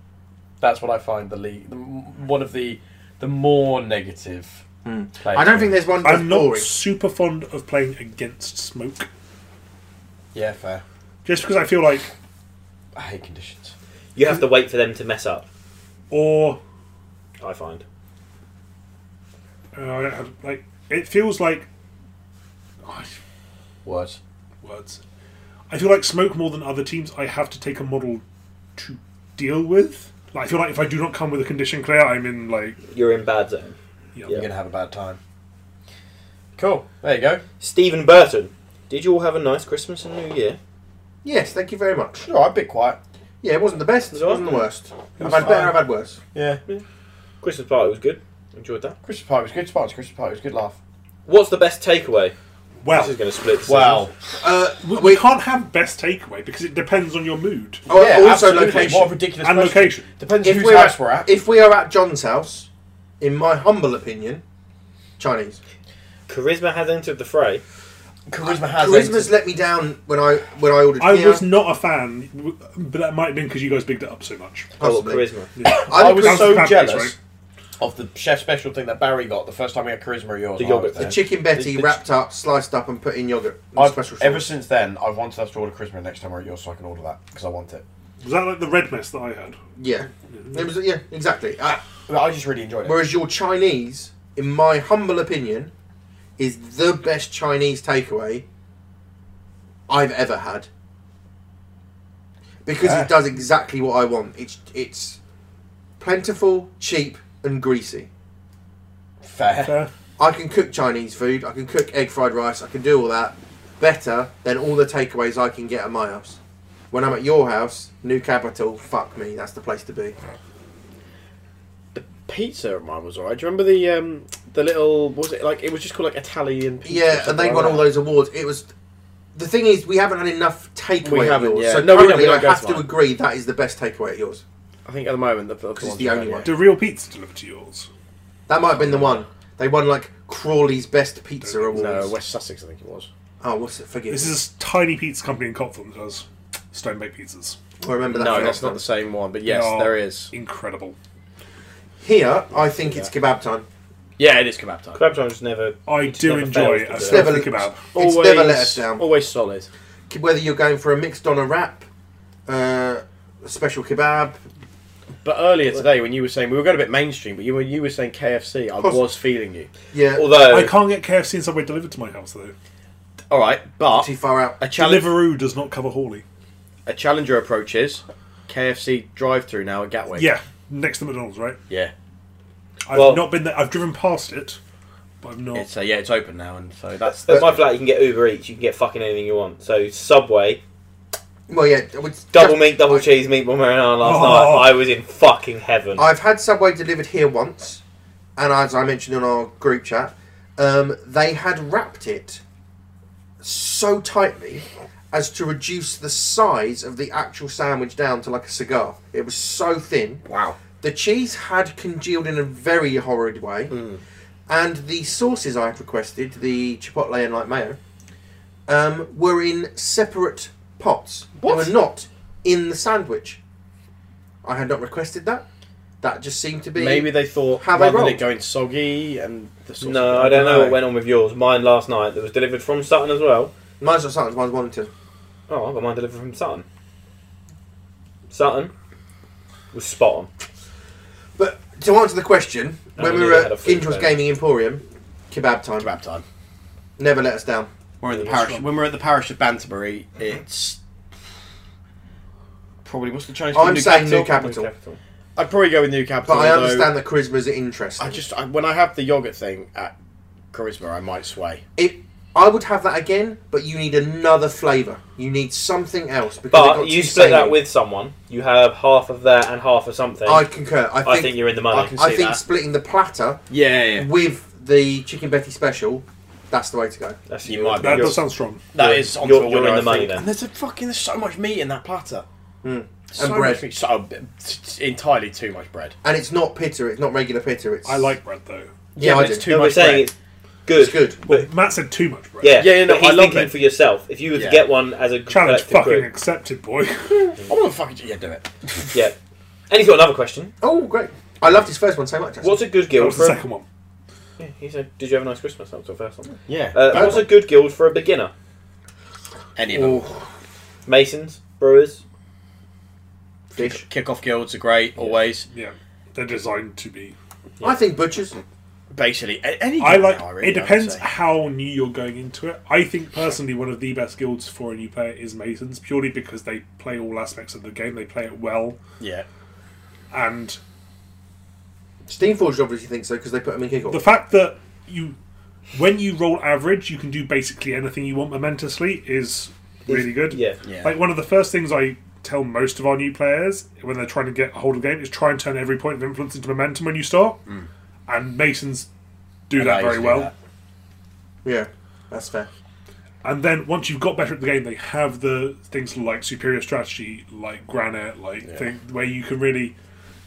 Speaker 1: That's what I find the, le- the m- one of the the more negative.
Speaker 3: Hmm.
Speaker 4: been playing. I don't think there's one that's
Speaker 2: I'm not
Speaker 4: boring.
Speaker 2: super fond of playing against smoke,
Speaker 1: Yeah, fair.
Speaker 2: just because I feel like,
Speaker 1: I hate conditions.
Speaker 3: You have to wait for them to mess up.
Speaker 2: or
Speaker 3: I find.
Speaker 2: uh, I don't have, like, it feels like oh,
Speaker 1: Words.
Speaker 2: words. I feel like smoke more than other teams. I have to take a model to deal with. Like, I feel like if I do not come with a condition clear, I'm in like
Speaker 3: You're in bad zone.
Speaker 1: You're gonna have a bad time. Cool. There you go.
Speaker 3: Stephen Burton. Did you all have a nice Christmas and New Year?
Speaker 4: Yes, thank you very much.
Speaker 1: Sure, I'm a bit quiet.
Speaker 4: Yeah, it wasn't the best. It
Speaker 3: all
Speaker 4: wasn't the worst. I've
Speaker 1: was
Speaker 4: had better.
Speaker 1: fine.
Speaker 4: I've had worse.
Speaker 1: Yeah.
Speaker 3: Christmas party was good. Enjoyed that.
Speaker 1: Christmas party was good. Sparks. Christmas party was a good laugh.
Speaker 3: What's the best takeaway? This
Speaker 2: well.
Speaker 3: is going to split. decisions.
Speaker 1: Wow.
Speaker 4: Uh,
Speaker 2: We,
Speaker 4: we-
Speaker 2: we can't have best takeaway because it depends on your mood
Speaker 4: oh,
Speaker 1: yeah,
Speaker 4: also
Speaker 1: absolutely.
Speaker 4: location.
Speaker 1: What a ridiculous
Speaker 2: and
Speaker 1: question.
Speaker 2: location.
Speaker 1: Depends
Speaker 4: If
Speaker 1: whose
Speaker 4: we're
Speaker 1: house
Speaker 4: at-
Speaker 1: we're at.
Speaker 4: If we are at John's house, in my humble opinion, Chinese.
Speaker 3: Charisma has entered the fray.
Speaker 1: charisma has.
Speaker 4: Charisma's
Speaker 1: entered.
Speaker 4: let me down when I when I ordered
Speaker 2: I
Speaker 4: here.
Speaker 2: was not a fan, w- but that might have been because you guys bigged it up so much.
Speaker 3: Oh,
Speaker 4: possibly.
Speaker 3: charisma.
Speaker 1: I
Speaker 4: think
Speaker 1: was
Speaker 4: charisma-
Speaker 2: Sounds
Speaker 1: so
Speaker 2: fabulous,
Speaker 1: jealous
Speaker 2: right?
Speaker 1: of the chef special thing that Barry got the first time we had charisma at yours. and
Speaker 3: The
Speaker 1: I was
Speaker 3: yogurt
Speaker 1: there.
Speaker 4: the chicken Betty
Speaker 1: The- the-
Speaker 4: wrapped up, sliced up, and put in yogurt. and
Speaker 1: I've,
Speaker 4: special
Speaker 1: ever
Speaker 4: sauce.
Speaker 1: since then, I've wanted us to order Christmas next time we're at yours, so I can order that because I want it.
Speaker 2: Was that like the red mess that I had?
Speaker 4: yeah, it was yeah exactly. Uh,
Speaker 1: But I just really enjoyed it.
Speaker 4: whereas your Chinese, in my humble opinion, is the best Chinese takeaway I've ever had because
Speaker 1: Yeah.
Speaker 4: it does exactly what I want. It's it's plentiful, cheap, and greasy.
Speaker 1: Fair.
Speaker 2: Fair.
Speaker 4: I can cook Chinese food. I can cook egg fried rice. I can do all that better than all the takeaways I can get at my house. When I'm at your house, new capital, fuck me, that's the place to be.
Speaker 5: Pizza at mine was alright. Do you remember the um the little what was it like it was just called like Italian pizza? or
Speaker 4: Yeah, and
Speaker 5: something
Speaker 4: they
Speaker 5: like
Speaker 4: won all
Speaker 5: that.
Speaker 4: those awards. It was. The thing is, we haven't had enough takeaway
Speaker 5: We
Speaker 4: at
Speaker 5: haven't,
Speaker 4: yours.
Speaker 5: yeah.
Speaker 4: So
Speaker 5: No, we don't-
Speaker 4: currently,
Speaker 5: we don't
Speaker 4: I
Speaker 5: go
Speaker 4: have
Speaker 5: to
Speaker 4: to
Speaker 5: mine.
Speaker 4: agree that is the best takeaway at yours.
Speaker 5: I think at the moment the, the,
Speaker 4: it's
Speaker 5: ones
Speaker 4: the
Speaker 5: we've
Speaker 4: only
Speaker 5: had,
Speaker 4: one.
Speaker 5: yeah.
Speaker 2: Do real pizza deliver to yours?
Speaker 4: That might have been the one. They won like Crawley's Best Pizza Awards.
Speaker 5: No, West Sussex, I think it was.
Speaker 4: oh, what's it? Forgive
Speaker 2: This
Speaker 4: me.
Speaker 2: is a tiny pizza company in Coptham that does stone baked pizzas.
Speaker 4: I remember that.
Speaker 5: No,
Speaker 4: from
Speaker 5: that's
Speaker 4: last
Speaker 5: not
Speaker 4: time.
Speaker 5: the same one. But yes,
Speaker 2: No.
Speaker 5: there is.
Speaker 2: Incredible.
Speaker 4: Here, I think it's kebab time.
Speaker 5: Yeah, it is kebab time.
Speaker 3: Crab time's never.
Speaker 2: I
Speaker 3: It's
Speaker 2: do
Speaker 3: never
Speaker 2: enjoy
Speaker 3: fails
Speaker 2: a
Speaker 3: to
Speaker 4: do it.
Speaker 2: filthy kebab.
Speaker 4: It's never let us down.
Speaker 5: Always solid.
Speaker 4: Whether you're going for a mixed on a wrap, uh, a special kebab,
Speaker 5: But earlier today, when you were saying we were going a bit mainstream, but you were you were saying KFC, I
Speaker 4: course.
Speaker 5: was feeling you.
Speaker 4: yeah,
Speaker 3: Although
Speaker 2: I can't get KFC and Subway delivered to my house though.
Speaker 5: All right, but
Speaker 4: too far out.
Speaker 5: a challenge
Speaker 2: Deliveroo does not cover Hawley.
Speaker 5: a challenger approaches KFC drive-through now at Gatwick.
Speaker 2: Yeah, next to McDonald's, right?
Speaker 5: yeah.
Speaker 2: I've
Speaker 3: Well-
Speaker 2: not been there. I've driven past it, but I've not.
Speaker 5: It's uh, yeah, it's open now, and so that's
Speaker 3: at
Speaker 5: that's
Speaker 3: my flat, you can get Uber Eats. You can get fucking anything you want. So Subway,
Speaker 4: Well, yeah, I would-
Speaker 3: double meat, double cheese, meatball marinara. Last
Speaker 2: Oh.
Speaker 3: night, I was in fucking heaven.
Speaker 4: I've had Subway delivered here once, and as I mentioned in our group chat, um, they had wrapped it so tightly as to reduce the size of the actual sandwich down to like a cigar. It was so thin.
Speaker 5: wow.
Speaker 4: The cheese had congealed in a very horrid way, and the sauces I had requested, the chipotle and light mayo, um, were in separate pots.
Speaker 1: What?
Speaker 4: They were not in the sandwich. I had not requested that. That just seemed to be.
Speaker 1: Maybe they thought
Speaker 4: How they
Speaker 1: rather than
Speaker 4: rolled?
Speaker 1: it going soggy and the sort
Speaker 5: No,
Speaker 1: of,
Speaker 5: I don't know what went on with yours. Mine last night that was delivered from Sutton as well.
Speaker 4: Mine's not sandwich, mine's Wellington.
Speaker 5: Oh, I got mine delivered from Sutton. Sutton was spot on.
Speaker 4: But to answer the question,
Speaker 5: No,
Speaker 4: when
Speaker 5: we
Speaker 4: we were
Speaker 5: nearly had a
Speaker 4: at
Speaker 5: food
Speaker 4: Gindral's
Speaker 5: fair.
Speaker 4: Gaming Emporium, kebab time.
Speaker 1: Kebab time.
Speaker 4: Never let us down.
Speaker 1: We're in the
Speaker 2: Yeah,
Speaker 1: parish.
Speaker 2: sure.
Speaker 1: When we're at the parish of Banterbury, it's probably what's the Chinese?
Speaker 4: I'm
Speaker 1: called? New
Speaker 4: saying
Speaker 1: Capital?
Speaker 4: New Capital.
Speaker 1: I'd probably go with New Capital.
Speaker 4: But I
Speaker 1: although
Speaker 4: understand that charisma's interesting.
Speaker 1: I just I, when I have the yogurt thing at Charisma, I might sway.
Speaker 4: It, I would have that again, but you need another flavour. You need something else. Because it
Speaker 5: But
Speaker 4: got
Speaker 5: you
Speaker 4: too
Speaker 5: split that
Speaker 4: samey.
Speaker 5: with someone. You have half of that and half of something.
Speaker 4: I concur. I think.
Speaker 5: I think you're in the money.
Speaker 1: I can-
Speaker 4: I
Speaker 1: see
Speaker 4: think
Speaker 1: that.
Speaker 4: splitting the platter
Speaker 1: Yeah, yeah.
Speaker 4: with the chicken Betty special, that's the way to go.
Speaker 5: That's
Speaker 1: You
Speaker 5: your-
Speaker 1: might be.
Speaker 2: That
Speaker 5: your-
Speaker 2: does sound strong.
Speaker 1: That
Speaker 5: You're-
Speaker 1: is on
Speaker 5: you're-
Speaker 1: to a
Speaker 5: you're
Speaker 1: winner,
Speaker 5: in the
Speaker 1: I
Speaker 5: money
Speaker 1: think. Hmm.
Speaker 5: then.
Speaker 1: And there's a fucking there's so much meat in that platter.
Speaker 4: Mm.
Speaker 1: So
Speaker 4: And bread.
Speaker 1: much meat. So, oh, b- t- t- entirely too much bread.
Speaker 4: And it's not pitta. It's not regular pitta. It's
Speaker 2: I like bread though.
Speaker 4: Yeah, I
Speaker 1: but it's
Speaker 4: do.
Speaker 1: too
Speaker 5: No, we're
Speaker 1: much
Speaker 5: saying
Speaker 1: bread.
Speaker 5: it's good.
Speaker 4: It's good.
Speaker 2: Well, Matt said too much bread.
Speaker 5: Yeah,
Speaker 1: Yeah, yeah, no,
Speaker 5: but he's
Speaker 1: I love
Speaker 5: thinking
Speaker 1: it.
Speaker 5: for yourself. If you were to
Speaker 1: Yeah.
Speaker 5: get one as a
Speaker 2: Challenge
Speaker 5: collective
Speaker 2: fucking
Speaker 5: group,
Speaker 2: accepted, boy.
Speaker 1: I want to fucking yeah, do it.
Speaker 5: yeah. And he's got another question.
Speaker 4: Oh, great! I loved his first one so much. Actually.
Speaker 5: What's a good
Speaker 2: that
Speaker 5: guild
Speaker 2: was the
Speaker 5: for? A,
Speaker 2: second one.
Speaker 5: yeah, he said, "Did you have a nice Christmas?" That was the first one.
Speaker 1: Yeah,
Speaker 5: Uh, what's a good guild for a beginner?
Speaker 1: any of them.
Speaker 4: Oh,
Speaker 5: Masons, brewers.
Speaker 4: fish.
Speaker 1: Kickoff guilds are great always.
Speaker 2: Yeah, they're designed to be.
Speaker 4: I think butchers.
Speaker 1: Basically, a- any.
Speaker 2: I
Speaker 1: guild
Speaker 2: like.
Speaker 1: now, really,
Speaker 2: it
Speaker 1: I would
Speaker 2: depends
Speaker 1: say.
Speaker 2: how new you're going into it. I think personally, one of the best guilds for a new player is Masons, purely because they play all aspects of the game. They play it well,
Speaker 1: Yeah,
Speaker 2: and
Speaker 4: Steamforged obviously thinks so because they put them in kickoff.
Speaker 2: the fact that you, when you roll average, you can do basically anything you want momentously is really good.
Speaker 5: Yeah.
Speaker 1: yeah.
Speaker 2: Like one of the first things I tell most of our new players when they're trying to get a hold of the game is try and turn every point of influence into momentum when you start. And Masons do
Speaker 1: Mm. And I
Speaker 2: that very
Speaker 1: usually do
Speaker 2: well.
Speaker 1: that.
Speaker 4: yeah, that's fair.
Speaker 2: And then once you've got better at the game, they have the things like superior strategy, like granite, like thing where you can really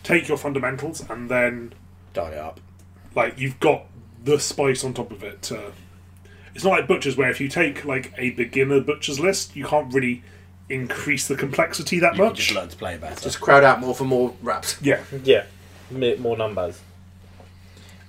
Speaker 2: take your fundamentals and then
Speaker 1: Dial it up.
Speaker 2: like you've got the spice on top of it. To, it's not like butchers where if you take like a beginner butchers list, you can't really increase the complexity that
Speaker 1: You can
Speaker 2: much.
Speaker 1: just learn to play it better.
Speaker 4: Just crowd out more for more wraps.
Speaker 2: yeah.
Speaker 5: Yeah, M- more numbers,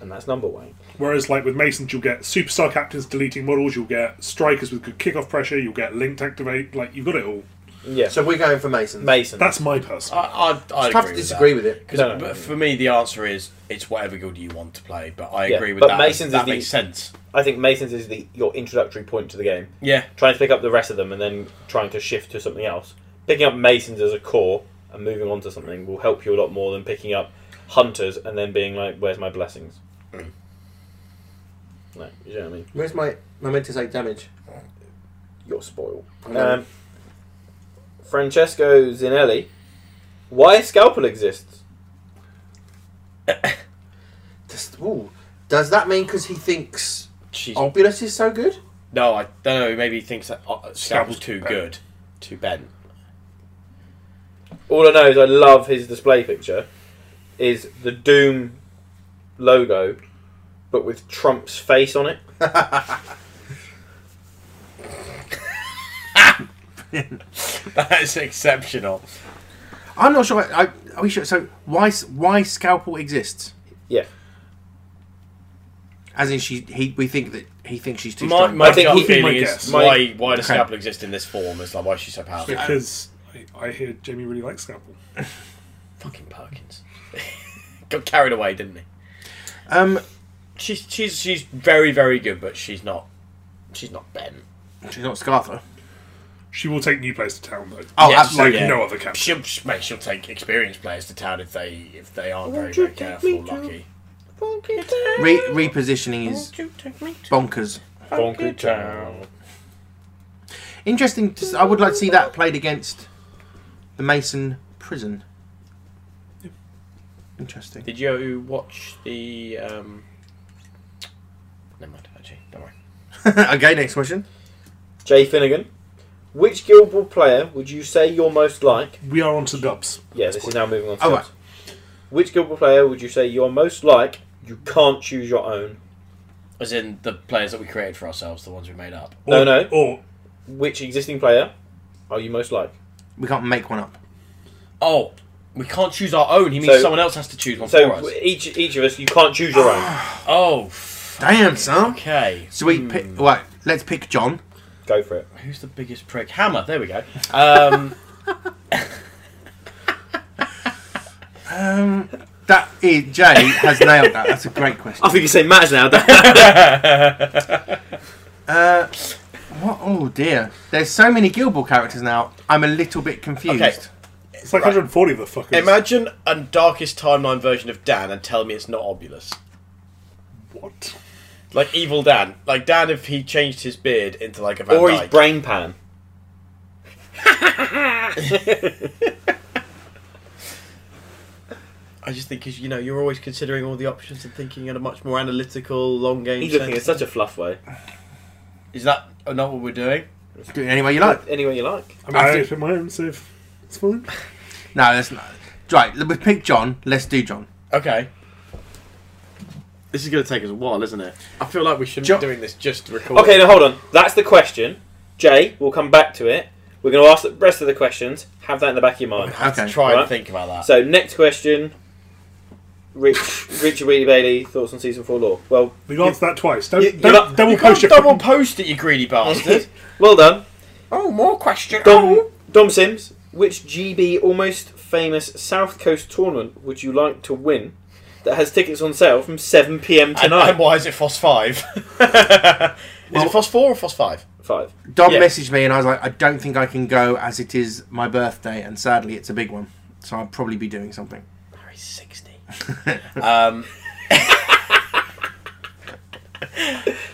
Speaker 5: and that's number one.
Speaker 2: Whereas, like with Masons, you'll get superstar captains deleting models, you'll get strikers with good kickoff pressure, you'll get linked activate. Like you've got it all.
Speaker 5: Yeah,
Speaker 4: So we're going for Masons.
Speaker 5: Masons.
Speaker 2: That's my personal.
Speaker 1: I, I, I
Speaker 4: It's tough
Speaker 1: agree with
Speaker 4: to
Speaker 1: that.
Speaker 4: disagree with it.
Speaker 1: Because
Speaker 5: No, no, no.
Speaker 1: for me, the answer is it's whatever guild you want to play. But I
Speaker 5: Yeah,
Speaker 1: agree with
Speaker 5: but
Speaker 1: that.
Speaker 5: Masons is
Speaker 1: that
Speaker 5: the-
Speaker 1: makes sense.
Speaker 5: I think Masons is the, your introductory point to the game.
Speaker 1: Yeah,
Speaker 5: Trying to pick up the rest of them and then trying to shift to something else. Picking up Masons as a core and moving on to something will help you a lot more than picking up Hunters and then being like, "Where's my blessings?" No, you know what I mean.
Speaker 4: Where's my momentous eight damage?
Speaker 5: You're spoiled.
Speaker 4: know.
Speaker 5: Um, Francesco Zinelli, why Scalpel exists?
Speaker 4: Just, ooh. Does that mean because he thinks
Speaker 1: she's
Speaker 4: Obulus is so good?
Speaker 1: no. I don't know. Maybe he thinks that uh, Scalpel's
Speaker 2: Scalpel's
Speaker 1: too
Speaker 2: bent.
Speaker 1: good, too bent.
Speaker 5: all I know is I love his display picture. Is the Doom logo, but with Trump's face on it.
Speaker 1: That is exceptional.
Speaker 4: I'm not sure. I, I, are we sure? So why why scalpel exists?
Speaker 5: Yeah,
Speaker 4: As in, she he we think that he thinks she's too
Speaker 1: My,
Speaker 4: strong.
Speaker 1: my
Speaker 5: I think
Speaker 1: gut
Speaker 5: he-
Speaker 1: feeling
Speaker 2: my
Speaker 1: is
Speaker 2: guess.
Speaker 1: why why does
Speaker 4: Okay.
Speaker 1: Scalpel exist in this form? It's like why is she so powerful?
Speaker 2: Because I, I hear Jamie really likes Scalpel.
Speaker 1: Fucking Perkins got carried away, didn't he?
Speaker 4: Um,
Speaker 1: She's she's she's very very good, but she's not she's not bent.
Speaker 4: she's not Scartha.
Speaker 2: She will take new players to town though.
Speaker 4: Oh,
Speaker 1: Yes,
Speaker 2: like
Speaker 4: absolutely.
Speaker 1: yeah.
Speaker 2: no other can.
Speaker 1: She'll mate, she'll take experienced players to town if they if they aren't very
Speaker 5: Won't you
Speaker 1: very
Speaker 5: take
Speaker 1: careful.
Speaker 5: me to-
Speaker 1: Lucky.
Speaker 4: Re, repositioning is bonkers.
Speaker 5: Bonky Town.
Speaker 4: Interesting. To, s- I would like to see that played against the Mason prison. Interesting.
Speaker 1: Did you watch the? Um... Never mind. Actually, don't worry.
Speaker 4: okay, next question.
Speaker 5: Jay Finnegan, which Guild Wars player would you say you're most like?
Speaker 2: We are on to dubs.
Speaker 5: Yeah, this is now moving on. To
Speaker 4: Oh,
Speaker 5: Scouts. Which Guild Wars player would you say you're most like? You can't choose your own.
Speaker 1: As in the players that we created for ourselves, the ones we made up.
Speaker 5: No, no.
Speaker 2: Or
Speaker 5: Which existing player are you most like?
Speaker 4: We can't make one up.
Speaker 1: Oh, we can't choose our own. He means
Speaker 5: So-
Speaker 1: someone else has to choose one for
Speaker 5: So
Speaker 1: us.
Speaker 5: each each of us, you can't choose your own.
Speaker 1: Oh, f-
Speaker 4: Damn, son.
Speaker 1: okay.
Speaker 4: So we
Speaker 1: Hmm.
Speaker 4: pick. Right, let's pick John.
Speaker 5: Go for it.
Speaker 1: Who's the biggest prick? Hammer. There we go. Um,
Speaker 4: Um, that is Jay has nailed that. That's a great question.
Speaker 5: I think you say Matt now.
Speaker 4: Uh, what? Oh dear. There's so many Gilball characters now. I'm a little bit confused.
Speaker 1: Okay.
Speaker 2: It's like
Speaker 1: Right.
Speaker 2: 140 of the fuckers.
Speaker 1: imagine a darkest timeline version of Dan and tell me it's not Obulus.
Speaker 2: what?
Speaker 1: Like evil Dan. Like Dan if he changed his beard into like a Van
Speaker 5: or
Speaker 1: Dyke.
Speaker 5: his brain pan.
Speaker 1: I just think 'cause, you know you're always considering all the options and thinking in a much more analytical, long game.
Speaker 5: He's looking
Speaker 1: sense.
Speaker 5: in such a fluff way.
Speaker 1: Is that not what we're doing?
Speaker 4: Do it any way you like.
Speaker 5: Any way you like.
Speaker 2: I mean,
Speaker 4: I
Speaker 2: I,
Speaker 4: think-
Speaker 2: pick my own, so if it's fine.
Speaker 4: No, that's not. Right, we pick John. Let's do John.
Speaker 1: Okay. This is going to take us a while, isn't it? I feel like we shouldn't
Speaker 4: Jo-
Speaker 1: be doing this just to record.
Speaker 5: Okay, now hold on. That's the question. Jay, we'll come back to it. We're going to ask the rest of the questions. Have that in the back of your mind.
Speaker 4: Okay.
Speaker 1: Try and
Speaker 5: Right.
Speaker 1: think about that.
Speaker 5: So next question. Rich, Richard Wheatley Bailey, thoughts on season four lore. Well,
Speaker 2: We've answered that twice. Don't,
Speaker 1: You-
Speaker 2: don't
Speaker 5: you're not-
Speaker 2: double
Speaker 1: you can't
Speaker 2: post your
Speaker 1: double post it, you greedy bastard.
Speaker 5: well done,
Speaker 1: oh, more question. Oh.
Speaker 5: Dom. Dom Sims. Which GB almost famous South Coast tournament would you like to win? That has tickets on sale from seven PM
Speaker 1: And,
Speaker 5: tonight.
Speaker 1: and why is it Fos Five? is it Fos Four or Fos Five?
Speaker 5: Five.
Speaker 4: Dom
Speaker 1: Yeah.
Speaker 4: messaged me and I was like, I don't think I can go as it is my birthday, and sadly, it's a big one. So I'll probably be doing something.
Speaker 1: Harry's sixty. um,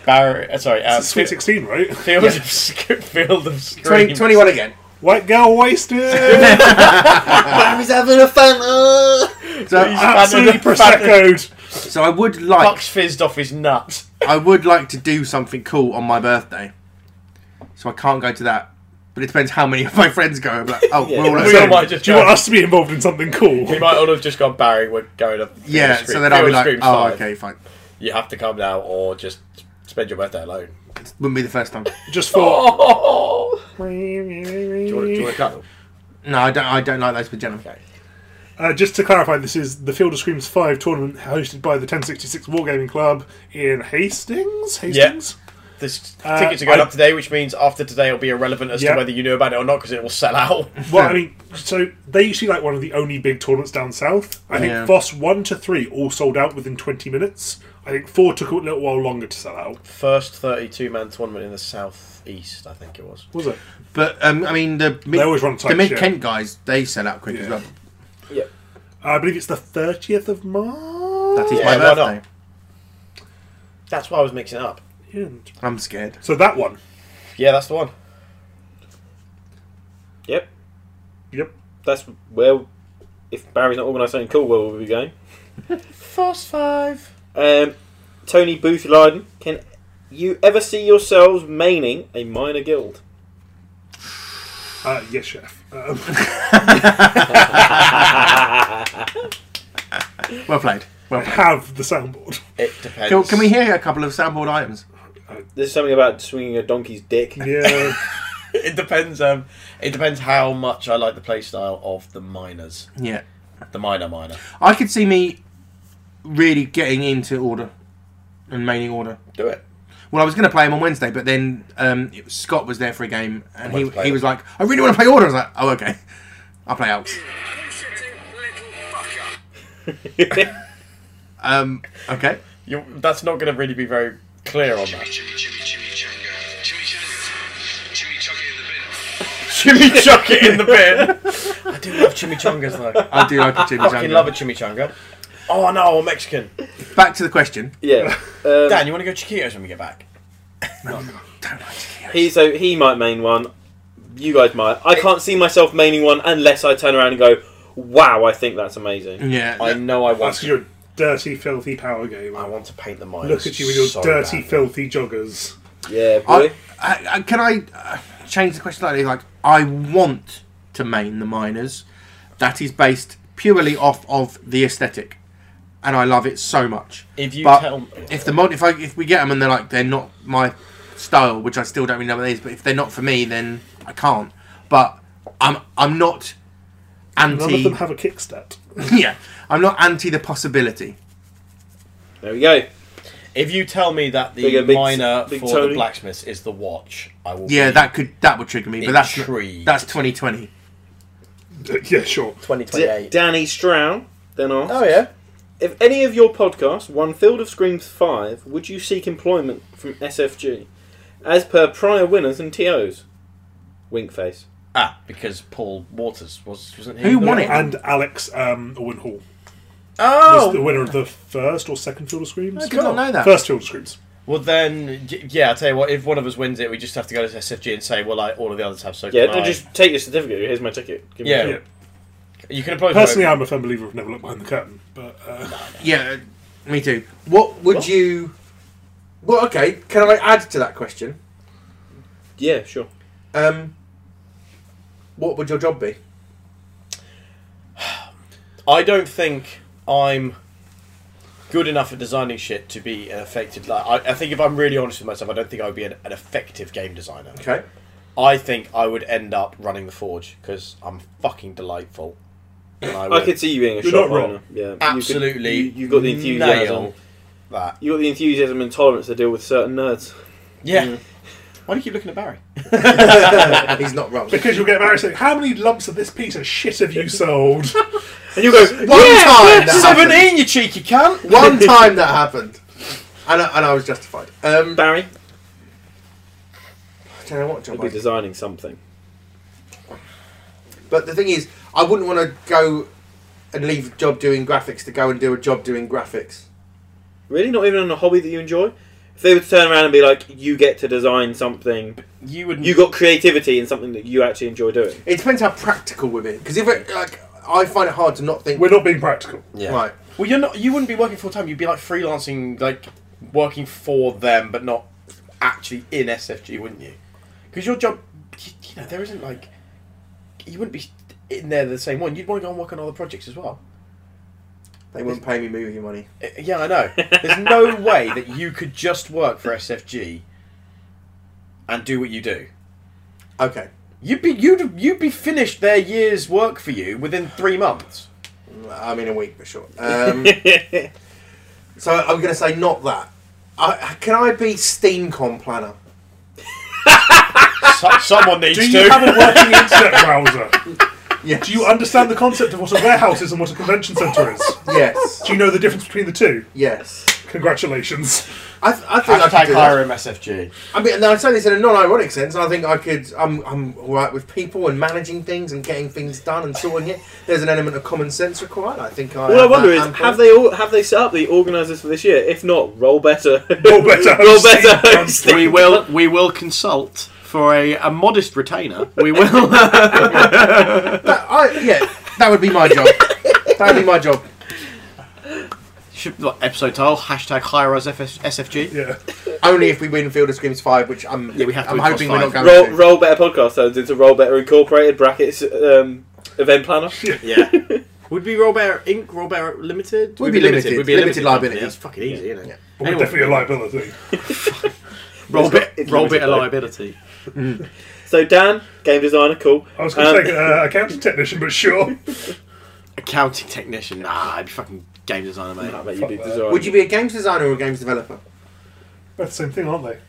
Speaker 1: Barry, uh, sorry, uh,
Speaker 2: It's Sweet
Speaker 1: Fi-
Speaker 2: 16, right?
Speaker 1: field, of sc- field of
Speaker 4: Twenty
Speaker 1: screams.
Speaker 4: twenty one again.
Speaker 2: White girl wasted!
Speaker 1: Barry's having a fanta.
Speaker 4: So, uh,
Speaker 2: Absolutely proseccoed!
Speaker 4: so I would like,
Speaker 1: Bucks fizzed off his nut.
Speaker 4: I would like to do something cool on my birthday. So I can't go to that, but it depends how many of my friends go. I'm like, oh,
Speaker 5: Yeah.
Speaker 4: we're all
Speaker 1: We
Speaker 4: at
Speaker 1: all
Speaker 4: home.
Speaker 1: might just
Speaker 2: Do you want
Speaker 1: go-
Speaker 2: us to be involved in something cool?
Speaker 1: We might all have just gone, Barry, we're going up.
Speaker 4: Yeah, so then I'll be like, oh, okay, fine.
Speaker 1: You have to come now or just spend your birthday alone.
Speaker 4: Wouldn't be the first time.
Speaker 2: Just for.
Speaker 1: Oh! Do you want to, do you want
Speaker 2: Uh,
Speaker 1: to cuddle?
Speaker 4: No, I don't. I don't like those with Jennifer.
Speaker 2: Uh, just to clarify, this is the Field of Screams 5 tournament hosted by the 1066 Wargaming Club in Hastings? Hastings?
Speaker 1: This
Speaker 2: Uh,
Speaker 1: tickets are going
Speaker 2: I-
Speaker 1: up today, which means after today it'll be irrelevant as
Speaker 2: Yeah.
Speaker 1: to whether you knew about it or not because it will sell out.
Speaker 2: Well, I mean, so they're usually like one of the only big tournaments down south. I think
Speaker 4: Yeah.
Speaker 2: Foss 1 to 3 all sold out within 20 minutes. I think 4 took a little while longer to sell out.
Speaker 1: First 32 man tournament in the southeast, I think it was.
Speaker 2: Was it?
Speaker 4: But um, I mean, the mid,
Speaker 2: always run tight
Speaker 4: the mid
Speaker 2: ship.
Speaker 4: Kent guys they sell out quick as
Speaker 2: Yeah.
Speaker 4: well.
Speaker 2: Uh, I believe it's the 30th of March.
Speaker 4: That is
Speaker 1: Yeah,
Speaker 4: my
Speaker 1: why not?
Speaker 4: birthday.
Speaker 1: That's why I was mixing it up.
Speaker 2: And-
Speaker 4: I'm scared.
Speaker 2: So that one.
Speaker 1: Yeah, that's the one.
Speaker 5: Yep.
Speaker 2: Yep.
Speaker 5: That's where if Barry's not organised something cool, where will we be going?
Speaker 1: Force 5.
Speaker 5: Um, Tony Booth Leiden, can you ever see yourselves maining a minor guild?
Speaker 2: Uh, yes, chef. Um,
Speaker 4: Well played. Well
Speaker 2: I
Speaker 4: played.
Speaker 2: have the soundboard.
Speaker 1: It depends.
Speaker 4: Can, can we hear a couple of soundboard items?
Speaker 5: There's something about swinging a donkey's dick.
Speaker 2: Yeah.
Speaker 1: It depends. Um, it depends how much I like the playstyle of the miners,
Speaker 4: Yeah,
Speaker 1: the minor miner.
Speaker 4: I could see me really getting into order and maining order.
Speaker 1: Do it.
Speaker 4: Well, I was going to play him on Wednesday, but then um, it was- Scott was there for a game, and
Speaker 1: wanted
Speaker 4: he
Speaker 1: to play
Speaker 4: he
Speaker 1: it.
Speaker 4: was like, "I really want to play order." I was like, "Oh, okay, I'll play out." Um, okay.
Speaker 1: You, that's not going to really be very clear on that.
Speaker 6: Chimmy, chimmy, chimmy, changa. Chimmy, changa. Chimmy, chugga in the bin.
Speaker 1: Chimichanga in the bin. I do love chimichangas though. I
Speaker 4: I do like a Jimmy
Speaker 1: fucking love a chimichanga. Oh no, I'm Mexican.
Speaker 4: Back to the question.
Speaker 5: yeah. Um,
Speaker 1: Dan, you want to go Chiquitos when we get back?
Speaker 5: He so he might main one. You guys might. I can't see myself maining one unless I turn around and go, "Wow, I think that's amazing."
Speaker 4: Yeah,
Speaker 1: I know I want.
Speaker 2: That's
Speaker 1: To,
Speaker 2: your dirty, filthy power game.
Speaker 1: I want to paint the miners.
Speaker 2: Look at you with your
Speaker 1: so
Speaker 2: dirty,
Speaker 1: badly.
Speaker 2: filthy joggers.
Speaker 5: Yeah, boy.
Speaker 4: I, I, I- can I uh, change the question slightly? Like, I want to main the miners. That is based purely off of the aesthetic, and I love it so much.
Speaker 1: If you
Speaker 4: But
Speaker 1: tell me,
Speaker 4: If the mod, if I, if we get them and they're like they're not my style, which I still don't really know what it is. But if they're not for me, then I can't. But I'm I'm not
Speaker 2: None of them
Speaker 4: anti.
Speaker 2: have a kickstart.
Speaker 4: yeah, I'm not anti the possibility.
Speaker 5: There we go.
Speaker 1: If you tell me that the
Speaker 5: Big, uh, big-
Speaker 1: minor
Speaker 5: big
Speaker 1: for
Speaker 5: Tony.
Speaker 1: the blacksmith is the watch, I will.
Speaker 4: Yeah,
Speaker 1: be
Speaker 4: that could that would trigger me. But that's not-
Speaker 1: Intrigued.
Speaker 4: that's 2020.
Speaker 2: yeah, sure.
Speaker 5: D-
Speaker 10: 2028.
Speaker 5: Danny Stroud then asks,
Speaker 10: Oh yeah.
Speaker 5: if any of your podcasts won Field of Screams 5, would you seek employment from SFG? As per prior winners and TOs. Wink face.
Speaker 1: ah because Paul Waters was wasn't he?
Speaker 4: Who
Speaker 1: the-
Speaker 4: won it?
Speaker 2: And Alex um, Owen Hall was the
Speaker 1: Oh,
Speaker 2: winner of the first or second Field of Screams.
Speaker 4: I did not know that.
Speaker 2: First Field of Screams.
Speaker 1: well then, y- yeah. I tell you what, if one of us wins it, we just have to go to SFG and say, well, like all of the others have. So
Speaker 5: Yeah,
Speaker 1: can
Speaker 5: no,
Speaker 1: I.
Speaker 5: just take your certificate. Here's my ticket. Give me
Speaker 1: Yeah.
Speaker 5: a
Speaker 2: Yeah.
Speaker 5: job.
Speaker 1: you can apply. for
Speaker 2: Personally,
Speaker 1: it.
Speaker 2: I'm a firm believer of never look behind the curtain, but uh,
Speaker 4: Yeah, me too. What would you? Well, okay. Can I add to that question?
Speaker 5: Yeah, sure.
Speaker 4: Um, what would your job be?
Speaker 1: I don't think I'm good enough at designing shit to be an effective. Like, I, I think if I'm really honest with myself, I don't think I would be an, an effective game designer.
Speaker 4: Okay.
Speaker 1: I think I would end up running the forge because I'm fucking delightful. And I,
Speaker 5: I
Speaker 1: would
Speaker 5: could see you being a
Speaker 2: You're
Speaker 5: shop
Speaker 2: not wrong.
Speaker 5: owner. Yeah, you could-
Speaker 1: absolutely.
Speaker 5: You, have got the enthusiasm.
Speaker 1: nail That
Speaker 5: You got the enthusiasm and tolerance to deal with certain nerds.
Speaker 1: yeah.
Speaker 5: Mm.
Speaker 1: Why do you keep looking at Barry?
Speaker 4: He's not wrong.
Speaker 2: because you'll get married saying, "How many lumps of this piece of shit have you sold?"
Speaker 5: And you go,
Speaker 4: One time that happened.
Speaker 1: Seventeen, you cheeky cunt.
Speaker 4: One time that happened, and I, and I was justified. Um,
Speaker 5: Barry,
Speaker 4: I don't know what job.
Speaker 5: you'll be
Speaker 4: I,
Speaker 5: designing something.
Speaker 4: but the thing is, I wouldn't want to go and leave a job doing graphics to go and do a job doing graphics.
Speaker 5: Really? Not even on a hobby that you enjoy? If they were to turn around and be like, you get to design something,
Speaker 1: You would.
Speaker 5: you got creativity in something that you actually enjoy doing.
Speaker 4: It depends how practical with it. Because if it, like, I find it hard to not think.
Speaker 2: We're not being practical.
Speaker 1: Yeah.
Speaker 4: Right.
Speaker 1: Well, you're not. You wouldn't be working full time. You'd be like freelancing, like working for them, but not actually in SFG, wouldn't you? Because your job, you, you know, there isn't like you wouldn't be in there the same one. You'd want to go and work on other projects as well.
Speaker 4: They wouldn't pay me movie money.
Speaker 1: Uh, Yeah, I know. There's no way that you could just work for SFG and do what you do.
Speaker 4: Okay.
Speaker 1: You'd be you'd you'd be finished their year's work for you within three months.
Speaker 4: I mean, a week for sure. Um, so I'm going to say not that. I, can I be SteamCon planner?
Speaker 1: So, someone needs
Speaker 2: Do
Speaker 1: to.
Speaker 2: you have a working internet browser?
Speaker 4: Yes.
Speaker 2: Do you understand the concept of what a warehouse is and what a convention centre is?
Speaker 4: yes.
Speaker 2: Do you know the difference between the two?
Speaker 4: Yes.
Speaker 2: Congratulations.
Speaker 4: I, th- I think I could
Speaker 1: Hashtag
Speaker 4: do that.
Speaker 1: hire him SFG.
Speaker 4: I mean, now I say this in a non-ironic sense. I think I could. I'm I'm all right with people and managing things and getting things done and sorting it. There's an element of common sense required. I think I.
Speaker 5: All I
Speaker 4: have
Speaker 5: wonder
Speaker 4: that
Speaker 5: is,
Speaker 4: and-
Speaker 5: have they all, have they set up the organisers for this year? If not, roll better.
Speaker 2: Roll better.
Speaker 5: roll better.
Speaker 2: Host.
Speaker 5: host.
Speaker 10: we will we will consult for a, a modest retainer. We will.
Speaker 4: That, I, yeah, that would be my job. that would be my job.
Speaker 10: Should, like, episode title hashtag hire us FS, SFG.
Speaker 2: Yeah.
Speaker 4: Only if we win Field of Screams Five, which I'm.
Speaker 10: Yeah, we have to
Speaker 4: I'm
Speaker 10: win
Speaker 4: hoping we're
Speaker 10: Fast
Speaker 4: not
Speaker 10: Five.
Speaker 4: going
Speaker 5: roll,
Speaker 4: to.
Speaker 5: roll better podcast turns into roll better incorporated brackets um, event planner.
Speaker 10: Yeah. Would be Robert Inc. Robert Limited.
Speaker 4: We'd be limited.
Speaker 10: We'd
Speaker 4: Limited liability.
Speaker 10: company. That's fucking easy, isn't it?
Speaker 2: But we're definitely a liability.
Speaker 10: Robert,
Speaker 5: It's
Speaker 10: Robert
Speaker 5: limited,
Speaker 10: a
Speaker 5: though.
Speaker 10: liability.
Speaker 5: So Dan, game designer, cool.
Speaker 2: I was going
Speaker 5: Um,
Speaker 2: to say uh, accounting technician, but sure.
Speaker 10: Accounting technician. Nah, I'd be fucking game designer, mate.
Speaker 5: I bet you
Speaker 2: Fuck
Speaker 5: did
Speaker 2: that.
Speaker 5: design.
Speaker 4: Would you be a games designer or a games developer?
Speaker 2: They're the same thing, aren't they?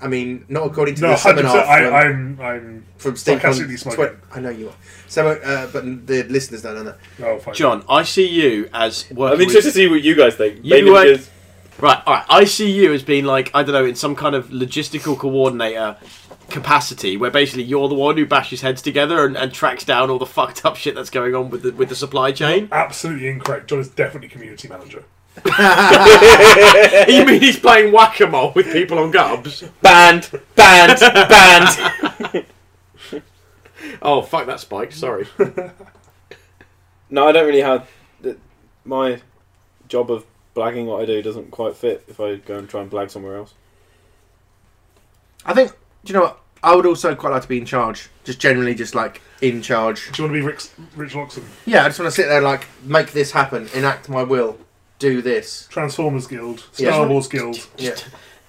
Speaker 4: I mean, not according to
Speaker 2: No,
Speaker 4: the
Speaker 2: hundred
Speaker 4: seminar
Speaker 2: percent.
Speaker 4: from,
Speaker 2: I'm, I'm.
Speaker 4: from Steve.
Speaker 2: sarcastically smiling.
Speaker 4: I know you are. So, uh, but the listeners don't know that.
Speaker 2: Oh, fine.
Speaker 10: John, I see you as working.
Speaker 5: I'm interested
Speaker 10: with-
Speaker 5: to see what you guys think.
Speaker 10: You
Speaker 5: Maybe
Speaker 10: work-
Speaker 5: because
Speaker 10: Right, all right. I see you as being like I don't know in some kind of logistical coordinator capacity, where basically you're the one who bashes heads together and, and tracks down all the fucked up shit that's going on with the with the supply chain.
Speaker 2: Absolutely incorrect. John is definitely community manager.
Speaker 10: you mean he's playing whack a mole with people on gubs?
Speaker 5: banned, banned, banned.
Speaker 10: Oh fuck that spike! Sorry.
Speaker 5: No, I don't really have th- my job of blagging what I do doesn't quite fit if I go and try and blag somewhere else.
Speaker 4: I think. Do you know what? I would also quite like to be in charge. Just generally, just like in charge.
Speaker 2: Do you want to be Rick, Rich Loxon?
Speaker 4: Yeah, I just want to sit there and like make this happen, enact my will, do this.
Speaker 2: Transformers Guild, Star
Speaker 4: Yeah.
Speaker 2: Wars Guild.
Speaker 4: Yeah.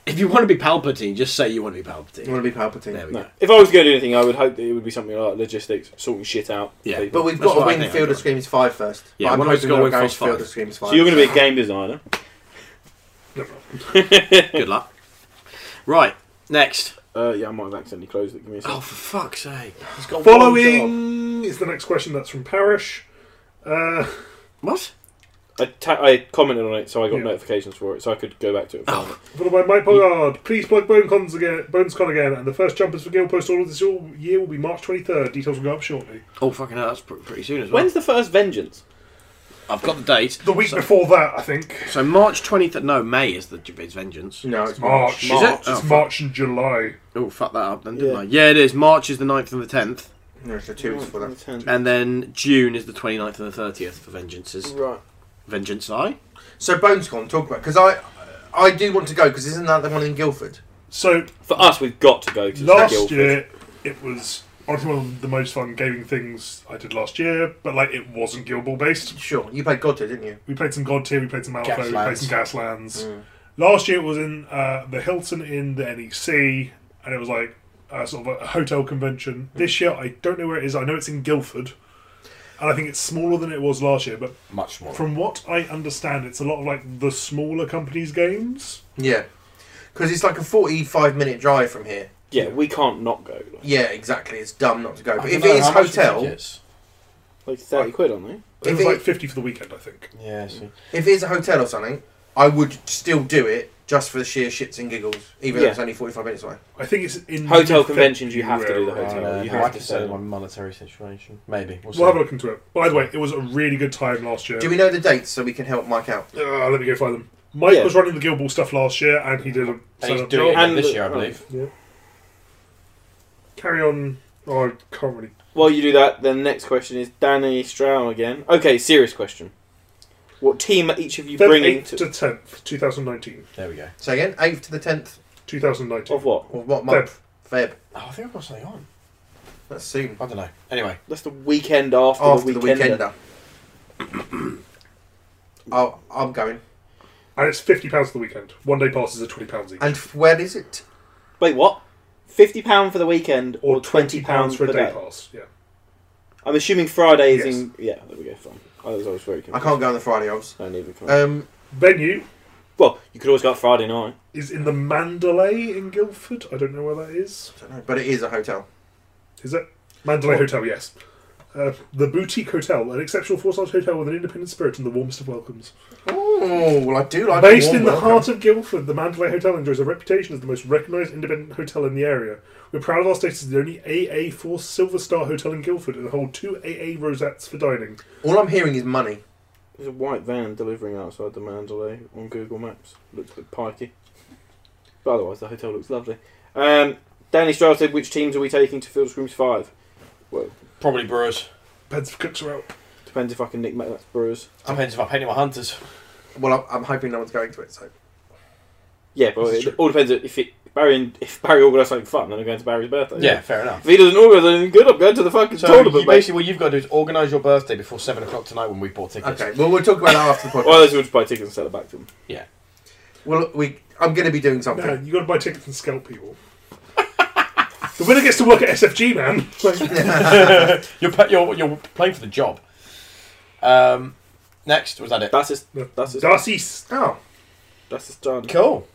Speaker 11: If you want to be Palpatine, just say you want to be Palpatine.
Speaker 4: You want to be Palpatine.
Speaker 11: There we
Speaker 5: No.
Speaker 11: go.
Speaker 5: If I was going to do anything, I would hope that it would be something like logistics, sorting shit out.
Speaker 11: Yeah.
Speaker 5: people.
Speaker 4: But we've
Speaker 11: That's
Speaker 4: got to
Speaker 11: what I
Speaker 4: win
Speaker 11: think,
Speaker 4: Field
Speaker 11: I
Speaker 4: of
Speaker 11: think.
Speaker 4: Screams 5 first.
Speaker 11: Yeah,
Speaker 4: but
Speaker 11: one
Speaker 4: I'm
Speaker 11: of us
Speaker 4: hoping
Speaker 11: gotta
Speaker 4: we're
Speaker 11: win
Speaker 4: going
Speaker 11: Fast
Speaker 4: to Field
Speaker 11: Five.
Speaker 4: of Screams 5.
Speaker 5: so you're going to be a game designer.
Speaker 11: Good luck. Right, next.
Speaker 5: Uh, yeah, I might have accidentally closed it. Give me a second.
Speaker 11: Oh, for fuck's sake. He's got one job.
Speaker 2: Following is the next question. That's from Parish. Uh,
Speaker 11: What?
Speaker 5: I, ta- I commented on it, so I got
Speaker 2: Yeah.
Speaker 5: notifications for it, so I could go back to it.
Speaker 11: Oh,
Speaker 2: followed by Mike Pollard. Please plug Bone Cons again. Bones Con again. And the first jumpers for Guild Post Order this year will be March 23rd. Details will go up shortly.
Speaker 11: oh fucking hell, that's pr- pretty soon as well.
Speaker 5: When's the first Vengeance?
Speaker 11: I've got the date.
Speaker 2: The week before that, I think.
Speaker 11: So March 20th. No, May is the is Vengeance.
Speaker 4: No, it's
Speaker 2: March.
Speaker 4: March.
Speaker 11: March.
Speaker 2: It's
Speaker 11: Oh, fuck.
Speaker 2: March and July.
Speaker 11: Oh, fuck that up then, didn't
Speaker 5: Yeah.
Speaker 11: I? Yeah, it is. March is the 9th and the 10th.
Speaker 4: No, it's the two weeks before
Speaker 5: Mm.
Speaker 4: that.
Speaker 11: And then June is the 29th and the 30th for Vengeances.
Speaker 5: Right.
Speaker 11: Vengeance I?
Speaker 4: So Bones Con, talk about because I, I do want to go because isn't that the one in Guildford?
Speaker 2: So
Speaker 5: For us, we've got to go to
Speaker 2: last
Speaker 5: Guildford.
Speaker 2: year it was honestly one of the most fun gaming things I did last year, but like it wasn't Guild Ball based.
Speaker 4: Sure, you played God tier, didn't you?
Speaker 2: We played some God tier, we played some Malifaux, we played
Speaker 4: Gaslands.
Speaker 2: some Gaslands.
Speaker 5: Mm.
Speaker 2: Last year it was in uh, the Hilton in the NEC, and it was like uh, sort of a hotel convention.
Speaker 5: Mm.
Speaker 2: This year I don't know where it is. I know it's in Guildford, and I think it's smaller than it was last year. But
Speaker 1: Much more.
Speaker 2: from what I understand, it's a lot of like the smaller companies' games.
Speaker 4: Yeah, because it's like a forty-five minute drive from here.
Speaker 5: Yeah, we can't not go. Like,
Speaker 4: Yeah, exactly. It's dumb not to go. But
Speaker 1: I
Speaker 4: if
Speaker 1: don't know,
Speaker 4: it is
Speaker 1: how much do you
Speaker 4: hotel,
Speaker 1: think
Speaker 4: if
Speaker 1: it's?
Speaker 5: like 30 quid, aren't they?
Speaker 2: It
Speaker 4: If
Speaker 2: was like
Speaker 4: it-
Speaker 2: fifty for the weekend, I think.
Speaker 1: Yeah, I see.
Speaker 4: it is a hotel or something, I would still do it just for the sheer shits and giggles, even
Speaker 5: Yeah.
Speaker 4: though it's only forty-five minutes away.
Speaker 2: I think it's in
Speaker 5: Hotel conventions, you have to do the
Speaker 2: February.
Speaker 5: hotel.
Speaker 1: Uh,
Speaker 5: you
Speaker 1: no,
Speaker 5: have
Speaker 1: I
Speaker 5: to
Speaker 1: can
Speaker 5: say
Speaker 1: say my
Speaker 5: one.
Speaker 1: monetary situation. Maybe. We'll
Speaker 2: We'll have a
Speaker 1: see.
Speaker 2: look into it. By the way, it was a really good time last year.
Speaker 4: Do we know the dates so we can help Mike out?
Speaker 2: Uh, let me go find them. Mike
Speaker 5: Yeah.
Speaker 2: was running the Guild Ball stuff last year, and he did a
Speaker 1: And he's
Speaker 2: setup
Speaker 1: doing it
Speaker 2: job.
Speaker 1: again
Speaker 5: And
Speaker 1: this
Speaker 5: the-
Speaker 1: year, I believe.
Speaker 2: Carry on. Oh, I can't really.
Speaker 5: While you do that, then the next question is Danny Strown again. Okay, serious question. What team are each of you
Speaker 2: Feb
Speaker 5: bringing
Speaker 2: 8th
Speaker 5: to.
Speaker 2: to tenth, two thousand nineteen.
Speaker 1: There we go.
Speaker 4: So again, eighth to the tenth
Speaker 2: Two thousand nineteen.
Speaker 5: Of what?
Speaker 4: of what month? Feb.
Speaker 1: Oh, I think I've got something on.
Speaker 4: That's soon.
Speaker 1: I don't know. Anyway,
Speaker 5: That's the weekend after,
Speaker 4: After the
Speaker 5: the weekend.
Speaker 4: weekender. oh, I'm going.
Speaker 2: And it's fifty pounds for the weekend. One day passes are twenty pounds each.
Speaker 4: And where is it?
Speaker 5: Wait, what? £50 for the weekend or, £20
Speaker 2: for a
Speaker 5: per
Speaker 2: day,
Speaker 5: day?
Speaker 2: pass. Yeah.
Speaker 5: I'm assuming Friday is
Speaker 2: Yes.
Speaker 5: in. Yeah, there we go. Fine. I was always very confused.
Speaker 4: I can't go on the Friday, obviously.
Speaker 5: No, neither can I.
Speaker 4: Um,
Speaker 2: Venue
Speaker 5: well, you could always go out Friday night.
Speaker 2: is in the Mandalay in Guildford. I don't know where that is.
Speaker 4: I don't know, but it is a hotel.
Speaker 2: Is it? Mandalay Hotel, yes. Uh, the Boutique Hotel, an exceptional four-stars hotel with an independent spirit and the warmest of welcomes.
Speaker 4: Oh, well, I do like
Speaker 2: Based
Speaker 4: warm
Speaker 2: in the
Speaker 4: welcome.
Speaker 2: heart of Guildford, the Mandalay Hotel enjoys a reputation as the most recognised independent hotel in the area. We're proud of our status as the only AA4 Silver Star hotel in Guildford and hold two AA rosettes for dining.
Speaker 4: All I'm hearing is money.
Speaker 5: There's a white van delivering outside the Mandalay on Google Maps. Looks a bit pikey. But otherwise, the hotel looks lovely. Um, Danny Stroud said, which teams are we taking to Field Screams 5?
Speaker 1: probably Brewers.
Speaker 2: Beds for cooks are out.
Speaker 5: Depends if I can nick Max Brewers.
Speaker 1: Depends if I'm painting my hunters.
Speaker 4: Well, I'm, I'm hoping no one's going to it. So
Speaker 5: Yeah, but
Speaker 2: That's
Speaker 5: it
Speaker 2: true.
Speaker 5: all depends if it, Barry and, if Barry organises something fun, then I'm going to Barry's birthday.
Speaker 1: Yeah, fair enough.
Speaker 5: If he doesn't organise anything good, I'm going to the fucking
Speaker 1: So
Speaker 5: tournament,
Speaker 1: you
Speaker 5: mate.
Speaker 1: basically, what you've got to do is organise your birthday before seven o'clock tonight when we bought tickets.
Speaker 4: okay, well, we'll talk about that after the podcast.
Speaker 5: Well, those will just buy tickets and sell it back to him.
Speaker 4: well, we I'm going to be doing something.
Speaker 2: No, you got to buy tickets and scalp people. the winner gets to work at SFG, man.
Speaker 1: you're, pa- you're you're playing for the job. Um, next was that it?
Speaker 5: That's his.
Speaker 2: No.
Speaker 5: That's his.
Speaker 2: Darcy's.
Speaker 4: Oh,
Speaker 5: That's his done.
Speaker 1: Cool.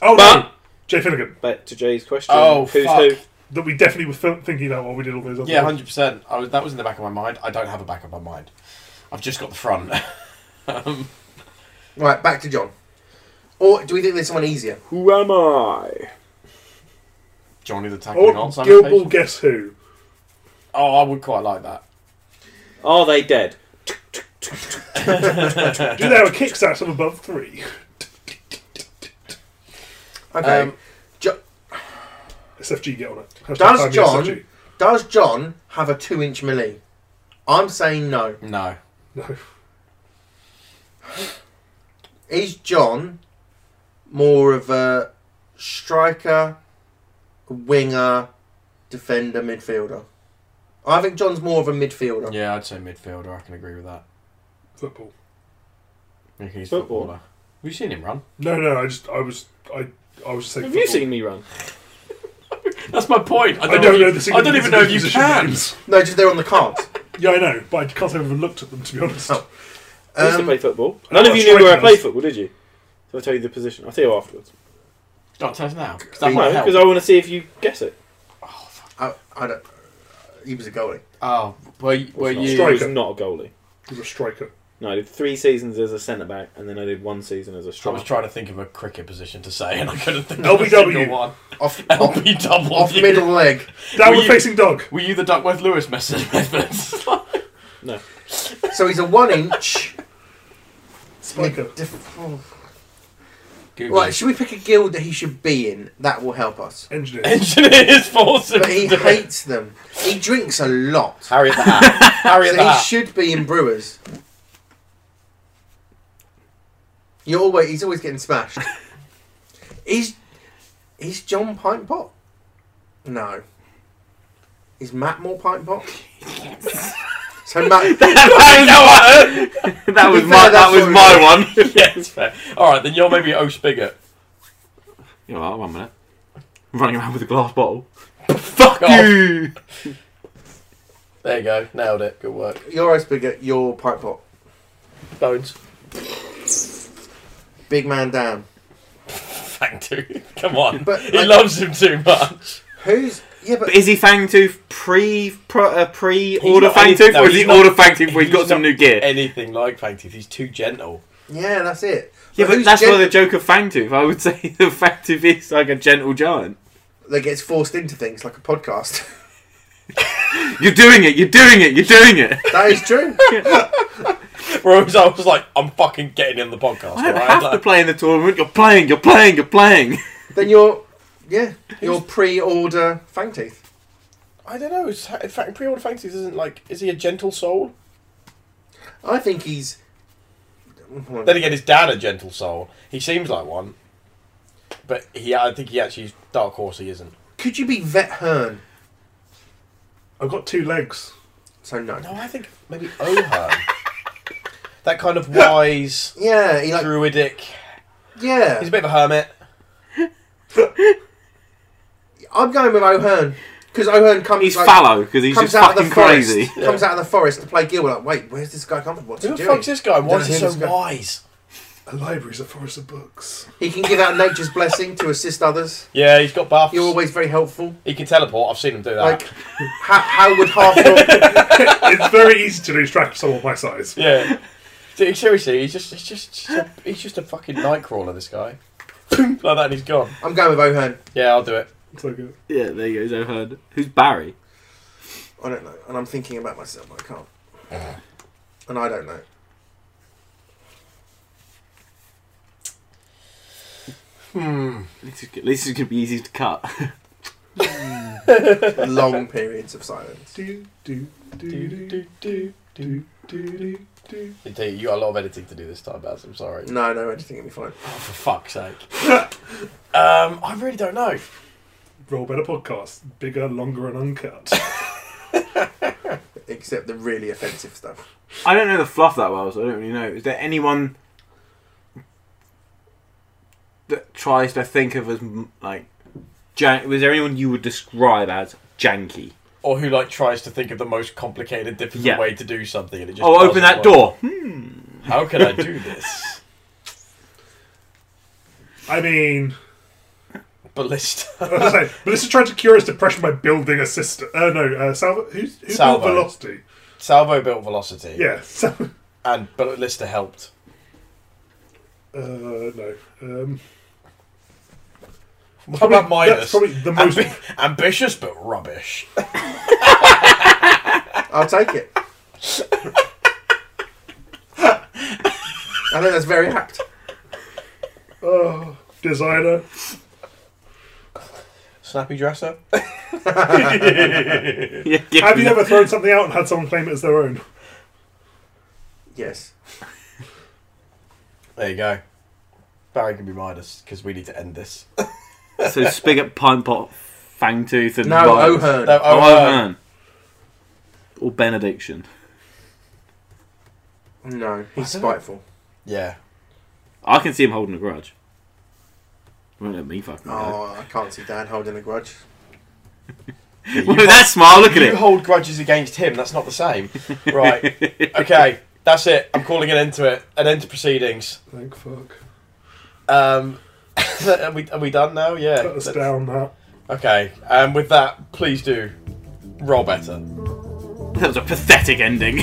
Speaker 2: Oh no,
Speaker 5: But
Speaker 2: Jay Finnegan.
Speaker 5: back to Jay's question.
Speaker 1: Oh,
Speaker 5: who's
Speaker 1: fuck.
Speaker 5: who?
Speaker 2: That we definitely were th- thinking that while we did all those. Other
Speaker 1: Yeah, hundred percent. I was that was in the back of my mind. I don't have a back of my mind. I've just got the front. um,
Speaker 4: right, back to John. Or do we think there's someone easier?
Speaker 5: Who am I?
Speaker 1: Johnny the tackling
Speaker 2: Oh,
Speaker 1: on Simon
Speaker 2: Guild Ball,
Speaker 1: Page.
Speaker 2: guess who?
Speaker 1: Oh, I would quite like that.
Speaker 5: Are they dead?
Speaker 2: Do they have a kickstart of above three?
Speaker 4: Okay.
Speaker 1: Um,
Speaker 4: Jo-
Speaker 2: SFG, get on it. Hashtag
Speaker 4: Does
Speaker 2: time the
Speaker 4: John-
Speaker 2: SFG.
Speaker 4: Does John have a two-inch melee? I'm saying no.
Speaker 1: No.
Speaker 2: No.
Speaker 4: Is John more of a striker, winger, defender, midfielder? I think John's more of a midfielder.
Speaker 1: Yeah, I'd say midfielder. I can agree with that.
Speaker 2: Football.
Speaker 1: I think he's a
Speaker 5: Football.
Speaker 1: footballer. Have you seen him run?
Speaker 2: No, no. I just, I was, I, I was just saying.
Speaker 5: Have you
Speaker 2: football.
Speaker 5: seen me run?
Speaker 1: That's my point. I
Speaker 2: I
Speaker 1: don't,
Speaker 2: don't know
Speaker 1: know.
Speaker 2: the
Speaker 1: if you, I don't even know if you
Speaker 2: position
Speaker 1: can.
Speaker 2: names.
Speaker 4: No, just they're on the cards.
Speaker 2: Yeah, I know, but I can't say I've ever looked at them to be honest.
Speaker 4: Oh.
Speaker 5: I used to
Speaker 4: Um,
Speaker 5: play football. None of
Speaker 2: watch
Speaker 5: you knew where I
Speaker 2: Rangers.
Speaker 5: played football, did you? So I'll tell you the position. I'll tell you afterwards.
Speaker 1: Don't tell us now. 'cause
Speaker 5: No,
Speaker 1: That might
Speaker 5: because
Speaker 1: help.
Speaker 5: I want to see if you guess it.
Speaker 4: I, I don't. uh, He was a goalie.
Speaker 1: Oh, were, were
Speaker 5: It's not.
Speaker 1: you?
Speaker 5: I was
Speaker 2: Striker.
Speaker 5: not a goalie.
Speaker 2: He's a striker.
Speaker 5: No, I did three seasons as a centre back, and then I did one season as a
Speaker 1: I was
Speaker 5: striker.
Speaker 1: trying to think of a cricket position to say, and I couldn't think of a
Speaker 2: LBW.
Speaker 1: single one.
Speaker 4: Off, off,
Speaker 1: LBW.
Speaker 4: off middle leg.
Speaker 2: Downward
Speaker 1: you-
Speaker 2: facing dog.
Speaker 1: Were you the Duckworth Lewis method? methods?
Speaker 4: So he's a one inch.
Speaker 2: Striker.
Speaker 4: Dif-
Speaker 1: Google.
Speaker 4: Right, should we pick a guild that he should be in? That will help us.
Speaker 2: Engineer.
Speaker 1: Engineers force him
Speaker 4: But he
Speaker 1: to do it.
Speaker 4: hates them. He drinks a lot. So
Speaker 1: Harry at the hat. Harry at the
Speaker 4: he
Speaker 1: hat.
Speaker 4: should be in Brewers. You're always he's always getting smashed. He's he's John Pinepot? No. Is Matt more Pinepot? so Matt
Speaker 5: that was, that
Speaker 4: was my- that was my
Speaker 5: one.
Speaker 1: yeah, it's fair. All right, then you're maybe O Spigot.
Speaker 5: You know, what, one minute. I'm running around with a glass bottle.
Speaker 1: Fuck off.
Speaker 5: You.
Speaker 1: There you go. Nailed it. Good work.
Speaker 4: You're a spigot, you're Pinepot.
Speaker 1: Bones.
Speaker 4: Big man down.
Speaker 1: Thank you. Come on.
Speaker 4: But,
Speaker 1: he
Speaker 4: like-
Speaker 1: loves him too much.
Speaker 4: Who's yeah but
Speaker 5: But is he Fangtooth pre pro, uh, pre order
Speaker 1: not any-
Speaker 5: Fangtooth,
Speaker 1: no,
Speaker 5: or is
Speaker 1: he's
Speaker 5: he
Speaker 1: not-
Speaker 5: order Fangtooth where he's got
Speaker 1: he's
Speaker 5: some
Speaker 1: not
Speaker 5: new gear?
Speaker 1: Anything like Plankton. He's too gentle.
Speaker 4: Yeah, that's it.
Speaker 5: yeah, but
Speaker 4: who's
Speaker 5: that's
Speaker 4: gen-
Speaker 5: why the joke of Fangtooth. I would say the Fangtooth is like a gentle giant.
Speaker 4: that gets forced into things like a podcast.
Speaker 5: You're doing it. You're doing it. You're doing it.
Speaker 4: that is true.
Speaker 1: Whereas I was like, I'm fucking getting in the podcast.
Speaker 5: I don't
Speaker 1: alright?
Speaker 5: have
Speaker 1: Like-
Speaker 5: to play in the tournament. You're playing. You're playing. You're playing.
Speaker 4: then you're yeah, you're pre-order Fangteeth.
Speaker 1: I don't know. Is, in fact, pre-order Fantasy isn't like. Is he a gentle soul?
Speaker 4: I think he's
Speaker 1: Then again, is dad a gentle soul? He seems like one, but he. I think he actually is dark horse. He isn't.
Speaker 4: could you be Vet Hearn?
Speaker 2: I've got two legs.
Speaker 4: So no.
Speaker 1: No, Oh, I think maybe Ohern. that kind of wise,
Speaker 4: Yeah, he like
Speaker 1: druidic.
Speaker 4: yeah.
Speaker 1: He's a bit of a hermit.
Speaker 4: I'm going with O'Hearn because O'Hearn comes
Speaker 5: He's
Speaker 4: like,
Speaker 5: fallow because he's
Speaker 4: comes
Speaker 5: just
Speaker 4: out of
Speaker 5: fucking
Speaker 4: the forest.
Speaker 5: crazy.
Speaker 4: Comes out of the forest to play Gil. We're like, wait, where's this guy come from? What's
Speaker 1: Who
Speaker 4: he
Speaker 1: the
Speaker 4: doing?
Speaker 1: fuck's this guy? Why is he
Speaker 4: Don't
Speaker 1: so
Speaker 4: know this guy.
Speaker 1: wise?
Speaker 2: A library's a forest of books.
Speaker 4: He can give out nature's blessing to assist others.
Speaker 1: Yeah, he's got buffs.
Speaker 4: You're always very helpful.
Speaker 1: He can teleport. I've seen him do that.
Speaker 4: Like, how, how would half your
Speaker 2: it's very easy to lose track of someone my size.
Speaker 1: yeah. Dude, seriously, he's just, he's just, he's just a, he's just a fucking nightcrawler. This guy, like that, and he's gone.
Speaker 4: I'm going with O'Hearn.
Speaker 1: Yeah, I'll do it.
Speaker 2: So good.
Speaker 5: Yeah, there you go. Zoherd. Who's Barry?
Speaker 4: I don't know, and I'm thinking about myself. I can't,
Speaker 5: Uh-huh.
Speaker 4: and I don't know.
Speaker 5: This is, good- this is gonna be easy to cut.
Speaker 4: Long periods of silence.
Speaker 2: Do, do, do,
Speaker 1: Do,
Speaker 2: do,
Speaker 1: do, do, do.
Speaker 2: do, do, do, do.
Speaker 1: I tell you, you got a lot of editing to do this time, Baz. I'm sorry.
Speaker 4: No, no, anything will be fine.
Speaker 1: Oh, For fuck's sake. um, I really don't know.
Speaker 2: Roll better podcast. Bigger, longer, and uncut.
Speaker 4: Except the really offensive stuff.
Speaker 5: I don't know the fluff that well, so I don't really know. Is there anyone that tries to think of as m- like jank? Was there anyone you would describe as janky?
Speaker 1: Or who like tries to think of the most complicated, difficult
Speaker 5: Yeah.
Speaker 1: way to do something, and it just
Speaker 5: oh, open
Speaker 1: doesn't
Speaker 5: that
Speaker 1: work.
Speaker 5: door.
Speaker 1: How can I do this?
Speaker 2: I mean,
Speaker 1: Ballista.
Speaker 2: I was gonna say, Melissa tried to cure his depression by building a sister. Uh, no, uh, Salvo. Who's, who's
Speaker 1: Salvo.
Speaker 2: built Velocity?
Speaker 1: Salvo built velocity.
Speaker 2: Yeah. Sal-
Speaker 1: And Ballista helped.
Speaker 2: uh, no. Um,
Speaker 1: What
Speaker 2: Probably-
Speaker 1: about minus?
Speaker 2: that's probably the most-
Speaker 1: Ambi- ambitious but rubbish.
Speaker 4: I'll take it. I think that's very apt.
Speaker 2: oh, designer.
Speaker 1: Snappy dresser.
Speaker 5: yeah, give
Speaker 2: Have
Speaker 5: me
Speaker 2: you
Speaker 5: that.
Speaker 2: ever thrown something out and had someone claim it as their own?
Speaker 4: Yes.
Speaker 1: There you go. Barry can be minus because we need to end this.
Speaker 5: So spigot, pine pot, fangtooth, and
Speaker 4: No,
Speaker 5: Violet.
Speaker 4: O'Hearn.
Speaker 1: No,
Speaker 5: Oh,
Speaker 1: oh, uh,
Speaker 5: O'Hearn. Or benediction.
Speaker 4: No, he's
Speaker 1: I don't-
Speaker 4: spiteful.
Speaker 1: yeah.
Speaker 5: I can see him holding a grudge. Won't let me fucking go.
Speaker 4: Oh, I can't see Dan holding a grudge.
Speaker 5: Look at that smile. Look at
Speaker 1: You
Speaker 5: it.
Speaker 1: hold grudges against him. That's not the same, right? Okay, that's it. I'm calling an end to it. An end to proceedings.
Speaker 2: Thank fuck.
Speaker 1: Um, are we are we done now? Yeah.
Speaker 2: Cut us
Speaker 1: Let's-
Speaker 2: down that.
Speaker 1: Okay. And with that, please do roll better.
Speaker 5: That was a pathetic ending.